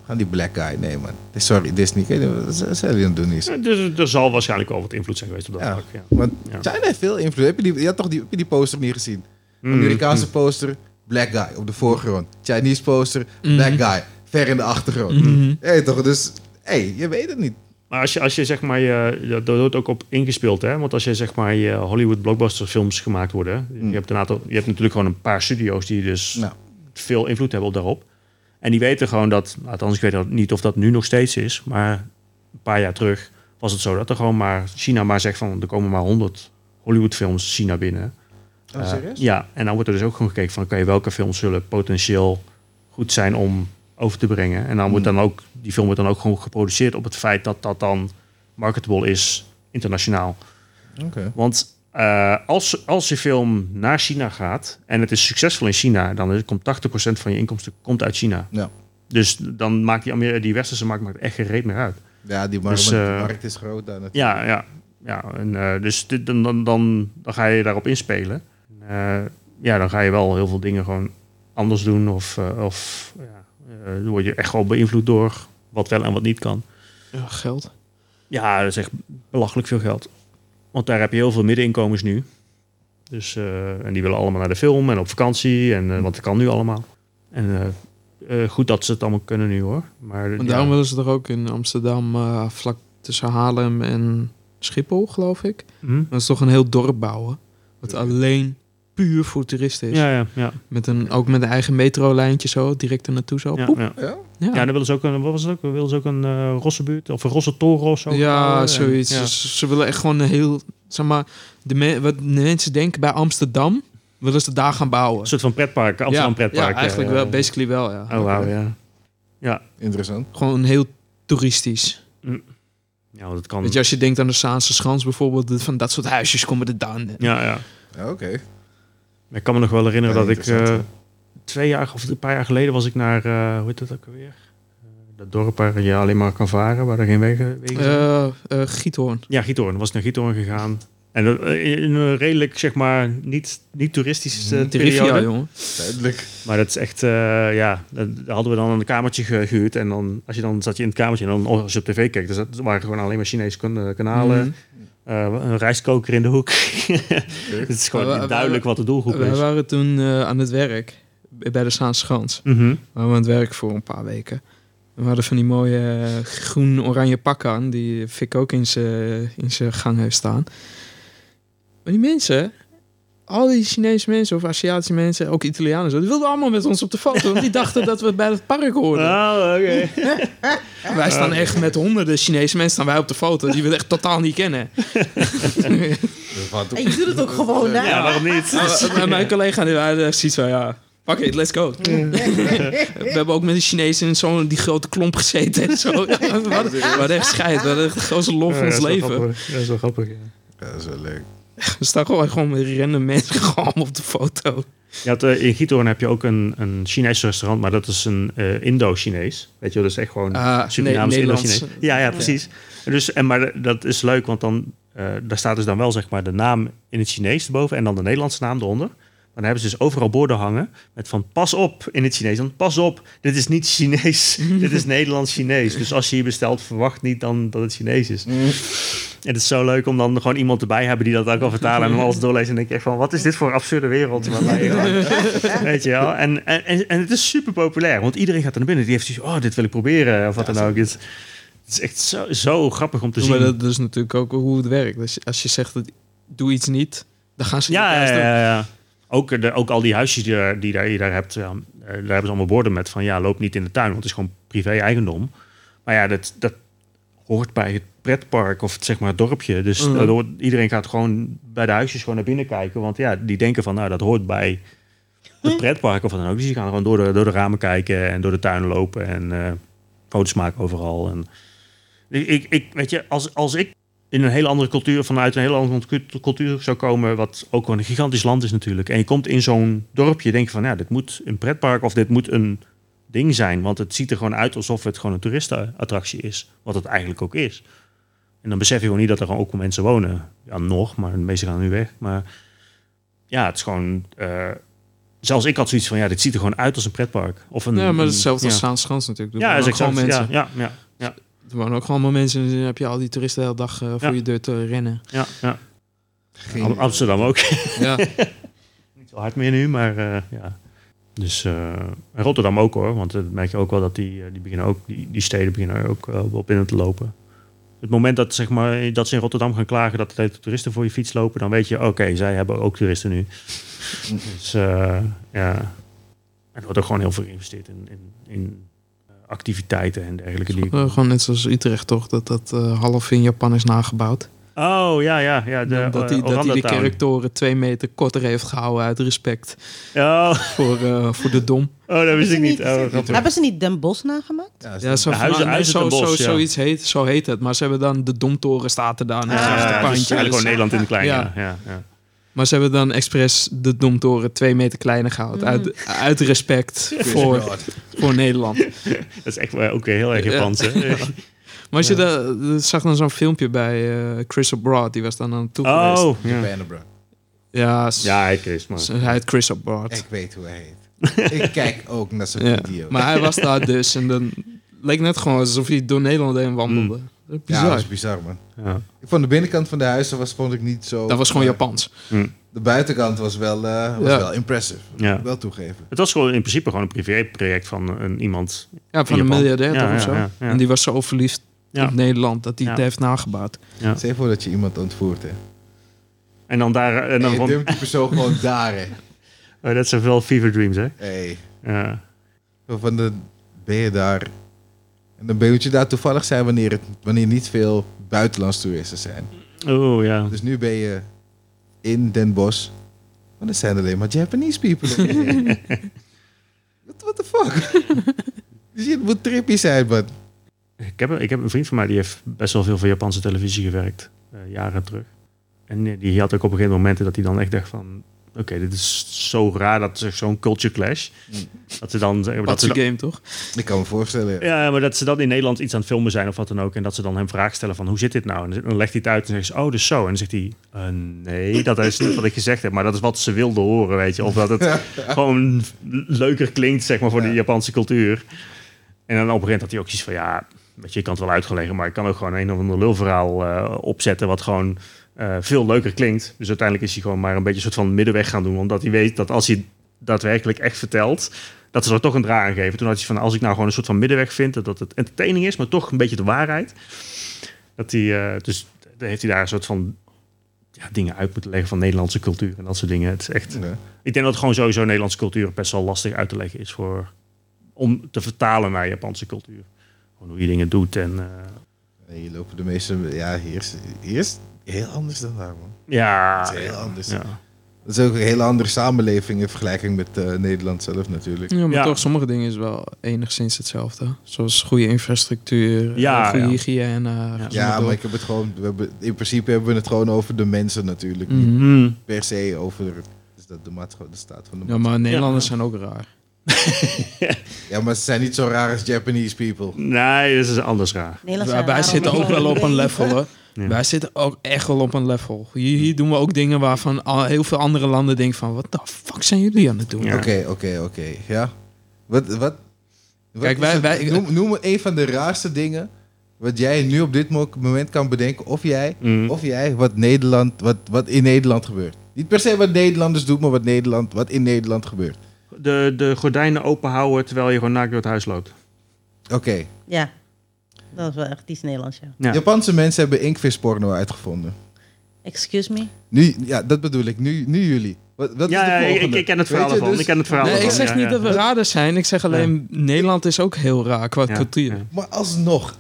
[SPEAKER 2] Gaan die black guy nemen. Sorry, Disney. Ik weet niet wat wat zijn jullie aan het doen is.
[SPEAKER 3] Ja, dus er zal waarschijnlijk wel wat invloed zijn geweest op dat
[SPEAKER 2] Ja.
[SPEAKER 3] vlak. Ja.
[SPEAKER 2] Want
[SPEAKER 3] Ja.
[SPEAKER 2] China heeft veel invloed. Heb je die, je had toch die, heb je die poster niet gezien?
[SPEAKER 3] Hmm.
[SPEAKER 2] Amerikaanse poster, black guy op de voorgrond. Chinese poster, black guy, ver in de achtergrond. Hé, toch? Dus, hé, je weet het niet.
[SPEAKER 3] Maar als je, als je zeg maar, je, dat- daar wordt ook op ingespeeld, hè? Want als je zeg maar je Hollywood blockbuster films gemaakt worden, je, hebt een aantal, je hebt natuurlijk gewoon een paar studio's die dus
[SPEAKER 2] Nou,
[SPEAKER 3] veel invloed hebben op daarop. En die weten gewoon dat, althans ik weet dat niet of dat nu nog steeds is, maar een paar jaar terug was het zo dat er gewoon maar China maar zegt van er komen maar 100 Hollywood films China binnen.
[SPEAKER 2] oh,
[SPEAKER 3] Eh,
[SPEAKER 2] serieus?
[SPEAKER 3] ja, en dan wordt er dus ook gewoon gekeken van... oké, welke films zullen potentieel goed zijn om over te brengen. En dan wordt dan ook, die film wordt dan ook gewoon geproduceerd... op het feit dat dat dan marketable is internationaal.
[SPEAKER 2] Oké.
[SPEAKER 3] Want eh, als, als je film naar China gaat... en het is succesvol in China... dan is- komt 80% van je inkomsten komt uit China.
[SPEAKER 2] Ja.
[SPEAKER 3] Dus dan maakt die, Amer- die westerse markt maakt echt geen reet meer uit.
[SPEAKER 2] Ja, die markt,
[SPEAKER 3] Dus,
[SPEAKER 2] die
[SPEAKER 3] eh,
[SPEAKER 2] markt is groot daar natuurlijk.
[SPEAKER 3] Ja, ja. ja en, eh, dus dit, dan, dan, dan, dan ga je daarop inspelen. Eh, ja, dan ga je wel heel veel dingen gewoon anders doen. Of, eh, of ja, eh, dan word je echt wel beïnvloed door wat wel en wat niet kan.
[SPEAKER 4] Ja, geld.
[SPEAKER 3] Ja, dat is echt belachelijk veel geld. Want daar heb je heel veel middeninkomens nu. Dus, eh, en die willen allemaal naar de film en op vakantie. En, eh, want dat kan nu allemaal. En eh, eh, goed dat ze het allemaal kunnen nu hoor. Maar
[SPEAKER 4] Maar
[SPEAKER 3] ja.
[SPEAKER 4] daarom willen ze er ook in Amsterdam, eh, vlak tussen Haarlem en Schiphol, geloof ik.
[SPEAKER 3] Hm?
[SPEAKER 4] Dat is toch een heel dorp bouwen. Wat alleen puur voor toeristen is.
[SPEAKER 3] Ja, ja, ja.
[SPEAKER 4] Met een, ook met een eigen metrolijntje zo, direct er naartoe zo.
[SPEAKER 3] Ja,
[SPEAKER 4] Oh, Poep.
[SPEAKER 3] ja.
[SPEAKER 2] Ja?
[SPEAKER 4] Ja.
[SPEAKER 3] ja, dan willen ze ook een, wat was het ook? Willen ze ook een eh Rossenbuurt of een Rossentoren of zo?
[SPEAKER 4] Ja,
[SPEAKER 3] bouwen?
[SPEAKER 4] zoiets.
[SPEAKER 3] En, ja.
[SPEAKER 4] Ze, ze willen echt gewoon een heel... Zeg maar, de me- wat de mensen denken bij Amsterdam, willen ze daar gaan bouwen.
[SPEAKER 3] Een soort van pretpark, Amsterdam
[SPEAKER 4] ja,
[SPEAKER 3] pretpark. eh,
[SPEAKER 4] Ja, eigenlijk wel. Basically wel, ja.
[SPEAKER 3] Oh, wauw, ja.
[SPEAKER 2] Interessant.
[SPEAKER 4] Gewoon heel toeristisch.
[SPEAKER 3] Ja, want dat kan.
[SPEAKER 4] Weet je, als je denkt aan de Saanse Schans bijvoorbeeld, dat- van dat soort huisjes komen er dan.
[SPEAKER 3] ja, ja.
[SPEAKER 2] Ja, Oké.
[SPEAKER 3] Ik kan me nog wel herinneren
[SPEAKER 2] Ja,
[SPEAKER 3] dat ik eh,
[SPEAKER 2] interessant,
[SPEAKER 3] twee jaar of een paar jaar geleden was ik naar, eh, hoe heet dat ook alweer? Eh, dat dorp waar je alleen maar kan varen, waar er geen wegen, wegen zijn.
[SPEAKER 4] Eh, eh, Giethoorn.
[SPEAKER 3] Ja, Giethoorn. Dan was ik naar Giethoorn gegaan. En eh, in in een redelijk, zeg maar, niet, niet toeristische eh,
[SPEAKER 4] De Riviera,
[SPEAKER 3] periode.
[SPEAKER 4] jongen.
[SPEAKER 2] Duidelijk.
[SPEAKER 3] Maar dat is echt, eh, ja, daar hadden we dan een kamertje ge- gehuurd. En dan, als je dan zat je in het kamertje en dan, als je op tv keek, dus dat waren gewoon alleen maar Chinese kan- kanalen.
[SPEAKER 4] Mhm.
[SPEAKER 3] Eh, een rijstkoker in de hoek. het is gewoon
[SPEAKER 4] Eh, we- we-
[SPEAKER 3] duidelijk wat de doelgroep
[SPEAKER 4] Wij
[SPEAKER 3] is.
[SPEAKER 4] waren toen eh, aan het werk bij de Saanse Schans.
[SPEAKER 3] Mhm.
[SPEAKER 4] We waren aan het werk voor een paar weken. We hadden van die mooie eh, groen-oranje pakken aan, die Fik ook in zijn in zijn gang heeft staan. Maar die mensen, al die Chinese mensen of Aziatische mensen, ook Italianen, zo, die wilden allemaal met ons op de foto. Want die dachten dat we bij het park hoorden.
[SPEAKER 3] Oh, oké.
[SPEAKER 4] Wij staan echt met honderden Chinese mensen staan wij op de foto, die we echt totaal niet kennen.
[SPEAKER 2] Wat
[SPEAKER 1] En je doet het ook gewoon na.
[SPEAKER 3] Ja, waarom niet?
[SPEAKER 4] Maar- maar mijn collega die waren echt zoiets van, ja, fuck it, let's go. We hebben ook met de Chinezen in zo'n die grote klomp gezeten en zo. We hadden- we hadden echt scheid, we hadden echt de grootste lol van ons leven.
[SPEAKER 3] Dat is wel grappig. Ja.
[SPEAKER 2] Ja, dat is wel leuk.
[SPEAKER 4] We staan gewoon, gewoon met random mensen gewoon op de foto.
[SPEAKER 3] Je had, eh, in Giethoorn heb je ook een, een Chinees restaurant, maar dat is een eh, Indo-Chinees. Weet je, wel, dat is echt gewoon
[SPEAKER 4] Ah,
[SPEAKER 3] Surinaams
[SPEAKER 4] nee,
[SPEAKER 3] Indo-Chinees.
[SPEAKER 4] Nederlands.
[SPEAKER 3] Ja, ja, precies. En Dus, en, maar dat is leuk, want dan eh, daar staat dus dan wel zeg maar de naam in het Chinees erboven en dan de Nederlandse naam eronder. Maar dan hebben ze dus overal borden hangen met van pas op in het Chinees. Dan pas op, dit is niet Chinees, dit is Nederlands-Chinees. Dus als je hier bestelt, verwacht niet dan dat het Chinees is. En het is zo leuk om dan gewoon iemand erbij te hebben die dat ook kan vertalen en dan alles doorlezen. En denk je echt van, wat is dit voor een absurde wereld? waar wij gewoon- Weet je wel? En, en, en- en het is super populair, want iedereen gaat er naar binnen. Die heeft zoiets oh, dit wil ik proberen, of wat dan ook. Dit- Het is echt zo, zo grappig om te zien.
[SPEAKER 4] Maar dat is natuurlijk ook hoe het werkt. Dus als je zegt, dat, doe iets niet, dan gaan ze niet
[SPEAKER 3] ja, ja,
[SPEAKER 4] luisteren.
[SPEAKER 3] ja, ja. Ook, eh, de, ook al die huisjes die, daar- die daar, je daar hebt, ja, eh, daar hebben ze allemaal borden met van ja, loop niet in de tuin, want het is gewoon privé-eigendom. Maar ja, dat, dat hoort bij het pretpark of het, zeg maar het dorpje. Dus
[SPEAKER 4] Mhm.
[SPEAKER 3] dat hoort- iedereen gaat gewoon bij de huisjes gewoon naar binnen kijken, want ja, die denken van nou, dat hoort bij het pretpark of wat dan ook. Dus die gaan gewoon door de, door de ramen kijken en door de tuin lopen en eh, foto's maken overal. En, ik, ik- ik, weet je, als, als ik in een hele andere cultuur, vanuit een hele andere cu- cultuur zou komen, wat ook gewoon een gigantisch land is natuurlijk. En je komt in zo'n dorpje, denk je van, ja, dit moet een pretpark of dit moet een ding zijn. Want het ziet er gewoon uit alsof het gewoon een toeristenattractie is, wat het eigenlijk ook is. En dan besef je gewoon niet dat er gewoon ook mensen wonen. Ja, nog, maar de meeste gaan nu weg. Maar ja, het is gewoon... eh, zelfs ik had zoiets van, ja, dit ziet er gewoon uit als een pretpark. Of een,
[SPEAKER 4] Ja, maar
[SPEAKER 3] een-
[SPEAKER 4] hetzelfde als
[SPEAKER 3] ja.
[SPEAKER 4] Saans Schans natuurlijk. Er
[SPEAKER 3] Ja,
[SPEAKER 4] wonen
[SPEAKER 3] dat is
[SPEAKER 4] ook gewoon
[SPEAKER 3] exact.
[SPEAKER 4] mensen.
[SPEAKER 3] Ja, ja, ja,
[SPEAKER 4] Er wonen ook gewoon allemaal mensen en dan heb je al die toeristen de hele dag eh, voor
[SPEAKER 3] Ja.
[SPEAKER 4] je deur te rennen.
[SPEAKER 3] ja, ja.
[SPEAKER 2] Geen-
[SPEAKER 3] Am- Amsterdam ook.
[SPEAKER 4] Ja.
[SPEAKER 3] Niet zo hard meer nu, maar eh, ja. Dus eh, en Rotterdam ook hoor, want dat merk je ook wel dat die, eh, die, beginnen ook, die, die steden beginnen ook eh, wel op binnen te lopen. Het moment dat, zeg maar, dat ze in Rotterdam gaan klagen dat de toeristen voor je fiets lopen, dan weet je, oké, zij hebben ook toeristen nu. dus eh, ja. En er wordt ook gewoon heel veel geïnvesteerd in, in, in eh, activiteiten en dergelijke. Die...
[SPEAKER 4] Eh, gewoon net zoals Utrecht toch, dat dat eh, half in Japan is nagebouwd.
[SPEAKER 3] Oh ja, ja, ja. De, eh,
[SPEAKER 4] dat hij dat die de
[SPEAKER 3] Oranje-town.
[SPEAKER 4] kerktoren twee meter korter heeft gehouden uit respect
[SPEAKER 3] Oh,
[SPEAKER 4] voor, eh, voor de dom.
[SPEAKER 3] oh, dat wist ik niet. Oh, grappig.
[SPEAKER 1] Hebben ze niet Den Bos nagemaakt?
[SPEAKER 2] Ja,
[SPEAKER 4] Ja, zo,
[SPEAKER 3] De huizen-
[SPEAKER 4] van- nee,
[SPEAKER 3] huizen
[SPEAKER 4] zo,
[SPEAKER 3] ten bos,
[SPEAKER 4] zo,
[SPEAKER 3] ja.
[SPEAKER 4] zoiets heet, zo heet het. Maar ze hebben dan de domtoren staat er dan.
[SPEAKER 3] Ja,
[SPEAKER 4] een
[SPEAKER 3] ja,
[SPEAKER 4] achter
[SPEAKER 3] ja, het is
[SPEAKER 4] pandje.
[SPEAKER 3] eigenlijk gewoon Nederland in het klein.
[SPEAKER 4] Ja.
[SPEAKER 3] Ja, ja, ja.
[SPEAKER 4] Maar ze hebben dan expres de domtoren twee meter kleiner gehouden.
[SPEAKER 3] Mm.
[SPEAKER 4] Uit, uit respect voor,
[SPEAKER 2] God.
[SPEAKER 4] voor Nederland.
[SPEAKER 3] Dat is echt eh, ook weer heel erg Japans. hè?
[SPEAKER 4] Maar als je dat, dat zag dan zo'n filmpje bij eh, Chris Abroad, die was dan aan het toegewezen.
[SPEAKER 3] Oh, ja.
[SPEAKER 2] Banner, bro.
[SPEAKER 4] Ja, s-
[SPEAKER 3] Ja, hij Chris, maar...
[SPEAKER 4] s- hij heet Chris O'Bart.
[SPEAKER 2] Ik weet hoe hij heet. ik kijk ook naar zijn
[SPEAKER 4] Ja.
[SPEAKER 2] video's.
[SPEAKER 4] Maar hij was daar dus en dan leek net gewoon alsof hij door Nederland heen wandelde.
[SPEAKER 2] Mm. ja,
[SPEAKER 4] Bizar.
[SPEAKER 2] dat is bizar, man.
[SPEAKER 3] Ja.
[SPEAKER 2] Ik vond de binnenkant van de huizen was, vond ik niet zo...
[SPEAKER 4] dat was gewoon
[SPEAKER 2] eh,
[SPEAKER 4] Japans.
[SPEAKER 2] De buitenkant was wel, eh, was
[SPEAKER 4] Ja.
[SPEAKER 2] wel impressive.
[SPEAKER 3] Ja.
[SPEAKER 2] Wel toegeven.
[SPEAKER 3] Het was gewoon in principe gewoon een privéproject van een, iemand.
[SPEAKER 4] Ja, van een
[SPEAKER 3] Japan.
[SPEAKER 4] miljardair
[SPEAKER 3] Ja,
[SPEAKER 4] toch
[SPEAKER 3] ja,
[SPEAKER 4] of zo.
[SPEAKER 3] ja, ja.
[SPEAKER 4] En die was zo verliefd
[SPEAKER 3] Ja.
[SPEAKER 4] op Nederland dat hij
[SPEAKER 3] Ja.
[SPEAKER 4] het heeft nagebouwd.
[SPEAKER 3] Ja.
[SPEAKER 2] Zeg voor dat je iemand ontvoert, hè.
[SPEAKER 3] En dan daar... En
[SPEAKER 2] En
[SPEAKER 3] dan
[SPEAKER 2] je
[SPEAKER 3] van,
[SPEAKER 2] dumpt die persoon gewoon daar, hè.
[SPEAKER 3] Oh, dat zijn wel fever dreams, hè?
[SPEAKER 2] Hey.
[SPEAKER 3] Ja.
[SPEAKER 2] Van de, ben je daar... En dan moet je daar toevallig zijn wanneer, het, wanneer niet veel buitenlandse toeristen zijn.
[SPEAKER 3] Oh, ja.
[SPEAKER 2] Dus nu ben je in Den Bosch. Maar er zijn alleen maar Japanese people. What, what the fuck? dus je moet trippy zijn, man.
[SPEAKER 3] Ik heb, ik heb een vriend van mij die heeft best wel veel voor Japanse televisie gewerkt, eh, jaren terug. En eh, die had ook op een gegeven moment dat hij dan echt dacht van... Oké, dit is zo raar, dat is echt zo'n culture clash. Dat ze dan... eh,
[SPEAKER 4] Wat
[SPEAKER 3] Dat Mm. ze
[SPEAKER 4] een
[SPEAKER 3] dan-
[SPEAKER 4] game toch?
[SPEAKER 2] Ik kan me voorstellen. ja.
[SPEAKER 3] ja, maar dat ze dan in Nederland iets aan het filmen zijn of wat dan ook. En dat ze dan hem vragen stellen van, hoe zit dit nou? En dan legt hij het uit en zegt ze, oh, dus zo. En dan zegt hij, eh, nee, dat is niet wat ik gezegd heb. Maar dat is wat ze wilden horen, weet je. Of dat het gewoon leuker klinkt, zeg maar, voor de
[SPEAKER 2] Ja.
[SPEAKER 3] Japanse cultuur. En dan op een gegeven moment had hij ook zoiets van, ja, weet je, je kan het wel uitgeleggen, maar ik kan ook gewoon een of ander lulverhaal eh, opzetten wat gewoon eh, veel leuker klinkt. Dus uiteindelijk is hij gewoon maar een beetje een soort van middenweg gaan doen, omdat hij weet dat als hij daadwerkelijk echt vertelt, dat ze er toch een draai aan geven. Toen had hij van, als ik nou gewoon een soort van middenweg vind, dat- dat het entertaining is, maar toch een beetje de waarheid. Dat hij, eh, dus dan heeft hij daar een soort van ja, dingen uit moeten leggen van Nederlandse cultuur en dat soort dingen. Het is echt,
[SPEAKER 2] Ja.
[SPEAKER 3] ik denk dat gewoon sowieso Nederlandse cultuur best wel lastig uit te leggen is voor, om te vertalen naar Japanse cultuur. Gewoon hoe je dingen doet en eh,
[SPEAKER 2] Nee, hier lopen de meeste... Ja, hier is, hier is het heel anders dan daar, man.
[SPEAKER 3] ja,
[SPEAKER 2] Het is heel anders.
[SPEAKER 3] ja.
[SPEAKER 2] Dat is ook een hele andere samenleving in vergelijking met eh, Nederland zelf natuurlijk.
[SPEAKER 4] Ja, maar
[SPEAKER 3] Ja.
[SPEAKER 4] toch, sommige dingen is wel enigszins hetzelfde. Zoals goede infrastructuur,
[SPEAKER 3] Ja,
[SPEAKER 4] eh, goede
[SPEAKER 3] ja.
[SPEAKER 4] hygiëne. gezonde
[SPEAKER 2] Ja, maar
[SPEAKER 4] dorp.
[SPEAKER 2] ik heb het gewoon... We hebben, in principe hebben we het gewoon over de mensen natuurlijk.
[SPEAKER 4] Mhm.
[SPEAKER 3] Mhm.
[SPEAKER 2] Per se over... Dus dat de, maat, de staat van de
[SPEAKER 4] Ja, maar Nederlanders
[SPEAKER 3] Ja.
[SPEAKER 4] zijn ook raar.
[SPEAKER 2] Ja, maar ze zijn niet zo raar als Japanese people.
[SPEAKER 3] Nee, dat is anders raar.
[SPEAKER 1] Nederlands
[SPEAKER 4] Wij,
[SPEAKER 1] zijn
[SPEAKER 4] wij
[SPEAKER 1] daarom
[SPEAKER 4] zitten ook wel op een level, hoor.
[SPEAKER 3] Ja. Hm.
[SPEAKER 4] Wij zitten ook echt wel op een level. Hier, hier doen we ook dingen waarvan al heel veel andere landen denken van... wat de fuck zijn jullie aan het doen?
[SPEAKER 3] Ja.
[SPEAKER 2] Oké, oké, oké. Ja. Wat, wat, wat
[SPEAKER 4] Kijk,
[SPEAKER 2] is
[SPEAKER 4] wij-
[SPEAKER 2] het-
[SPEAKER 4] wij-
[SPEAKER 2] noem, noem een van de raarste dingen wat jij nu op dit mo- moment kan bedenken. Of jij,
[SPEAKER 3] Mm.
[SPEAKER 2] of jij wat, Nederland, wat, wat in Nederland gebeurt. Niet per se wat Nederlanders doen, maar wat, Nederland, wat in Nederland gebeurt.
[SPEAKER 3] De, de gordijnen open houden terwijl je gewoon naakt door het huis loopt.
[SPEAKER 2] Oké.
[SPEAKER 1] Ja, dat is wel echt iets Nederlands, ja.
[SPEAKER 3] Ja.
[SPEAKER 2] Japanse mensen hebben inktvisporno uitgevonden.
[SPEAKER 1] Excuse me?
[SPEAKER 2] Nu, ja, dat bedoel ik. Nu, nu jullie. Wat, wat
[SPEAKER 3] Ja,
[SPEAKER 2] is
[SPEAKER 3] ja,
[SPEAKER 2] de
[SPEAKER 3] ik,
[SPEAKER 2] volgende?
[SPEAKER 3] ik ken het
[SPEAKER 2] Weet
[SPEAKER 3] verhaal
[SPEAKER 2] je,
[SPEAKER 3] ervan.
[SPEAKER 2] dus-
[SPEAKER 3] ik ken het verhaal
[SPEAKER 4] Nee, ik
[SPEAKER 3] ervan,
[SPEAKER 4] zeg
[SPEAKER 3] ja,
[SPEAKER 4] niet
[SPEAKER 3] ja.
[SPEAKER 4] dat we raden zijn. Ik zeg alleen, Nederland is ook heel raar qua
[SPEAKER 3] Ja,
[SPEAKER 4] cultuur. Nou,
[SPEAKER 3] ja.
[SPEAKER 2] Maar alsnog,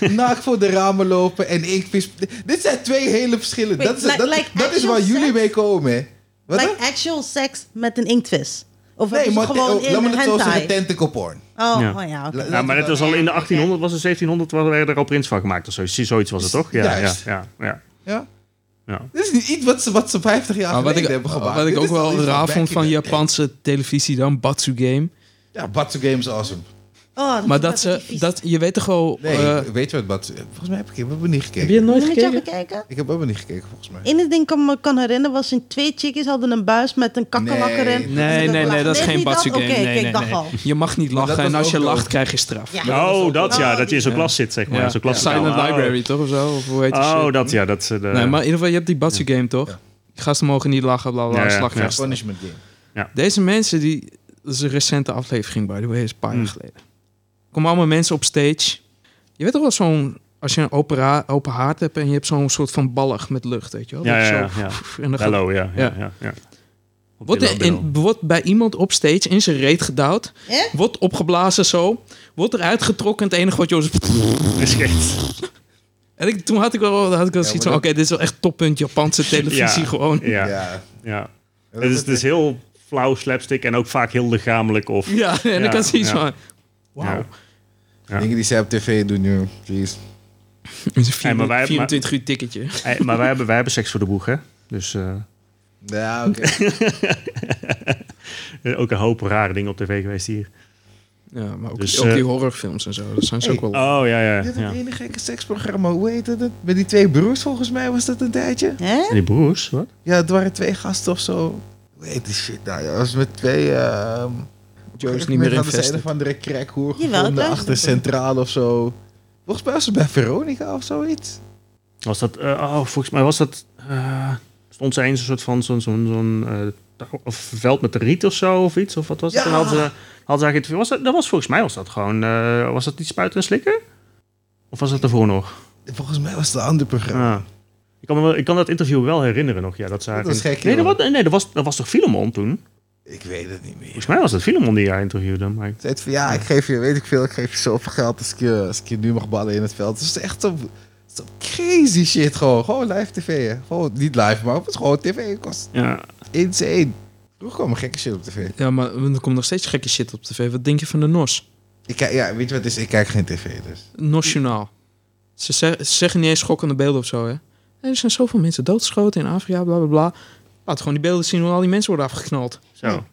[SPEAKER 2] eh, naakt voor de ramen lopen en inktvis. Dit zijn twee hele verschillen.
[SPEAKER 1] Wait,
[SPEAKER 2] dat is,
[SPEAKER 1] like-
[SPEAKER 2] dat,
[SPEAKER 1] like
[SPEAKER 2] dat is waar
[SPEAKER 1] actual
[SPEAKER 2] jullie
[SPEAKER 1] sex?
[SPEAKER 2] mee komen, hè? Wat
[SPEAKER 1] like
[SPEAKER 2] dan?
[SPEAKER 1] actual sex met een inktvis? Of
[SPEAKER 2] Nee,
[SPEAKER 1] hebben ze
[SPEAKER 2] maar
[SPEAKER 1] gewoon
[SPEAKER 2] oh,
[SPEAKER 1] in
[SPEAKER 2] laat me het zo
[SPEAKER 1] hentai?
[SPEAKER 2] zeggen, tentacle porn.
[SPEAKER 1] Oh,
[SPEAKER 3] Ja.
[SPEAKER 1] oh ja, oké.
[SPEAKER 2] La-
[SPEAKER 3] Ja, maar dat was al in de
[SPEAKER 1] Ja, oké.
[SPEAKER 3] 1800, was het 1700, waar werden er al prints van gemaakt of zo. Zoiets was het toch? Ja, ja,
[SPEAKER 2] Juist.
[SPEAKER 3] ja. ja.
[SPEAKER 2] Ja?
[SPEAKER 3] Ja.
[SPEAKER 2] Dit is niet iets wat ze, wat ze 50 jaar
[SPEAKER 4] Maar wat
[SPEAKER 2] geleden
[SPEAKER 4] ik,
[SPEAKER 2] hebben gemaakt.
[SPEAKER 4] wat ik
[SPEAKER 2] Dit
[SPEAKER 4] ook
[SPEAKER 2] is al
[SPEAKER 4] wel
[SPEAKER 2] iets
[SPEAKER 4] raar
[SPEAKER 2] back
[SPEAKER 4] vond
[SPEAKER 2] in
[SPEAKER 4] van
[SPEAKER 2] the-
[SPEAKER 4] Japanse televisie dan, Batsu Game.
[SPEAKER 2] Ja, Batsu Game is awesome.
[SPEAKER 1] Oh,
[SPEAKER 4] Maar dat ze, dat, je weet toch wel...
[SPEAKER 2] Nee,
[SPEAKER 4] eh,
[SPEAKER 2] weet je wat Batsu... Volgens mij heb ik, ik heb ook niet gekeken.
[SPEAKER 4] heb je het nooit
[SPEAKER 1] Moet je
[SPEAKER 4] gekeken?
[SPEAKER 1] bekijken?
[SPEAKER 2] Ik heb ook niet gekeken, volgens mij.
[SPEAKER 1] Eén ding ik me kan herinneren was een twee chickies hadden een buis met een Dus kakkelakker
[SPEAKER 2] Nee.
[SPEAKER 1] in.
[SPEAKER 4] Nee, nee, nee, dat is geen
[SPEAKER 1] Batsu
[SPEAKER 4] Batsu Game.
[SPEAKER 1] Oké,
[SPEAKER 4] Nee,
[SPEAKER 1] kijk,
[SPEAKER 4] nee,
[SPEAKER 1] dacht
[SPEAKER 4] nee.
[SPEAKER 1] al.
[SPEAKER 4] Je mag niet
[SPEAKER 2] Maar dat
[SPEAKER 4] lachen en
[SPEAKER 2] was
[SPEAKER 4] als je
[SPEAKER 2] ook
[SPEAKER 4] lacht
[SPEAKER 2] dood.
[SPEAKER 4] krijg je straf.
[SPEAKER 1] Ja.
[SPEAKER 3] Oh, dat ja, dat je in zo'n
[SPEAKER 1] Ja.
[SPEAKER 3] klas zit, zeg maar.
[SPEAKER 4] Ja.
[SPEAKER 3] Zo'n klas
[SPEAKER 4] Silent
[SPEAKER 3] oh.
[SPEAKER 4] Library, toch? Of zo? Of hoe heet die
[SPEAKER 3] Oh,
[SPEAKER 4] shit?
[SPEAKER 3] dat ja, dat ze de...
[SPEAKER 4] Nee, maar in ieder geval, je hebt die Batsu Game, toch?
[SPEAKER 2] Ja.
[SPEAKER 4] Die gasten mogen niet lachen, bla bla,
[SPEAKER 3] Ja,
[SPEAKER 4] bla,
[SPEAKER 3] ja,
[SPEAKER 4] slag
[SPEAKER 3] ja.
[SPEAKER 4] krijg je straf.
[SPEAKER 2] Punishment Game.
[SPEAKER 4] Deze mensen, die, dat is een recente aflevering, by the way, is een
[SPEAKER 3] Hmm.
[SPEAKER 4] paar jaar geleden. Komen allemaal mensen op stage. Je weet toch wel zo'n, als je een opera, open haard hebt en je hebt zo'n soort van ballig met lucht, weet je wel?
[SPEAKER 3] Ja,
[SPEAKER 4] Dat je
[SPEAKER 3] ja,
[SPEAKER 4] zo-
[SPEAKER 3] ja.
[SPEAKER 4] En dan gaat-
[SPEAKER 3] Hello, ja. ja,
[SPEAKER 4] Ja.
[SPEAKER 3] ja, ja.
[SPEAKER 4] Wordt, er in, wordt bij iemand op stage in zijn reet gedouwd,
[SPEAKER 1] Eh?
[SPEAKER 4] wordt opgeblazen zo, wordt eruit getrokken. Het enige wat je hoort is-
[SPEAKER 3] Scheet.
[SPEAKER 4] En ik, toen had ik wel, had ik wel
[SPEAKER 2] Ja,
[SPEAKER 4] zoiets
[SPEAKER 2] maar
[SPEAKER 4] van,
[SPEAKER 2] dat-
[SPEAKER 4] oké, dit is wel echt toppunt Japanse televisie
[SPEAKER 3] Ja.
[SPEAKER 4] gewoon.
[SPEAKER 2] Ja.
[SPEAKER 3] Ja, ja. Het is, het is heel flauw slapstick en ook vaak heel lichamelijk of...
[SPEAKER 4] Ja, en
[SPEAKER 3] Ja,
[SPEAKER 4] ik had zoiets
[SPEAKER 3] ja.
[SPEAKER 4] van, wauw.
[SPEAKER 3] Ja.
[SPEAKER 2] Dingen die zij op tv doen, joh. Jeez.
[SPEAKER 4] Het is een vier-
[SPEAKER 3] Ja, maar wij hebben-
[SPEAKER 4] 24 uur ticketje.
[SPEAKER 3] Hey, Eh, maar wij hebben, wij hebben seks voor de boeg, hè? Dus eh,
[SPEAKER 2] Ja, oké.
[SPEAKER 3] ook een hoop rare dingen op tv geweest hier.
[SPEAKER 4] Ja, maar ook,
[SPEAKER 3] Dus,
[SPEAKER 4] ook
[SPEAKER 3] eh,
[SPEAKER 4] die horrorfilms en zo. Dat zijn ze
[SPEAKER 2] Hey,
[SPEAKER 4] ook wel...
[SPEAKER 3] Oh, ja, ja.
[SPEAKER 2] Dit is
[SPEAKER 3] ja.
[SPEAKER 2] een hele gekke seksprogramma. Hoe heette dat? Met die twee broers volgens mij was dat een tijdje.
[SPEAKER 1] Hè?
[SPEAKER 3] En die broers, wat?
[SPEAKER 2] Ja, het waren twee gasten of zo. Hoe heet die shit nou? Ja, dat was met twee... ehm,
[SPEAKER 4] Joe is niet meer
[SPEAKER 2] Hadden ze een
[SPEAKER 4] invested.
[SPEAKER 2] of andere crackhoer
[SPEAKER 1] Jawel, ik
[SPEAKER 2] gevonden
[SPEAKER 1] luister
[SPEAKER 2] achter
[SPEAKER 1] het.
[SPEAKER 2] Centraal of zo. Volgens mij was het bij Veronica of zoiets.
[SPEAKER 3] Was dat, eh, oh, volgens mij was dat, eh, stond ze eens een soort van zo'n zo'n zo'n, eh, dag- of veld met riet of zo of iets? Of wat was
[SPEAKER 2] Ja.
[SPEAKER 3] het? En hadden ze, hadden ze eigenlijk het, was dat, dat was volgens mij was dat gewoon, eh, was dat die spuiten en slikken? Of was dat daarvoor nog?
[SPEAKER 2] Volgens mij was het een ander programma.
[SPEAKER 3] Ja. Ik, kan me wel, ik kan dat interview wel herinneren nog, ja. Dat, ze
[SPEAKER 2] Dat
[SPEAKER 3] haar
[SPEAKER 2] was
[SPEAKER 3] in-
[SPEAKER 2] gek,
[SPEAKER 3] Nee, dat
[SPEAKER 2] joh.
[SPEAKER 3] was, nee dat, was, dat was toch Filemon toen?
[SPEAKER 2] Ik weet het niet meer.
[SPEAKER 3] Volgens mij was dat Filemon die jij interviewde. Maar ik-
[SPEAKER 2] Zei het van ja, ik geef je, weet ik veel, ik geef je zoveel geld als ik je, als ik je nu mag ballen in het veld. Dus het is echt zo, zo crazy shit gewoon. Gewoon live tv. hè. Gewoon niet live, maar het is gewoon tv. Het kost
[SPEAKER 3] ja,
[SPEAKER 2] insane. Vroeger kwam er gekke shit op tv.
[SPEAKER 4] Ja, maar er komt nog steeds gekke shit op tv. Wat denk je van de NOS?
[SPEAKER 2] Ik kijk, ja, weet je wat het is? Ik kijk geen tv dus.
[SPEAKER 4] NOS Journaal. Ze, ze- ze zeggen niet eens schokkende beelden of zo, hè? Nee, Er zijn zoveel mensen doodgeschoten in Afrika, bla bla bla. Laat gewoon die beelden zien hoe al die mensen worden afgeknald.
[SPEAKER 3] zo.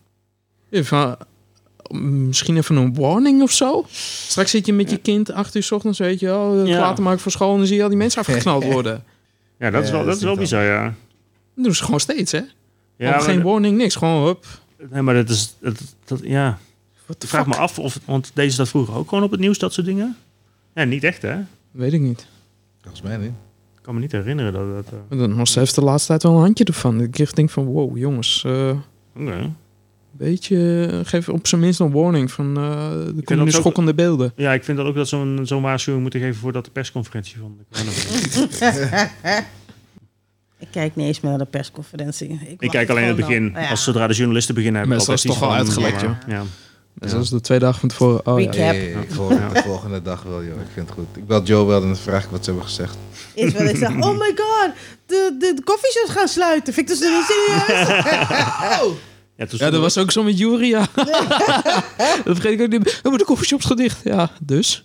[SPEAKER 4] Even, eh, misschien even een warning of zo. Straks zit je met je kind acht uur 's ochtends, weet je wel,
[SPEAKER 3] Ja.
[SPEAKER 4] klaar te maken voor school en dan zie je al die mensen afgeknald worden.
[SPEAKER 3] Ja, dat is
[SPEAKER 2] Ja,
[SPEAKER 3] wel,
[SPEAKER 2] dat
[SPEAKER 3] dat is wel
[SPEAKER 2] is niet
[SPEAKER 3] bizar, ja.
[SPEAKER 4] Dat doen ze gewoon steeds, hè?
[SPEAKER 3] Ja,
[SPEAKER 4] Gewoon
[SPEAKER 3] maar
[SPEAKER 4] geen
[SPEAKER 3] dat-
[SPEAKER 4] warning, niks. Gewoon, hup.
[SPEAKER 3] nee, maar dat is, dat, dat, ja.
[SPEAKER 4] What the
[SPEAKER 3] Ik vraag
[SPEAKER 4] fuck?
[SPEAKER 3] me af, of, want deze dat vroeger ook gewoon op het nieuws, dat soort dingen? Ja, niet echt, hè?
[SPEAKER 4] Weet ik niet.
[SPEAKER 2] Volgens mij niet.
[SPEAKER 3] Ik kan me niet herinneren dat dat... eh,
[SPEAKER 4] De NOS heeft de laatste tijd wel een handje ervan. Ik echt denk van, wow, jongens... eh,
[SPEAKER 3] oké.
[SPEAKER 4] beetje, eh, geef op zijn minst een warning van eh er komen nu
[SPEAKER 3] dat ook-
[SPEAKER 4] schokkende beelden.
[SPEAKER 3] Ja, ik vind dat ook dat zo'n zo'n waarschuwing moeten geven voordat de persconferentie van de coronavirus.
[SPEAKER 1] Ik kijk niet eens meer naar de persconferentie. wacht
[SPEAKER 3] ik kijk alleen het
[SPEAKER 1] gewoon
[SPEAKER 3] begin.
[SPEAKER 1] af. Ja.
[SPEAKER 3] Als zodra de journalisten beginnen, heb ik
[SPEAKER 4] Meestal
[SPEAKER 3] altijd
[SPEAKER 4] is het
[SPEAKER 3] iets
[SPEAKER 4] toch
[SPEAKER 3] van,
[SPEAKER 4] al uitgelekt,
[SPEAKER 3] maar- Ja.
[SPEAKER 4] Dus dat is de twee dagen van tevoren. Oh, ja.
[SPEAKER 1] Recap.
[SPEAKER 2] Nee, ik hoor het de volgende dag wel, joh. Ik vind het goed. Ik bel Joe wel en dan vraag ik wat ze hebben gezegd.
[SPEAKER 1] Is wel ik zeg, oh my god, de, de, de koffieshops gaan sluiten. Vind ik dus niet serieus?
[SPEAKER 3] Oh! Ja, toen
[SPEAKER 4] ja, dat was ook zo met Juria. dat vergeet ik ook niet. Oh, maar de koffieshops gedicht. Ja, dus.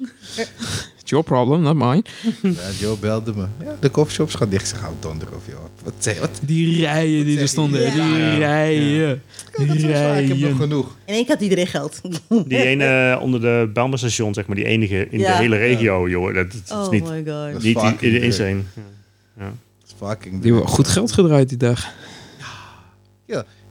[SPEAKER 4] It's your problem, not mine.
[SPEAKER 2] Ja, Joe belde me. Ja, de coffeeshops gaan dicht. Ze gaan donder of joh. Wat zei wat?
[SPEAKER 4] Die rijen die er stonden.
[SPEAKER 1] Ja.
[SPEAKER 4] Die
[SPEAKER 3] Ja.
[SPEAKER 4] rijen.
[SPEAKER 2] Ja, dat
[SPEAKER 4] Die
[SPEAKER 2] was waar. Ik heb nog
[SPEAKER 4] rijen.
[SPEAKER 2] genoeg.
[SPEAKER 1] In één keer had iedereen geld.
[SPEAKER 3] Die ene eh, onder de Belmerstation, zeg maar, die enige in
[SPEAKER 1] Ja.
[SPEAKER 3] de hele regio, joh. Dat, dat is
[SPEAKER 1] Oh
[SPEAKER 3] niet,
[SPEAKER 1] my god.
[SPEAKER 2] Dat is
[SPEAKER 3] niet
[SPEAKER 2] fucking
[SPEAKER 3] i- insane.
[SPEAKER 2] Dat is fucking
[SPEAKER 4] Die hebben goed geld gedraaid die dag.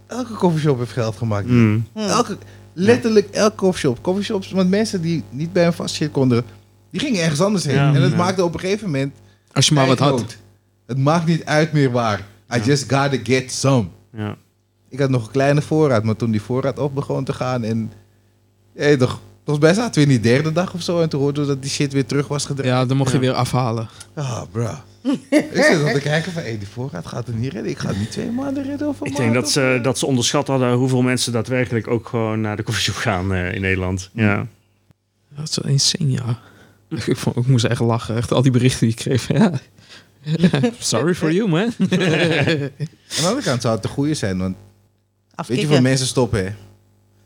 [SPEAKER 2] Elke coffeeshop heeft geld gemaakt.
[SPEAKER 3] Mm.
[SPEAKER 2] Elke, letterlijk elke coffeeshop. Coffeeshops, want mensen die niet bij een vast shit konden, die gingen ergens anders heen.
[SPEAKER 3] Ja.
[SPEAKER 2] en het
[SPEAKER 3] Ja.
[SPEAKER 2] maakte op een gegeven moment...
[SPEAKER 4] Als je maar wat had.
[SPEAKER 2] tijdnood. Het maakt niet uit meer waar. I just gotta get some.
[SPEAKER 3] Ja.
[SPEAKER 2] Ik had nog een kleine voorraad, maar toen die voorraad op begon te gaan en... Hey, toch, volgens mij zaten we in die derde dag of zo en toen hoorden we dat die shit weer terug was gedraaid.
[SPEAKER 4] Ja, dan mocht je weer afhalen.
[SPEAKER 2] Ah, bro. ik zit al te kijken van, hey, die voorraad gaat er niet redden. Ik ga het niet twee maanden redden of een
[SPEAKER 3] Ik denk
[SPEAKER 2] maand
[SPEAKER 3] dat
[SPEAKER 2] of-
[SPEAKER 1] eh,
[SPEAKER 3] ze, dat ze onderschat hadden hoeveel mensen daadwerkelijk ook gewoon naar de koffieshop gaan eh, in Nederland.
[SPEAKER 1] Hmm.
[SPEAKER 3] Ja.
[SPEAKER 4] Dat is wel insane, ja. Ik, vond, ik moest echt lachen. Echt al die berichten die ik kreeg. Ja. Sorry for you, man.
[SPEAKER 2] Aan de andere kant zou het de goede zijn, want Weet je
[SPEAKER 1] Afkicken.
[SPEAKER 2] hoeveel mensen stoppen, hè?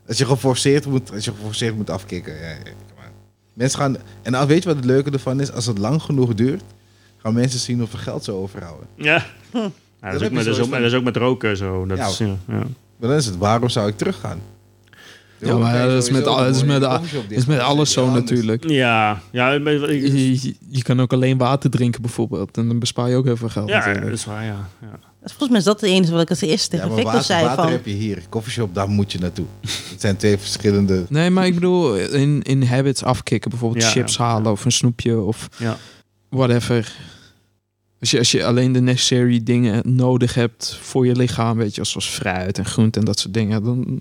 [SPEAKER 2] Als je geforceerd moet, als je geforceerd moet afkicken. Ja, ja, come on. mensen gaan, en dan weet je wat het leuke ervan is? Als het lang genoeg duurt, gaan mensen zien of ze geld zo overhouden.
[SPEAKER 3] Ja. Ja,
[SPEAKER 2] Hm. heb
[SPEAKER 3] dat, is
[SPEAKER 2] je
[SPEAKER 3] ook met, dat, is
[SPEAKER 2] sowieso.
[SPEAKER 3] ook, dat is ook met roken zo. Dat
[SPEAKER 2] Ja.
[SPEAKER 3] Is, ja, ja.
[SPEAKER 2] Maar dan is het, waarom zou ik teruggaan?
[SPEAKER 4] Ja, maar
[SPEAKER 2] dan kan je
[SPEAKER 4] dat is met
[SPEAKER 2] sowieso
[SPEAKER 4] al- dat is
[SPEAKER 2] gewoon je
[SPEAKER 4] met al-
[SPEAKER 2] coffeeshop
[SPEAKER 4] is met
[SPEAKER 2] dicht-
[SPEAKER 4] alles zo
[SPEAKER 2] Ja, anders.
[SPEAKER 4] natuurlijk.
[SPEAKER 3] ja, ja, ik ben- ik-
[SPEAKER 4] Je, je- je kan ook alleen water drinken bijvoorbeeld. En dan bespaar je ook heel veel geld.
[SPEAKER 3] ja, ja,
[SPEAKER 2] eh,
[SPEAKER 3] dat
[SPEAKER 4] natuurlijk.
[SPEAKER 3] is waar, ja. ja.
[SPEAKER 1] Volgens mij is dat het enige wat ik als eerste
[SPEAKER 2] Ja,
[SPEAKER 1] tegen
[SPEAKER 2] maar
[SPEAKER 1] Victor
[SPEAKER 2] water,
[SPEAKER 1] zei.
[SPEAKER 2] water
[SPEAKER 1] Van,
[SPEAKER 2] heb je hier. Coffeeshop, daar moet je naartoe. Het zijn twee verschillende...
[SPEAKER 4] Nee, maar ik bedoel, in, in habits afkicken. Bijvoorbeeld
[SPEAKER 3] Ja,
[SPEAKER 4] chips
[SPEAKER 3] ja.
[SPEAKER 4] halen of een snoepje of
[SPEAKER 3] Ja.
[SPEAKER 4] whatever. Als je, als je alleen de necessary dingen nodig hebt voor je lichaam, weet je, zoals fruit en groente en dat soort dingen, dan,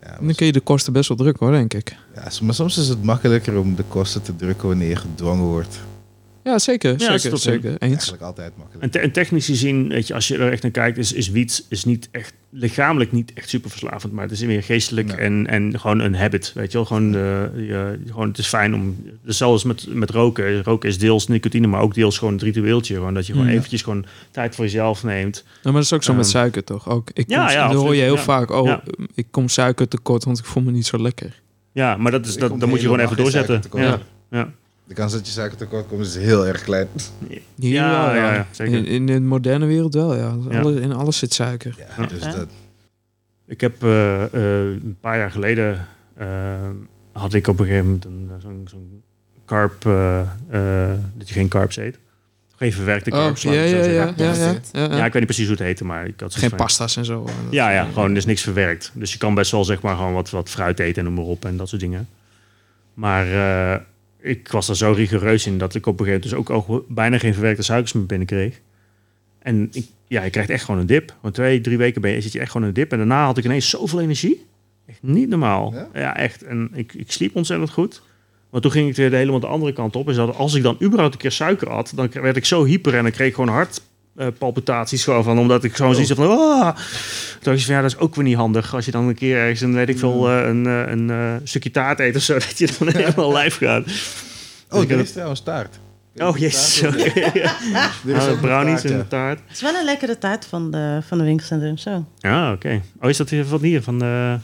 [SPEAKER 2] Ja, maar,
[SPEAKER 4] dan kun je de kosten best wel druk hoor, denk ik.
[SPEAKER 2] ja, maar soms is het makkelijker om de kosten te drukken wanneer je gedwongen wordt.
[SPEAKER 4] Ja, zeker.
[SPEAKER 3] dat is
[SPEAKER 4] zeker,
[SPEAKER 3] tot-
[SPEAKER 4] zeker. Eens.
[SPEAKER 2] Eigenlijk altijd makkelijker.
[SPEAKER 3] En, te- en technisch gezien, weet je, als je er echt naar kijkt, is, is wiet is niet echt lichamelijk niet echt super verslavend, maar het is meer geestelijk
[SPEAKER 2] Nee.
[SPEAKER 3] en, en gewoon een habit. Weet je wel, gewoon, de, je- gewoon het is fijn om. Dus zelfs met, met roken. Roken is deels nicotine, maar ook deels gewoon het ritueeltje. Gewoon dat je gewoon
[SPEAKER 4] Ja.
[SPEAKER 3] eventjes gewoon tijd voor jezelf neemt.
[SPEAKER 4] Ja, maar dat is ook zo met
[SPEAKER 3] Ehm,
[SPEAKER 4] suiker toch? Ook, ik
[SPEAKER 3] ja,
[SPEAKER 4] kom,
[SPEAKER 3] ja,
[SPEAKER 4] dan hoor
[SPEAKER 3] absoluut,
[SPEAKER 4] je heel
[SPEAKER 3] ja.
[SPEAKER 4] vaak, oh,
[SPEAKER 3] Ja.
[SPEAKER 4] ik kom suiker tekort, want ik voel me niet zo lekker.
[SPEAKER 3] Ja, maar dat is,
[SPEAKER 2] Ik
[SPEAKER 3] dus dat,
[SPEAKER 2] kom
[SPEAKER 3] dan moet je gewoon even
[SPEAKER 2] helemaal geen
[SPEAKER 3] doorzetten. Ja.
[SPEAKER 2] suikertekort.
[SPEAKER 3] Ja.
[SPEAKER 2] De kans dat je suikertekort komt is heel erg klein.
[SPEAKER 4] Hier
[SPEAKER 3] Ja,
[SPEAKER 4] wel,
[SPEAKER 3] ja, ja, zeker.
[SPEAKER 4] In, in de moderne wereld wel, ja.
[SPEAKER 3] Ja.
[SPEAKER 4] Alle- in alles zit suiker.
[SPEAKER 2] Ja, dus
[SPEAKER 1] Ja.
[SPEAKER 2] dat...
[SPEAKER 3] Ik heb eh, eh, een paar jaar geleden eh, had ik op een gegeven moment een- zo'n zo'n carp, eh, eh, dat je geen carps eet. Geen verwerkte
[SPEAKER 4] Oh,
[SPEAKER 3] carps.
[SPEAKER 4] ja,
[SPEAKER 3] laat
[SPEAKER 4] ja,
[SPEAKER 3] ik het zo
[SPEAKER 4] ja,
[SPEAKER 3] zeggen.
[SPEAKER 4] ja, ja, ja, ja.
[SPEAKER 3] Ja, ik weet niet precies hoe het heette, maar ik had zoiets
[SPEAKER 4] Geen
[SPEAKER 3] van-
[SPEAKER 4] pasta's en zo.
[SPEAKER 3] Ja, ja, gewoon er is niks verwerkt. Dus je kan best wel zeg maar gewoon wat, wat fruit eten en noem maar op en dat soort dingen. Maar eh, ik was er zo rigoureus in dat ik op een gegeven moment dus ook, al bijna geen verwerkte suikers meer binnenkreeg. En ik, ja, je krijgt echt gewoon een dip. Want twee, drie weken ben je, zit je echt gewoon in een dip. En daarna had ik ineens zoveel energie. Echt niet normaal.
[SPEAKER 2] Ja?
[SPEAKER 3] Ja, echt. En ik, ik sliep ontzettend goed. Maar toen ging ik weer de helemaal de andere kant op. Is dat als ik dan überhaupt een keer suiker had, dan werd ik zo hyper en dan kreeg ik gewoon hartpalpitaties gewoon van, omdat ik gewoon zoiets had van, "Ah." Toen dacht ik van, ja, dat is ook weer niet handig. Als je dan een keer ergens een, weet ik veel, eh, een, eh, een eh, stukje taart eet of zo, dat je dan helemaal lijf gaat.
[SPEAKER 2] Oh,
[SPEAKER 3] ik
[SPEAKER 2] er
[SPEAKER 3] heb-
[SPEAKER 2] is trouwens taart.
[SPEAKER 3] Oh, jezus.
[SPEAKER 2] Er
[SPEAKER 3] sorry. Ja,
[SPEAKER 2] is ook een
[SPEAKER 3] brownies
[SPEAKER 2] taart,
[SPEAKER 3] in
[SPEAKER 2] ja.
[SPEAKER 3] de taart.
[SPEAKER 1] Het is wel een lekkere taart van de, van de winkelcentrum zo.
[SPEAKER 3] Ja, oké. Oh, is dat hier van hier, van de,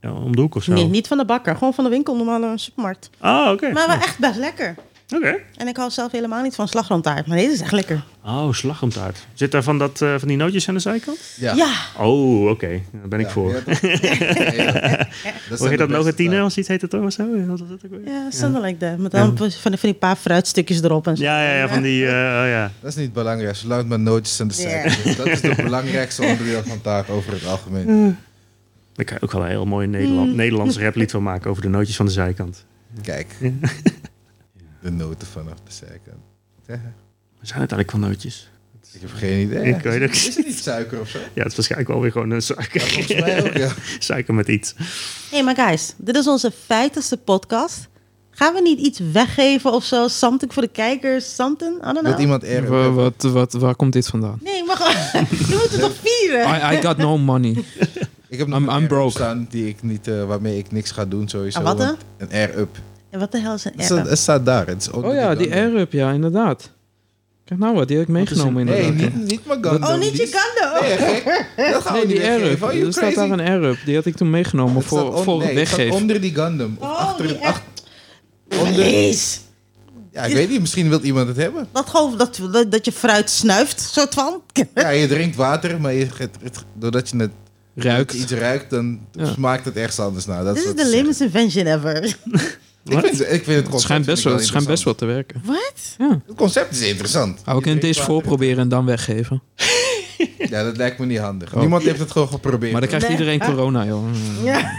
[SPEAKER 3] ja, om de hoek of zo?
[SPEAKER 1] Nee, niet van de bakker. Gewoon van de winkel, normale supermarkt.
[SPEAKER 3] Oh, oké.
[SPEAKER 1] Maar
[SPEAKER 3] Oh,
[SPEAKER 1] wel echt best lekker.
[SPEAKER 3] oké.
[SPEAKER 1] En ik hou zelf helemaal niet van slagroomtaart. Maar deze is echt lekker.
[SPEAKER 3] Oh, slagroomtaart. Zit daar van, dat, eh, van die nootjes aan de zijkant?
[SPEAKER 2] Ja.
[SPEAKER 1] Ja.
[SPEAKER 3] Oh, oké. Daar ben ik
[SPEAKER 2] Ja,
[SPEAKER 3] voor.
[SPEAKER 2] ja, toch? Ja, ja. zijn
[SPEAKER 3] Hoe
[SPEAKER 2] de
[SPEAKER 3] heet dat?
[SPEAKER 2] beste
[SPEAKER 3] Nogatine
[SPEAKER 2] taart.
[SPEAKER 3] of iets heet het toch? Of zo? Wat was dat ook weer?
[SPEAKER 1] Ja, something like that. Met dan van, die- van die paar fruitstukjes erop en zo.
[SPEAKER 3] Ja, ja, ja, van die... eh, oh, ja.
[SPEAKER 2] Dat is niet belangrijk, zolang het maar nootjes aan de
[SPEAKER 1] Ja.
[SPEAKER 2] zijkant is. Dat is het belangrijkste onderdeel van taart over het
[SPEAKER 3] Mm.
[SPEAKER 2] algemeen.
[SPEAKER 3] Daar kan je ook wel een heel mooi Nederland,
[SPEAKER 1] Mm.
[SPEAKER 3] Nederlands raplied van maken over de nootjes van de zijkant.
[SPEAKER 2] Kijk. De noten vanaf de zijkant.
[SPEAKER 3] Wat zijn het eigenlijk van nootjes?
[SPEAKER 2] Ik heb geen idee.
[SPEAKER 3] Ik weet ook
[SPEAKER 2] Is het niet suiker of zo?
[SPEAKER 3] Ja, het is waarschijnlijk wel weer gewoon een
[SPEAKER 2] Ja,
[SPEAKER 3] suiker,
[SPEAKER 2] volgens mij ook, ja.
[SPEAKER 3] suiker met iets.
[SPEAKER 1] Hé, maar guys, dit is onze vijftigste podcast. Gaan we niet iets weggeven of zo? Something voor de kijkers, something? I don't know.
[SPEAKER 2] Dat iemand
[SPEAKER 4] Wa-
[SPEAKER 2] erg.
[SPEAKER 4] Wat, wat, waar komt dit vandaan?
[SPEAKER 1] Nee, maar gewoon, we moeten toch vieren?
[SPEAKER 2] Ah.
[SPEAKER 4] I, I got no money. Oh
[SPEAKER 2] Ik heb nog
[SPEAKER 4] I'm-
[SPEAKER 2] een
[SPEAKER 4] I'm
[SPEAKER 2] air-up
[SPEAKER 4] broke.
[SPEAKER 2] staan die ik niet, eh, waarmee ik niks ga doen sowieso.
[SPEAKER 1] Ah, wat dan?
[SPEAKER 2] want Een air-up.
[SPEAKER 1] En wat de hel is een
[SPEAKER 2] Het staat-
[SPEAKER 1] air-up?
[SPEAKER 2] het staat daar. Het is onder
[SPEAKER 4] Oh ja,
[SPEAKER 2] de
[SPEAKER 4] die
[SPEAKER 2] gordel.
[SPEAKER 4] air-up, ja, inderdaad. Kijk nou wat, die heb ik meegenomen
[SPEAKER 3] een-
[SPEAKER 2] Nee,
[SPEAKER 4] inderdaad.
[SPEAKER 2] niet, niet Maganda.
[SPEAKER 1] Oh, niet je Gando!
[SPEAKER 2] Nee, gek. Dat gaan
[SPEAKER 4] Nee,
[SPEAKER 2] we
[SPEAKER 4] die
[SPEAKER 2] niet
[SPEAKER 4] air-up.
[SPEAKER 2] weggeven. Oh, you
[SPEAKER 4] Er staat daar
[SPEAKER 2] crazy.
[SPEAKER 4] een air-up. Die had ik toen meegenomen
[SPEAKER 2] Het staat
[SPEAKER 4] voor,
[SPEAKER 2] on-
[SPEAKER 4] voor
[SPEAKER 2] nee,
[SPEAKER 4] het
[SPEAKER 2] het staat
[SPEAKER 4] weggeven.
[SPEAKER 2] onder die Gundam. Of
[SPEAKER 1] Oh,
[SPEAKER 2] achter,
[SPEAKER 1] die
[SPEAKER 2] ach- onder,
[SPEAKER 1] Jeez.
[SPEAKER 2] ja, ik weet niet. Misschien wil iemand het hebben.
[SPEAKER 1] Dat gewoon, dat, dat, dat je fruit snuift, soort van.
[SPEAKER 2] Ja, je drinkt water, maar je, het, het- doordat je het
[SPEAKER 4] Ruikt.
[SPEAKER 2] iets ruikt, dan
[SPEAKER 4] Ja.
[SPEAKER 2] smaakt het ergens anders naar. Dat
[SPEAKER 1] Dit
[SPEAKER 2] wat
[SPEAKER 1] is
[SPEAKER 2] ze
[SPEAKER 1] de
[SPEAKER 2] zeggen.
[SPEAKER 1] lamest invention ever.
[SPEAKER 2] Ik vind, ik vind het concept
[SPEAKER 4] Het schijnt
[SPEAKER 2] vind
[SPEAKER 4] best wel,
[SPEAKER 2] ik
[SPEAKER 4] het schijnt best wel
[SPEAKER 2] interessant.
[SPEAKER 4] te werken.
[SPEAKER 1] Wat?
[SPEAKER 2] Het concept is interessant. Je
[SPEAKER 4] Ah, we kunnen het
[SPEAKER 2] drinkt
[SPEAKER 4] eerst voorproberen en dan weggeven.
[SPEAKER 2] water. Ja, dat lijkt me niet handig. Niemand heeft het gewoon geprobeerd.
[SPEAKER 4] Oh. Maar dan krijgt
[SPEAKER 1] Nee.
[SPEAKER 4] iedereen corona, joh.
[SPEAKER 1] Ja.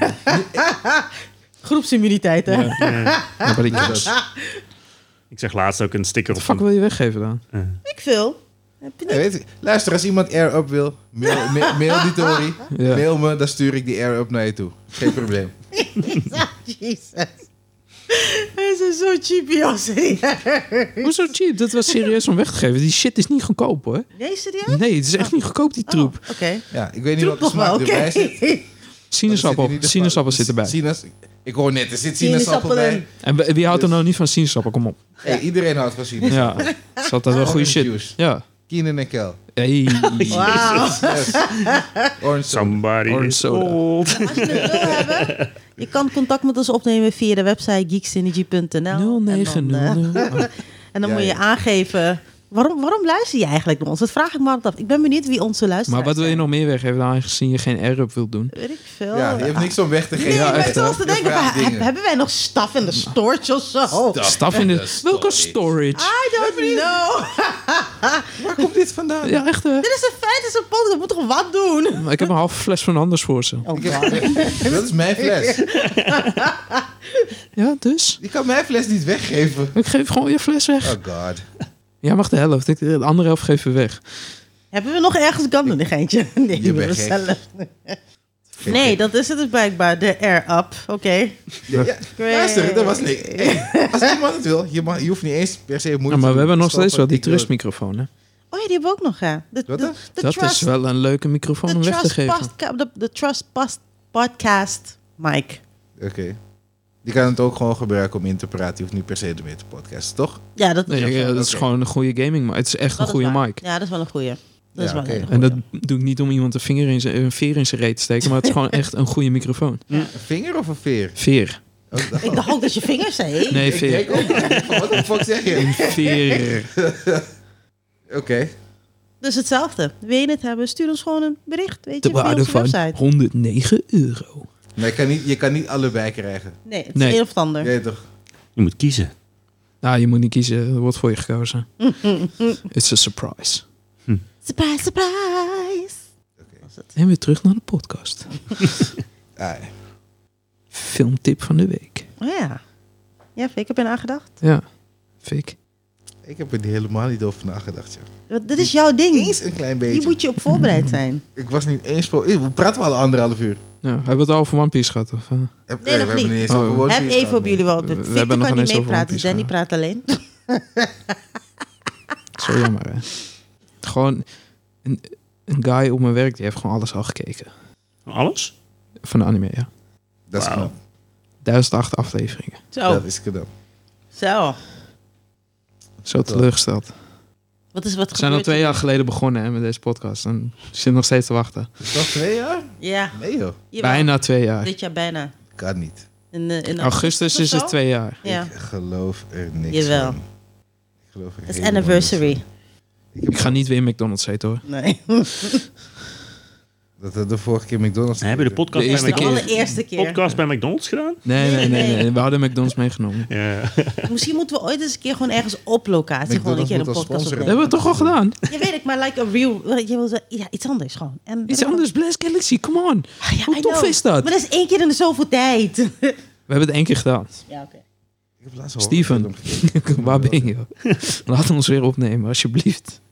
[SPEAKER 1] Groepsimmuniteit, hè?
[SPEAKER 4] Ja. Ja, maar die kids. Wat
[SPEAKER 3] Ik zag laatst ook een sticker
[SPEAKER 4] de
[SPEAKER 3] op
[SPEAKER 4] fuck
[SPEAKER 3] van...
[SPEAKER 4] wil je weggeven dan?
[SPEAKER 1] Ik veel. Heb je
[SPEAKER 2] Ja,
[SPEAKER 1] niet?
[SPEAKER 2] weet je, luister, als iemand air-up wil, mail, ma- mail die Tori.
[SPEAKER 4] Ja.
[SPEAKER 2] Mail me, dan stuur ik die air-up naar je toe. Geen probleem.
[SPEAKER 1] Ah, Jezus. Hij is zo cheapy als
[SPEAKER 4] Hoezo cheap? Dat was serieus om weg te geven. Die shit is niet goedkoop, hoor.
[SPEAKER 1] Nee, serieus?
[SPEAKER 4] Nee, het is echt niet goedkoop,
[SPEAKER 1] Oh.
[SPEAKER 4] die troep.
[SPEAKER 1] Oké.
[SPEAKER 2] Ja, ik weet niet
[SPEAKER 1] Troep
[SPEAKER 2] wat de
[SPEAKER 1] nog
[SPEAKER 2] Hm.
[SPEAKER 1] wel,
[SPEAKER 2] smaak
[SPEAKER 1] oké.
[SPEAKER 2] erbij zit. maar er zit in
[SPEAKER 4] Sinaasappel.
[SPEAKER 2] ieder geval-
[SPEAKER 4] Sinaasappel zit erbij.
[SPEAKER 2] Sinaas, ik hoor net, er zit sinaasappel
[SPEAKER 1] Sinaasappel
[SPEAKER 2] bij.
[SPEAKER 1] en-
[SPEAKER 4] En wie wie houdt er nou niet van sinaasappel? Kom op.
[SPEAKER 2] Hey, iedereen houdt van sinaasappel.
[SPEAKER 4] Ja, dat is altijd wel goede
[SPEAKER 2] Orange
[SPEAKER 4] shit.
[SPEAKER 2] juice.
[SPEAKER 4] Ja.
[SPEAKER 2] Keenan en Kel.
[SPEAKER 4] Hey.
[SPEAKER 1] Wauw.
[SPEAKER 2] Yes. Orange soda.
[SPEAKER 3] Somebody
[SPEAKER 4] Orange
[SPEAKER 3] is
[SPEAKER 4] soda.
[SPEAKER 3] old.
[SPEAKER 1] Als je het wil hebben, je kan contact met ons opnemen via de website geeksynergy.nl. En dan, eh,
[SPEAKER 4] 0900.
[SPEAKER 1] en dan
[SPEAKER 2] Ja,
[SPEAKER 1] moet je
[SPEAKER 2] ja.
[SPEAKER 1] aangeven... Waarom, waarom luister je eigenlijk naar ons? Dat vraag ik me altijd af. Ik ben benieuwd wie onze luisteraars
[SPEAKER 4] Maar wat wil je
[SPEAKER 1] zijn.
[SPEAKER 4] nog meer weggeven dan aangezien je geen air-up wilt doen?
[SPEAKER 1] Weet ik veel. Ah,
[SPEAKER 2] Ja, je hebt niks om weg te geven.
[SPEAKER 1] Nee,
[SPEAKER 4] Ja,
[SPEAKER 1] ik
[SPEAKER 4] echt,
[SPEAKER 1] ben zoals
[SPEAKER 2] hè?
[SPEAKER 1] te denken,
[SPEAKER 2] Je vraagt
[SPEAKER 1] van, heb-
[SPEAKER 2] dingen.
[SPEAKER 1] hebben wij nog staf in de storage of zo?
[SPEAKER 4] Staf in de...
[SPEAKER 2] story.
[SPEAKER 4] Welke storage?
[SPEAKER 1] I don't know.
[SPEAKER 2] Waar komt dit vandaan?
[SPEAKER 4] Ja, echt hè?
[SPEAKER 1] Dit is een feit, dit is een podcast, we moeten toch wat doen?
[SPEAKER 4] Maar Ik heb een halve fles van anders voor ze.
[SPEAKER 1] Oh god.
[SPEAKER 2] Dat is mijn fles.
[SPEAKER 4] Ja, dus?
[SPEAKER 2] Ik kan mijn fles niet weggeven.
[SPEAKER 4] Ik geef gewoon je fles weg.
[SPEAKER 2] Oh god.
[SPEAKER 4] Jij mag de helft. Ik, de andere helft geven we weg.
[SPEAKER 1] Hebben we nog ergens Gundam, een geintje? Nee, we
[SPEAKER 2] Je bent gek.
[SPEAKER 1] zelf. Nee, dat is het dus blijkbaar, de air up. Oké.
[SPEAKER 2] Ja, ja. Luister, dat was niks. Hey, als iemand het wil, je, mag, je hoeft niet eens per se moeite
[SPEAKER 4] Ja, maar we hebben nog
[SPEAKER 2] Stop
[SPEAKER 4] steeds wel
[SPEAKER 2] wat
[SPEAKER 4] die
[SPEAKER 2] ik wil.
[SPEAKER 4] trustmicrofoon. Hè?
[SPEAKER 1] Oh ja, die hebben we ook nog, ja. De,
[SPEAKER 2] Wat
[SPEAKER 1] de,
[SPEAKER 2] dan?
[SPEAKER 1] de
[SPEAKER 4] Dat
[SPEAKER 1] trust,
[SPEAKER 4] is wel een leuke microfoon
[SPEAKER 1] de
[SPEAKER 4] om weg te
[SPEAKER 1] trust
[SPEAKER 4] geven.
[SPEAKER 1] Podcast, de, de Trust Past Podcast Mike.
[SPEAKER 2] Oké. Je kan het ook gewoon gebruiken om in te praten. Je hoeft niet per se ermee te podcasten, toch?
[SPEAKER 1] Ja, dat,
[SPEAKER 4] Nee, ja, dat is
[SPEAKER 2] Oké.
[SPEAKER 4] gewoon een goede gaming, maar het is echt
[SPEAKER 1] dat
[SPEAKER 4] een
[SPEAKER 1] is
[SPEAKER 4] goede
[SPEAKER 1] waar.
[SPEAKER 4] mic.
[SPEAKER 1] Ja, dat is wel een goeie. Dat
[SPEAKER 2] Ja,
[SPEAKER 1] is wel
[SPEAKER 2] oké.
[SPEAKER 1] een hele
[SPEAKER 4] En dat
[SPEAKER 1] goeie.
[SPEAKER 4] doe ik niet om iemand een, vinger in zijn, een veer in zijn reet te steken, maar het is gewoon echt een goede microfoon.
[SPEAKER 2] Een vinger of een veer?
[SPEAKER 4] Veer.
[SPEAKER 2] Oh, dat-
[SPEAKER 1] Ik dacht ook dat je vingers zei.
[SPEAKER 4] Nee,
[SPEAKER 2] Ik denk
[SPEAKER 4] veer.
[SPEAKER 2] ook. Wat de fuck zeg je?
[SPEAKER 4] Een veer.
[SPEAKER 2] Oké.
[SPEAKER 1] Dus hetzelfde. Wil je het hebben, stuur ons gewoon een bericht. Weet je,
[SPEAKER 4] De
[SPEAKER 1] via
[SPEAKER 4] waarde
[SPEAKER 1] onze
[SPEAKER 4] van
[SPEAKER 1] website.
[SPEAKER 4] 109 euro.
[SPEAKER 2] Nee, je kan niet, je kan niet allebei krijgen.
[SPEAKER 1] Nee, het is
[SPEAKER 4] Nee.
[SPEAKER 1] een of het ander.
[SPEAKER 2] Nee, toch?
[SPEAKER 3] Je moet kiezen.
[SPEAKER 4] Nou, je moet niet kiezen. Er wordt voor je gekozen. It's a surprise.
[SPEAKER 1] Surprise, surprise.
[SPEAKER 2] Oké.
[SPEAKER 1] Was het.
[SPEAKER 4] En weer terug naar de podcast.
[SPEAKER 2] Ah, ja.
[SPEAKER 4] Filmtip van de week.
[SPEAKER 1] Oh ja. Ja, Fik, heb je aan gedacht?
[SPEAKER 4] Ja, Fik.
[SPEAKER 2] ik heb er helemaal niet over nagedacht, joh.
[SPEAKER 1] Want Dit is jouw ding.
[SPEAKER 2] Eens een klein
[SPEAKER 1] Hier
[SPEAKER 2] beetje.
[SPEAKER 1] moet je op voorbereid zijn.
[SPEAKER 2] Ik was niet eens... pro- Eh, We praten wel al anderhalf uur.
[SPEAKER 4] Ja, hebben we het al over One Piece gehad? Of, eh?
[SPEAKER 2] Heb,
[SPEAKER 1] Nee,
[SPEAKER 2] eh,
[SPEAKER 1] nog
[SPEAKER 2] we hebben
[SPEAKER 1] niet.
[SPEAKER 2] niet eens over
[SPEAKER 4] Oh.
[SPEAKER 2] woordjes
[SPEAKER 1] Heb
[SPEAKER 2] gehad,
[SPEAKER 1] even op
[SPEAKER 2] nee.
[SPEAKER 1] jullie wel.
[SPEAKER 4] We- we
[SPEAKER 1] Victor
[SPEAKER 4] hebben nog
[SPEAKER 1] kan
[SPEAKER 4] ineens
[SPEAKER 1] niet
[SPEAKER 4] over
[SPEAKER 1] meepraten, dus Danny
[SPEAKER 4] One Piece
[SPEAKER 1] praat alleen.
[SPEAKER 4] Zo jammer, hè? Gewoon een, een guy op mijn werk, die heeft gewoon alles al gekeken.
[SPEAKER 3] Alles?
[SPEAKER 4] Van de anime, ja.
[SPEAKER 2] Dat is
[SPEAKER 3] Wauw.
[SPEAKER 2] knap.
[SPEAKER 4] 1008 afleveringen.
[SPEAKER 1] Zo,
[SPEAKER 2] Dat is knap.
[SPEAKER 1] zo.
[SPEAKER 4] Zo teleurgesteld.
[SPEAKER 1] Wat is wat
[SPEAKER 4] We zijn al
[SPEAKER 1] gebeurd?
[SPEAKER 4] twee jaar geleden begonnen hè, met deze podcast. En we zitten nog steeds te wachten.
[SPEAKER 2] Is dat twee jaar?
[SPEAKER 1] Ja,
[SPEAKER 2] Nee, joh.
[SPEAKER 1] jawel.
[SPEAKER 4] Bijna twee jaar.
[SPEAKER 1] Dit jaar bijna.
[SPEAKER 2] Kan niet.
[SPEAKER 1] In, eh, in
[SPEAKER 4] Augustus is
[SPEAKER 1] of
[SPEAKER 4] het
[SPEAKER 1] zo?
[SPEAKER 4] twee jaar.
[SPEAKER 1] Ja,
[SPEAKER 2] Ik geloof er niks
[SPEAKER 1] Jawel.
[SPEAKER 2] van. Ik geloof er
[SPEAKER 1] het is
[SPEAKER 2] helemaal niks
[SPEAKER 1] anniversary.
[SPEAKER 2] van.
[SPEAKER 4] Ik ga niet weer McDonald's eten hoor.
[SPEAKER 1] Nee.
[SPEAKER 2] Dat we de vorige keer McDonald's...
[SPEAKER 3] Dan hebben we de
[SPEAKER 2] gegeten.
[SPEAKER 3] podcast,
[SPEAKER 4] De eerste
[SPEAKER 3] bij,
[SPEAKER 1] De
[SPEAKER 4] keer.
[SPEAKER 3] McDonald's,
[SPEAKER 1] allereerste keer.
[SPEAKER 3] podcast bij McDonald's gedaan?
[SPEAKER 4] Nee, nee, nee. nee. We hadden McDonald's meegenomen.
[SPEAKER 3] Ja.
[SPEAKER 1] Misschien moeten we ooit eens een keer gewoon ergens op locatie gewoon een
[SPEAKER 2] McDonald's
[SPEAKER 1] keer een
[SPEAKER 2] moet als
[SPEAKER 1] podcast
[SPEAKER 2] sponsor
[SPEAKER 1] opnemen.
[SPEAKER 4] Dat hebben we toch al gedaan?
[SPEAKER 1] Ja, weet ik, maar like a real... Je wil zo- ja, iets anders gewoon. En,
[SPEAKER 4] Iets anders. Blast Galaxy, come on.
[SPEAKER 1] Ah, ja,
[SPEAKER 4] Hoe
[SPEAKER 1] I
[SPEAKER 4] tof
[SPEAKER 1] know.
[SPEAKER 4] is dat?
[SPEAKER 1] Maar dat is één keer in de zoveel tijd.
[SPEAKER 4] We hebben het één keer gedaan.
[SPEAKER 1] ja, oké.
[SPEAKER 2] Ik heb laatst
[SPEAKER 4] Steven.
[SPEAKER 2] horrorfilm gekeken.
[SPEAKER 4] Waar ben je? Laat ons weer opnemen, alsjeblieft.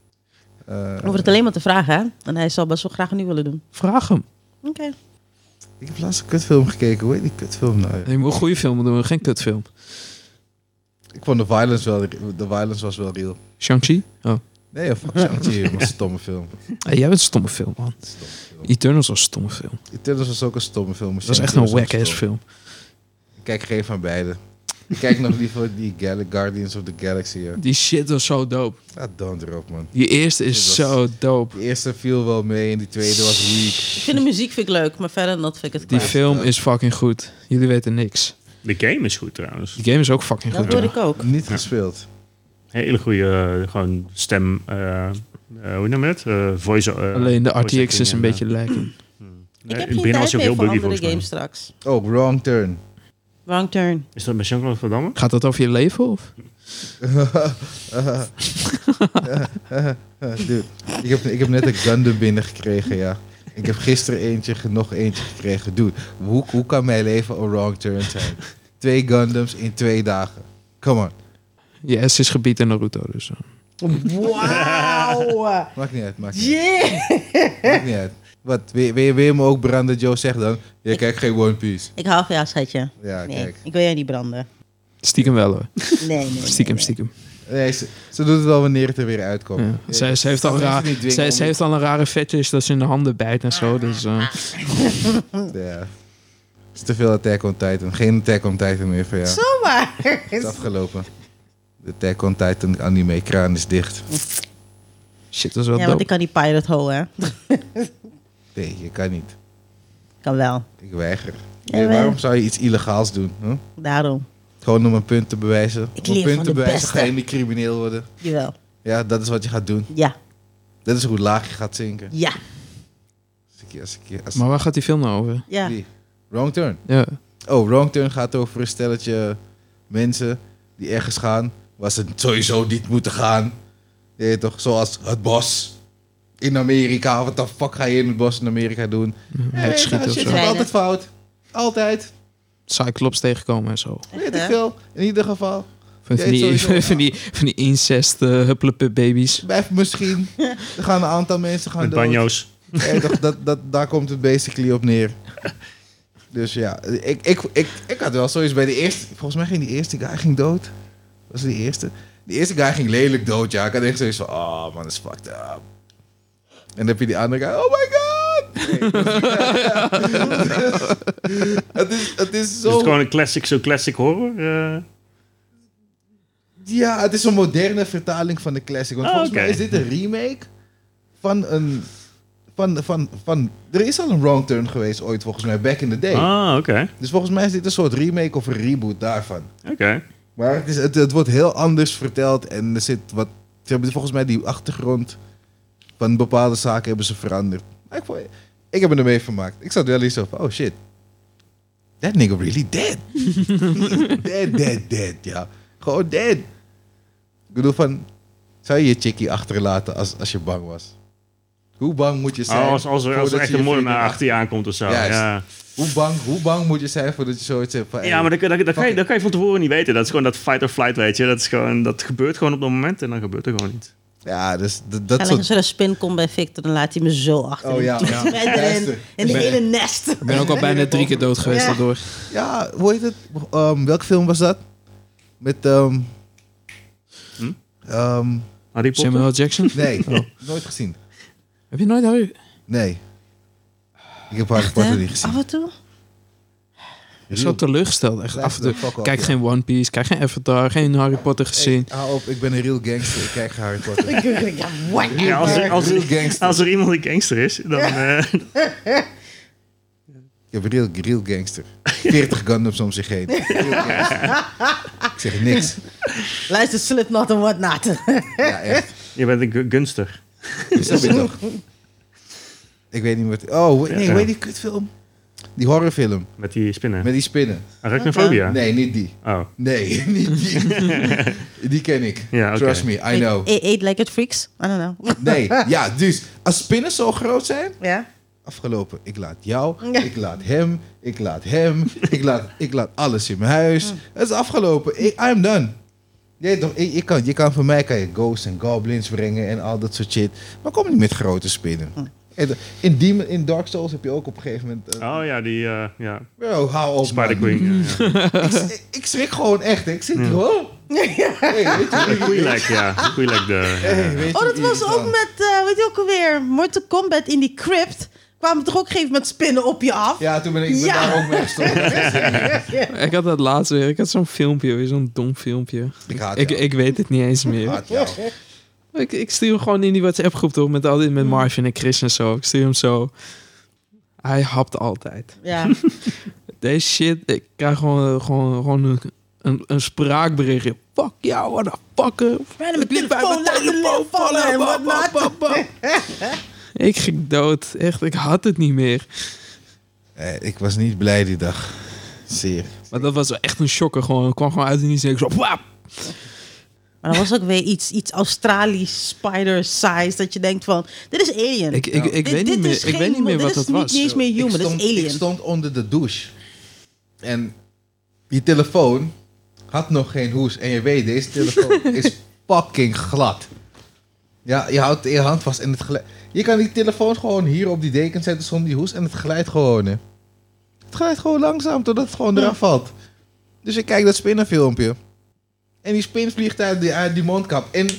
[SPEAKER 2] Eh,
[SPEAKER 1] Over het alleen maar te vragen, hè? En hij zou best wel graag nu willen doen.
[SPEAKER 4] Vraag hem.
[SPEAKER 1] Oké.
[SPEAKER 2] ik heb laatst een kutfilm gekeken. Hoe heet die kutfilm nou? joh?
[SPEAKER 4] Je moet goede filmen doen, geen kutfilm.
[SPEAKER 2] Ik vond de violence wel... De violence was wel real.
[SPEAKER 4] Shang-Chi? Oh.
[SPEAKER 2] Nee, joh, fuck Shang-Chi. joh. Dat was een stomme film. Dat
[SPEAKER 4] Hey, jij bent een stomme film, man.
[SPEAKER 2] is een stomme film.
[SPEAKER 4] Eternals was een stomme film.
[SPEAKER 2] Eternals was ook een stomme film.
[SPEAKER 4] Dat was echt een whack-ass film.
[SPEAKER 2] Ik kijk geen van beide. Ik kijk nog liever die Gal- Guardians of the Galaxy. joh.
[SPEAKER 4] Die shit was zo dope.
[SPEAKER 2] Ah, don't erop, man.
[SPEAKER 4] Die eerste is
[SPEAKER 2] Dit was-
[SPEAKER 4] zo dope.
[SPEAKER 2] De eerste viel wel mee en die tweede was weak.
[SPEAKER 1] Ik vind de muziek vind ik leuk, maar verder dan dat vind ik het
[SPEAKER 4] Die
[SPEAKER 1] kwaad.
[SPEAKER 4] film is fucking goed. Jullie weten niks.
[SPEAKER 3] De game is goed trouwens.
[SPEAKER 4] Die game is ook fucking
[SPEAKER 1] Dat
[SPEAKER 4] goed.
[SPEAKER 1] hoor
[SPEAKER 4] hoor.
[SPEAKER 1] ik ook.
[SPEAKER 2] Niet gespeeld.
[SPEAKER 3] Hele goede eh, gewoon stem. eh, eh, hoe noem je het? Eh, voice, eh,
[SPEAKER 4] Alleen de
[SPEAKER 3] voice
[SPEAKER 4] RTX is
[SPEAKER 3] acting
[SPEAKER 4] een
[SPEAKER 3] en,
[SPEAKER 4] beetje
[SPEAKER 3] eh,
[SPEAKER 4] lijken.
[SPEAKER 1] Ik heb
[SPEAKER 3] eh, in het
[SPEAKER 1] geen
[SPEAKER 3] begin was
[SPEAKER 1] tijd
[SPEAKER 3] hij
[SPEAKER 1] meer
[SPEAKER 3] ook
[SPEAKER 1] voor
[SPEAKER 3] heel buggy
[SPEAKER 1] andere
[SPEAKER 3] volgens mij.
[SPEAKER 1] games straks.
[SPEAKER 2] Oh, wrong turn.
[SPEAKER 1] Wrong turn.
[SPEAKER 3] Is dat bij Jean-Claude Van Damme?
[SPEAKER 4] Gaat dat over je leven of?
[SPEAKER 2] Eh, dude, ik, heb, ik heb net een Gundam binnengekregen, ja. Ik heb gisteren eentje, ge- nog eentje gekregen. Dude, hoe, hoe kan mijn leven een wrong turn zijn? Twee Gundams in twee dagen. Come on.
[SPEAKER 4] Je S is gebied in Naruto dus. eh.
[SPEAKER 1] Wauw!
[SPEAKER 2] Maakt niet uit, maakt niet,
[SPEAKER 1] Yeah!
[SPEAKER 2] uit, maakt niet uit. Wat, wil, je- wil, je- wil je me ook branden, Joe? Zeg dan. Je kijkt geen One Piece.
[SPEAKER 1] Ik hou van jou, schatje.
[SPEAKER 2] Ja,
[SPEAKER 1] Nee,
[SPEAKER 2] kijk.
[SPEAKER 1] ik wil jou niet branden.
[SPEAKER 4] Stiekem wel hoor.
[SPEAKER 1] Nee, nee, nee.
[SPEAKER 4] Stiekem,
[SPEAKER 1] nee.
[SPEAKER 4] stiekem.
[SPEAKER 2] Nee, ze, ze doet het wel wanneer het er weer uitkomt.
[SPEAKER 4] Ja.
[SPEAKER 2] Ja,
[SPEAKER 4] Ze, ze, heeft
[SPEAKER 2] ik
[SPEAKER 4] al
[SPEAKER 2] kan mensen
[SPEAKER 4] raar,
[SPEAKER 2] niet dwingen
[SPEAKER 4] ze,
[SPEAKER 2] om-
[SPEAKER 4] ze heeft al een rare fetish dat ze in de handen bijt en zo. Dus, eh,
[SPEAKER 1] Ah.
[SPEAKER 2] Ja. Het is te veel Attack on Titan. Geen Attack on Titan meer voor jou.
[SPEAKER 1] Zomaar!
[SPEAKER 2] Het is afgelopen. De Attack on Titan anime kraan is dicht.
[SPEAKER 4] shit, dat is wel
[SPEAKER 1] Ja, want
[SPEAKER 4] dope.
[SPEAKER 1] ik kan die pirate hole, hè?
[SPEAKER 2] Nee, je kan niet.
[SPEAKER 1] Kan wel.
[SPEAKER 2] Ik weiger.
[SPEAKER 1] Ja,
[SPEAKER 2] Nee,
[SPEAKER 1] maar-
[SPEAKER 2] waarom zou je iets illegaals doen? Huh?
[SPEAKER 1] Daarom.
[SPEAKER 2] Gewoon om een punt te bewijzen.
[SPEAKER 1] Ik
[SPEAKER 2] om
[SPEAKER 1] leer
[SPEAKER 2] een punt
[SPEAKER 1] van
[SPEAKER 2] te
[SPEAKER 1] de
[SPEAKER 2] bewijzen
[SPEAKER 1] beste.
[SPEAKER 2] ga je niet crimineel worden.
[SPEAKER 1] Jawel.
[SPEAKER 2] Ja, dat is wat je gaat doen.
[SPEAKER 1] Ja.
[SPEAKER 2] Dat is hoe laag je gaat zinken.
[SPEAKER 1] Ja.
[SPEAKER 2] Als ik, als ik, als
[SPEAKER 4] Maar waar gaat die film nou over?
[SPEAKER 1] Ja.
[SPEAKER 2] die- Wrong turn.
[SPEAKER 4] Ja.
[SPEAKER 2] Oh, Wrong Turn gaat over een stelletje mensen die ergens gaan waar ze sowieso niet moeten gaan. Je weet toch, zoals het bos in Amerika. Wat de fuck ga je in het bos in Amerika doen?
[SPEAKER 4] Het schieten Mhm. of
[SPEAKER 2] shit
[SPEAKER 4] zo.
[SPEAKER 2] gaat
[SPEAKER 1] Dweilen.
[SPEAKER 2] altijd fout. Altijd.
[SPEAKER 4] Cyclops tegenkomen en zo.
[SPEAKER 2] Weet ik
[SPEAKER 1] hè?
[SPEAKER 2] veel. In ieder geval.
[SPEAKER 4] Van,
[SPEAKER 2] Ja,
[SPEAKER 4] van, die,
[SPEAKER 2] sowieso.
[SPEAKER 4] van, die, van die incest eh huppelepup baby's.
[SPEAKER 2] Blijf misschien. Er gaan een aantal mensen gaan
[SPEAKER 3] Met
[SPEAKER 2] dood.
[SPEAKER 3] banjo's.
[SPEAKER 2] Ja, dat, dat, dat, daar komt het basically op neer. Dus ja, ik, ik, ik, ik had wel zoiets bij de eerste... Volgens mij ging die eerste guy ging dood. Was het die eerste? Die eerste guy ging lelijk dood, ja. Ik had echt zoiets van, oh man, dat is fucked up. En dan heb je die andere guy, oh my god! Nee, dus- het, is, het is
[SPEAKER 3] Is
[SPEAKER 2] zo...
[SPEAKER 3] het gewoon een classic, zo classic horror? eh?
[SPEAKER 2] Ja, het is een moderne vertaling van de classic. Want
[SPEAKER 3] Ah,
[SPEAKER 2] volgens mij
[SPEAKER 3] oké.
[SPEAKER 2] is dit een remake van een... Van, van, van, er is al een wrong turn geweest ooit, volgens mij, back in the day.
[SPEAKER 3] Ah, oké.
[SPEAKER 2] Dus volgens mij is dit een soort remake of een reboot daarvan.
[SPEAKER 3] Oké.
[SPEAKER 2] Maar het, is, het, het wordt heel anders verteld en er zit wat... Ze hebben volgens mij die achtergrond van bepaalde zaken hebben ze veranderd. Maar Ik, vond- ik heb me ermee vermaakt. Ik zat wel eens zo van, oh shit. That nigga really dead. dead, dead, dead, ja. Gewoon dead. Ik bedoel van, zou je je chickie achterlaten als, als je bang was? Hoe bang moet je zijn?
[SPEAKER 3] Ah, Oh, als, als er, als
[SPEAKER 2] voordat
[SPEAKER 3] er
[SPEAKER 2] je
[SPEAKER 3] echt
[SPEAKER 2] je
[SPEAKER 3] een
[SPEAKER 2] vrienden
[SPEAKER 3] moordenaar achter je aankomt of zo.
[SPEAKER 2] Juist.
[SPEAKER 3] Ja,
[SPEAKER 2] Hoe bang, hoe bang moet je zijn voordat je zoiets hebt van... hey,
[SPEAKER 3] ja maar dat, dat, dat, kan je,
[SPEAKER 2] fuck
[SPEAKER 3] dat kan je van tevoren niet weten. Dat is gewoon dat fight or flight, weet je. Dat, is gewoon, dat gebeurt gewoon op dat moment en dan gebeurt er gewoon niet.
[SPEAKER 2] Ja, dus dat, dat
[SPEAKER 1] Alleen
[SPEAKER 2] soort...
[SPEAKER 1] als er een spin komt bij Victor, dan laat hij me zo achter.
[SPEAKER 2] Oh ja,
[SPEAKER 1] Dan
[SPEAKER 2] ja.
[SPEAKER 1] trekt hij erin.
[SPEAKER 2] Luister.
[SPEAKER 1] En de
[SPEAKER 2] Ben-
[SPEAKER 1] hele nest.
[SPEAKER 4] Ik ben ook al bijna drie keer dood geweest
[SPEAKER 1] Ja.
[SPEAKER 4] daardoor.
[SPEAKER 2] Ja, hoe heet het? Ehm, welke film was dat? Met... ehm
[SPEAKER 3] Hm?
[SPEAKER 2] ehm,
[SPEAKER 3] Harry Potter?
[SPEAKER 4] Samuel L. Jackson?
[SPEAKER 2] nee, nooit gezien.
[SPEAKER 4] Heb je nooit Harry...
[SPEAKER 2] Nee. Ik heb Harry Potter niet gezien.
[SPEAKER 1] Af en toe?
[SPEAKER 4] Ik Zo teleurgesteld, echt
[SPEAKER 2] Blijf
[SPEAKER 4] af en toe.
[SPEAKER 2] de fuck op,
[SPEAKER 4] Kijk
[SPEAKER 2] ja.
[SPEAKER 4] geen One Piece, kijk geen Avatar, geen Harry Potter gezien.
[SPEAKER 2] Hey, hou Ah, op, ik ben een real gangster. Ik kijk geen Harry Potter.
[SPEAKER 1] Ja, whatever.
[SPEAKER 3] Ja, als er, als,
[SPEAKER 2] Real
[SPEAKER 3] er,
[SPEAKER 2] gangster.
[SPEAKER 3] als er iemand een gangster is, dan... eh,
[SPEAKER 2] Ik heb real, real gangster. 40 Gundams om zich heen. Real gangster. Ik zeg niks.
[SPEAKER 1] Luister, Slipknot en whatnot.
[SPEAKER 2] Ja, echt.
[SPEAKER 3] je bent een gu- gunster.
[SPEAKER 2] Snap je toch? Ik weet niet wat... Oh, we- nee,
[SPEAKER 3] Ja.
[SPEAKER 2] weet je die kutfilm? Die horrorfilm.
[SPEAKER 3] Met die spinnen.
[SPEAKER 2] Met die spinnen.
[SPEAKER 3] Arachnofobia?
[SPEAKER 2] Nee, niet die.
[SPEAKER 3] Oh.
[SPEAKER 2] Nee, niet die. die ken ik.
[SPEAKER 3] Ja, oké.
[SPEAKER 2] Trust me, I know.
[SPEAKER 1] Eet, eet like it freaks. I don't know.
[SPEAKER 2] Nee, ja, dus als spinnen zo groot zijn,
[SPEAKER 1] Ja?
[SPEAKER 2] afgelopen. Ik laat jou, ik laat hem, ik laat hem, ik laat, ik laat alles in mijn
[SPEAKER 1] Mm.
[SPEAKER 2] huis. Het is afgelopen. Ik, I'm done. Je, weet toch, je, je kan, je kan van mij kan je ghosts en goblins brengen en al dat soort shit. Maar kom niet met grote spinnen.
[SPEAKER 1] Mm.
[SPEAKER 2] En de- In, Demon, in Dark Souls heb je ook op een gegeven moment... eh,
[SPEAKER 3] Oh ja, die eh ja.
[SPEAKER 2] Bro, hou op,
[SPEAKER 3] Spider
[SPEAKER 2] man.
[SPEAKER 3] Queen. ja, ja.
[SPEAKER 2] Ik, ik schrik gewoon echt. hè. Ik zit hier, hoor. Hey, weet je,
[SPEAKER 3] Queen-like, ja. Queen-like de...
[SPEAKER 2] hey, weet je
[SPEAKER 1] Oh, dat
[SPEAKER 2] wie
[SPEAKER 1] was
[SPEAKER 2] irritant.
[SPEAKER 1] ook met, eh weet je ook alweer, Mortal Kombat in die crypt. Kwamen toch ook op een gegeven moment spinnen op je af?
[SPEAKER 2] Ja, toen ben ik ik ben
[SPEAKER 1] Ja.
[SPEAKER 2] daar ook mee gestopt.
[SPEAKER 4] Ik had dat laatst weer, ik had zo'n filmpje, weer zo'n dom filmpje.
[SPEAKER 2] Ik haat
[SPEAKER 4] Ik,
[SPEAKER 2] jou.
[SPEAKER 4] ik weet het niet eens
[SPEAKER 2] Ik
[SPEAKER 4] meer.
[SPEAKER 2] haat jou.
[SPEAKER 4] Ik, ik stuur hem gewoon in die WhatsApp groep toch, met, al die-
[SPEAKER 2] Mm.
[SPEAKER 4] met Marvin en Chris en zo. Ik stuur hem zo. Hij hapt altijd.
[SPEAKER 1] Ja.
[SPEAKER 4] Deze shit, ik krijg gewoon, eh, gewoon, gewoon een, een, een spraakberichtje. Fuck jou, what the eh. fucker.
[SPEAKER 1] Bijna mijn
[SPEAKER 4] Ik liet bij
[SPEAKER 1] telefoon
[SPEAKER 4] mijn
[SPEAKER 1] uit de
[SPEAKER 4] telefoon
[SPEAKER 1] lucht vallen en
[SPEAKER 4] vallen, bam,
[SPEAKER 1] whatnot.
[SPEAKER 4] bam, bam, bam. Ik ging dood. Echt, ik had het niet meer.
[SPEAKER 2] Eh, ik was niet blij die dag. Zeer.
[SPEAKER 4] Maar dat was wel echt een shocker gewoon. Ik kwam gewoon uit en niet zo wap.
[SPEAKER 1] Maar dat was ook weer iets, iets Australisch spider-size. Dat je denkt van, dit is alien.
[SPEAKER 4] Ik, ik, ik,
[SPEAKER 1] Dit-
[SPEAKER 4] weet
[SPEAKER 1] dit is
[SPEAKER 4] niet meer, ik
[SPEAKER 1] geen-
[SPEAKER 4] weet niet meer
[SPEAKER 1] dit
[SPEAKER 4] wat
[SPEAKER 1] is
[SPEAKER 4] dat
[SPEAKER 1] niet-
[SPEAKER 4] was. eh.
[SPEAKER 1] Niet eens meer
[SPEAKER 2] Ik
[SPEAKER 1] human,
[SPEAKER 2] stond,
[SPEAKER 1] dat is alien.
[SPEAKER 2] Ik stond onder de douche. En die telefoon had nog geen hoes. En je weet, deze telefoon is fucking glad. Ja, je houdt je hand vast en het geluid... Je kan die telefoon gewoon hier op die deken zetten zonder die hoes en het glijdt gewoon, hè. Het glijdt gewoon langzaam totdat het gewoon eraf valt. Dus ik kijk dat spinnenfilmpje. En die spin vliegt uit die, uit die mondkap. En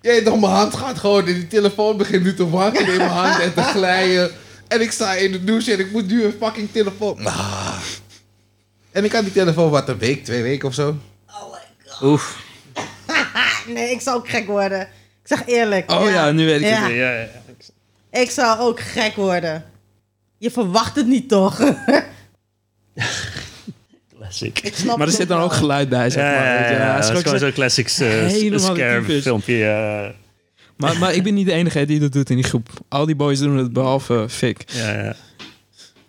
[SPEAKER 2] jij toch, mijn hand gaat gewoon en die telefoon begint nu te wankelen in mijn hand en te glijden. En ik sta in de douche en ik moet nu een fucking telefoon. Ah. En ik had die telefoon wat een week, twee weken of zo.
[SPEAKER 1] Oh my god.
[SPEAKER 3] Oef.
[SPEAKER 1] Nee, ik zou ook gek worden. Ik zeg eerlijk.
[SPEAKER 4] Oh ja, nu weet ik het
[SPEAKER 1] Ja.
[SPEAKER 4] weer.
[SPEAKER 3] Ja, ja.
[SPEAKER 1] Ik zou ook gek worden. Je verwacht het niet toch?
[SPEAKER 3] Classic.
[SPEAKER 1] Ik snap
[SPEAKER 4] Maar er
[SPEAKER 1] het
[SPEAKER 4] zit dan ook
[SPEAKER 1] wel.
[SPEAKER 4] geluid bij, zeg
[SPEAKER 3] Ja,
[SPEAKER 4] maar.
[SPEAKER 3] ja,
[SPEAKER 4] weet je. Ja,
[SPEAKER 3] ja,
[SPEAKER 4] is
[SPEAKER 3] dat is
[SPEAKER 4] ook
[SPEAKER 3] gewoon
[SPEAKER 4] zo-
[SPEAKER 3] zo'n classic eh,
[SPEAKER 4] Helemaal
[SPEAKER 3] scare
[SPEAKER 4] typisch.
[SPEAKER 3] filmpje. ja.
[SPEAKER 4] maar, maar ik ben niet de enige die dat doet in die groep. Al die boys doen het, behalve eh, Fik.
[SPEAKER 3] Ja, ja.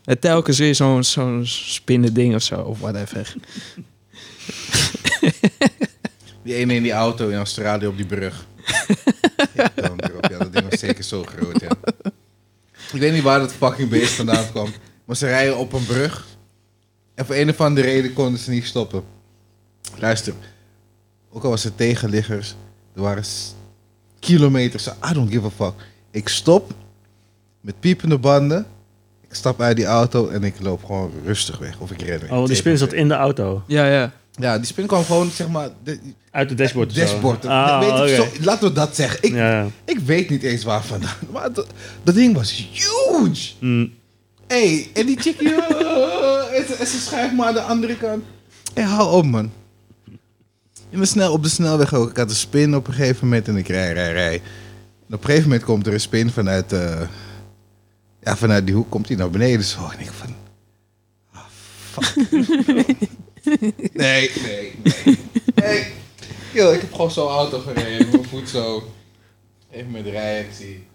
[SPEAKER 4] En telkens weer zo'n zo'n spinnen ding of zo, of whatever.
[SPEAKER 2] Die ene in die auto in Australië op die brug. ja, dan erop. ja, dat ding was zeker zo groot, ja. Ik weet niet waar dat fucking beest vandaan kwam. Maar ze rijden op een brug. En voor een of andere reden konden ze niet stoppen. Luister. Ook al was het tegenliggers. Er waren s- kilometers. I don't give a fuck. Ik stop. Met piepende banden. Ik stap uit die auto en ik loop gewoon rustig weg. Of ik ren weg.
[SPEAKER 3] Oh, want die spin zat in de auto.
[SPEAKER 4] Ja, ja.
[SPEAKER 2] Ja, die spin kwam gewoon, zeg maar... de-
[SPEAKER 3] Uit het dashboard. of zo.
[SPEAKER 2] Dashboard.
[SPEAKER 3] Ah,
[SPEAKER 2] Weet ik
[SPEAKER 3] oké.
[SPEAKER 2] zo- laten we dat zeggen. Ik,
[SPEAKER 3] Ja.
[SPEAKER 2] ik weet niet eens waar vandaan. Maar dat, dat ding was huge.
[SPEAKER 3] Mm.
[SPEAKER 2] Hey, en die chickie... eh, en, ze- en ze schuift maar aan de andere kant. Hey, hou op, man. Ik ben snel op de snelweg ook. Ik had een spin op een gegeven moment en ik rij, rij, rij. En op een gegeven moment komt er een spin vanuit... eh, ja, vanuit die hoek komt hij naar beneden zo. En ik van... ah, fuck. nee, nee, nee. nee. Yo, ik heb gewoon zo'n auto gereden. Mijn voet zo. Even met rijden. Ik zie...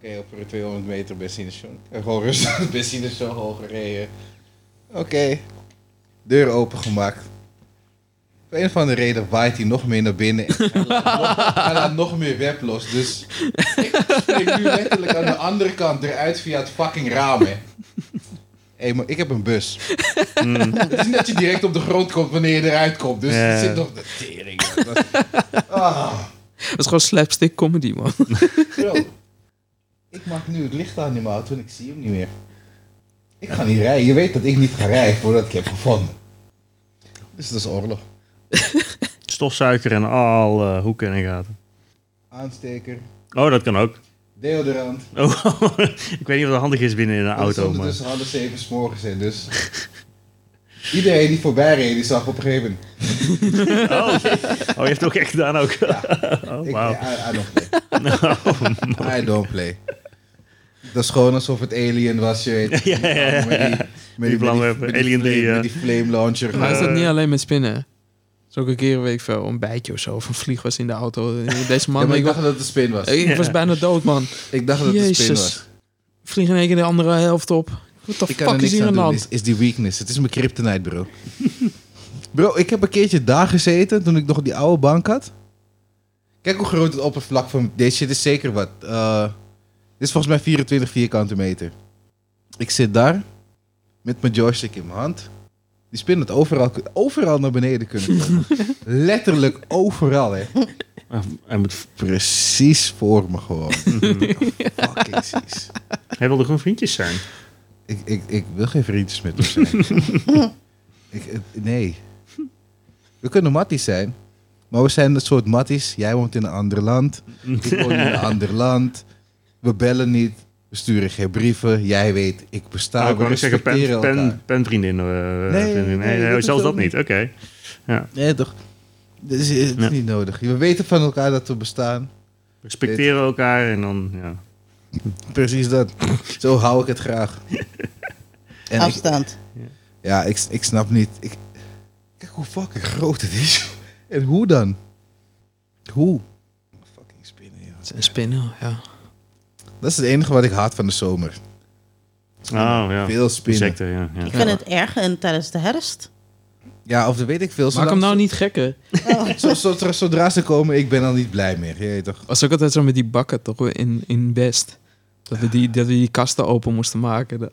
[SPEAKER 2] eh, Oké, op een 200 meter benzinestation. Ik heb gewoon rustig het benzinestation hoog gereden. Oké. Deur opengemaakt. Om een of andere reden waait hij nog meer naar binnen. En hij laat nog- hij laat nog meer web los. Dus ik spring nu letterlijk aan de andere kant eruit via het fucking raam. Hé, hey, maar ik heb een bus. Het is niet dat je direct op de grond komt wanneer je eruit komt. Dus
[SPEAKER 3] Ja.
[SPEAKER 2] er zit nog de tering. joh. Dat is- Ah,
[SPEAKER 4] Dat is gewoon slapstick comedy, man.
[SPEAKER 2] bro. Ik maak nu het licht aan in mijn auto en ik zie hem niet meer. Ik ga niet rijden. Je weet dat ik niet ga rijden voordat ik heb gevonden. Dus dat is oorlog.
[SPEAKER 3] Stofzuiger en eh, alle hoeken en gaten.
[SPEAKER 2] Aansteker,
[SPEAKER 3] Oh, dat kan ook.
[SPEAKER 2] deodorant.
[SPEAKER 3] Oh, ik weet niet of dat handig is binnen in een auto. Maar...
[SPEAKER 2] tussen half zeven 's morgens in, dus... Iedereen die voorbij reed, die zag op een gegeven moment...
[SPEAKER 3] Oh, oh, je hebt het ook echt gedaan ook. Oh,
[SPEAKER 2] Ik,
[SPEAKER 3] wauw.
[SPEAKER 2] I, I don't play. I don't play. Dat is gewoon alsof het Alien was, je weet.
[SPEAKER 3] Ja, ja, ja.
[SPEAKER 2] Met die, met die,
[SPEAKER 3] vlamwerper.
[SPEAKER 2] met die
[SPEAKER 3] Alien
[SPEAKER 2] flame,
[SPEAKER 3] die, eh,
[SPEAKER 2] met die flame launcher.
[SPEAKER 4] Maar is dat
[SPEAKER 3] Eh.
[SPEAKER 4] niet alleen met spinnen? Dat is ook een keer, weet ik veel, een bijtje of zo. Of een vlieg was in de auto. Deze man,
[SPEAKER 2] ja, maar
[SPEAKER 4] ik,
[SPEAKER 2] ik dacht
[SPEAKER 4] was,
[SPEAKER 2] dat het een spin was.
[SPEAKER 4] ik was bijna dood, man.
[SPEAKER 2] Ik dacht dat het een spin was.
[SPEAKER 4] Jezus. Vlieg in één keer de andere helft op. What the
[SPEAKER 2] Ik kan er
[SPEAKER 4] fuck is
[SPEAKER 2] niks
[SPEAKER 4] hier
[SPEAKER 2] aan
[SPEAKER 4] aan de
[SPEAKER 2] doen.
[SPEAKER 4] hand?
[SPEAKER 2] Is, is die weakness. Het is mijn kryptonite, bro. bro, ik heb een keertje daar gezeten toen ik nog die oude bank had. Kijk hoe groot het oppervlak van... Deze shit is zeker wat. Eh, dit is volgens mij 24 vierkante meter. Ik zit daar met mijn joystick in mijn hand. Die spin had overal, overal naar beneden kunnen komen. Letterlijk overal, hè.
[SPEAKER 3] Hij, moet,
[SPEAKER 2] Precies voor me gewoon. Fucking precies.
[SPEAKER 3] hij wilde gewoon vriendjes zijn.
[SPEAKER 2] Ik, ik, ik wil geen vriendjes met hem zijn. ik, het- nee. We kunnen matties zijn. Maar we zijn een soort matties. Jij woont in een ander land. Ik woon in een ander land. We bellen niet. We sturen geen brieven. Jij weet, ik besta.
[SPEAKER 3] Nou, ik
[SPEAKER 2] we
[SPEAKER 3] wou zeggen, pen,
[SPEAKER 2] respecteren elkaar.
[SPEAKER 3] pen, penvriendin. eh, vriendin. nee,
[SPEAKER 2] nee,
[SPEAKER 3] nee,
[SPEAKER 2] dat is
[SPEAKER 3] zelfs
[SPEAKER 2] ook
[SPEAKER 3] dat niet. Oké.
[SPEAKER 2] Nee, toch? Dus het is
[SPEAKER 3] Ja.
[SPEAKER 2] niet nodig. We weten van elkaar dat we bestaan.
[SPEAKER 3] Respecteren elkaar en dan... Ja.
[SPEAKER 2] Precies dat. Zo hou ik het graag. En ik-
[SPEAKER 1] Afstand.
[SPEAKER 2] Ja, ik, ik snap niet. Ik, kijk hoe fucking groot het is. En hoe dan? Hoe? Fucking spinnen, ja.
[SPEAKER 4] Het zijn spinnen, oh, ja.
[SPEAKER 2] Dat is het enige wat ik haat van de zomer.
[SPEAKER 3] Oh, ja.
[SPEAKER 2] Veel spinnen.
[SPEAKER 3] Insecten, ja. ja.
[SPEAKER 1] Ik vind het erg en tijdens de herfst.
[SPEAKER 2] Ja, of dat weet ik veel.
[SPEAKER 4] Maak
[SPEAKER 2] Zolang-
[SPEAKER 4] hem nou niet gekker.
[SPEAKER 2] zo- zo- zo- zodra ze komen, ik ben al niet blij meer. Je weet toch?
[SPEAKER 4] Was ook altijd zo met die bakken, toch? In, in Best. Dat we, die, dat we die kasten open moesten maken. Dat-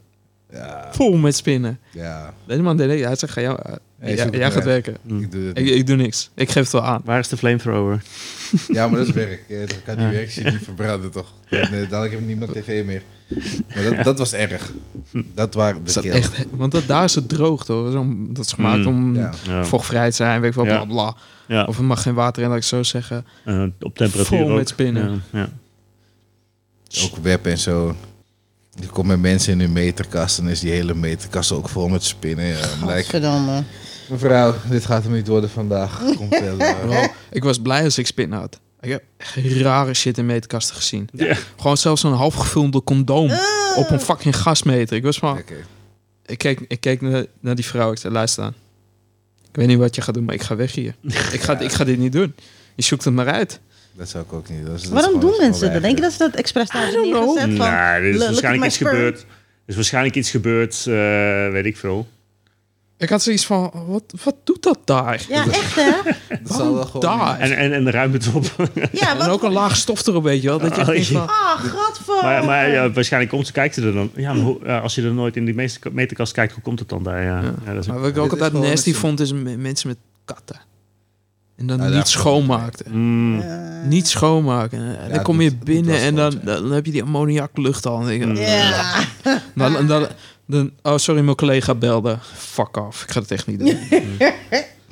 [SPEAKER 2] Ja,
[SPEAKER 4] Vol met spinnen.
[SPEAKER 2] ja.
[SPEAKER 4] Deze man deed ik. Hij zei, ga jou,
[SPEAKER 2] Hij
[SPEAKER 4] jij,
[SPEAKER 2] zoekt
[SPEAKER 4] jij
[SPEAKER 2] het
[SPEAKER 4] gaat
[SPEAKER 2] maar
[SPEAKER 4] werken.
[SPEAKER 3] Mm.
[SPEAKER 2] Ik doe het
[SPEAKER 4] Ik,
[SPEAKER 2] niet.
[SPEAKER 4] ik doe niks. Ik geef het wel aan.
[SPEAKER 3] Waar is de flamethrower?
[SPEAKER 2] Ja, maar dat is werk. Je weet toch? Ik kan die
[SPEAKER 3] Ja.
[SPEAKER 2] werk zien niet verbranden, toch? Nee, dan heb ik niemand tv meer. Maar dat, dat was erg. Dat waren de
[SPEAKER 4] Is dat
[SPEAKER 2] keer.
[SPEAKER 4] echt, want dat, daar is het droog, hoor. Zo- Dat is gemaakt
[SPEAKER 3] Mm.
[SPEAKER 4] om
[SPEAKER 2] Ja.
[SPEAKER 3] Ja.
[SPEAKER 4] vochtvrij te zijn, weet ik wel,
[SPEAKER 3] Ja.
[SPEAKER 4] bla bla.
[SPEAKER 3] Ja.
[SPEAKER 4] Of er mag geen water in, laat ik zo zeggen.
[SPEAKER 3] Eh, op temperatuur
[SPEAKER 4] Vol
[SPEAKER 3] ook.
[SPEAKER 4] met spinnen.
[SPEAKER 3] Ja. ja.
[SPEAKER 2] Ook web en zo. Je komt met mensen in hun meterkast en is die hele meterkast ook vol met spinnen. Ja, I'm like,
[SPEAKER 1] Godverdomme.
[SPEAKER 2] mevrouw, dit gaat hem niet worden vandaag. Komt wel. eh,
[SPEAKER 4] Bro, ik was blij als ik spin had. Ik heb echt rare shit in meetkasten gezien.
[SPEAKER 3] Ja.
[SPEAKER 4] Gewoon zelfs zo'n halfgevulde condoom op een fucking gasmeter. Ik was van,
[SPEAKER 2] Oké.
[SPEAKER 4] ik keek, ik keek naar, naar die vrouw. Ik zei, luister aan. Ik weet niet wat je gaat doen, maar ik ga weg hier. Ik ga, ik ga dit niet doen. Je zoekt het maar uit.
[SPEAKER 2] Dat zou ik ook niet. Dat is, dat is
[SPEAKER 1] Waarom
[SPEAKER 2] gewoon-
[SPEAKER 1] doen
[SPEAKER 2] dat is
[SPEAKER 1] mensen
[SPEAKER 2] gewoon
[SPEAKER 1] dat? Denk je dat ze dat expres daar hebben
[SPEAKER 4] don't know.
[SPEAKER 1] neergezet? Van,
[SPEAKER 3] Nou, er is
[SPEAKER 1] look at
[SPEAKER 3] waarschijnlijk
[SPEAKER 1] my
[SPEAKER 3] iets
[SPEAKER 1] sperm.
[SPEAKER 3] gebeurd. Er is waarschijnlijk iets gebeurd, eh, weet ik veel.
[SPEAKER 4] Ik had zoiets van, wat, wat doet dat daar?
[SPEAKER 1] Ja, echt hè?
[SPEAKER 2] erg. Dat zal
[SPEAKER 4] Waarom
[SPEAKER 2] wel gewoon.
[SPEAKER 4] daar?
[SPEAKER 3] En, en, en ruim het op.
[SPEAKER 1] Ja,
[SPEAKER 4] En
[SPEAKER 1] wat...
[SPEAKER 4] ook een laag stof erop, weet je wel. Dat je echt
[SPEAKER 3] Oh,
[SPEAKER 4] denkt
[SPEAKER 3] jee.
[SPEAKER 4] van...
[SPEAKER 1] Ah, godver.
[SPEAKER 3] Maar, maar ja, waarschijnlijk komt ze, kijkt ze er dan. Ja, maar hoe- ja, als je er nooit in die meeste meterkast kijkt, hoe komt het dan daar? Ja, ja. dat is
[SPEAKER 4] Maar wat ik
[SPEAKER 2] Dit
[SPEAKER 4] ook
[SPEAKER 2] is
[SPEAKER 4] altijd
[SPEAKER 2] gewoon
[SPEAKER 4] nasty
[SPEAKER 2] een-
[SPEAKER 4] vond, is me- mensen met katten. En dan
[SPEAKER 2] Nou, Ja,
[SPEAKER 4] niet
[SPEAKER 2] daarvoor-
[SPEAKER 4] schoonmaakten.
[SPEAKER 3] Mm,
[SPEAKER 4] Niet schoonmaken. En dan
[SPEAKER 2] het
[SPEAKER 4] kom
[SPEAKER 2] moet-
[SPEAKER 4] je
[SPEAKER 2] het moet
[SPEAKER 4] binnen
[SPEAKER 2] wel
[SPEAKER 4] en dan,
[SPEAKER 2] schoon zijn.
[SPEAKER 4] dan heb je die ammoniaklucht al. En ik- eh,
[SPEAKER 1] Ja.
[SPEAKER 4] dan, dan, dan, oh, sorry, mijn collega belde. Fuck off, ik ga het echt niet doen.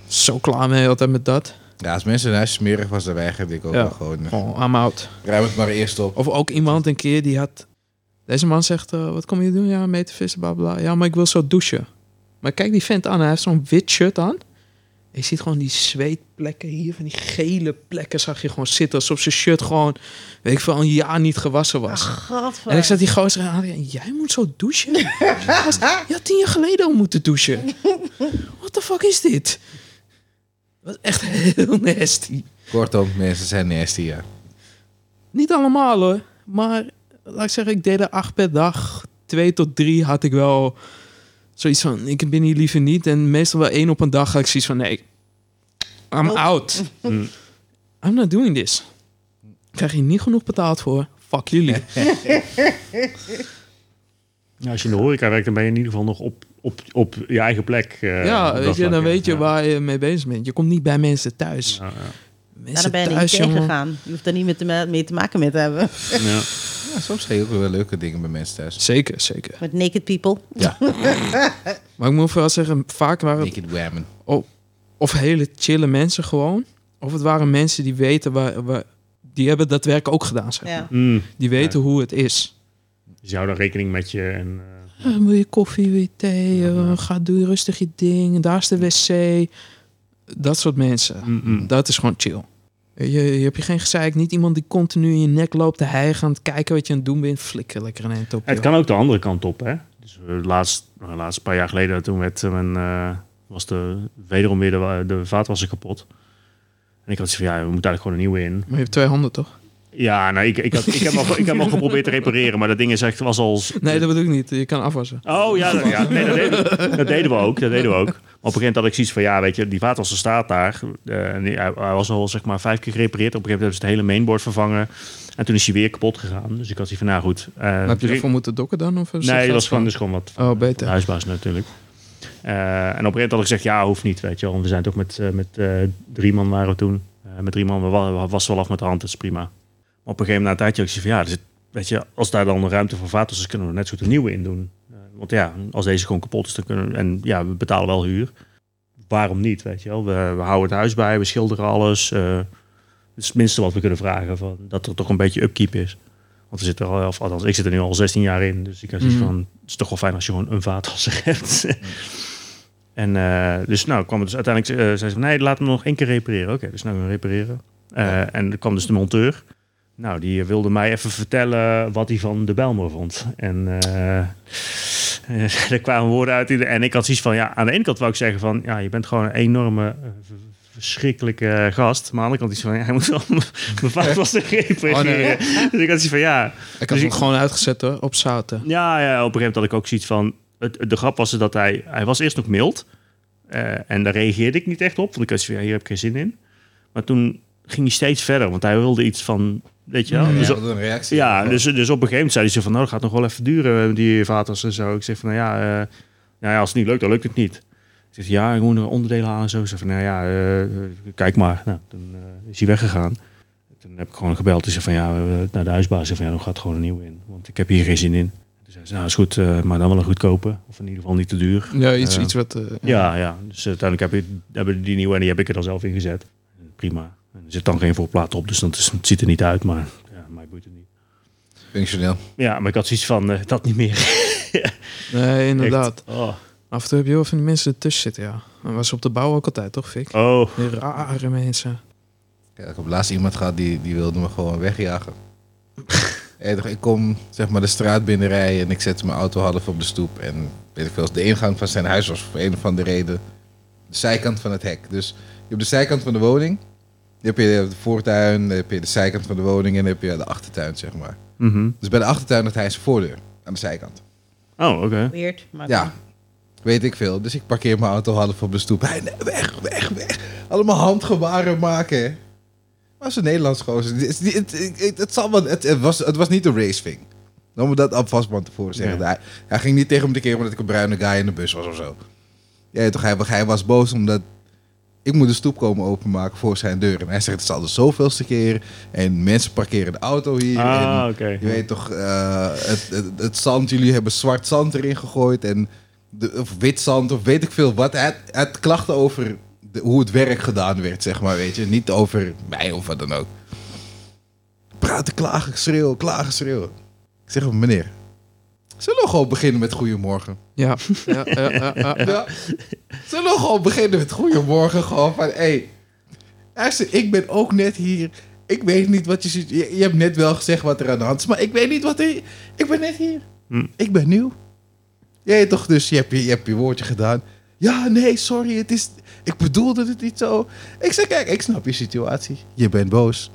[SPEAKER 4] Zo klaar mee altijd met dat.
[SPEAKER 2] Ja, als mensen in huis smerig was, dan weigerde ik ook
[SPEAKER 4] Ja.
[SPEAKER 2] wel gewoon. eh,
[SPEAKER 4] Oh, I'm out.
[SPEAKER 2] Ruim het maar eerst op.
[SPEAKER 4] Of ook iemand een keer die had... Deze man zegt, eh, wat kom je doen? Ja, mee te vissen, bla bla. Ja, maar ik wil zo douchen. Maar kijk die vent aan, hij heeft zo'n wit shirt aan. Je ziet gewoon die zweetplekken hier, van die gele plekken zag je gewoon zitten. Alsof zijn shirt gewoon, weet ik veel, een jaar niet gewassen was.
[SPEAKER 1] Godver.
[SPEAKER 4] en ik zat die gozer aan, Adriaan, jij moet zo douchen? Gast, je had tien jaar geleden al moeten douchen. What the fuck is dit? Dat was echt heel nasty.
[SPEAKER 2] Kortom, mensen zijn nasty, ja.
[SPEAKER 4] Niet allemaal hoor. Maar laat ik zeggen, ik deed er acht per dag. Twee tot drie had ik wel zoiets van, ik ben hier liever niet. En meestal wel één op een dag ga ik zoiets van, nee, I'm
[SPEAKER 1] Nope.
[SPEAKER 4] out.
[SPEAKER 3] Mm.
[SPEAKER 4] I'm not doing this. Krijg je niet genoeg betaald voor? Fuck jullie.
[SPEAKER 3] Ja, als je in de horeca werkt, dan ben je in ieder geval nog op, op, op je eigen plek. eh,
[SPEAKER 4] ja,
[SPEAKER 3] op dat
[SPEAKER 4] weet je, dan
[SPEAKER 3] vlak, ja.
[SPEAKER 4] weet je
[SPEAKER 3] Ja.
[SPEAKER 4] waar je mee bezig bent. Je komt niet bij mensen thuis.
[SPEAKER 3] Ja, ja.
[SPEAKER 1] Nou, Daar
[SPEAKER 4] Mensen
[SPEAKER 1] ben je er niet
[SPEAKER 4] thuis,
[SPEAKER 1] tegen
[SPEAKER 4] jongen.
[SPEAKER 1] gegaan. Je hoeft er niet meer te, ma- mee te maken mee te hebben.
[SPEAKER 3] Ja.
[SPEAKER 2] Ja, soms ga je ook wel leuke dingen bij mensen thuis.
[SPEAKER 4] Zeker, zeker.
[SPEAKER 1] Met naked people.
[SPEAKER 4] Maar ik moet wel zeggen, vaak waren het
[SPEAKER 2] Naked women.
[SPEAKER 4] of hele chille mensen gewoon. Of het waren mensen die weten waar, waar- die hebben dat werk ook gedaan. Zeg
[SPEAKER 1] Ja.
[SPEAKER 4] maar.
[SPEAKER 3] Mm.
[SPEAKER 4] Die weten hoe het is.
[SPEAKER 3] Dus je houdt dan rekening met je. En, eh,
[SPEAKER 4] Eh, wil je koffie, wil je thee? Eh, ga doe je rustig je ding. Daar is de wc. Dat soort mensen.
[SPEAKER 3] mm, mm.
[SPEAKER 4] Dat is gewoon chill. Je, je hebt je geen gezeik, niet iemand die continu in je nek loopt te hijgen, aan het kijken wat je aan het doen bent. Flikker lekker een eind op.
[SPEAKER 3] Het
[SPEAKER 4] joh.
[SPEAKER 3] kan ook de andere kant op, hè? Dus eh, laatst, nou, laatst een paar jaar geleden, toen werd eh, mijn, eh, was de, wederom weer de, wa- de vaatwasser kapot. En ik had zoiets van, ja, we moeten eigenlijk gewoon een nieuwe in.
[SPEAKER 4] Maar je hebt twee handen toch?
[SPEAKER 3] Ja, nou, ik, ik, had, ik, heb, al, ik heb al geprobeerd te repareren, maar dat ding is echt, was al...
[SPEAKER 4] Nee, dat bedoel ik niet. Je kan afwassen.
[SPEAKER 3] Oh ja, dat, ja. Nee, dat, deden, we- dat deden we ook. Dat deden we ook. Maar op een gegeven moment had ik zoiets van, ja, weet je, die vaatwasser staat daar. Eh, en die- hij, hij was al zeg maar vijf keer gerepareerd. Op een gegeven moment hebben ze het hele mainboard vervangen. En toen is hij weer kapot gegaan. Dus ik had zoiets van, nou goed. eh,
[SPEAKER 4] heb je ervoor moeten dokken dan? Of is
[SPEAKER 3] Nee,
[SPEAKER 4] het
[SPEAKER 3] dat was gewoon, dus gewoon wat
[SPEAKER 4] Oh,
[SPEAKER 3] de
[SPEAKER 4] beter.
[SPEAKER 3] huisbaas natuurlijk. Eh, en op een gegeven moment had ik gezegd, ja, hoeft niet, weet je wel. Want we zijn toch met, eh, met eh, drie man waren we toen. Eh, met drie man, we wa- we wassen wel af met de hand, dat is prima. Maar op een gegeven moment, na een tijdje, had ik gezegd van, ja, er zit- weet je, als daar dan ruimte voor vaat is, kunnen we er net zo goed een nieuwe in doen. Eh, want ja, als deze gewoon kapot is, dan kunnen we, en ja, we betalen wel huur. Waarom niet, weet je wel. We, we houden het huis bij, we schilderen alles. eh het is het minste wat we kunnen vragen, van, dat er toch een beetje upkeep is. Want we zitten er al, of althans, ik zit er nu al 16 jaar in. Dus ik heb zoiets
[SPEAKER 4] Mhm.
[SPEAKER 3] van, het is toch wel fijn als je gewoon een vaatwasser hebt. en eh, dus nou kwam het dus uiteindelijk, eh, zei ze van, nee, laat hem nog één keer repareren. Oké, dus nou gaan we repareren. Eh, En er kwam dus de monteur. Nou, die wilde mij even vertellen wat hij van de Belmer vond. En eh, eh, er kwamen woorden uit. die- En ik had zoiets van, ja, aan de ene kant wou ik zeggen van, ja, je bent gewoon een enorme... eh, v- verschrikkelijke eh, gast. Maar aan de andere kant iets van, ja, hij moet wel mijn- mijn vaatwasser repareren.
[SPEAKER 4] Oh, nee.
[SPEAKER 3] Dus ik had zoiets van, ja,
[SPEAKER 4] Ik had
[SPEAKER 3] Dus
[SPEAKER 4] hem
[SPEAKER 3] ik-
[SPEAKER 4] gewoon uitgezet hoor, op zouten.
[SPEAKER 3] ja, ja, op een gegeven moment had ik ook zoiets van... Het, de grap was dat hij... Hij was eerst nog mild. eh, en daar reageerde ik niet echt op. Want ik had zoiets van, ja, hier heb ik geen zin in. Maar toen ging hij steeds verder. Want hij wilde iets van... Weet je wel?
[SPEAKER 2] Ja,
[SPEAKER 3] dus,
[SPEAKER 2] wat een reactie.
[SPEAKER 3] ja, dus, dus op een gegeven moment zei hij zo van... Nou, dat gaat nog wel even duren, eh, die vaters en zo. Ik zeg van, nou ja, eh, nou ja, als het niet lukt, dan lukt het niet. Ik zeg, ja, ik moet er onderdelen aan en zo. Ik zeg van, nou ja, eh, eh, kijk maar. Nou, toen eh, is hij weggegaan. Toen heb ik gewoon gebeld. Hij zei van, ja, eh, naar de huisbaas. Ik zeg van, ja, dan gaat gewoon een nieuwe in. Want ik heb hier geen zin in. Toen zei ze, nou, is goed, eh, maar dan wel een goedkope. Of in ieder geval niet te duur.
[SPEAKER 4] Ja, iets,
[SPEAKER 3] Ja.
[SPEAKER 4] iets wat... eh,
[SPEAKER 3] Ja, ja. Dus uiteindelijk heb ik, hebben we die nieuwe en die heb ik er dan zelf in gezet. Prima. En er zit dan geen voorplaat op, dus dat is, het ziet er niet uit. Maar ja, mij boeit het niet.
[SPEAKER 2] Functioneel.
[SPEAKER 3] Ja, maar ik had zoiets van, eh, dat niet meer.
[SPEAKER 4] Nee, inderdaad.
[SPEAKER 3] Echt. Oh,
[SPEAKER 4] Af en toe heb je heel veel van die mensen ertussen zitten, ja. Dat was op de bouw ook altijd, toch, Fik?
[SPEAKER 3] oh.
[SPEAKER 4] Die rare mensen.
[SPEAKER 2] Ja, ik heb laatst iemand gehad die, die wilde me gewoon wegjagen. Hey, toch, ik kom zeg maar de straat binnenrijden en ik zette mijn auto half op de stoep. En weet ik veel, de ingang van zijn huis was voor een of andere reden de zijkant van het hek. Dus je hebt de zijkant van de woning, dan heb je de voortuin, dan heb je de zijkant van de woning en dan heb je de achtertuin zeg maar.
[SPEAKER 3] Mhm.
[SPEAKER 2] Dus bij de achtertuin had hij zijn voordeur aan de zijkant.
[SPEAKER 3] Oh, oké.
[SPEAKER 1] Weird. Maar
[SPEAKER 2] Ja, weet ik veel. Dus ik parkeer mijn auto half op de stoep. Hij, nee, weg, weg, weg. Allemaal handgebaren maken. hè. Maar zo'n Nederlands gozer. Het, is niet- het, het, het, het zal wel, het, het was, het was niet een raceving. Dan moet dat alvast van tevoren zeggen.
[SPEAKER 3] Nee.
[SPEAKER 2] Hij, hij ging niet tegen me te keren omdat ik een bruine guy in de bus was of zo. Ja, toch, hij, hij was boos omdat ik moet de stoep komen openmaken voor zijn deur. En hij zegt, het is al de zoveelste keer. En mensen parkeren de auto hier. en-
[SPEAKER 3] Ah, oké.
[SPEAKER 2] je weet toch, eh, het, het, het zand, jullie hebben zwart zand erin gegooid en de, of wit zand of weet ik veel wat. Het, het klachten over de- hoe het werk gedaan werd, zeg maar, weet je. Niet over mij of wat dan ook. Praten, klagen, schreeuwen, klagen, schreeuwen. Ik zeg, meneer, zullen we gewoon beginnen met goedemorgen?
[SPEAKER 4] Ja. ja, ja, ja, ja, ja.
[SPEAKER 2] Ja. Zullen we gewoon beginnen met goedemorgen? Gewoon van, hé, hey, luister, ik ben ook net hier. Ik weet niet wat je ziet. Je, je hebt net wel gezegd wat er aan de hand is, maar ik weet niet wat er... Ik ben net hier.
[SPEAKER 3] Hm.
[SPEAKER 2] Ik ben nieuw. Jij toch, dus je hebt je, je hebt je woordje gedaan. Ja, nee, sorry, het is... Ik bedoelde het niet zo. Ik zeg, kijk, ik snap je situatie. Je bent boos.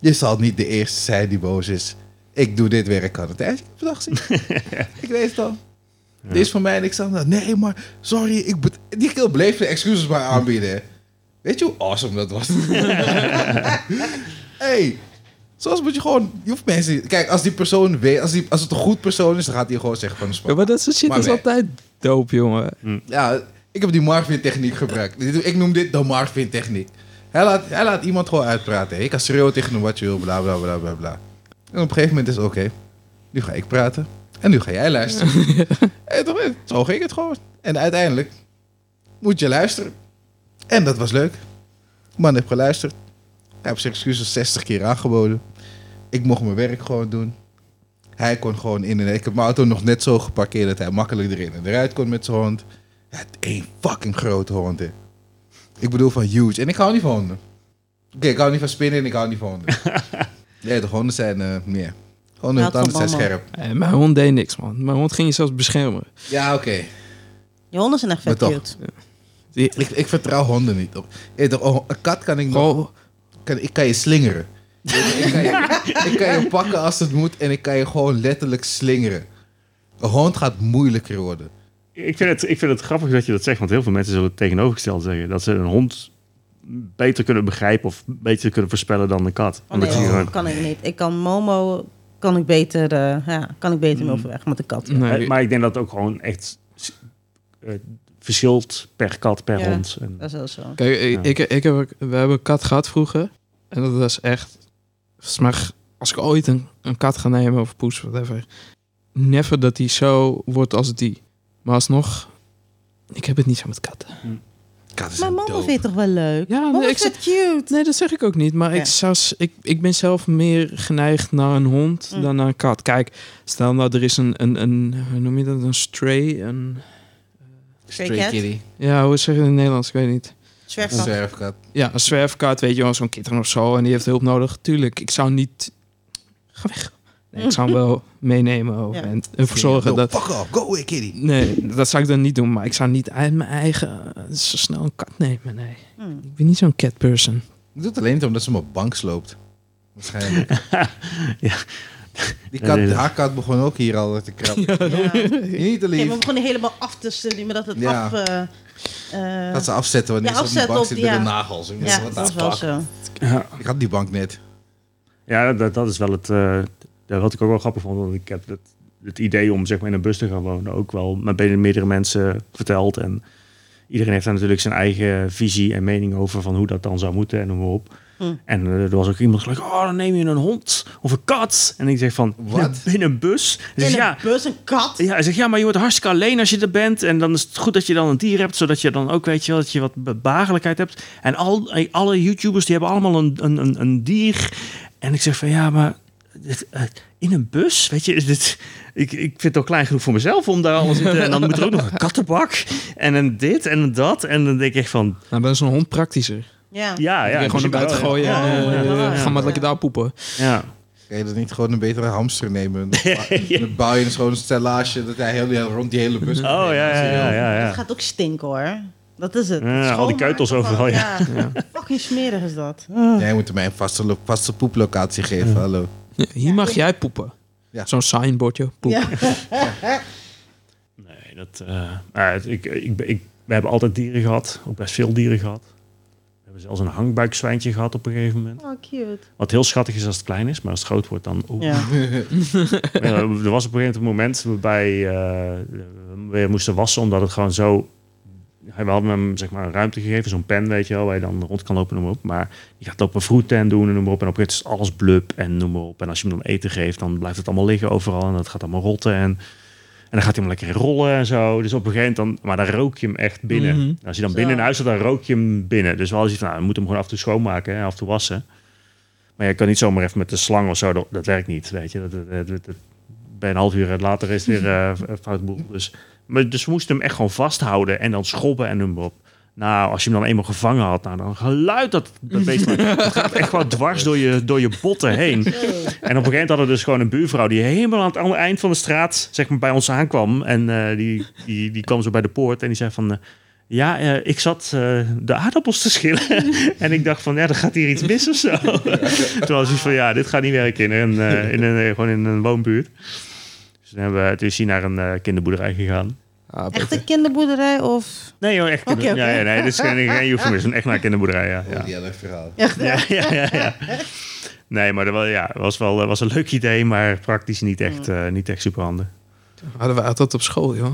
[SPEAKER 2] Je zal niet de eerste zijn die boos is. Ik doe dit werk aan het eind van de dag zien. ik weet het al.
[SPEAKER 3] Ja.
[SPEAKER 2] Deze van mij en ik zag dat. Nee, maar sorry. Ik bet- die kill bleef de excuses maar aanbieden. hè. Weet je hoe awesome dat was? hey, soms moet je gewoon... Je hoeft mensen... Kijk, als die persoon weet... Als, die, als het een goed persoon is, dan gaat hij gewoon zeggen van...
[SPEAKER 4] Ja,
[SPEAKER 2] smak.
[SPEAKER 4] maar dat soort shit
[SPEAKER 2] Maar
[SPEAKER 4] is
[SPEAKER 2] nee.
[SPEAKER 4] altijd dope, jongen.
[SPEAKER 3] Hm.
[SPEAKER 2] Ja, ik heb die Marvin-techniek gebruikt. Dit- Ik noem dit de Marvin-techniek. Hij laat, hij laat iemand gewoon uitpraten. Ik kan schreeuwen tegen hem wat je wil, bla bla bla bla bla. En op een gegeven moment is het oké. Nu ga ik praten. En nu ga jij luisteren. en toch, eh, zo ging het gewoon. En uiteindelijk moet je luisteren. En dat was leuk. De man heeft geluisterd. Hij heeft zijn excuses 60 keer aangeboden. Ik mocht mijn werk gewoon doen. Hij kon gewoon in en ik heb mijn auto nog net zo geparkeerd dat hij makkelijk erin en eruit kon met zijn hond. Ja, het één fucking grote hond. hè. Ik bedoel van huge. En ik hou niet van honden. Oké, ik hou niet van spinnen en ik hou niet van honden. nee, de honden zijn eh meer. Honden hun
[SPEAKER 1] Houdt van
[SPEAKER 2] tanden zijn
[SPEAKER 1] banden.
[SPEAKER 2] scherp.
[SPEAKER 4] Eh, mijn hond deed niks, man. Mijn hond ging je zelfs beschermen.
[SPEAKER 2] Ja, oké.
[SPEAKER 1] Je honden zijn echt vet
[SPEAKER 2] Maar toch.
[SPEAKER 1] cute.
[SPEAKER 4] Die,
[SPEAKER 2] Ik, ik vertrouw honden niet. Op. Eh, de- oh, Een kat kan ik nog-
[SPEAKER 4] gewoon,
[SPEAKER 2] kan, ik kan je slingeren. ik, kan je, ik kan je pakken als het moet en ik kan je gewoon letterlijk slingeren. Een hond gaat moeilijker worden.
[SPEAKER 3] Ik vind, het, ik vind het grappig dat je dat zegt, want heel veel mensen zullen het tegenovergesteld zeggen. Dat ze een hond beter kunnen begrijpen of beter kunnen voorspellen dan een kat.
[SPEAKER 1] Oh, nee,
[SPEAKER 3] Omdat je
[SPEAKER 1] dat
[SPEAKER 3] gewoon-
[SPEAKER 1] kan ik niet. Ik kan Momo, kan ik beter, eh, ja, kan ik beter mee overweg met de kat. ja.
[SPEAKER 4] nee,
[SPEAKER 3] Eh, Maar ik denk dat het ook gewoon echt eh, verschilt per kat, per
[SPEAKER 1] Ja.
[SPEAKER 3] hond. En,
[SPEAKER 1] Dat is wel zo.
[SPEAKER 4] Kijk, ik,
[SPEAKER 3] Ja.
[SPEAKER 4] ik, ik heb, ook- we hebben een kat gehad vroeger. En dat was echt... volgens mij, als ik ooit een, een kat ga nemen of poes, whatever. Never dat die zo wordt als die. Maar alsnog, ik heb het niet zo met katten.
[SPEAKER 2] Katten
[SPEAKER 1] Maar
[SPEAKER 2] zijn
[SPEAKER 1] Momo
[SPEAKER 2] dope.
[SPEAKER 1] vind je toch wel leuk?
[SPEAKER 4] Ja,
[SPEAKER 1] Momo
[SPEAKER 4] nee, ik
[SPEAKER 1] is vet cute.
[SPEAKER 4] Nee, dat zeg ik ook niet. Maar
[SPEAKER 1] Ja.
[SPEAKER 4] ik, zou, s- ik, ik ben zelf meer geneigd naar een hond
[SPEAKER 1] Mm.
[SPEAKER 4] dan naar een kat. Kijk, stel nou er is een, een, een hoe noem je dat, een stray. Een,
[SPEAKER 1] Stray cat.
[SPEAKER 4] ja, hoe zeg je het in het Nederlands? Ik weet niet.
[SPEAKER 2] Een
[SPEAKER 1] Zwerfkat.
[SPEAKER 2] zwerfkat.
[SPEAKER 4] Ja, een zwerfkaart, weet je wel, zo'n kitten of zo. En die heeft hulp nodig. Tuurlijk, ik zou niet... Ga weg. Nee, ik zou hem wel meenemen ook,
[SPEAKER 1] Ja.
[SPEAKER 4] en ervoor zorgen
[SPEAKER 2] Yo,
[SPEAKER 4] dat...
[SPEAKER 2] Fuck off, go away kitty.
[SPEAKER 4] Nee, dat zou ik dan niet doen. Maar ik zou niet uit mijn eigen... eh, Zo snel een kat nemen, nee.
[SPEAKER 1] Hmm.
[SPEAKER 4] Ik ben niet zo'n cat person.
[SPEAKER 2] Ik doe het alleen omdat ze hem op bank sloopt. Waarschijnlijk.
[SPEAKER 3] Ja.
[SPEAKER 2] Die kat,
[SPEAKER 3] Ja, ja.
[SPEAKER 2] haar kat begon ook hier al te krabben.
[SPEAKER 1] Ja.
[SPEAKER 2] Niet te
[SPEAKER 1] Ja, maar
[SPEAKER 2] lief.
[SPEAKER 1] we begonnen helemaal af te sturen met dat het
[SPEAKER 2] Ja.
[SPEAKER 1] af... eh, eh,
[SPEAKER 2] Gaat ze afzetten wanneer
[SPEAKER 1] Ja,
[SPEAKER 2] ze op
[SPEAKER 1] afzetten
[SPEAKER 2] die bank
[SPEAKER 1] op
[SPEAKER 2] zit
[SPEAKER 1] die-
[SPEAKER 2] met de
[SPEAKER 1] ja.
[SPEAKER 2] nagels. Ik, dacht,
[SPEAKER 1] ja,
[SPEAKER 2] wat
[SPEAKER 1] dat
[SPEAKER 2] de
[SPEAKER 1] is wel
[SPEAKER 2] fuck?
[SPEAKER 1] zo.
[SPEAKER 2] ik had die bank net.
[SPEAKER 3] Ja, dat, dat is wel het. eh, wat ik ook wel grappig vond. Want ik heb het, het idee om zeg maar, in een bus te gaan wonen ook wel met bij meerdere mensen verteld. En iedereen heeft daar natuurlijk zijn eigen visie en mening over van hoe dat dan zou moeten en hoe op.
[SPEAKER 1] Hm.
[SPEAKER 3] En eh, er was ook iemand gelijk, oh, dan neem je een hond of een kat. En ik zeg van,
[SPEAKER 2] Wat?
[SPEAKER 3] in een bus? Hij zegt,
[SPEAKER 1] In
[SPEAKER 3] ja,
[SPEAKER 1] een bus, een kat.
[SPEAKER 3] ja, hij zegt, ja, maar je wordt hartstikke alleen als je er bent. En dan is het goed dat je dan een dier hebt, zodat je dan ook weet je wel, dat je wat begrijpelijkheid hebt. En al, eh, alle YouTubers die hebben allemaal een, een, een, een dier. En ik zeg van ja, maar dit, eh, in een bus, weet je, is dit, ik, ik vind het al klein genoeg voor mezelf om daar allemaal zitten. En dan moet er ook nog een kattenbak en een dit en een dat. En dan denk ik echt van
[SPEAKER 4] Nou, dan is een hond praktischer.
[SPEAKER 1] Ja.
[SPEAKER 3] Ah, ja,
[SPEAKER 4] Ja,
[SPEAKER 3] ja.
[SPEAKER 4] gewoon naar
[SPEAKER 3] in
[SPEAKER 4] buiten gooien
[SPEAKER 3] Ja,
[SPEAKER 4] en
[SPEAKER 3] ja,
[SPEAKER 4] eh,
[SPEAKER 3] ja,
[SPEAKER 4] ga
[SPEAKER 3] ja.
[SPEAKER 4] maar lekker daar poepen.
[SPEAKER 3] ja.
[SPEAKER 2] Kan je dat niet gewoon een betere hamster nemen? Dan bouw je dus gewoon een stellage dat hij heel, heel rond die hele bus
[SPEAKER 3] Oh ja, ja, ja, ja,
[SPEAKER 1] Het
[SPEAKER 3] ja.
[SPEAKER 1] gaat ook stinken hoor. Dat is het.
[SPEAKER 3] Ja, al die
[SPEAKER 1] Schoonmaken
[SPEAKER 3] kuitels
[SPEAKER 1] van-
[SPEAKER 3] overal, ja.
[SPEAKER 1] Ja. Fucking smerig is dat.
[SPEAKER 2] Jij moet hem een vaste, lo- vaste poeplocatie geven, hallo.
[SPEAKER 4] Ja, hier mag jij poepen.
[SPEAKER 2] Ja.
[SPEAKER 4] Zo'n signbordje, poep.
[SPEAKER 1] Ja.
[SPEAKER 3] Nee, dat. eh, maar het- ik, ik, ik, we hebben altijd dieren gehad, ook best veel dieren gehad. We hebben zelfs een hangbuikzwijntje gehad op een gegeven moment.
[SPEAKER 1] Oh, cute.
[SPEAKER 3] Wat heel schattig is als het klein is, maar als het groot wordt dan. oeh.
[SPEAKER 1] Ja.
[SPEAKER 3] Eh, er was op een gegeven moment waarbij eh, we moesten wassen, omdat het gewoon zo. We hadden hem zeg maar een ruimte gegeven, zo'n pen, weet je wel, waar je dan rond kan lopen, noem maar op. Maar je gaat op een vroedtent doen en noem maar op. En op een gegeven moment is alles blub en noem maar op. En als je hem dan eten geeft, dan blijft het allemaal liggen overal en dat gaat allemaal rotten. En, en dan gaat hij hem lekker in rollen en zo. Dus op een gegeven moment, dan, maar dan rook je hem echt binnen.
[SPEAKER 4] Mhm.
[SPEAKER 3] En Als je dan
[SPEAKER 1] Zo.
[SPEAKER 3] binnen in huis zat, dan rook je hem binnen. Dus we hadden zoiets van, nou, we moeten hem gewoon af en toe schoonmaken en af en toe wassen. Maar je kan niet zomaar even met de slang of zo, dat, dat werkt niet, weet je. Dat, dat, dat- dat- bij een half uur later is het weer eh, een fout boel. Dus, maar, dus we moesten hem echt gewoon vasthouden en dan schobben en hem op. Nou, als je hem dan eenmaal gevangen had, nou, dan geluid dat, dat beest. Het gaat echt gewoon dwars door je, door je botten heen. En op een gegeven moment hadden we dus gewoon een buurvrouw die helemaal aan het andere eind van de straat zeg maar, bij ons aankwam. En eh, die, die, die kwam zo bij de poort en die zei van... eh, ja, eh, ik zat eh, de aardappels te schillen. en ik dacht van, ja, er gaat hier iets mis of zo. Toen was hij van, ja, dit gaat niet werken in een, eh, in een, eh, gewoon in een woonbuurt. Dus Dus toen, hebben we, toen is hij naar een eh, kinderboerderij gegaan.
[SPEAKER 4] Ah,
[SPEAKER 1] Echt
[SPEAKER 4] beter.
[SPEAKER 1] een kinderboerderij of...
[SPEAKER 3] Nee joh, echt kinder-
[SPEAKER 1] Oké, oké.
[SPEAKER 3] Ja, ja, nee, dit is geen, geen euphemisme. Echt naar een kinderboerderij, ja.
[SPEAKER 2] Oh,
[SPEAKER 3] ja.
[SPEAKER 2] die hele verhaal.
[SPEAKER 3] Ja, ja, ja, ja. Nee, maar dat wel, ja, was wel eh, was een leuk idee, maar praktisch niet echt, eh, niet echt super handig.
[SPEAKER 4] Hadden we altijd op school, joh.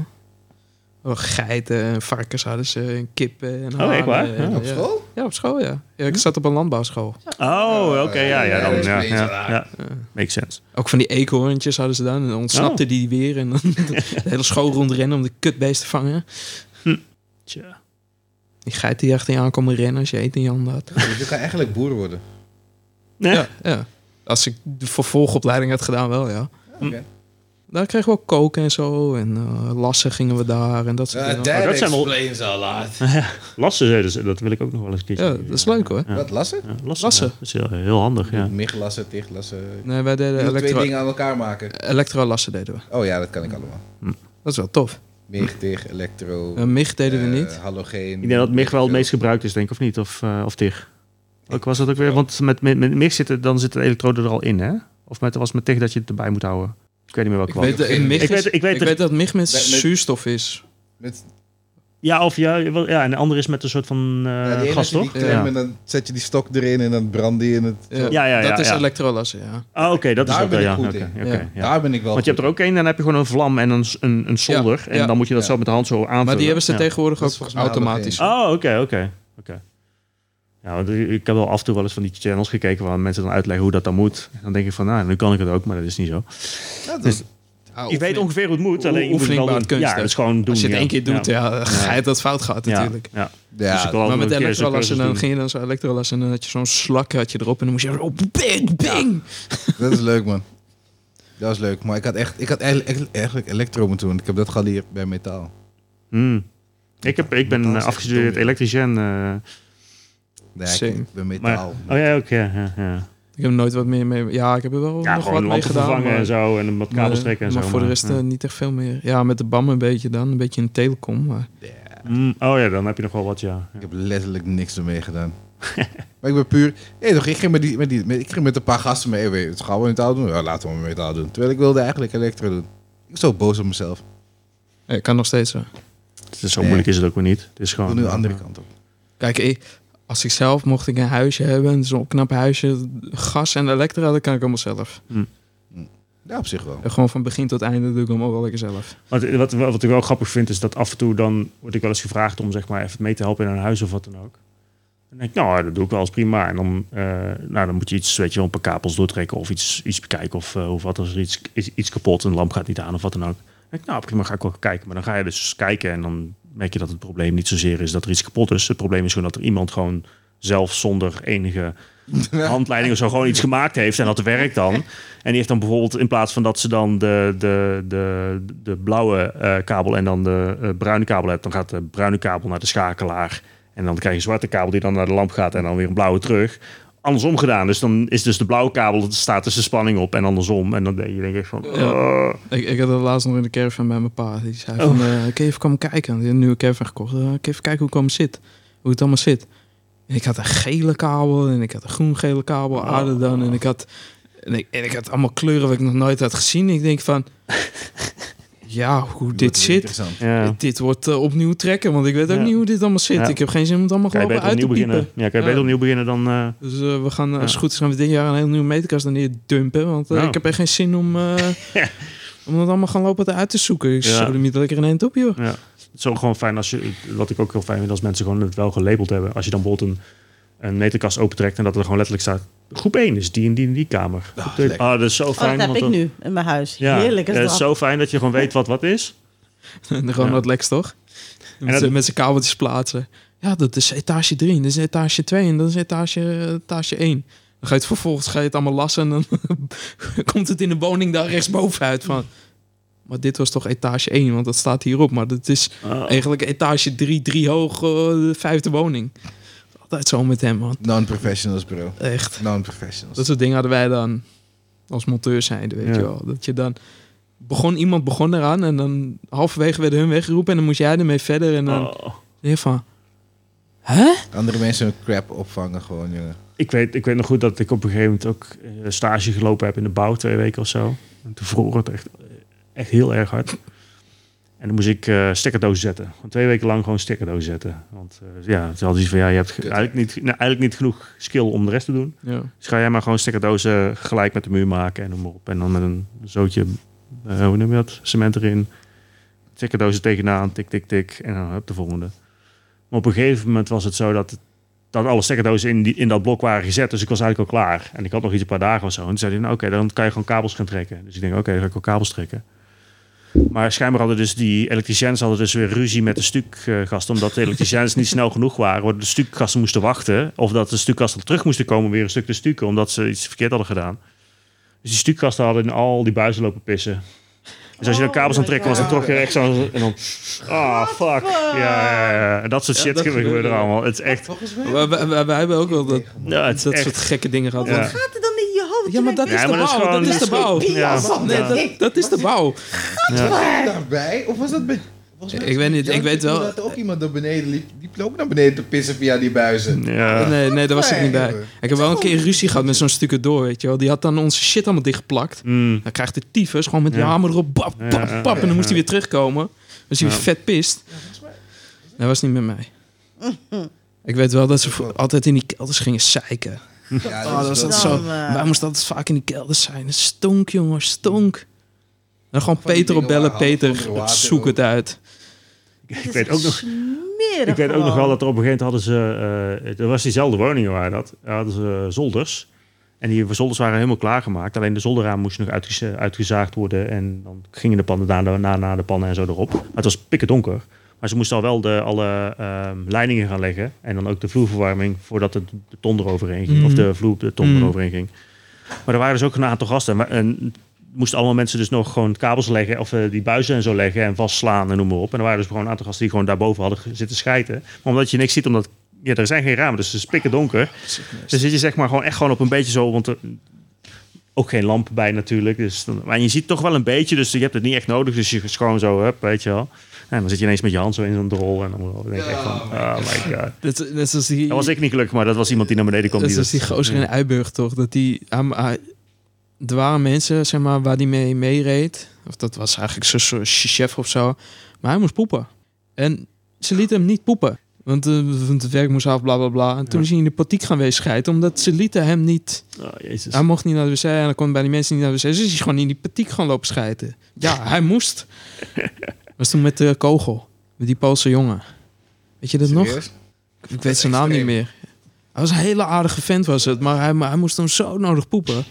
[SPEAKER 4] Oh, geiten en varkens hadden ze, en kippen en
[SPEAKER 3] Oh, echt waar?
[SPEAKER 4] hanen en-
[SPEAKER 3] Ja.
[SPEAKER 2] Op school?
[SPEAKER 4] Ja, op school, ja. ja ik zat op een landbouwschool.
[SPEAKER 3] Oh, oké, ja, ja,
[SPEAKER 2] ja,
[SPEAKER 3] dan,
[SPEAKER 2] dat is
[SPEAKER 3] ja,
[SPEAKER 2] een beetje
[SPEAKER 3] ja,
[SPEAKER 2] raar.
[SPEAKER 3] ja. Makes sense.
[SPEAKER 4] Ook van die eekhoorntjes hadden ze dan. En dan ontsnapte
[SPEAKER 3] Oh.
[SPEAKER 4] die weer. En dan de hele school rondrennen om de kutbeest te vangen.
[SPEAKER 3] Tja.
[SPEAKER 4] Die geit die achter je aan kon rennen als je eten in je handen had.
[SPEAKER 2] Dus je kan eigenlijk boer worden.
[SPEAKER 3] Nee.
[SPEAKER 4] Ja, ja. Als ik de vervolgopleiding had gedaan, wel, ja.
[SPEAKER 2] Oké.
[SPEAKER 4] Daar kregen we ook koken en zo. En eh, lassen gingen we daar en dat soort dingen.
[SPEAKER 3] dat zijn wel-
[SPEAKER 2] explains a lot.
[SPEAKER 3] Lassen zeiden ze, dus, dat wil ik ook nog wel eens een keertje.
[SPEAKER 4] Ja, dat is leuk hoor.
[SPEAKER 3] Ja.
[SPEAKER 2] Wat, lassen?
[SPEAKER 3] Ja, lassen.
[SPEAKER 4] Lassen.
[SPEAKER 3] ja. Dat is heel, heel handig, ja.
[SPEAKER 2] Miglassen, tichtlassen.
[SPEAKER 4] Nee, wij deden
[SPEAKER 2] Moet twee
[SPEAKER 4] elektro
[SPEAKER 2] dingen aan elkaar maken.
[SPEAKER 4] elektrolassen deden we.
[SPEAKER 2] Oh ja, dat kan ik allemaal.
[SPEAKER 4] Dat is wel tof.
[SPEAKER 2] Mig, tig, elektro.
[SPEAKER 4] Een MIG deden we
[SPEAKER 2] eh,
[SPEAKER 4] niet.
[SPEAKER 2] Halogeen.
[SPEAKER 3] Ik denk dat MIG wel het meest gebruikt is, denk ik, of niet? Of, eh, of TIG? Ook was dat ook weer, want met, met, met MIG zit, het- dan zit de elektrode er al in, hè? Of met, was het met TIG dat je het erbij moet houden? Ik weet niet meer
[SPEAKER 4] Ik
[SPEAKER 3] welke was.
[SPEAKER 4] weet, eh, MIG
[SPEAKER 3] Ik weet-
[SPEAKER 4] is-
[SPEAKER 3] ik weet
[SPEAKER 4] ik
[SPEAKER 3] dat-
[SPEAKER 4] weet dat MIG met
[SPEAKER 2] Met- met-
[SPEAKER 4] zuurstof is.
[SPEAKER 2] Met,
[SPEAKER 3] Ja, of ja, wel- ja, en de andere is met een soort van eh,
[SPEAKER 2] ja, die ene
[SPEAKER 3] gas,
[SPEAKER 2] heb je
[SPEAKER 3] toch?
[SPEAKER 2] die
[SPEAKER 4] Ja.
[SPEAKER 2] klem En dan zet je die stok erin en dan brand die in het...
[SPEAKER 4] Ja,
[SPEAKER 3] Ja, ja, ja,
[SPEAKER 4] dat is
[SPEAKER 3] ja.
[SPEAKER 4] elektrolassen, ja.
[SPEAKER 3] Ah, oké, dat is
[SPEAKER 2] Daar
[SPEAKER 3] ook wel,
[SPEAKER 2] ben ik
[SPEAKER 3] ja.
[SPEAKER 2] goed
[SPEAKER 3] oké,
[SPEAKER 2] in.
[SPEAKER 3] oké,
[SPEAKER 4] Ja.
[SPEAKER 3] ja.
[SPEAKER 2] Daar ben ik wel
[SPEAKER 3] Want je hebt er ook één, dan heb je gewoon een vlam en een, s- een, een solder.
[SPEAKER 4] Ja,
[SPEAKER 3] En
[SPEAKER 4] ja.
[SPEAKER 3] dan moet je dat
[SPEAKER 2] Ja.
[SPEAKER 3] zelf met de hand zo aanvullen.
[SPEAKER 4] Maar die hebben ze
[SPEAKER 3] Ja.
[SPEAKER 4] tegenwoordig
[SPEAKER 2] Dat
[SPEAKER 4] ook
[SPEAKER 2] is volgens mij
[SPEAKER 4] automatisch.
[SPEAKER 2] halogeen.
[SPEAKER 3] Oh, oké, oké. oké. Ja, want ik ik heb wel af en toe wel eens van die channels gekeken waar mensen dan uitleggen hoe dat dan moet. En dan denk ik van, nou, nu kan ik het ook, maar dat is niet zo.
[SPEAKER 2] goed in.
[SPEAKER 3] Dus-
[SPEAKER 2] Ja,
[SPEAKER 4] Ah,
[SPEAKER 3] Ik weet
[SPEAKER 4] oefening.
[SPEAKER 3] ongeveer hoe het moet, alleen je moet het wel
[SPEAKER 4] Oefeningbaar
[SPEAKER 3] doen.
[SPEAKER 4] kunst,
[SPEAKER 3] Ja,
[SPEAKER 4] hè?
[SPEAKER 3] dat is gewoon doen.
[SPEAKER 4] Als je het
[SPEAKER 3] ja.
[SPEAKER 4] één keer doet, ja, ga je dat fout gaat
[SPEAKER 3] Ja,
[SPEAKER 4] natuurlijk.
[SPEAKER 3] Ja,
[SPEAKER 2] dat-
[SPEAKER 3] Dus ik wil
[SPEAKER 4] Maar
[SPEAKER 3] altijd
[SPEAKER 4] met
[SPEAKER 3] nog een keer zo'n
[SPEAKER 4] elektrolassen,
[SPEAKER 3] cursus
[SPEAKER 4] dan
[SPEAKER 3] doen.
[SPEAKER 4] ging je dan zo elektrolassen en dan had je zo'n slak had je erop en dan moest je op bing, bing.
[SPEAKER 2] dat is leuk, man. Dat is leuk. Maar ik had, echt, ik had eigenlijk, eigenlijk elektro moeten doen. Ik heb dat geleerd bij metaal.
[SPEAKER 3] Hmm. Ik, heb, ik ben
[SPEAKER 2] Metaal is
[SPEAKER 3] eh,
[SPEAKER 2] echt
[SPEAKER 3] afgestudeerd
[SPEAKER 2] dom,
[SPEAKER 3] elektricien. eh,
[SPEAKER 2] Nee,
[SPEAKER 4] Same.
[SPEAKER 2] ik, bij
[SPEAKER 3] maar,
[SPEAKER 2] metaal.
[SPEAKER 3] oh ja, ook, ja. Ja, ja.
[SPEAKER 4] Ik heb nooit wat meer mee. Ja, ik heb er wel
[SPEAKER 3] ja
[SPEAKER 4] nog
[SPEAKER 3] gewoon
[SPEAKER 4] wat mee
[SPEAKER 3] lampen
[SPEAKER 4] gedaan.
[SPEAKER 3] vervangen
[SPEAKER 4] maar-
[SPEAKER 3] en zo. En wat kabels trekken en
[SPEAKER 4] maar
[SPEAKER 3] zo.
[SPEAKER 4] voor de rest
[SPEAKER 3] ja.
[SPEAKER 4] eh, niet echt veel meer. Ja, met de BAM een beetje dan. Een beetje een telecom. Maar
[SPEAKER 3] Hmm, Oh ja, dan heb je nog wel wat, ja.
[SPEAKER 2] Ik heb letterlijk niks ermee gedaan. maar ik ben puur... Hey, toch, ik, ging met die, met die, met- ik ging met een paar gasten mee. Hey, weet je, het gaan we metaal doen? Ja, laten we maar metaal doen. Terwijl ik wilde eigenlijk elektro doen. Ik was zo boos op mezelf.
[SPEAKER 4] eh, kan nog steeds zo.
[SPEAKER 3] Het is zo
[SPEAKER 2] Nee.
[SPEAKER 3] moeilijk is het ook weer niet. Het is
[SPEAKER 2] Ik wil
[SPEAKER 3] gewoon...
[SPEAKER 2] nu
[SPEAKER 4] Oh,
[SPEAKER 2] de andere
[SPEAKER 3] ja.
[SPEAKER 2] kant op.
[SPEAKER 4] Kijk, ik- als ik zelf mocht ik een huisje hebben, zo'n knap huisje, gas en elektra, dat kan ik allemaal zelf.
[SPEAKER 2] Ja, op zich wel.
[SPEAKER 4] En gewoon van begin tot einde doe ik allemaal wel lekker zelf.
[SPEAKER 3] Want wat, wat ik wel grappig vind, is dat af en toe dan word ik wel eens gevraagd om zeg maar even mee te helpen in een huis of wat dan ook. Dan denk ik, nou, dat doe ik wel eens prima. En dan, eh, nou, dan moet je iets, weet je wel, een paar kapels doortrekken of iets, iets bekijken of, eh, of wat. Als er iets, is, iets kapot en de lamp gaat niet aan of wat dan ook. Dan denk ik, nou, prima, ga ik wel kijken. Maar dan ga je dus kijken en dan merk je dat het probleem niet zozeer is dat er iets kapot is. Het probleem is gewoon dat er iemand gewoon zelf zonder enige handleiding of zo gewoon iets gemaakt heeft en dat werkt dan. En die heeft dan bijvoorbeeld in plaats van dat ze dan de, de, de, de blauwe eh, kabel en dan de eh, bruine kabel hebt, dan gaat de bruine kabel naar de schakelaar. En dan krijg je een zwarte kabel die dan naar de lamp gaat en dan weer een blauwe terug. Andersom gedaan. Dus dan is dus de blauwe kabel, dat staat dus de spanning op en andersom. En dan denk je denk ik van.
[SPEAKER 4] Ja.
[SPEAKER 3] oh.
[SPEAKER 4] Ik, ik had dat laatst nog in de caravan bij mijn pa. Die zei van, eh, kun je even komen kijken? Die had een nieuwe caravan gekocht. Eh, kun je even kijken hoe ik allemaal zit? Hoe het allemaal zit. En ik had een gele kabel en ik had een groen-gele kabel,
[SPEAKER 3] Oh.
[SPEAKER 4] aarde dan. En ik, had, en, ik, en ik had allemaal kleuren wat ik nog nooit had gezien. Ik denk van, ja, hoe
[SPEAKER 2] Dat
[SPEAKER 4] dit
[SPEAKER 2] wordt weer
[SPEAKER 4] zit.
[SPEAKER 2] Interessant.
[SPEAKER 3] Ja.
[SPEAKER 4] Dit wordt eh, opnieuw trekken, want ik weet ook
[SPEAKER 3] Ja.
[SPEAKER 4] niet hoe dit allemaal zit.
[SPEAKER 3] Ja.
[SPEAKER 4] Ik heb geen zin om het allemaal
[SPEAKER 3] Kan je
[SPEAKER 4] gewoon
[SPEAKER 3] beter
[SPEAKER 4] uit te
[SPEAKER 3] opnieuw beginnen?
[SPEAKER 4] piepen.
[SPEAKER 3] Ja, kan je beter
[SPEAKER 4] Ja.
[SPEAKER 3] opnieuw beginnen dan. eh,
[SPEAKER 4] Dus eh, we gaan, eh, als
[SPEAKER 3] Ja.
[SPEAKER 4] het goed is, gaan we dit jaar een hele nieuwe meterkast dan neer dumpen. Want eh,
[SPEAKER 3] Nou.
[SPEAKER 4] ik heb echt geen zin om, eh, om dat allemaal gaan lopen te- uit te zoeken. Ik
[SPEAKER 3] Ja.
[SPEAKER 4] zou er niet lekker in één top, joh.
[SPEAKER 3] Ja. Het is ook gewoon fijn als je, wat ik ook heel fijn vind als mensen gewoon het wel gelabeld hebben. Als je dan bijvoorbeeld een, een meterkast opentrekt en dat er gewoon letterlijk staat: groep 1 is die en die en die kamer.
[SPEAKER 2] Ah,
[SPEAKER 3] Ah,
[SPEAKER 2] lekker.
[SPEAKER 3] dat is zo
[SPEAKER 1] Oh, dat
[SPEAKER 3] fijn.
[SPEAKER 1] heb
[SPEAKER 3] want
[SPEAKER 1] ik
[SPEAKER 3] dan-
[SPEAKER 1] nu in mijn huis.
[SPEAKER 3] Ja,
[SPEAKER 1] Heerlijk is
[SPEAKER 3] het
[SPEAKER 1] dat.
[SPEAKER 3] is zo fijn dat je gewoon weet wat wat is.
[SPEAKER 4] En gewoon
[SPEAKER 3] Ja.
[SPEAKER 4] dat leks, toch? Met,
[SPEAKER 3] dat-
[SPEAKER 4] z'n- met zijn kabeltjes plaatsen. Ja, dat is etage 3, dat is etage 2 en dat is etage, etage 1. Dan ga je het vervolgens ga je het allemaal lassen en dan komt het in de woning daar rechtsboven uit van... Maar dit was toch etage 1, want dat staat hierop. Maar dat is
[SPEAKER 3] Ah.
[SPEAKER 4] eigenlijk etage 3, 3 hoog, eh, de vijfde woning. Altijd zo met hem, man.
[SPEAKER 2] Non-professionals, bro.
[SPEAKER 4] Echt.
[SPEAKER 2] Non-professionals.
[SPEAKER 4] Dat soort dingen hadden wij dan als monteur zijn, weet
[SPEAKER 3] Ja.
[SPEAKER 4] je wel. Dat je dan begon, iemand begon eraan en dan halverwege werden hun weggeroepen en dan moest jij ermee verder en dan
[SPEAKER 3] Oh.
[SPEAKER 4] denk je van, hè?
[SPEAKER 2] Andere mensen hun crap opvangen gewoon, jongen.
[SPEAKER 3] Ik weet, ik weet nog goed dat ik op een gegeven moment ook eh, stage gelopen heb in de bouw, twee weken of zo. En toen vroeg het echt Echt heel erg hard. En dan moest ik eh stekkerdoos zetten. Gewoon twee weken lang gewoon stekkerdoos zetten. Want eh, ja, het hadden iets van ja, je hebt ge-
[SPEAKER 2] Kut,
[SPEAKER 3] eigenlijk niet, nou, eigenlijk niet genoeg skill om de rest te doen.
[SPEAKER 4] Ja.
[SPEAKER 3] Dus ga jij maar gewoon stekkerdozen gelijk met de muur maken en noem maar op. En dan met een zootje, eh, hoe noem je dat, cement erin. Stekkerdozen tegenaan, tik, tik, tik. En dan hup, de volgende. Maar op een gegeven moment was het zo dat, dat alle stekkerdozen in, die, in dat blok waren gezet. Dus ik was eigenlijk al klaar. En ik had nog iets een paar dagen of zo. En toen zei hij, nou oké, dan kan je gewoon kabels gaan trekken. Dus ik denk, oké, dan ga ik ook kabels trekken. Maar schijnbaar hadden dus die elektriciens hadden dus weer ruzie met de stukgasten. Omdat de elektriciens niet snel genoeg waren. Waardoor de stukgasten moesten wachten. Of dat de stukgasten terug moesten komen om weer een stuk te stukken. Omdat ze iets verkeerd hadden gedaan. Dus die stukgasten hadden in al die buizen lopen pissen. Dus als je dan
[SPEAKER 1] Oh
[SPEAKER 3] kabels aan
[SPEAKER 1] my
[SPEAKER 3] het trekken was, dan
[SPEAKER 2] God.
[SPEAKER 3] trok je rechts aan. En dan... Ah, fuck. Ja, ja, ja. En Dat soort
[SPEAKER 4] Ja,
[SPEAKER 3] shit
[SPEAKER 4] dat
[SPEAKER 3] gebeurt
[SPEAKER 4] gebeurde.
[SPEAKER 3] er allemaal. Het is echt...
[SPEAKER 2] Volgens mij.
[SPEAKER 4] Wij, wij- wij- wij hebben ook wel dat,
[SPEAKER 3] Ja, het is
[SPEAKER 4] dat
[SPEAKER 3] echt-
[SPEAKER 4] soort gekke dingen gehad.
[SPEAKER 3] Ja.
[SPEAKER 1] Wat gaat er dan in je hoofd?
[SPEAKER 4] Ja, maar dat
[SPEAKER 3] Ja,
[SPEAKER 4] is de
[SPEAKER 3] maar dat is
[SPEAKER 4] bouw.
[SPEAKER 3] gewoon-
[SPEAKER 4] Dat is de bouw.
[SPEAKER 3] Ja.
[SPEAKER 4] Nee,
[SPEAKER 3] Ja.
[SPEAKER 4] dat, dat is de bouw.
[SPEAKER 2] daarbij? Of was dat bij... volgens mij
[SPEAKER 4] Ik weet niet, ik weet wel-
[SPEAKER 2] Dat ook iemand naar beneden liep. Die liep ook naar beneden te pissen via die buizen.
[SPEAKER 3] Ja.
[SPEAKER 4] Nee, nee, daar was ik niet bij. Ik heb wel een keer ruzie gehad met zo'n stukje door, weet je wel. Die had dan onze shit allemaal dichtgeplakt.
[SPEAKER 3] Mm.
[SPEAKER 4] Dan krijgt de tyfus gewoon met die
[SPEAKER 3] Ja.
[SPEAKER 4] hamer erop. Bap,
[SPEAKER 3] Ja,
[SPEAKER 4] bap,
[SPEAKER 3] ja,
[SPEAKER 4] bap. En
[SPEAKER 3] ja.
[SPEAKER 4] dan moest hij weer terugkomen. Dus hij
[SPEAKER 3] Ja.
[SPEAKER 4] was vet pist. Dat was niet met mij. Ik weet wel dat ze vro- altijd in die kelders gingen zeiken.
[SPEAKER 2] Ja,
[SPEAKER 4] Oh, dat was
[SPEAKER 1] dat
[SPEAKER 4] altijd zo.
[SPEAKER 1] Dan, eh.
[SPEAKER 4] Wij moesten altijd vaak in die kelders zijn. Het stonk, jongen, stonk. En dan gewoon
[SPEAKER 2] Van die
[SPEAKER 4] Peter op
[SPEAKER 2] dingen
[SPEAKER 4] bellen.
[SPEAKER 2] waar half
[SPEAKER 4] Peter,
[SPEAKER 2] onder water
[SPEAKER 4] zoek het uit.
[SPEAKER 3] Ik weet ook nog... Ik weet ook nog wel dat er op een gegeven moment hadden ze... eh er was diezelfde woningen waar dat. Daar hadden ze eh, zolders. En die zolders waren helemaal klaargemaakt. Alleen de zolderraam moest nog uitgez- uitgezaagd worden. En dan gingen de pannen daarna na, na de pannen en zo erop. Maar het was pikken donker. Maar ze moesten al wel de, alle ehm, leidingen gaan leggen. En dan ook de vloerverwarming voordat de, de ton eroverheen ging.
[SPEAKER 4] Mm.
[SPEAKER 3] Of de vloer de ton
[SPEAKER 4] Mm.
[SPEAKER 3] eroverheen ging. Maar er waren dus ook een aantal gasten. En wa- En moesten allemaal mensen dus nog gewoon kabels leggen. Of eh, die buizen en zo leggen. En vastslaan en noem maar op. En er waren dus gewoon een aantal gasten die gewoon daarboven hadden ge- zitten schijten. Maar omdat je niks ziet, omdat... Ja, er zijn geen ramen, dus het is pikken donker. Dus zit je zeg maar gewoon echt gewoon op een beetje zo... Want er, ook geen lamp bij natuurlijk. Dus dan, maar je ziet toch wel een beetje, dus je hebt het niet echt nodig. Dus je is gewoon zo, hup, weet je wel. En dan zit je ineens met je hand zo in zo'n drol. En dan denk ik echt van, oh my god.
[SPEAKER 4] Dat, dat was die,
[SPEAKER 3] Dat was ik niet gelukkig, maar dat was iemand die naar beneden kwam.
[SPEAKER 4] dat was die
[SPEAKER 3] dat-
[SPEAKER 4] gozer
[SPEAKER 3] Ja.
[SPEAKER 4] in Eiburg, toch? Dat die, hij- hij- er waren mensen, zeg maar, waar die mee meereed. Of dat was eigenlijk zo'n soort chef of zo. Maar hij moest poepen. En ze lieten hem niet poepen. Want eh, want het werk moest af, bla bla bla. En toen
[SPEAKER 3] Ja.
[SPEAKER 4] is hij in de politiek gaan wezen scheiden, Omdat ze lieten hem niet.
[SPEAKER 3] Oh, jezus.
[SPEAKER 4] Hij mocht niet naar de wc. En dan kon bij die mensen niet naar de wc. Dus is hij gewoon in die politiek gaan lopen scheiden. Ja, hij moest. was toen met de kogel. Met die Poolse jongen. Weet je dat nog?
[SPEAKER 2] Serieus?
[SPEAKER 4] Ik weet zijn naam niet
[SPEAKER 2] Extreem.
[SPEAKER 4] meer. Hij was een hele aardige vent, was het. Maar hij, maar hij moest hem zo nodig poepen.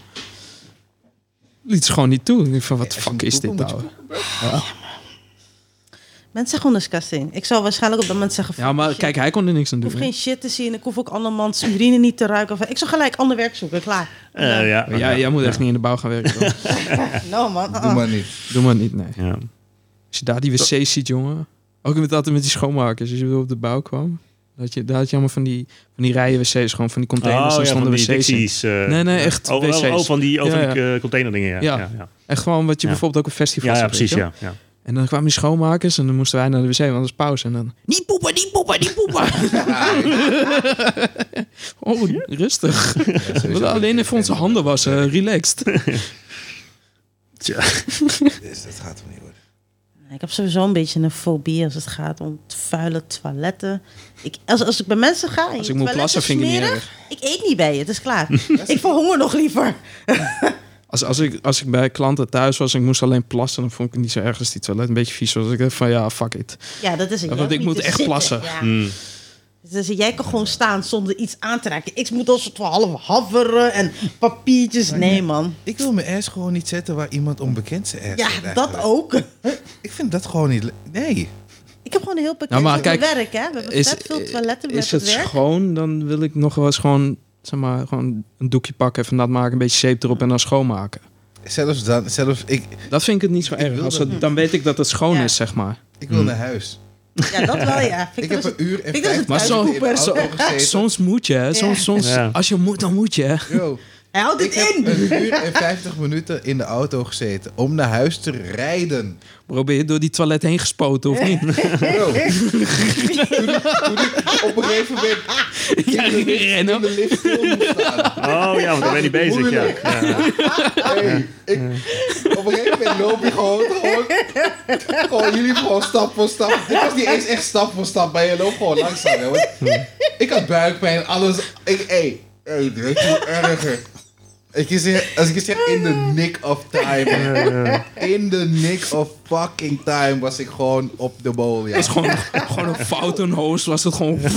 [SPEAKER 4] Liet ze gewoon niet toe. Ik dacht van, wat de
[SPEAKER 2] als je
[SPEAKER 4] fuck
[SPEAKER 2] moet
[SPEAKER 4] is dit
[SPEAKER 2] poepen, moet
[SPEAKER 4] nou?
[SPEAKER 1] Mensen zijn gewoon disgusting. Ik zal waarschijnlijk op dat moment zeggen...
[SPEAKER 4] Ja, maar
[SPEAKER 1] shit,
[SPEAKER 4] kijk, hij kon er niks aan
[SPEAKER 1] Ik
[SPEAKER 4] doen.
[SPEAKER 1] hoef geen shit te zien. Ik hoef ook andermans urine niet te ruiken. Of- Ik zou gelijk ander werk zoeken. Klaar. Nou,
[SPEAKER 3] Eh, ja, ja,
[SPEAKER 4] hè? Ja, jij moet echt niet in de bouw gaan werken. hoor.
[SPEAKER 1] No, nou, man.
[SPEAKER 2] Doe maar niet.
[SPEAKER 4] Doe maar niet, nee.
[SPEAKER 3] Ja.
[SPEAKER 4] Als je daar die wc's ziet, jongen. Ook met altijd met die schoonmakers. Als je weer op de bouw kwam. Dat je, daar had je allemaal van die, van die rijen wc's. Gewoon van die containers.
[SPEAKER 3] Oh,
[SPEAKER 4] en
[SPEAKER 3] ja,
[SPEAKER 4] stonden
[SPEAKER 3] van die
[SPEAKER 4] wc's in.
[SPEAKER 3] dicties. eh,
[SPEAKER 4] Nee, nee, echt
[SPEAKER 3] Oh, oh,
[SPEAKER 4] wc's.
[SPEAKER 3] oh, van die, oh, van
[SPEAKER 4] Ja,
[SPEAKER 3] die eh, containerdingen, ja.
[SPEAKER 4] Ja.
[SPEAKER 3] Ja, ja.
[SPEAKER 4] Echt gewoon wat je
[SPEAKER 3] Ja.
[SPEAKER 4] bijvoorbeeld ook op festivals
[SPEAKER 3] ja, ja
[SPEAKER 4] hebt, weet
[SPEAKER 3] precies,
[SPEAKER 4] je wel.
[SPEAKER 3] ja. ja.
[SPEAKER 4] En dan kwamen die schoonmakers en dan moesten wij naar de wc, want anders pauze. En dan, niet poepen, niet poepen, niet poepen. oh, rustig. We willen alleen even onze handen wassen, eh, relaxed.
[SPEAKER 2] Dus dat gaat wel niet worden.
[SPEAKER 1] Ik heb sowieso een beetje een fobie als het gaat om vuile toiletten. Ik, als, als ik bij mensen ga en
[SPEAKER 4] Als
[SPEAKER 1] je
[SPEAKER 4] ik moet
[SPEAKER 1] toilet
[SPEAKER 4] plassen,
[SPEAKER 1] is
[SPEAKER 4] vind ik het niet
[SPEAKER 1] smerig, Ik eet niet bij je, het is klaar. ik verhonger nog liever.
[SPEAKER 4] Als, als, ik, als ik bij klanten thuis was en ik moest alleen plassen, dan vond ik het niet zo erg als die toilet een beetje vies was. Ik dacht van, ja, fuck it.
[SPEAKER 1] Ja, dat is het. Je
[SPEAKER 4] Ja, want
[SPEAKER 1] hoeft
[SPEAKER 4] ik
[SPEAKER 1] niet
[SPEAKER 4] moet
[SPEAKER 1] te
[SPEAKER 4] echt
[SPEAKER 1] zitten,
[SPEAKER 4] plassen. Hmm.
[SPEAKER 1] ja.
[SPEAKER 3] Mm.
[SPEAKER 1] Dus jij kan gewoon staan zonder iets aan te raken. Ik moet als het half haveren en papiertjes. Nee, man.
[SPEAKER 2] Ik wil mijn ass gewoon niet zetten waar iemand onbekend zijn ass zet
[SPEAKER 1] Ja, dat
[SPEAKER 2] eigenlijk.
[SPEAKER 1] ook.
[SPEAKER 2] Ik vind dat gewoon niet... le- Nee.
[SPEAKER 1] Ik heb gewoon een heel pakket
[SPEAKER 4] Nou, maar
[SPEAKER 1] met mijn
[SPEAKER 4] kijk,
[SPEAKER 1] werk, hè. We hebben
[SPEAKER 4] Is,
[SPEAKER 1] vet veel toiletten met
[SPEAKER 4] is het
[SPEAKER 1] het werk.
[SPEAKER 4] schoon, dan wil ik nog wel eens gewoon, zeg maar, gewoon een doekje pakken, even nat maken, een beetje zeep erop en dan schoonmaken.
[SPEAKER 2] Zelfs dan... Zelfs ik,
[SPEAKER 4] Dat vind ik het niet zo
[SPEAKER 2] Ik wil
[SPEAKER 4] erg. Als
[SPEAKER 2] dat
[SPEAKER 4] het- dan weet ik dat het schoon
[SPEAKER 1] Ja.
[SPEAKER 4] is, zeg maar.
[SPEAKER 2] ik wil naar huis.
[SPEAKER 1] Ja, dat wel, ja. Vind
[SPEAKER 2] Ik
[SPEAKER 1] ik dat
[SPEAKER 2] heb
[SPEAKER 1] is-
[SPEAKER 2] een uur en
[SPEAKER 1] ik dat is
[SPEAKER 2] vijf
[SPEAKER 1] het
[SPEAKER 4] Maar zo-
[SPEAKER 2] minuten in de
[SPEAKER 4] zo-
[SPEAKER 2] auto gezeten.
[SPEAKER 4] Soms moet je, hè. Soms, soms,
[SPEAKER 3] Ja.
[SPEAKER 4] als je moet, dan moet je. hè.
[SPEAKER 2] Yo,
[SPEAKER 1] Hij houdt
[SPEAKER 2] ik
[SPEAKER 1] het
[SPEAKER 2] heb
[SPEAKER 1] in.
[SPEAKER 2] een uur en vijftig minuten in de auto gezeten om naar huis te rijden.
[SPEAKER 4] Probeer je door die toilet heen gespoten, of niet?
[SPEAKER 2] Yo. Toen ik- toen ik op een gegeven moment
[SPEAKER 4] Ja,
[SPEAKER 2] in de lift-
[SPEAKER 4] rennen.
[SPEAKER 2] in de lift stil moest staan.
[SPEAKER 3] Oh ja, want dan ben je bezig. Ja.
[SPEAKER 2] Moeilijk. Hey, ik, op een gegeven moment loop je gewoon, gewoon, gewoon jullie gewoon stap voor stap. Dit was niet eens echt stap voor stap, maar je loopt gewoon langzaam. hè, want Ik had buikpijn, alles. Ik, hey, hey, weet je hoe erger? Ik zeg, als ik je zeg in the nick of time. In the nick of fucking time was ik gewoon op de bol. Ja.
[SPEAKER 4] is gewoon, gewoon een fout, een hoos was het gewoon...
[SPEAKER 1] Ja,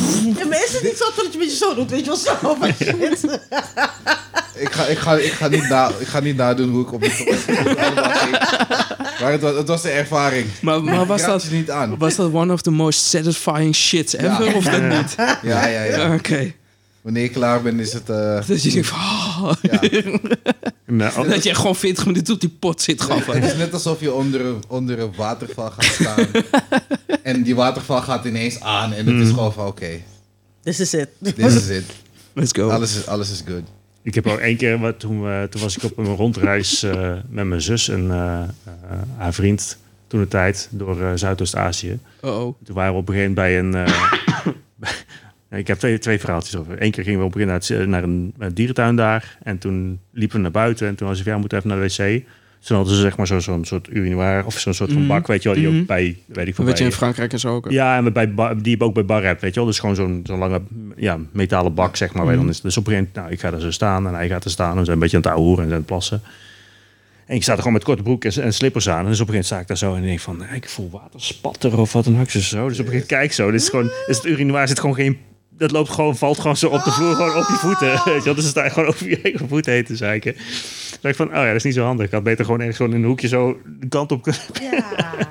[SPEAKER 1] maar is het niet zo dat je een beetje zo doet? Weet je wel zo? Van shit.
[SPEAKER 2] Ik ga, ik, ga, ik, ga niet na, ik ga niet nadoen hoe ik op de top Maar het was, het was de ervaring.
[SPEAKER 4] Maar, maar was,
[SPEAKER 2] Ik raad
[SPEAKER 4] dat,
[SPEAKER 2] je niet aan.
[SPEAKER 4] was dat one of the most satisfying shits ever?
[SPEAKER 2] Ja.
[SPEAKER 4] Of dat niet?
[SPEAKER 2] Ja, ja, ja.
[SPEAKER 4] Oké.
[SPEAKER 2] Wanneer ik klaar ben, is het. eh,
[SPEAKER 4] Dat je denkt van... ah.
[SPEAKER 2] ja.
[SPEAKER 3] Nou,
[SPEAKER 4] Dat je gewoon 40 minuten op die pot zit
[SPEAKER 2] Het
[SPEAKER 4] gaffen.
[SPEAKER 2] is net alsof je onder, een- onder een waterval gaat staan. en die waterval gaat ineens aan. En het
[SPEAKER 3] Hmm.
[SPEAKER 2] is gewoon van: oké,
[SPEAKER 1] This is it.
[SPEAKER 2] dit is het.
[SPEAKER 4] Let's
[SPEAKER 3] Oh.
[SPEAKER 4] go.
[SPEAKER 2] Alles is, alles is good.
[SPEAKER 3] Ik heb ook één keer, wat, toen, we- toen was ik op een rondreis eh, met mijn zus en eh, eh, haar vriend toen de tijd door eh, Zuidoost-Azië.
[SPEAKER 4] Oh,
[SPEAKER 3] Toen waren we op een gegeven moment bij een. eh, Nee, ik heb twee, twee verhaaltjes over. Eén keer gingen we op een gegeven moment naar, het- naar een, eh, dierentuin daar. En toen liepen we naar buiten. En toen was ik, ja, we moeten even naar de wc. Dus Toen hadden ze zeg maar zo- zo'n soort urinoir of zo'n soort van bak, weet je wel, die
[SPEAKER 4] Mhm.
[SPEAKER 3] ook bij, weet ik veel,
[SPEAKER 4] dat weet je
[SPEAKER 3] bij-
[SPEAKER 4] in Frankrijk en zo ook. hè?
[SPEAKER 3] ja, en bij, ba- die je ook bij bar hebt, weet je wel. Dus gewoon zo'n zo'n lange ja, metalen bak, zeg maar. waar je Dan is, dus op een gegeven moment, nou, ik ga er zo staan en hij gaat er staan. En we zijn een beetje aan het ouwehoeren en zijn aan het plassen. En ik sta er gewoon met korte broek en, en slippers aan. En dus op een gegeven moment sta ik daar zo en denk van... Ik voel water spatteren of wat dan ook. Dus, zo. dus op een gegeven moment kijk ik zo. Dit is gewoon, is het urinoir zit gewoon geen... Dat loopt gewoon, valt gewoon zo op de vloer, gewoon op je voeten. Weet je wel. Dus het daar gewoon over je eigen voeten heen te zeiken. Toen dacht ik van, oh ja, dat is niet zo handig. Ik had beter gewoon ergens gewoon in een hoekje zo de kant op kunnen
[SPEAKER 1] Ja.
[SPEAKER 3] ja,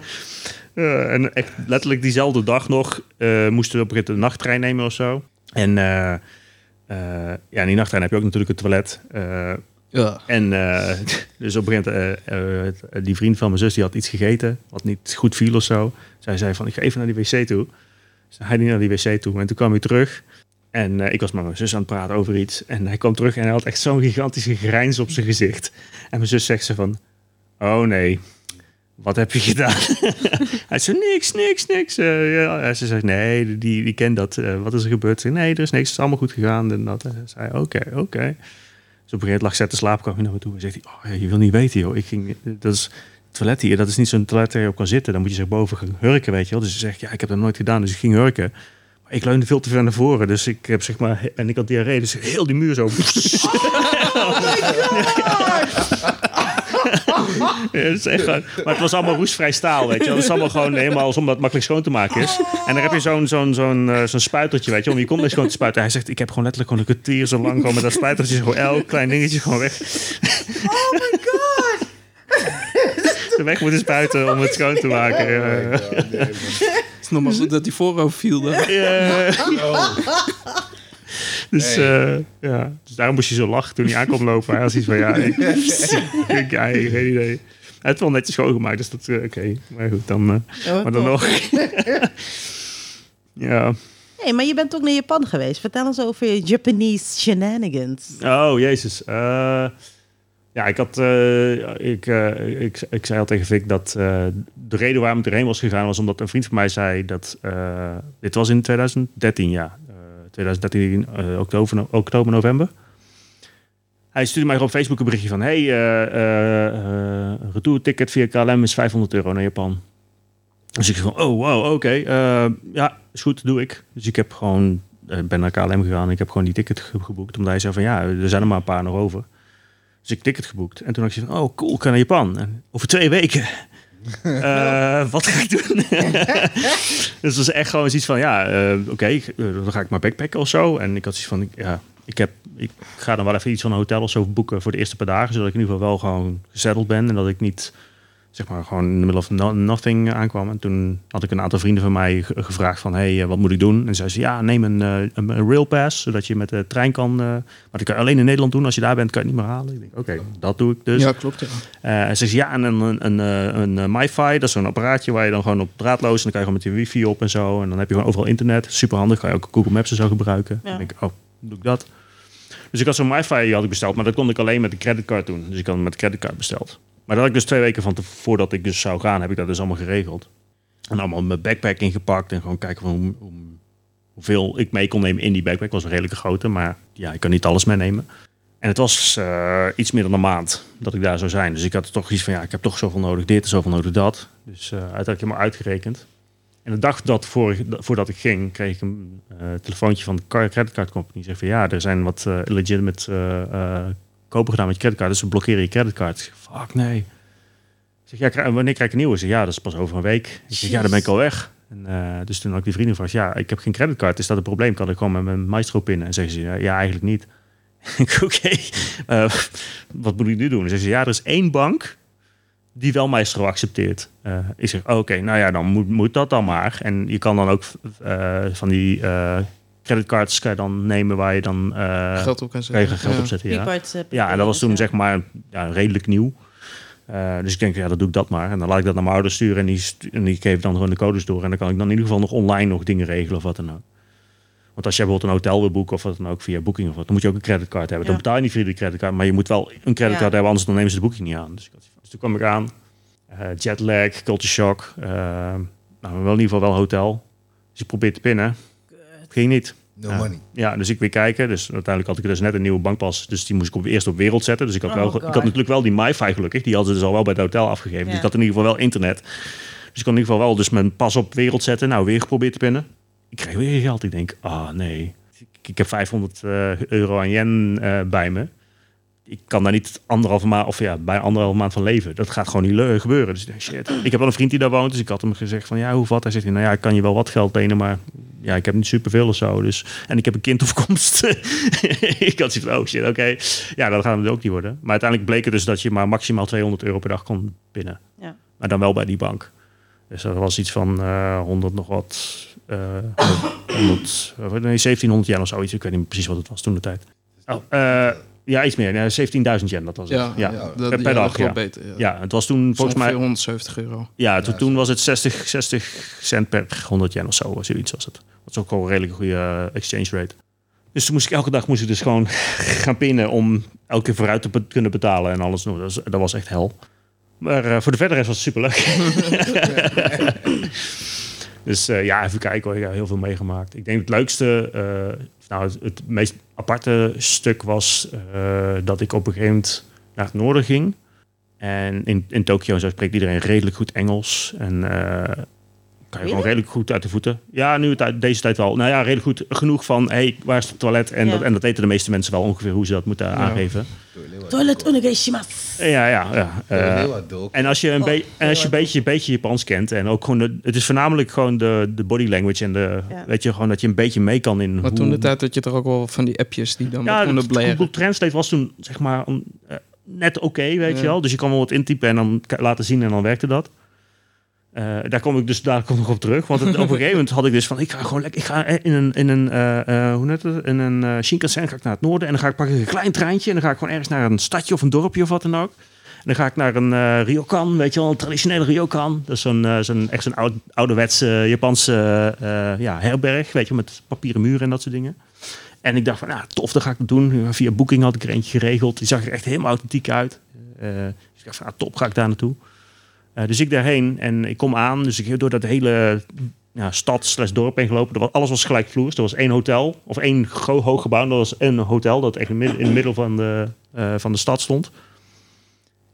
[SPEAKER 3] Eh, en echt letterlijk diezelfde dag nog eh, moesten we op een gegeven moment de nachttrein nemen of zo. En eh, eh, ja, in die nachttrein heb je ook natuurlijk het toilet. eh,
[SPEAKER 4] Ja.
[SPEAKER 3] en eh, dus op een gegeven moment, eh, eh, die vriend van mijn zus die had iets gegeten, wat niet goed viel of zo. Zij zei van, ik ga even naar die wc toe. Dus hij ging naar die wc toe en toen kwam hij terug. En eh, ik was met mijn zus aan het praten over iets. En hij kwam terug en hij had echt zo'n gigantische grijns op zijn gezicht. En mijn zus zegt ze van, oh nee, wat heb je gedaan? hij zei, niks, niks, niks. Eh, ja. En ze zegt, nee, die, die kent dat. Eh, wat is er gebeurd? Ze zei, nee, er is niks, het is allemaal goed gegaan. En dat. En ze zei, oké, oké. Dus op een gegeven moment lag ze te slapen, kwam hij naar me toe en zegt hij, oh, ja, je wil niet weten, joh. Ik ging, eh, dat is het toilet hier, dat is niet zo'n toilet waar je op kan zitten. Dan moet je zich boven gaan hurken, weet je wel. Dus ze zegt, ja, ik heb dat nooit gedaan, dus ik ging hurken. Maar ik leunde veel te ver naar voren, dus ik heb zeg maar, en ik had diarree, dus heel die muur zo.
[SPEAKER 1] Oh
[SPEAKER 3] Ja, dat is echt gewoon- maar het was allemaal roestvrij staal, weet je wel. Het is allemaal gewoon helemaal, omdat het makkelijk schoon te maken is. En dan heb je zo'n zo'n zo'n eh, zo'n spuitertje, weet je wel. om Je komt dus gewoon te spuiten. Hij zegt, ik heb gewoon letterlijk gewoon een kwartier zo lang gewoon met dat spuitertje. Gewoon elk klein dingetje gewoon weg.
[SPEAKER 1] Oh my god.
[SPEAKER 3] de weg moeten spuiten om het schoon te maken. Ja.
[SPEAKER 4] Het is nog maar goed dat die voorover viel. hè?
[SPEAKER 3] Ja.
[SPEAKER 2] Oh.
[SPEAKER 3] Dus, eh, ja. dus daarom moest je zo lachen toen hij aankwam lopen. Hij was iets van, ja, ik, ik, ja, ik- geen idee. Hij heeft wel netjes schoongemaakt, dus dat, eh, oké. Maar goed, dan, eh,
[SPEAKER 1] Ja, wat
[SPEAKER 3] maar dan
[SPEAKER 1] tof.
[SPEAKER 3] nog. ja.
[SPEAKER 1] Hey, maar je bent ook naar Japan geweest. Vertel ons over je Japanese shenanigans.
[SPEAKER 3] Oh, jezus. Eh, ja, ik had... eh, ik, eh, ik, ik zei al tegen Vic dat eh, de reden waarom ik erheen was gegaan... was omdat een vriend van mij zei dat... eh, dit was in 2013, ja. Eh, 2013, eh, oktober, oktober, november. Hij stuurde mij gewoon op Facebook een berichtje van... Hey, eh, eh, eh, een retourticket via KLM is 500 euro naar Japan. Dus ik zei van, oh wow, oké. eh, ja, is goed, doe ik. Dus ik heb gewoon, eh, ben naar KLM gegaan. en Ik heb gewoon die ticket ge- geboekt. Omdat hij zei van, ja, er zijn er maar een paar nog over. Dus ik ticket geboekt. En toen dacht ik van, oh cool, ik ga naar Japan. En over twee weken. Eh, wat ga ik doen? dus dat was echt gewoon zoiets van, ja, eh, oké, ik- eh, dan ga ik maar backpacken of zo. En ik had zoiets van, ik- ja, ik, heb, ik ga dan wel even iets van een hotel of zo boeken voor de eerste paar dagen. Zodat ik in ieder geval wel gewoon gezetteld ben. En dat ik niet zeg maar gewoon in de middle of no- nothing eh, aankwam. En toen had ik een aantal vrienden van mij ge- gevraagd van, hey, eh, wat moet ik doen? En zei ze, ja, neem een, eh, een, een railpass, zodat je met de trein kan. eh, maar dat kan je alleen in Nederland doen. Als je daar bent, kan je het niet meer halen. Ik denk, oké, dat doe ik dus.
[SPEAKER 4] Ja, klopt. Ja.
[SPEAKER 3] Eh, en ze zegt ja, en een, een, een, eh, een, eh, MiFi, dat is zo'n apparaatje waar je dan gewoon op draadloos en dan kan je gewoon met je wifi op en zo. En dan heb je gewoon overal internet. Super handig, kan je ook Google Maps en zo gebruiken.
[SPEAKER 1] Ja.
[SPEAKER 3] Dan denk ik, oh, doe ik dat. Dus ik had zo'n MiFi had ik besteld, maar dat kon ik alleen met een creditcard doen. Dus ik had hem met de creditcard besteld. Maar dat had ik dus twee weken van te, voordat ik dus zou gaan, heb ik dat dus allemaal geregeld. En allemaal mijn backpack ingepakt en gewoon kijken van hoe, hoe, hoeveel ik mee kon nemen in die backpack. was een redelijke grote, maar ja, ik kan niet alles meenemen. En het was eh, iets meer dan een maand dat ik daar zou zijn. Dus ik had toch iets van, ja, ik heb toch zoveel nodig dit en zoveel nodig dat. Dus eh uiteindelijk helemaal uitgerekend. En de dag dat vorige- dat- voordat ik ging, kreeg ik een eh, telefoontje van de car- creditcardcompany. Die zegt van, ja, er zijn wat eh, illegitimate eh, eh, kopen gedaan met je creditcard. Dus ze blokkeren je creditcard. Ik zeg, fuck, nee. Ik zeg, ja, kri- wanneer krijg ik een nieuwe? Ze zeg, ja, dat is pas over een week. Ik zeg, ja, dan ben ik al weg. En, eh, dus toen had ik die vrienden gevraagd, ja, ik heb geen creditcard. Is dat een probleem? Kan ik gewoon met mijn maestro pinnen? En zeggen ze, ja, ja, eigenlijk niet. Ik, oké, eh, wat moet ik nu doen? Ze zeggen, ja, er is één bank die wel maestro accepteert. Eh, ik zeg, oh, oké, nou ja, dan moet, moet dat dan maar. En je kan dan ook eh, van die eh, creditcards kan je dan nemen waar je dan eh,
[SPEAKER 4] geld op kan
[SPEAKER 3] kan je
[SPEAKER 4] zetten.
[SPEAKER 3] geld
[SPEAKER 4] Ja.
[SPEAKER 3] op zetten. Ja.
[SPEAKER 1] Prepaid, eh,
[SPEAKER 3] Ja, en dat was toen
[SPEAKER 1] ja.
[SPEAKER 3] zeg maar ja, redelijk nieuw. Eh, dus ik denk, ja, dat doe ik dat maar. En dan laat ik dat naar mijn ouders sturen en die, stu- en die geven dan gewoon de codes door. En dan kan ik dan in ieder geval nog online nog dingen regelen of wat dan ook. Want als je bijvoorbeeld een hotel wil boeken of wat dan ook via Booking of wat, dan moet je ook een creditcard hebben. Dan
[SPEAKER 1] Ja.
[SPEAKER 3] betaal je niet via die creditcard, maar je moet wel een creditcard
[SPEAKER 1] Ja.
[SPEAKER 3] hebben, anders dan nemen ze de boeking niet aan. Dus, ik had die- dus toen kwam ik aan. Eh, jetlag, culture shock. eh, nou, wel in ieder geval wel hotel. Dus ik probeer te pinnen.
[SPEAKER 1] eh,
[SPEAKER 3] Het ging niet.
[SPEAKER 2] No
[SPEAKER 3] Ja.
[SPEAKER 2] money.
[SPEAKER 3] Ja, dus ik weer kijken. Dus uiteindelijk had ik dus net een nieuwe bankpas. Dus die moest ik op, eerst op wereld zetten. Dus ik had,
[SPEAKER 1] Oh
[SPEAKER 3] wel,
[SPEAKER 1] God.
[SPEAKER 3] ik had natuurlijk wel die MiFi gelukkig. Die hadden ze dus al wel bij het hotel afgegeven. Dus
[SPEAKER 1] Ja.
[SPEAKER 3] ik had in ieder geval wel internet. Dus ik kon in ieder geval wel dus mijn pas op wereld zetten. Nou, weer geprobeerd te pinnen. Ik kreeg weer geen geld. Ik denk, ah nee. Ik, ik heb 500 eh, euro aan yen eh, bij me. Ik kan daar niet anderhalve maand, of ja, bij anderhalve maand van leven. Dat gaat gewoon niet le- gebeuren. Dus ik denk, shit. Ik heb wel een vriend die daar woont. Dus ik had hem gezegd van, ja, hoe wat? Hij zegt, nou ja, ik kan je wel wat geld lenen, maar ja, ik heb niet superveel of zo. Dus, en ik heb een kind op komst. ik had zoiets van, oh shit, oké. Ja, dat gaat hem dus ook niet worden. Maar uiteindelijk bleek het dus dat je maar maximaal 200 euro per dag kon binnen.
[SPEAKER 1] Ja.
[SPEAKER 3] Maar dan wel bij die bank. Dus dat was iets van eh 100 nog wat. eh 100, eh, nee, 1700 yen of zoiets. Ik weet niet precies wat het was toen de tijd. Oh, eh, ja, iets meer. Nee, 17.000 yen, dat was het.
[SPEAKER 4] Ja, ja, dat,
[SPEAKER 3] per
[SPEAKER 4] ja,
[SPEAKER 3] dag,
[SPEAKER 4] dat klopt
[SPEAKER 3] ja.
[SPEAKER 4] beter. Ja.
[SPEAKER 3] Ja, het was toen
[SPEAKER 4] Volgens
[SPEAKER 3] volgens mij...
[SPEAKER 4] 170 euro.
[SPEAKER 3] Ja, toen, toen was het 60, 60 cent per 100 yen of zo, of zoiets was het. Dat is ook wel een redelijk goede eh, exchange rate. Dus toen moest ik elke dag moest ik dus gewoon gaan pinnen om elke keer vooruit te be- kunnen betalen en alles. Nou, Dat was, dat was echt hel. Maar eh, voor de verdere rest was het superleuk. dus eh, ja, even kijken hoor. Ik heb heel veel meegemaakt. Ik denk het leukste, eh, nou het, het meest aparte stuk was eh, dat ik op een gegeven moment naar het noorden ging. En in, in Tokio en zo spreekt iedereen redelijk goed Engels. En eh, kan je
[SPEAKER 1] Really?
[SPEAKER 3] gewoon redelijk goed uit de voeten. Ja, nu het uit deze tijd wel. Nou ja, redelijk goed genoeg van, hé, hey, waar is het toilet? En,
[SPEAKER 1] Ja.
[SPEAKER 3] dat, en dat weten de meeste mensen wel ongeveer hoe ze dat moeten aangeven.
[SPEAKER 1] Toilet onegaishimasu.
[SPEAKER 3] Ja, ja, ja. Eh,
[SPEAKER 2] Heel wat dope.
[SPEAKER 3] en als je een
[SPEAKER 1] Oh,
[SPEAKER 3] beetje, en als je
[SPEAKER 1] heel
[SPEAKER 3] een beetje, een beetje Japans kent en ook gewoon, de, het is voornamelijk gewoon de, de body language en de,
[SPEAKER 1] Ja.
[SPEAKER 3] weet je, gewoon dat je een beetje mee kan in
[SPEAKER 4] Maar
[SPEAKER 3] hoe-
[SPEAKER 4] toen de tijd dat je toch ook wel van die appjes die dan
[SPEAKER 3] ja,
[SPEAKER 4] ja, konden
[SPEAKER 3] het- Google
[SPEAKER 4] blaren.
[SPEAKER 3] Translate was toen zeg maar een, eh, net oké, weet
[SPEAKER 4] Ja.
[SPEAKER 3] je wel. Dus je kan wel wat intypen en dan k- laten zien en dan werkte dat. Eh, daar kom ik dus daar kom ik nog op terug. Want het- op een gegeven moment had ik dus van... Ik ga gewoon lekker... Ik ga eh, in een... In een eh, eh, hoe heet het? In een eh, Shinkansen ga ik naar het noorden. En dan ga ik pakken een klein treintje. En dan ga ik gewoon ergens naar een stadje of een dorpje of wat dan ook. En dan ga ik naar een eh, ryokan. Weet je wel, een traditionele ryokan. Dat is zo'n, eh, zo'n, echt zo'n oud, ouderwetse Japanse eh, ja, herberg. Weet je, wel, met papieren muren en dat soort dingen. En ik dacht van, nou, tof, dat ga ik het doen. Via Booking had ik er eentje geregeld. Die zag er echt helemaal authentiek uit. Eh, dus ik dacht van, nou, top, ga ik daar naartoe. Eh, dus ik daarheen en ik kom aan. Dus ik heb door dat hele ja, stad slash dorp heen gelopen. Er was, alles was gelijkvloers. Er was één hotel, of één gro- hoog gebouw. En Er was een hotel dat echt in het mid- in het midden van de, eh, van de stad stond.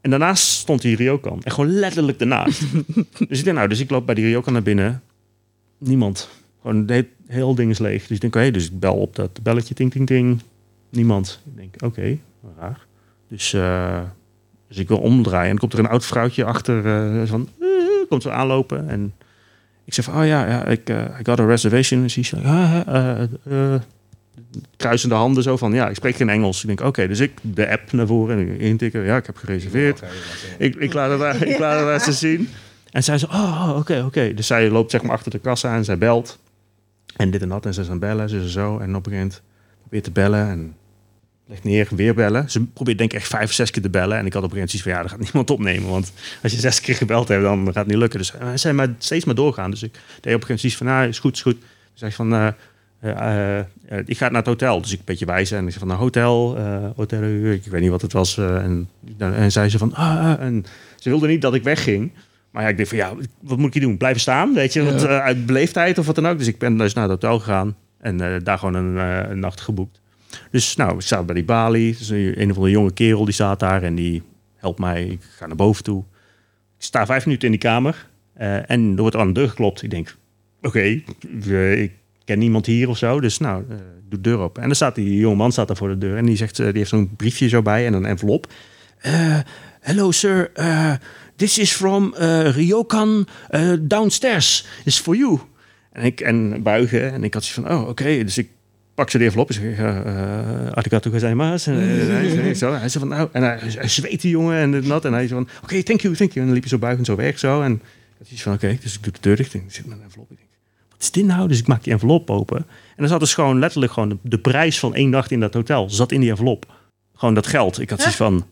[SPEAKER 3] En daarnaast stond die Ryokan. En gewoon letterlijk daarnaast. dus ik denk, nou, dus ik loop bij die Ryokan naar binnen. Niemand. Gewoon de he- heel ding is leeg. Dus ik denk, hé, dus ik bel op dat belletje, ting, ting, ting. Niemand. Ik denk, oké, raar. Dus, eh, dus ik wil omdraaien. En dan komt er een oud vrouwtje achter, eh, van, eh, komt zo aanlopen. En ik zeg van, oh ja, ja ik eh, I got a reservation. En ze is like, ah, eh, eh, kruisende handen zo van, ja, ik spreek geen Engels. Ik denk, oké, dus ik de app naar voren en intikken. Ja, ik heb gereserveerd ik, ik laat het haar, ik laat het haar ze zien. En zij zo, oh, oh, oké, oké. Dus zij loopt zeg maar achter de kassa en zij belt. En dit en dat. En ze is aan het bellen, ze is zo. En op een gegeven moment probeert te bellen en legt neer, weer bellen. Ze probeert denk ik echt vijf, zes keer te bellen. En ik had op een gegeven moment zoiets van, ja, dat gaat niemand opnemen. Want als je zes keer gebeld hebt, dan gaat het niet lukken. Dus eh, zij maar steeds maar doorgaan. Dus ik deed op een gegeven moment zoiets van, nou, is goed, is goed. Ze zegt van, eh, eh, eh, eh, ik ga naar het hotel. Dus ik een beetje wijzen. En ik zeg van, nou, hotel, eh, hotel, eh, ik weet niet wat het was. eh, en, en zei ze van, ah, ah, en ze wilde niet dat ik wegging. Maar ja, ik dacht van, ja, wat moet ik hier doen? Blijven staan, weet je, want,
[SPEAKER 4] Ja.
[SPEAKER 3] eh, uit beleefdheid of wat dan ook. Dus ik ben dus naar het hotel gegaan. Eh, En eh, daar gewoon een, eh, een nacht geboekt. Dus nou, ik zat bij die balie. Dus een een of andere jonge kerel die zat daar en die helpt mij. Ik ga naar boven toe. Ik sta vijf minuten in die kamer eh, en er wordt aan de deur geklopt. Ik denk, oké, eh, ik ken niemand hier of zo. Dus nou, eh, doe de deur op. En dan staat die jongeman staat daar voor de deur en die, zegt, eh, die heeft zo'n briefje zo bij en een envelop. Eh, hello sir, eh, this is from eh, Ryokan eh, downstairs. It's for you. En ik en buigen en ik had zoiets van, oh oké, dus ik pak ze de envelop en zeg ik, eh, eh, arigato gozaimasu. En, eh, hij zei zo, hij zei van, nou, en hij, hij zweet die jongen en dit en dat. En hij zei van, oké, thank you, thank you. En dan liep hij zo buigend zo weg zo. En ik had zoiets van, oké, dus ik doe de deur dicht en ik zit met een envelop. Ik denk, wat is dit nou? Dus ik maak die envelop open. En dan zat dus gewoon letterlijk gewoon de, de prijs van één nacht in dat hotel. Zat in die envelop. Gewoon dat geld. Ik had zoiets van,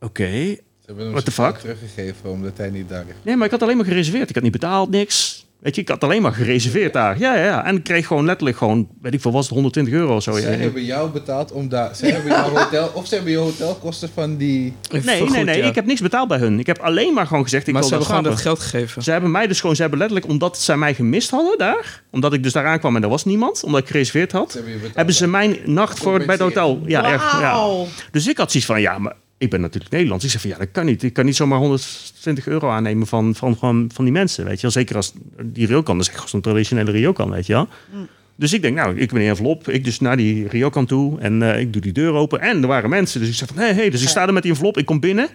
[SPEAKER 3] oké,
[SPEAKER 2] Ze hebben hem
[SPEAKER 3] What the
[SPEAKER 2] zichzelf
[SPEAKER 3] fuck?
[SPEAKER 2] teruggegeven omdat hij niet daar is.
[SPEAKER 3] Nee, maar ik had alleen maar gereserveerd. Ik had niet betaald, niks. Weet je, ik had alleen maar gereserveerd daar. Ja, ja, ja. En ik kreeg gewoon letterlijk gewoon, weet ik veel, was het 120 euro of zo.
[SPEAKER 2] Ze
[SPEAKER 3] Oh, Ja.
[SPEAKER 2] hebben jou betaald om daar... Ze hebben jouw hotel... Of ze hebben je hotelkosten van die...
[SPEAKER 3] Nee, nee, nee. Ik heb niks betaald bij hun. Ik heb alleen maar gewoon gezegd, ik
[SPEAKER 4] maar ze
[SPEAKER 3] wil dat
[SPEAKER 4] hebben gewoon dat
[SPEAKER 3] slapen.
[SPEAKER 4] geld gegeven.
[SPEAKER 3] Ze hebben mij dus gewoon, ze hebben letterlijk, omdat zij mij gemist hadden daar, omdat ik dus daar aankwam en er was niemand, omdat ik gereserveerd had,
[SPEAKER 2] Ze hebben je betaald.
[SPEAKER 3] hebben ze mijn nacht voor bij het hotel. Ja, echt. Ja.
[SPEAKER 1] Wauw.
[SPEAKER 3] Dus ik had zoiets van, ja, maar ik ben natuurlijk Nederlands. Ik zeg van, ja, dat kan niet. Ik kan niet zomaar 120 euro aannemen van, van, van, van die mensen, weet je wel. Zeker als die riokan, dat is echt zo'n traditionele riokan, weet je wel. Dus ik denk, nou, ik ben in envelop. Ik dus naar die riokan toe en eh, ik doe die deur open. En er waren mensen, dus ik zeg van, hé, hey, hey. Dus ik sta er met die envelop, ik kom binnen.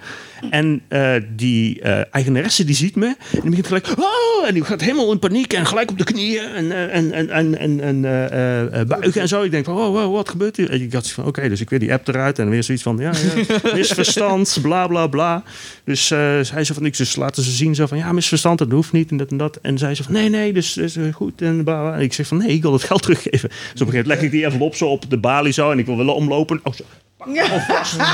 [SPEAKER 3] En eh, die eh, eigenaresse, die ziet me. En die begint gelijk, oh! En die gaat helemaal in paniek en gelijk op de knieën en, eh, en, en, en, en, en eh, eh, eh, buigen en zo. Ik denk van, wow, wow, wat gebeurt hier? En ik had zoiets van, oké, dus ik weer die app eruit. En weer zoiets van, ja, ja misverstand, bla, bla, bla. Dus eh, hij zei van, ik dus laten ze zien zo van, ja, misverstand, dat hoeft niet en dat en dat. En zij zei van, nee, nee, dus is eh, goed. En, bla, bla. en ik zeg van, nee, ik wil het geld teruggeven. Dus op een gegeven moment leg ik die envelop zo op de balie zo en ik wil wel omlopen. Oh, zo.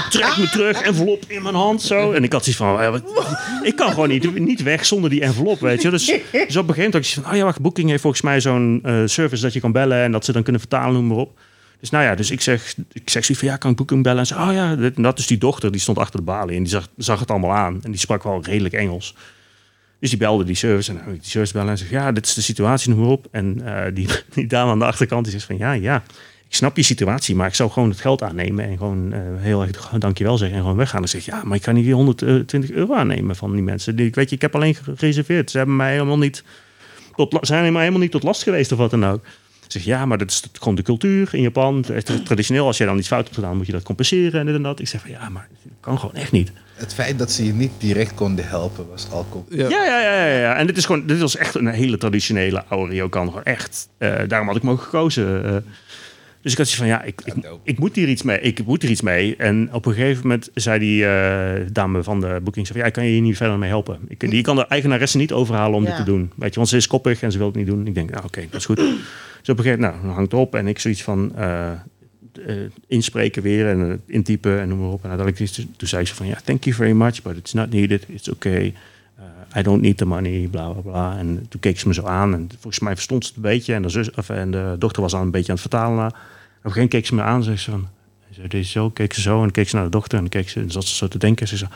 [SPEAKER 3] Trek me terug, envelop in mijn hand zo. En ik had zoiets van, eh, wat- ik kan gewoon niet, niet weg zonder die envelop, weet je. Dus, dus op een gegeven moment had ik zoiets van, oh ja, wacht, Booking heeft volgens mij zo'n eh, service dat je kan bellen en dat ze dan kunnen vertalen, noem maar op. Dus nou ja, dus ik zeg, ik zeg zoiets van, ja, kan ik Booking bellen? En ze, oh ja, dit en dat is die dochter, die stond achter de balie en die zag, zag het allemaal aan. En die sprak wel redelijk Engels. Dus die belde die service en nou, die service bellen en zegt, ja, dit is de situatie, noem maar op. En eh, die, die dame aan de achterkant die zegt van, ja, ja, ik snap je situatie, maar ik zou gewoon het geld aannemen en gewoon eh, heel erg dankjewel zeggen en gewoon weggaan. En zeg ja, maar ik kan niet die 120 euro aannemen van die mensen. Die, ik weet je, ik heb alleen gereserveerd. Ze hebben mij helemaal niet tot, la- zijn mij helemaal niet tot last geweest of wat dan ook. Ik Zeg ja, maar dat is gewoon de cultuur in Japan. Het is Traditioneel, als jij dan iets fout hebt gedaan, moet je dat compenseren en dit en dat. Ik zeg van ja, maar dat kan gewoon echt niet.
[SPEAKER 2] Het feit dat ze je niet direct konden helpen was al... kom-
[SPEAKER 4] Ja.
[SPEAKER 3] Ja, ja, ja, ja, ja. En dit, is gewoon, dit was echt een hele traditionele oude Ryokan. Gewoon echt. Eh, daarom had ik hem ook gekozen. eh. dus ik had zoiets van, ja, ik, ik,
[SPEAKER 2] dope.
[SPEAKER 3] ik moet hier iets mee. Ik moet hier iets mee. En op een gegeven moment zei die eh, dame van de boeking... zei van, Ja, ik kan je hier niet verder mee helpen. Ik, die kan de eigenaresse niet overhalen om
[SPEAKER 1] Ja.
[SPEAKER 3] dit te doen. Weet je, want ze is koppig en ze wil het niet doen. Ik denk, nou, oké, dat is goed. Dus op een gegeven moment, nou, dan hangt het op. En ik zoiets van... eh, eh, inspreken weer en eh, intypen en noem maar op. En uiteindelijk is- toen zei ze van, ja, thank you very much, but it's not needed, it's okay. Eh, I don't need the money, bla bla bla. En toen keek ze me zo aan en volgens mij verstond ze het een beetje. En de, zus, of, en de dochter was al een beetje aan het vertalen. En op een gegeven moment keek ze me aan en zei ze van, ze deed zo, keek ze zo en keek ze naar de dochter en keek ze, en zat ze zo te denken. En ze zei,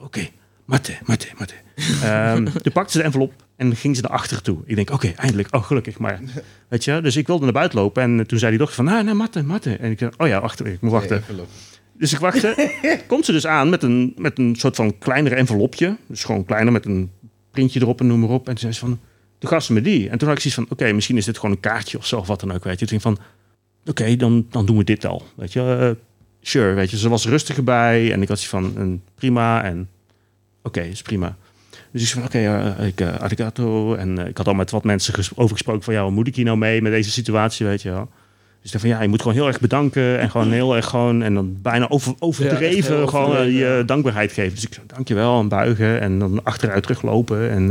[SPEAKER 3] oké, matte, matte, matte. Ehm, toen pakte ze de envelop en ging ze naar achter toe. Ik denk, oké, eindelijk, oh gelukkig, maar weet je. Dus ik wilde naar buiten lopen en toen zei die dochter van, nou, nee, matte, matte. En ik zei, oh ja, achter, ik moet wachten.
[SPEAKER 2] Nee, envelop.
[SPEAKER 3] Dus ik wachtte. Komt ze dus aan met een, met een soort van kleinere envelopje. Dus gewoon kleiner met een printje erop en noem maar op. En toen zei ze van, toen gaf ze me die. En toen had ik zoiets van, oké, misschien is dit gewoon een kaartje of zo of wat dan ook. Weet je. Toen ging ik van, oké, dan, dan doen we dit al. Weet je, eh, sure, weet je. Ze was rustiger bij en ik had zoiets van, een, prima en oké, is prima. Dus ik zei van, oké, eh, ik eh, arigato. En eh, ik had al met wat mensen ges- over gesproken van, ja, hoe moet ik hier nou mee met deze situatie, weet je wel. Dus ik dacht van ja, je moet gewoon heel erg bedanken en gewoon heel erg gewoon en dan bijna over, overdreven
[SPEAKER 4] Ja, echt heel
[SPEAKER 3] gewoon eh,
[SPEAKER 4] overdreven,
[SPEAKER 3] je
[SPEAKER 4] ja.
[SPEAKER 3] dankbaarheid geven. Dus ik zei dankjewel en buigen en dan achteruit teruglopen en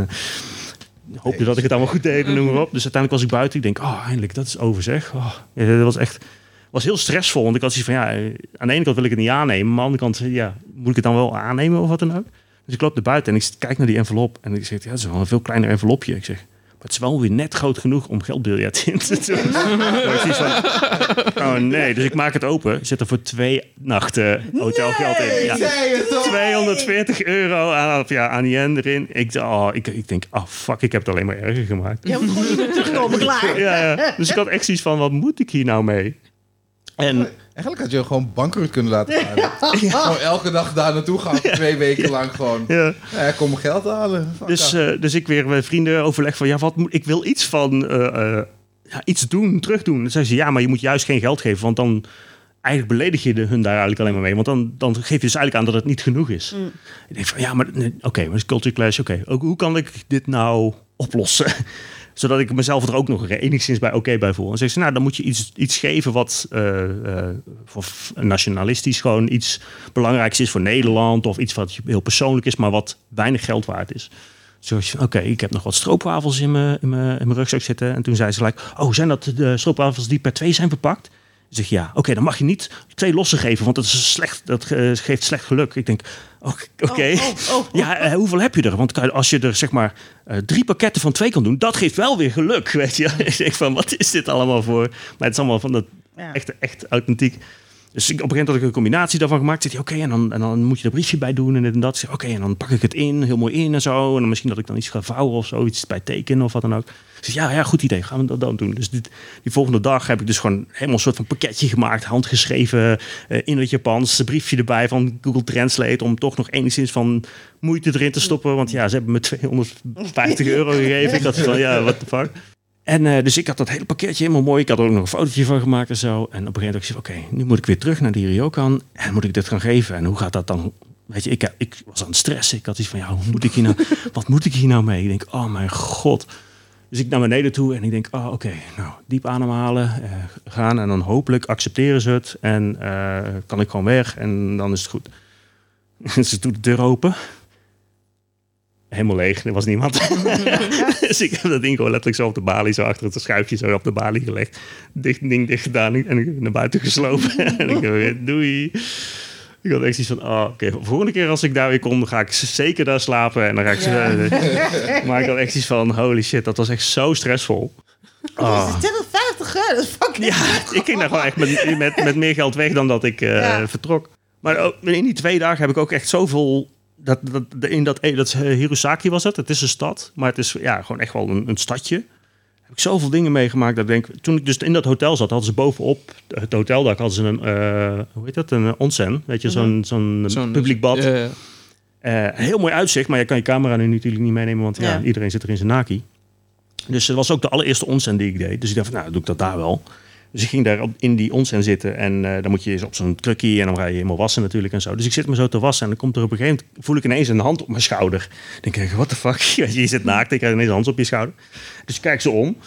[SPEAKER 3] eh, hoopte dat ik het allemaal goed deed en noem maar op. Dus uiteindelijk was ik buiten. Ik denk, oh eindelijk, dat is over zeg. Oh, ja, dat was echt, was heel stressvol. Want ik had zoiets van ja, eh, aan de ene kant wil ik het niet aannemen, maar aan de andere kant ja, moet ik het dan wel aannemen of wat dan ook. Dus ik loop naar buiten en ik kijk naar die envelop en ik zeg, ja, dat is wel een veel kleiner envelopje. Ik zeg, Maar het is wel weer net groot genoeg om geldbiljet in te doen. Maar het is van, oh nee, dus ik maak het open. Zet er voor twee nachten hotelgeld in.
[SPEAKER 2] Ik
[SPEAKER 3] Ja.
[SPEAKER 2] zei het toch?
[SPEAKER 3] 240 euro aan, of ja, aan die hen erin. Ik, d- oh, ik, ik denk, oh fuck, ik heb het alleen maar erger gemaakt.
[SPEAKER 1] Je moet niet terugkomen, klaar.
[SPEAKER 3] Ja, ja. Dus ik had echt zoiets van, wat moet ik hier nou mee? En
[SPEAKER 2] Eigenlijk had je gewoon bankroet kunnen laten gaan. Gewoon elke dag daar naartoe gaan. Twee weken lang gewoon.
[SPEAKER 3] ja.
[SPEAKER 2] Ja, ik kom mijn geld halen. Fuck
[SPEAKER 3] Dus,
[SPEAKER 2] af.
[SPEAKER 3] eh, dus ik weer met vrienden overleg van ja, wat moet, ik wil iets van eh, eh, ja, iets doen, terugdoen. Dan zeggen ze ja, maar je moet juist geen geld geven, want dan eigenlijk beledig je de, hun daar eigenlijk alleen maar mee. Want dan, dan geef je dus eigenlijk aan dat het niet genoeg is. Ik denk van ja, maar nee, oké, maar het is culture clash. Oké, ook hoe kan ik dit nou oplossen? Zodat ik mezelf er ook nog enigszins bij oké bij voel. En zeggen ze, nou, dan moet je iets, iets geven wat eh, eh, voor f- nationalistisch gewoon iets belangrijks is voor Nederland. Of iets wat heel persoonlijk is, maar wat weinig geld waard is. Zoals, oké, ik heb nog wat stroopwafels in mijn, in, mijn, in mijn rugzak zitten. En toen zei ze gelijk, oh, zijn dat de stroopwafels die per twee zijn verpakt? Ik zeg, ja, oké, dan mag je niet twee losse geven, want dat, is slecht, dat eh, geeft slecht geluk. Ik denk, oké, oké.
[SPEAKER 1] Oh, oh, oh.
[SPEAKER 3] ja, eh, hoeveel heb je er? Want kan- als je er zeg maar eh, drie pakketten van twee kan doen, dat geeft wel weer geluk, weet je. ik denk van, wat is dit allemaal voor? Maar het is allemaal van dat
[SPEAKER 1] Ja.
[SPEAKER 3] echt, echt authentiek. Dus ik, op een gegeven moment had ik een combinatie daarvan gemaakt. Zit hij, oké, en, dan, en dan moet je er briefje bij doen en dit en dat. Ik zeg, Oké, en dan pak ik het in, heel mooi in en zo. En dan misschien dat ik dan iets ga vouwen of zo, iets bij tekenen of wat dan ook. Ik zeg, ja, ja, goed idee, gaan we dat dan doen. Dus dit, die volgende dag heb ik dus gewoon helemaal een soort van pakketje gemaakt. Handgeschreven eh, in het Japans, een briefje erbij van Google Translate. Om toch nog enigszins van moeite erin te stoppen. Want ja, ze hebben me 250 euro gegeven. Ik dacht van, ja, what the fuck. En eh, dus ik had dat hele pakketje helemaal mooi. Ik had er ook nog een fotootje van gemaakt en zo. En op een gegeven moment dacht ik, oké, nu moet ik weer terug naar die Ryokan. En moet ik dit gaan geven? En hoe gaat dat dan? Weet je, ik, eh, ik was aan het stressen. Ik had iets van, ja, hoe moet ik hier nou, wat moet ik hier nou mee? Ik denk, oh mijn god. Dus ik naar beneden toe en ik denk, oh oké, nou, diep ademhalen, eh, gaan. En dan hopelijk accepteren ze het. En eh, kan ik gewoon weg en dan is het goed. ze doet de deur open. Helemaal leeg, er was niemand. Dus ik heb dat ding gewoon letterlijk zo op de balie, zo achter het schuifje, zo op de balie gelegd. Dicht, ding dicht gedaan en ik naar buiten geslopen. en ik heb weer, doei. Ik had echt iets van, oh, oké, volgende keer als ik daar weer kom, dan ga ik z- zeker daar slapen. En dan ga ik... ze- maar ik had echt iets van, holy shit, dat was echt zo stressvol.
[SPEAKER 1] Dat
[SPEAKER 3] Oh.
[SPEAKER 1] is 50 euro, dat is fucking...
[SPEAKER 3] Ja, ik ging daar gewoon echt met, met, met meer geld weg dan dat ik eh,
[SPEAKER 1] Ja.
[SPEAKER 3] vertrok. Maar ook, in die twee dagen heb ik ook echt zoveel... Dat, dat, in dat, dat is, eh, Hirosaki was het, het is een stad. Maar het is ja, gewoon echt wel een, een stadje. Heb ik zoveel dingen meegemaakt dat ik denk... Toen ik dus in dat hotel zat, hadden ze bovenop het hoteldak... hadden ze een, eh, hoe heet dat, een eh, onsen. Weet je, zo'n zo'n
[SPEAKER 4] Zo'n-
[SPEAKER 3] publiek bad.
[SPEAKER 4] Ja, ja.
[SPEAKER 3] Eh, heel mooi uitzicht, maar je kan je camera nu natuurlijk niet meenemen, want ja.
[SPEAKER 1] Ja.
[SPEAKER 3] iedereen zit er in zijn naki. Dus het was ook de allereerste onsen die ik deed. Dus ik dacht van, nou, doe ik dat daar wel. Dus ik ging daar op- in die onsen zitten en eh, dan moet je eens op zo'n krukkie en dan ga je helemaal wassen natuurlijk en zo. Dus ik zit me zo te wassen en dan komt er op een gegeven moment, voel ik ineens een hand op mijn schouder. Dan denk ik, what the fuck, Weet je je zit naakt, ik krijg ineens een hand op je schouder. Dus ik kijk ze om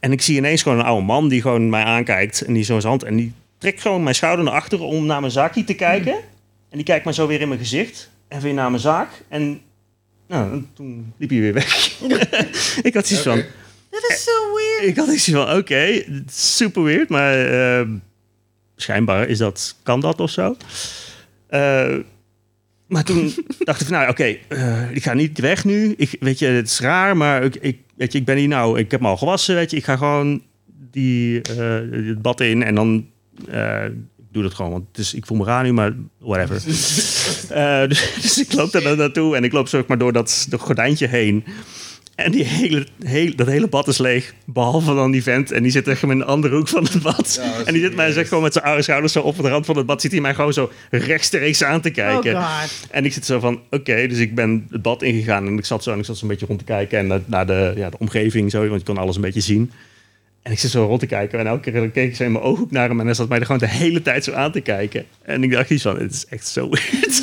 [SPEAKER 3] en ik zie ineens gewoon een oude man die gewoon mij aankijkt en die zo zijn hand en die trekt gewoon mijn schouder naar achteren om naar mijn zakje te kijken. En die kijkt me zo weer in mijn gezicht. En weer naar mijn zaak. En nou, en toen liep hij weer weg. ik had zoiets
[SPEAKER 2] Oké.
[SPEAKER 3] van...
[SPEAKER 1] Dat is zo weird.
[SPEAKER 3] Ik had zoiets van, oké, super weird. Maar ehm, schijnbaar is dat, kan dat of zo. Eh, maar toen dacht ik van, nou oké, eh, ik ga niet weg nu. Ik, weet je, het is raar, maar ik, ik, weet je, ik ben hier nou... Ik heb me al gewassen, weet je. Ik ga gewoon die, eh, het bad in en dan... eh, ik doe dat gewoon, want het is, ik voel me raar nu, maar whatever. Eh, dus, dus ik loop daar dan naartoe en ik loop zeg maar door dat dat gordijntje heen. En die hele, heel, dat hele bad is leeg. Behalve dan die vent. En die zit echt in een andere hoek van het bad.
[SPEAKER 2] Ja, dat is
[SPEAKER 3] en die zit mij
[SPEAKER 2] hilarisch.
[SPEAKER 3] zeg, gewoon met zijn oude schouders zo op de rand van het bad. Zit hij mij gewoon zo rechtstreeks aan te
[SPEAKER 1] Oh
[SPEAKER 3] kijken.
[SPEAKER 1] god.
[SPEAKER 3] En ik zit zo van, oké, dus ik ben het bad ingegaan en ik zat zo en ik zat zo een beetje rond te kijken en naar, naar de, ja, de omgeving zo, want je kon alles een beetje zien. En ik zit zo rond te kijken en elke keer keek ik zo in mijn ooghoek naar hem en hij zat mij er gewoon de hele tijd zo aan te kijken. En ik dacht iets van, het is echt zo weird.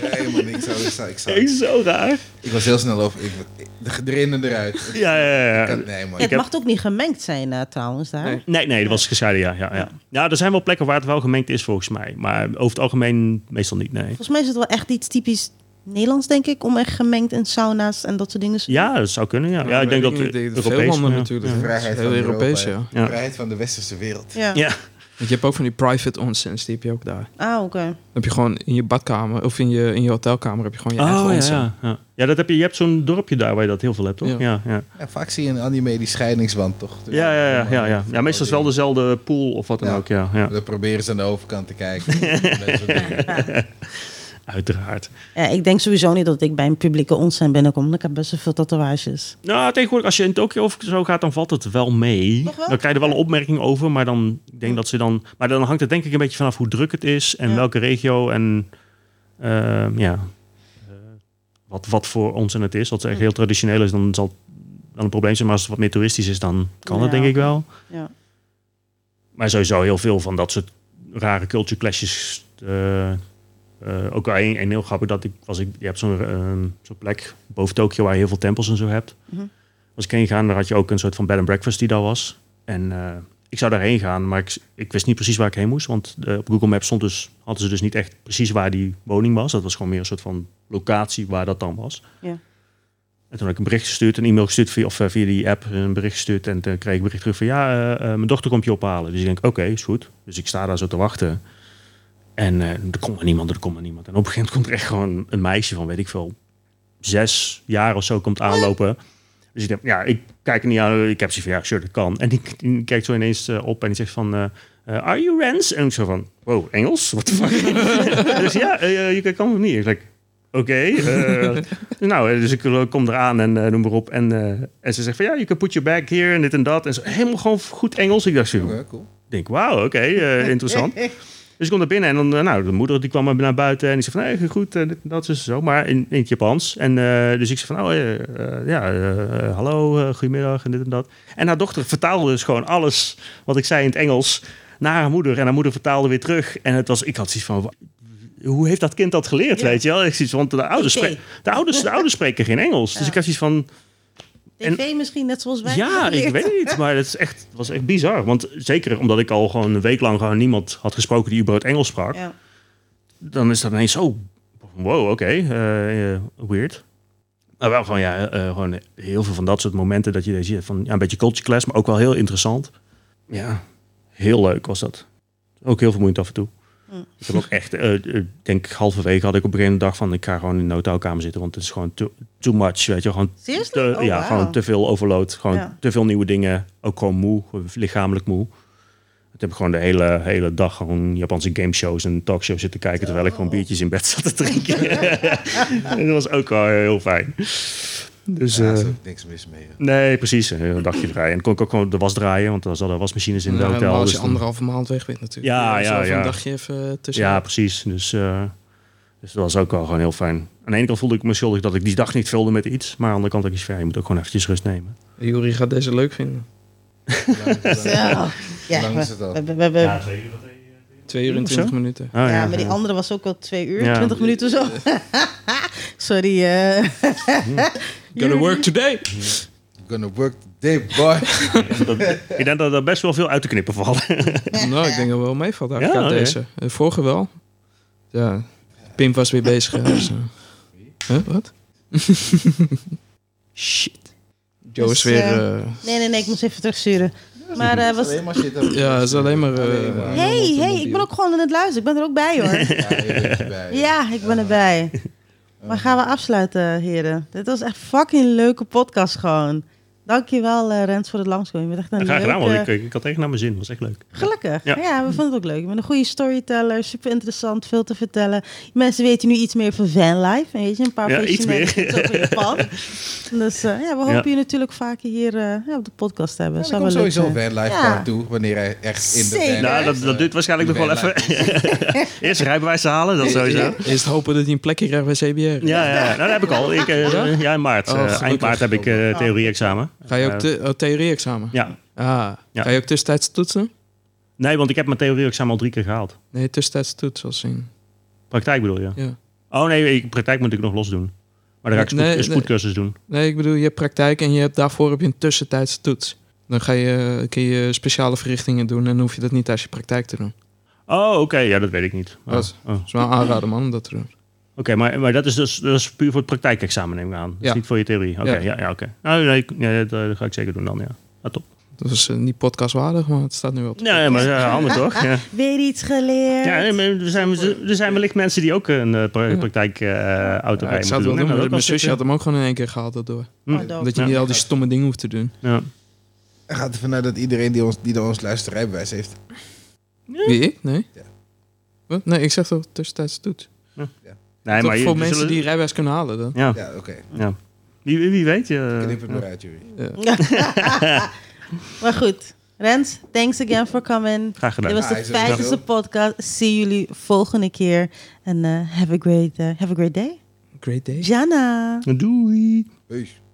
[SPEAKER 2] Helemaal niks. zo is dat. Ik, zou-
[SPEAKER 3] echt zo raar.
[SPEAKER 2] ik was heel snel over. Ik, ik- erin en eruit.
[SPEAKER 3] Ja, ja, ja. ja.
[SPEAKER 2] Nee, man.
[SPEAKER 1] Het
[SPEAKER 3] heb-
[SPEAKER 1] mag ook niet gemengd zijn eh, trouwens daar.
[SPEAKER 4] Nee.
[SPEAKER 3] Nee, nee, dat was gescheiden, ja, ja, ja. Ja, er zijn wel plekken waar het wel gemengd is volgens mij, maar over het algemeen meestal niet, nee.
[SPEAKER 1] Volgens mij is het wel echt iets typisch Nederlands, denk ik, om echt gemengd in sauna's en dat soort dingen. te
[SPEAKER 3] Ja, dat zou kunnen, ja. Ja, ik denk dat
[SPEAKER 4] niet,
[SPEAKER 3] we
[SPEAKER 4] veel
[SPEAKER 3] Europees...
[SPEAKER 4] landen
[SPEAKER 3] ja.
[SPEAKER 4] natuurlijk.
[SPEAKER 2] Vrijheid
[SPEAKER 4] Heel
[SPEAKER 2] van
[SPEAKER 4] Europees,
[SPEAKER 2] Europa,
[SPEAKER 4] ja.
[SPEAKER 2] hè.
[SPEAKER 3] Ja.
[SPEAKER 2] Vrijheid van de westerse wereld.
[SPEAKER 1] doen. Ja.
[SPEAKER 3] Ja,
[SPEAKER 4] Want je hebt ook van die private onsens, die heb je ook daar.
[SPEAKER 1] Ah, oké.
[SPEAKER 4] Dan heb je gewoon in je badkamer of in je, in je hotelkamer heb je gewoon je eigen
[SPEAKER 3] oh, ja,
[SPEAKER 4] onsen.
[SPEAKER 3] ja, ja. Ja, dat heb je, je hebt zo'n dorpje daar waar je dat heel veel hebt, toch?
[SPEAKER 4] Ja.
[SPEAKER 3] Ja, ja.
[SPEAKER 2] Ja, vaak zie je een anime die scheidingswand, toch? Dus-
[SPEAKER 3] Ja, ja, ja, ja, ja. ja, meestal is wel dezelfde pool of wat dan
[SPEAKER 2] Ja.
[SPEAKER 3] ook. Ja, ja.
[SPEAKER 2] Dan proberen ze aan de overkant te kijken. Dat soort dingen.
[SPEAKER 3] Uiteraard.
[SPEAKER 1] Ja, ik denk sowieso niet dat ik bij een publieke onsen binnenkom. want Ik heb best wel veel tatoeages.
[SPEAKER 3] Nou, tegenwoordig, als je in Tokio of zo gaat, dan valt het wel mee.
[SPEAKER 1] Toch wel?
[SPEAKER 3] Dan krijg je er wel een opmerking over, maar dan, ik denk dat ze dan, maar dan hangt het denk ik een beetje vanaf hoe druk het is en
[SPEAKER 1] Ja.
[SPEAKER 3] welke regio en ehm, ja, eh, wat, wat voor ons en het is. Als het echt heel traditioneel is, dan zal het wel een probleem zijn. Maar als het wat meer toeristisch is, dan kan het
[SPEAKER 1] Ja.
[SPEAKER 3] denk ik wel.
[SPEAKER 1] Ja.
[SPEAKER 3] Maar sowieso heel veel van dat soort rare culture clashes. eh, eh, ook wel een, een heel grappig dat ik was ik je hebt zo'n ehm, zo'n plek boven Tokio waar je heel veel tempels en zo hebt.
[SPEAKER 1] Mhm.
[SPEAKER 3] Als ik heen gaan, daar had je ook een soort van bed and breakfast die daar was. En eh, ik zou daarheen gaan, maar ik, ik wist niet precies waar ik heen moest, want eh, op Google Maps stond dus hadden ze dus niet echt precies waar die woning was. Dat was gewoon meer een soort van locatie waar dat dan was.
[SPEAKER 1] Ja.
[SPEAKER 3] En toen heb ik een bericht gestuurd, een e-mail gestuurd via, of eh, via die app, een bericht gestuurd. En toen kreeg ik een bericht terug van ja, eh, eh, mijn dochter komt je ophalen. Dus ik denk, oké, is goed. Dus ik sta daar zo te wachten. En eh, er komt maar niemand, er komt maar niemand. En op een gegeven moment komt er echt gewoon een meisje van, weet ik veel, zes jaar of zo komt aanlopen. Dus ik denk, ja, ik kijk er niet aan. Ik heb ze van, ja, sure, dat kan. En die, die kijkt zo ineens eh, op en die zegt van, eh, eh, are you Rens? En ik zo van, wow, Engels? What the fuck? dus ja, eh, je kan het niet. Ik like, oké. eh, nou, eh, dus ik eh, kom eraan en eh, noem maar op. En, eh, en ze zegt van, ja, you can put your bag here en dit en dat. En zo, helemaal gewoon goed Engels. Ik dacht zo,
[SPEAKER 2] Oké, cool.
[SPEAKER 3] ik denk, wauw, oké, eh, interessant. Dus ik kom naar binnen en dan, eh, nou, de moeder die kwam maar naar buiten en die zei van, nee, goed, eh, dit en dat is zo, maar in, in het Japans. En eh, dus ik zei van, oh, eh, eh, ja, eh, eh, hallo, eh, goedemiddag en dit en dat. En haar dochter vertaalde dus gewoon alles wat ik zei in het Engels naar haar moeder en haar moeder vertaalde weer terug. En het was, ik had zoiets van, wa- hoe heeft dat kind dat geleerd,
[SPEAKER 1] Ja.
[SPEAKER 3] weet je wel? Ik zoiets, want de ouders,
[SPEAKER 1] Idee.
[SPEAKER 3] spre- de, ouders, de ouders spreken geen Engels. Dus
[SPEAKER 1] Ja.
[SPEAKER 3] ik had zoiets van,
[SPEAKER 1] TV misschien, net zoals wij.
[SPEAKER 3] ja, ik
[SPEAKER 1] geleerd.
[SPEAKER 3] weet het niet, maar het is echt, het was echt bizar. Want zeker omdat ik al gewoon een week lang gewoon niemand had gesproken die überhaupt Engels sprak,
[SPEAKER 1] Ja.
[SPEAKER 3] dan is dat ineens zo, wow, oké, eh, eh, weird. Maar wel gewoon, ja, eh, gewoon heel veel van dat soort momenten dat je deze ziet van, ja, een beetje culture clash, maar ook wel heel interessant. Ja, heel leuk was dat. Ook heel vermoeiend af en toe.
[SPEAKER 1] Mm.
[SPEAKER 3] Ik heb ook echt, eh, eh, ik denk halverwege had ik op een gegeven moment dag van, ik ga gewoon in de hotelkamer zitten, want het is gewoon too, too much, weet je, gewoon
[SPEAKER 1] Seriously?
[SPEAKER 3] te,
[SPEAKER 1] Oh,
[SPEAKER 3] ja,
[SPEAKER 1] wauw.
[SPEAKER 3] gewoon te veel overload. Gewoon
[SPEAKER 1] Ja.
[SPEAKER 3] te veel nieuwe dingen. Ook gewoon moe, lichamelijk moe. Dat heb ik gewoon de hele, hele dag gewoon Japanse gameshows en talkshows zitten kijken... terwijl ik
[SPEAKER 1] Oh.
[SPEAKER 3] gewoon biertjes in bed zat te drinken. en dat was ook wel heel fijn. Dus,
[SPEAKER 2] Ja,
[SPEAKER 3] eh,
[SPEAKER 2] Daar is ook niks mis mee. joh.
[SPEAKER 3] nee, precies. Een dagje vrij. En dan kon ik ook gewoon de was draaien, want er hadden wasmachines in het
[SPEAKER 4] Ja,
[SPEAKER 3] hotel.
[SPEAKER 4] maar als
[SPEAKER 3] dus
[SPEAKER 4] je
[SPEAKER 3] dan-
[SPEAKER 4] anderhalve maand weg bent natuurlijk.
[SPEAKER 3] Ja,
[SPEAKER 4] Dan is er
[SPEAKER 3] ja,
[SPEAKER 4] wel
[SPEAKER 3] ja.
[SPEAKER 4] een dagje even eh, tussen.
[SPEAKER 3] Ja, precies. Dus, eh, dus dat was ook wel gewoon heel fijn. Aan de ene kant voelde ik me schuldig dat ik die dag niet vulde met iets. Maar aan de andere kant ook iets van, ja, je moet ook gewoon eventjes rust nemen.
[SPEAKER 4] Jury gaat deze leuk vinden.
[SPEAKER 2] Hoe lang- hoe
[SPEAKER 1] Zo.
[SPEAKER 2] lang-
[SPEAKER 1] Ja,
[SPEAKER 2] lang
[SPEAKER 1] we-
[SPEAKER 2] is het al?
[SPEAKER 1] we- we- we- we- ja,
[SPEAKER 4] Twee uur en
[SPEAKER 3] Of zo?
[SPEAKER 4] twintig minuten.
[SPEAKER 3] Oh,
[SPEAKER 1] maar die andere was ook al twee uur,
[SPEAKER 3] Ja.
[SPEAKER 1] twintig minuten zo. Sorry. eh
[SPEAKER 4] Gonna work today.
[SPEAKER 2] Gonna work today, boy.
[SPEAKER 3] Dat- ik denk dat er best wel veel uit te knippen valt.
[SPEAKER 4] Nou, ik denk dat wel meevalt eigenlijk
[SPEAKER 3] Ja,
[SPEAKER 4] uit
[SPEAKER 3] oké.
[SPEAKER 4] deze. Eh, vorige wel. Ja, Pim was weer bezig. hè, dus, eh. Huh, wat? Shit. Joe
[SPEAKER 1] Dus,
[SPEAKER 4] is weer...
[SPEAKER 1] eh,
[SPEAKER 4] eh,
[SPEAKER 1] nee, nee, nee, ik moest even terugsturen. Maar eh, was...
[SPEAKER 2] Alleen maar shit. over-
[SPEAKER 4] ja, is alleen maar... eh,
[SPEAKER 2] Alleen maar.
[SPEAKER 4] allemaal
[SPEAKER 1] hey,
[SPEAKER 4] op de
[SPEAKER 1] hey,
[SPEAKER 4] mobiel.
[SPEAKER 1] ik ben ook gewoon aan het luisteren. Ik ben er ook bij hoor.
[SPEAKER 2] Ja, je bent erbij.
[SPEAKER 1] Ja, ik ben erbij. Maar gaan we afsluiten, heren. Dit was echt fucking leuke podcast gewoon. Dankjewel, eh Rens, voor het langskomen. Je bent echt een
[SPEAKER 3] Graag gedaan,
[SPEAKER 1] leuke...
[SPEAKER 3] want ik, ik had echt naar mijn zin. was echt leuk.
[SPEAKER 1] Gelukkig. Ja.
[SPEAKER 3] Ja.
[SPEAKER 1] we vonden het ook leuk. Je bent een goede storyteller, super interessant, veel te vertellen. Mensen weten nu iets meer van vanlife, weet je, een paar
[SPEAKER 3] Ja,
[SPEAKER 1] van
[SPEAKER 3] iets meer.
[SPEAKER 1] over Japan. Dus eh, ja, we hopen
[SPEAKER 3] Ja.
[SPEAKER 1] je natuurlijk vaker hier eh, ja, op de podcast te hebben.
[SPEAKER 2] Ja, dan
[SPEAKER 1] Zou
[SPEAKER 2] komt
[SPEAKER 1] wel leuk
[SPEAKER 2] sowieso een
[SPEAKER 1] zijn.
[SPEAKER 2] vanlife
[SPEAKER 1] Ja.
[SPEAKER 2] car toe, wanneer hij echt in de
[SPEAKER 1] Zeker.
[SPEAKER 2] van
[SPEAKER 3] nou,
[SPEAKER 2] is,
[SPEAKER 3] dat, dat
[SPEAKER 2] eh,
[SPEAKER 3] duurt waarschijnlijk nog wel
[SPEAKER 2] die van
[SPEAKER 3] even. Eerst rijbewijs te halen, dat sowieso. Ja,
[SPEAKER 4] Eerst hopen dat hij een plekje krijgt bij CBR.
[SPEAKER 3] ja, ja. Nou, dat heb ik al. Ik, eh,
[SPEAKER 4] Ja?
[SPEAKER 3] ja, in maart.
[SPEAKER 4] Oh,
[SPEAKER 3] eh, eind
[SPEAKER 4] gelukkig. Oh.
[SPEAKER 3] maart heb ik eh, theorie-examen.
[SPEAKER 4] Ga je ook
[SPEAKER 3] Eh,
[SPEAKER 4] de, oh, theorie-examen?
[SPEAKER 3] ja.
[SPEAKER 4] Ah,
[SPEAKER 3] Ja.
[SPEAKER 4] ga je ook tussentijds toetsen?
[SPEAKER 3] Nee, want ik heb mijn theorie-examen al drie keer gehaald.
[SPEAKER 4] Nee, tussentijds toetsen als in.
[SPEAKER 3] Praktijk bedoel je?
[SPEAKER 4] Ja.
[SPEAKER 3] Oh nee, ik, praktijk moet ik nog los doen. Maar dan ga ik spoed,
[SPEAKER 4] Nee,
[SPEAKER 3] een
[SPEAKER 4] nee.
[SPEAKER 3] spoedcursus doen.
[SPEAKER 4] Nee, ik bedoel, je hebt praktijk en je hebt, daarvoor heb je een tussentijdse toets. Dan ga je, eh, kun je speciale verrichtingen doen en dan hoef je dat niet tijdens je praktijk te doen.
[SPEAKER 3] Oh, oké. Ja, dat weet ik niet. Oh,
[SPEAKER 4] Dat-
[SPEAKER 3] oh. Oké,
[SPEAKER 4] Dat is wel een aanrader, man, om dat te doen.
[SPEAKER 3] maar, maar dat, is dus, dat is puur voor het praktijkexamen neem ik aan. Dat is
[SPEAKER 4] Ja.
[SPEAKER 3] niet voor je theorie. Oké,
[SPEAKER 4] Ja.
[SPEAKER 3] ja, ja, oké. Nou, nee, ik- ja, dat eh, ga ik zeker doen dan, ja. Ah, top.
[SPEAKER 4] Dat was eh, niet podcastwaardig, maar het staat nu wel. op de-
[SPEAKER 3] Nee, maar eh, handig toch? Ja.
[SPEAKER 1] Weer iets geleerd.
[SPEAKER 3] Ja, nee, maar er zijn, er zijn wellicht mensen die ook een eh, pra- praktijk eh auto
[SPEAKER 4] Ja, ik zou het wel doen. maar Mijn zusje had hem ook gewoon in één keer gehaald daardoor.
[SPEAKER 3] Mm.
[SPEAKER 1] Oh, dope.
[SPEAKER 4] Dat je niet al die stomme dingen hoeft te doen.
[SPEAKER 3] Ja.
[SPEAKER 2] Hij gaat ervan uit dat iedereen die, ons, die naar ons luistert rijbewijs heeft.
[SPEAKER 4] Wie ik? Nee.
[SPEAKER 2] Ja.
[SPEAKER 4] Wat? Nee, ik zeg toch tussentijds doet.
[SPEAKER 3] Nee, maar
[SPEAKER 4] Toch
[SPEAKER 3] je-
[SPEAKER 4] voor
[SPEAKER 3] we
[SPEAKER 4] mensen
[SPEAKER 3] zullen-
[SPEAKER 4] die rijbewijs kunnen halen dan.
[SPEAKER 3] Ja,
[SPEAKER 2] Ja, oké.
[SPEAKER 3] Wie, wie- wie weet. eh,
[SPEAKER 2] Knip het
[SPEAKER 3] ja.
[SPEAKER 2] maar uit, jullie.
[SPEAKER 1] Maar goed. Rens, thanks again for coming.
[SPEAKER 3] Graag gedaan.
[SPEAKER 1] Dit was de
[SPEAKER 2] Nice, sowieso.
[SPEAKER 1] vijftigste podcast. Zie jullie volgende keer. En eh, have, a great, eh, have a great day.
[SPEAKER 4] Great day.
[SPEAKER 1] Jana.
[SPEAKER 3] Doei.
[SPEAKER 2] Heus.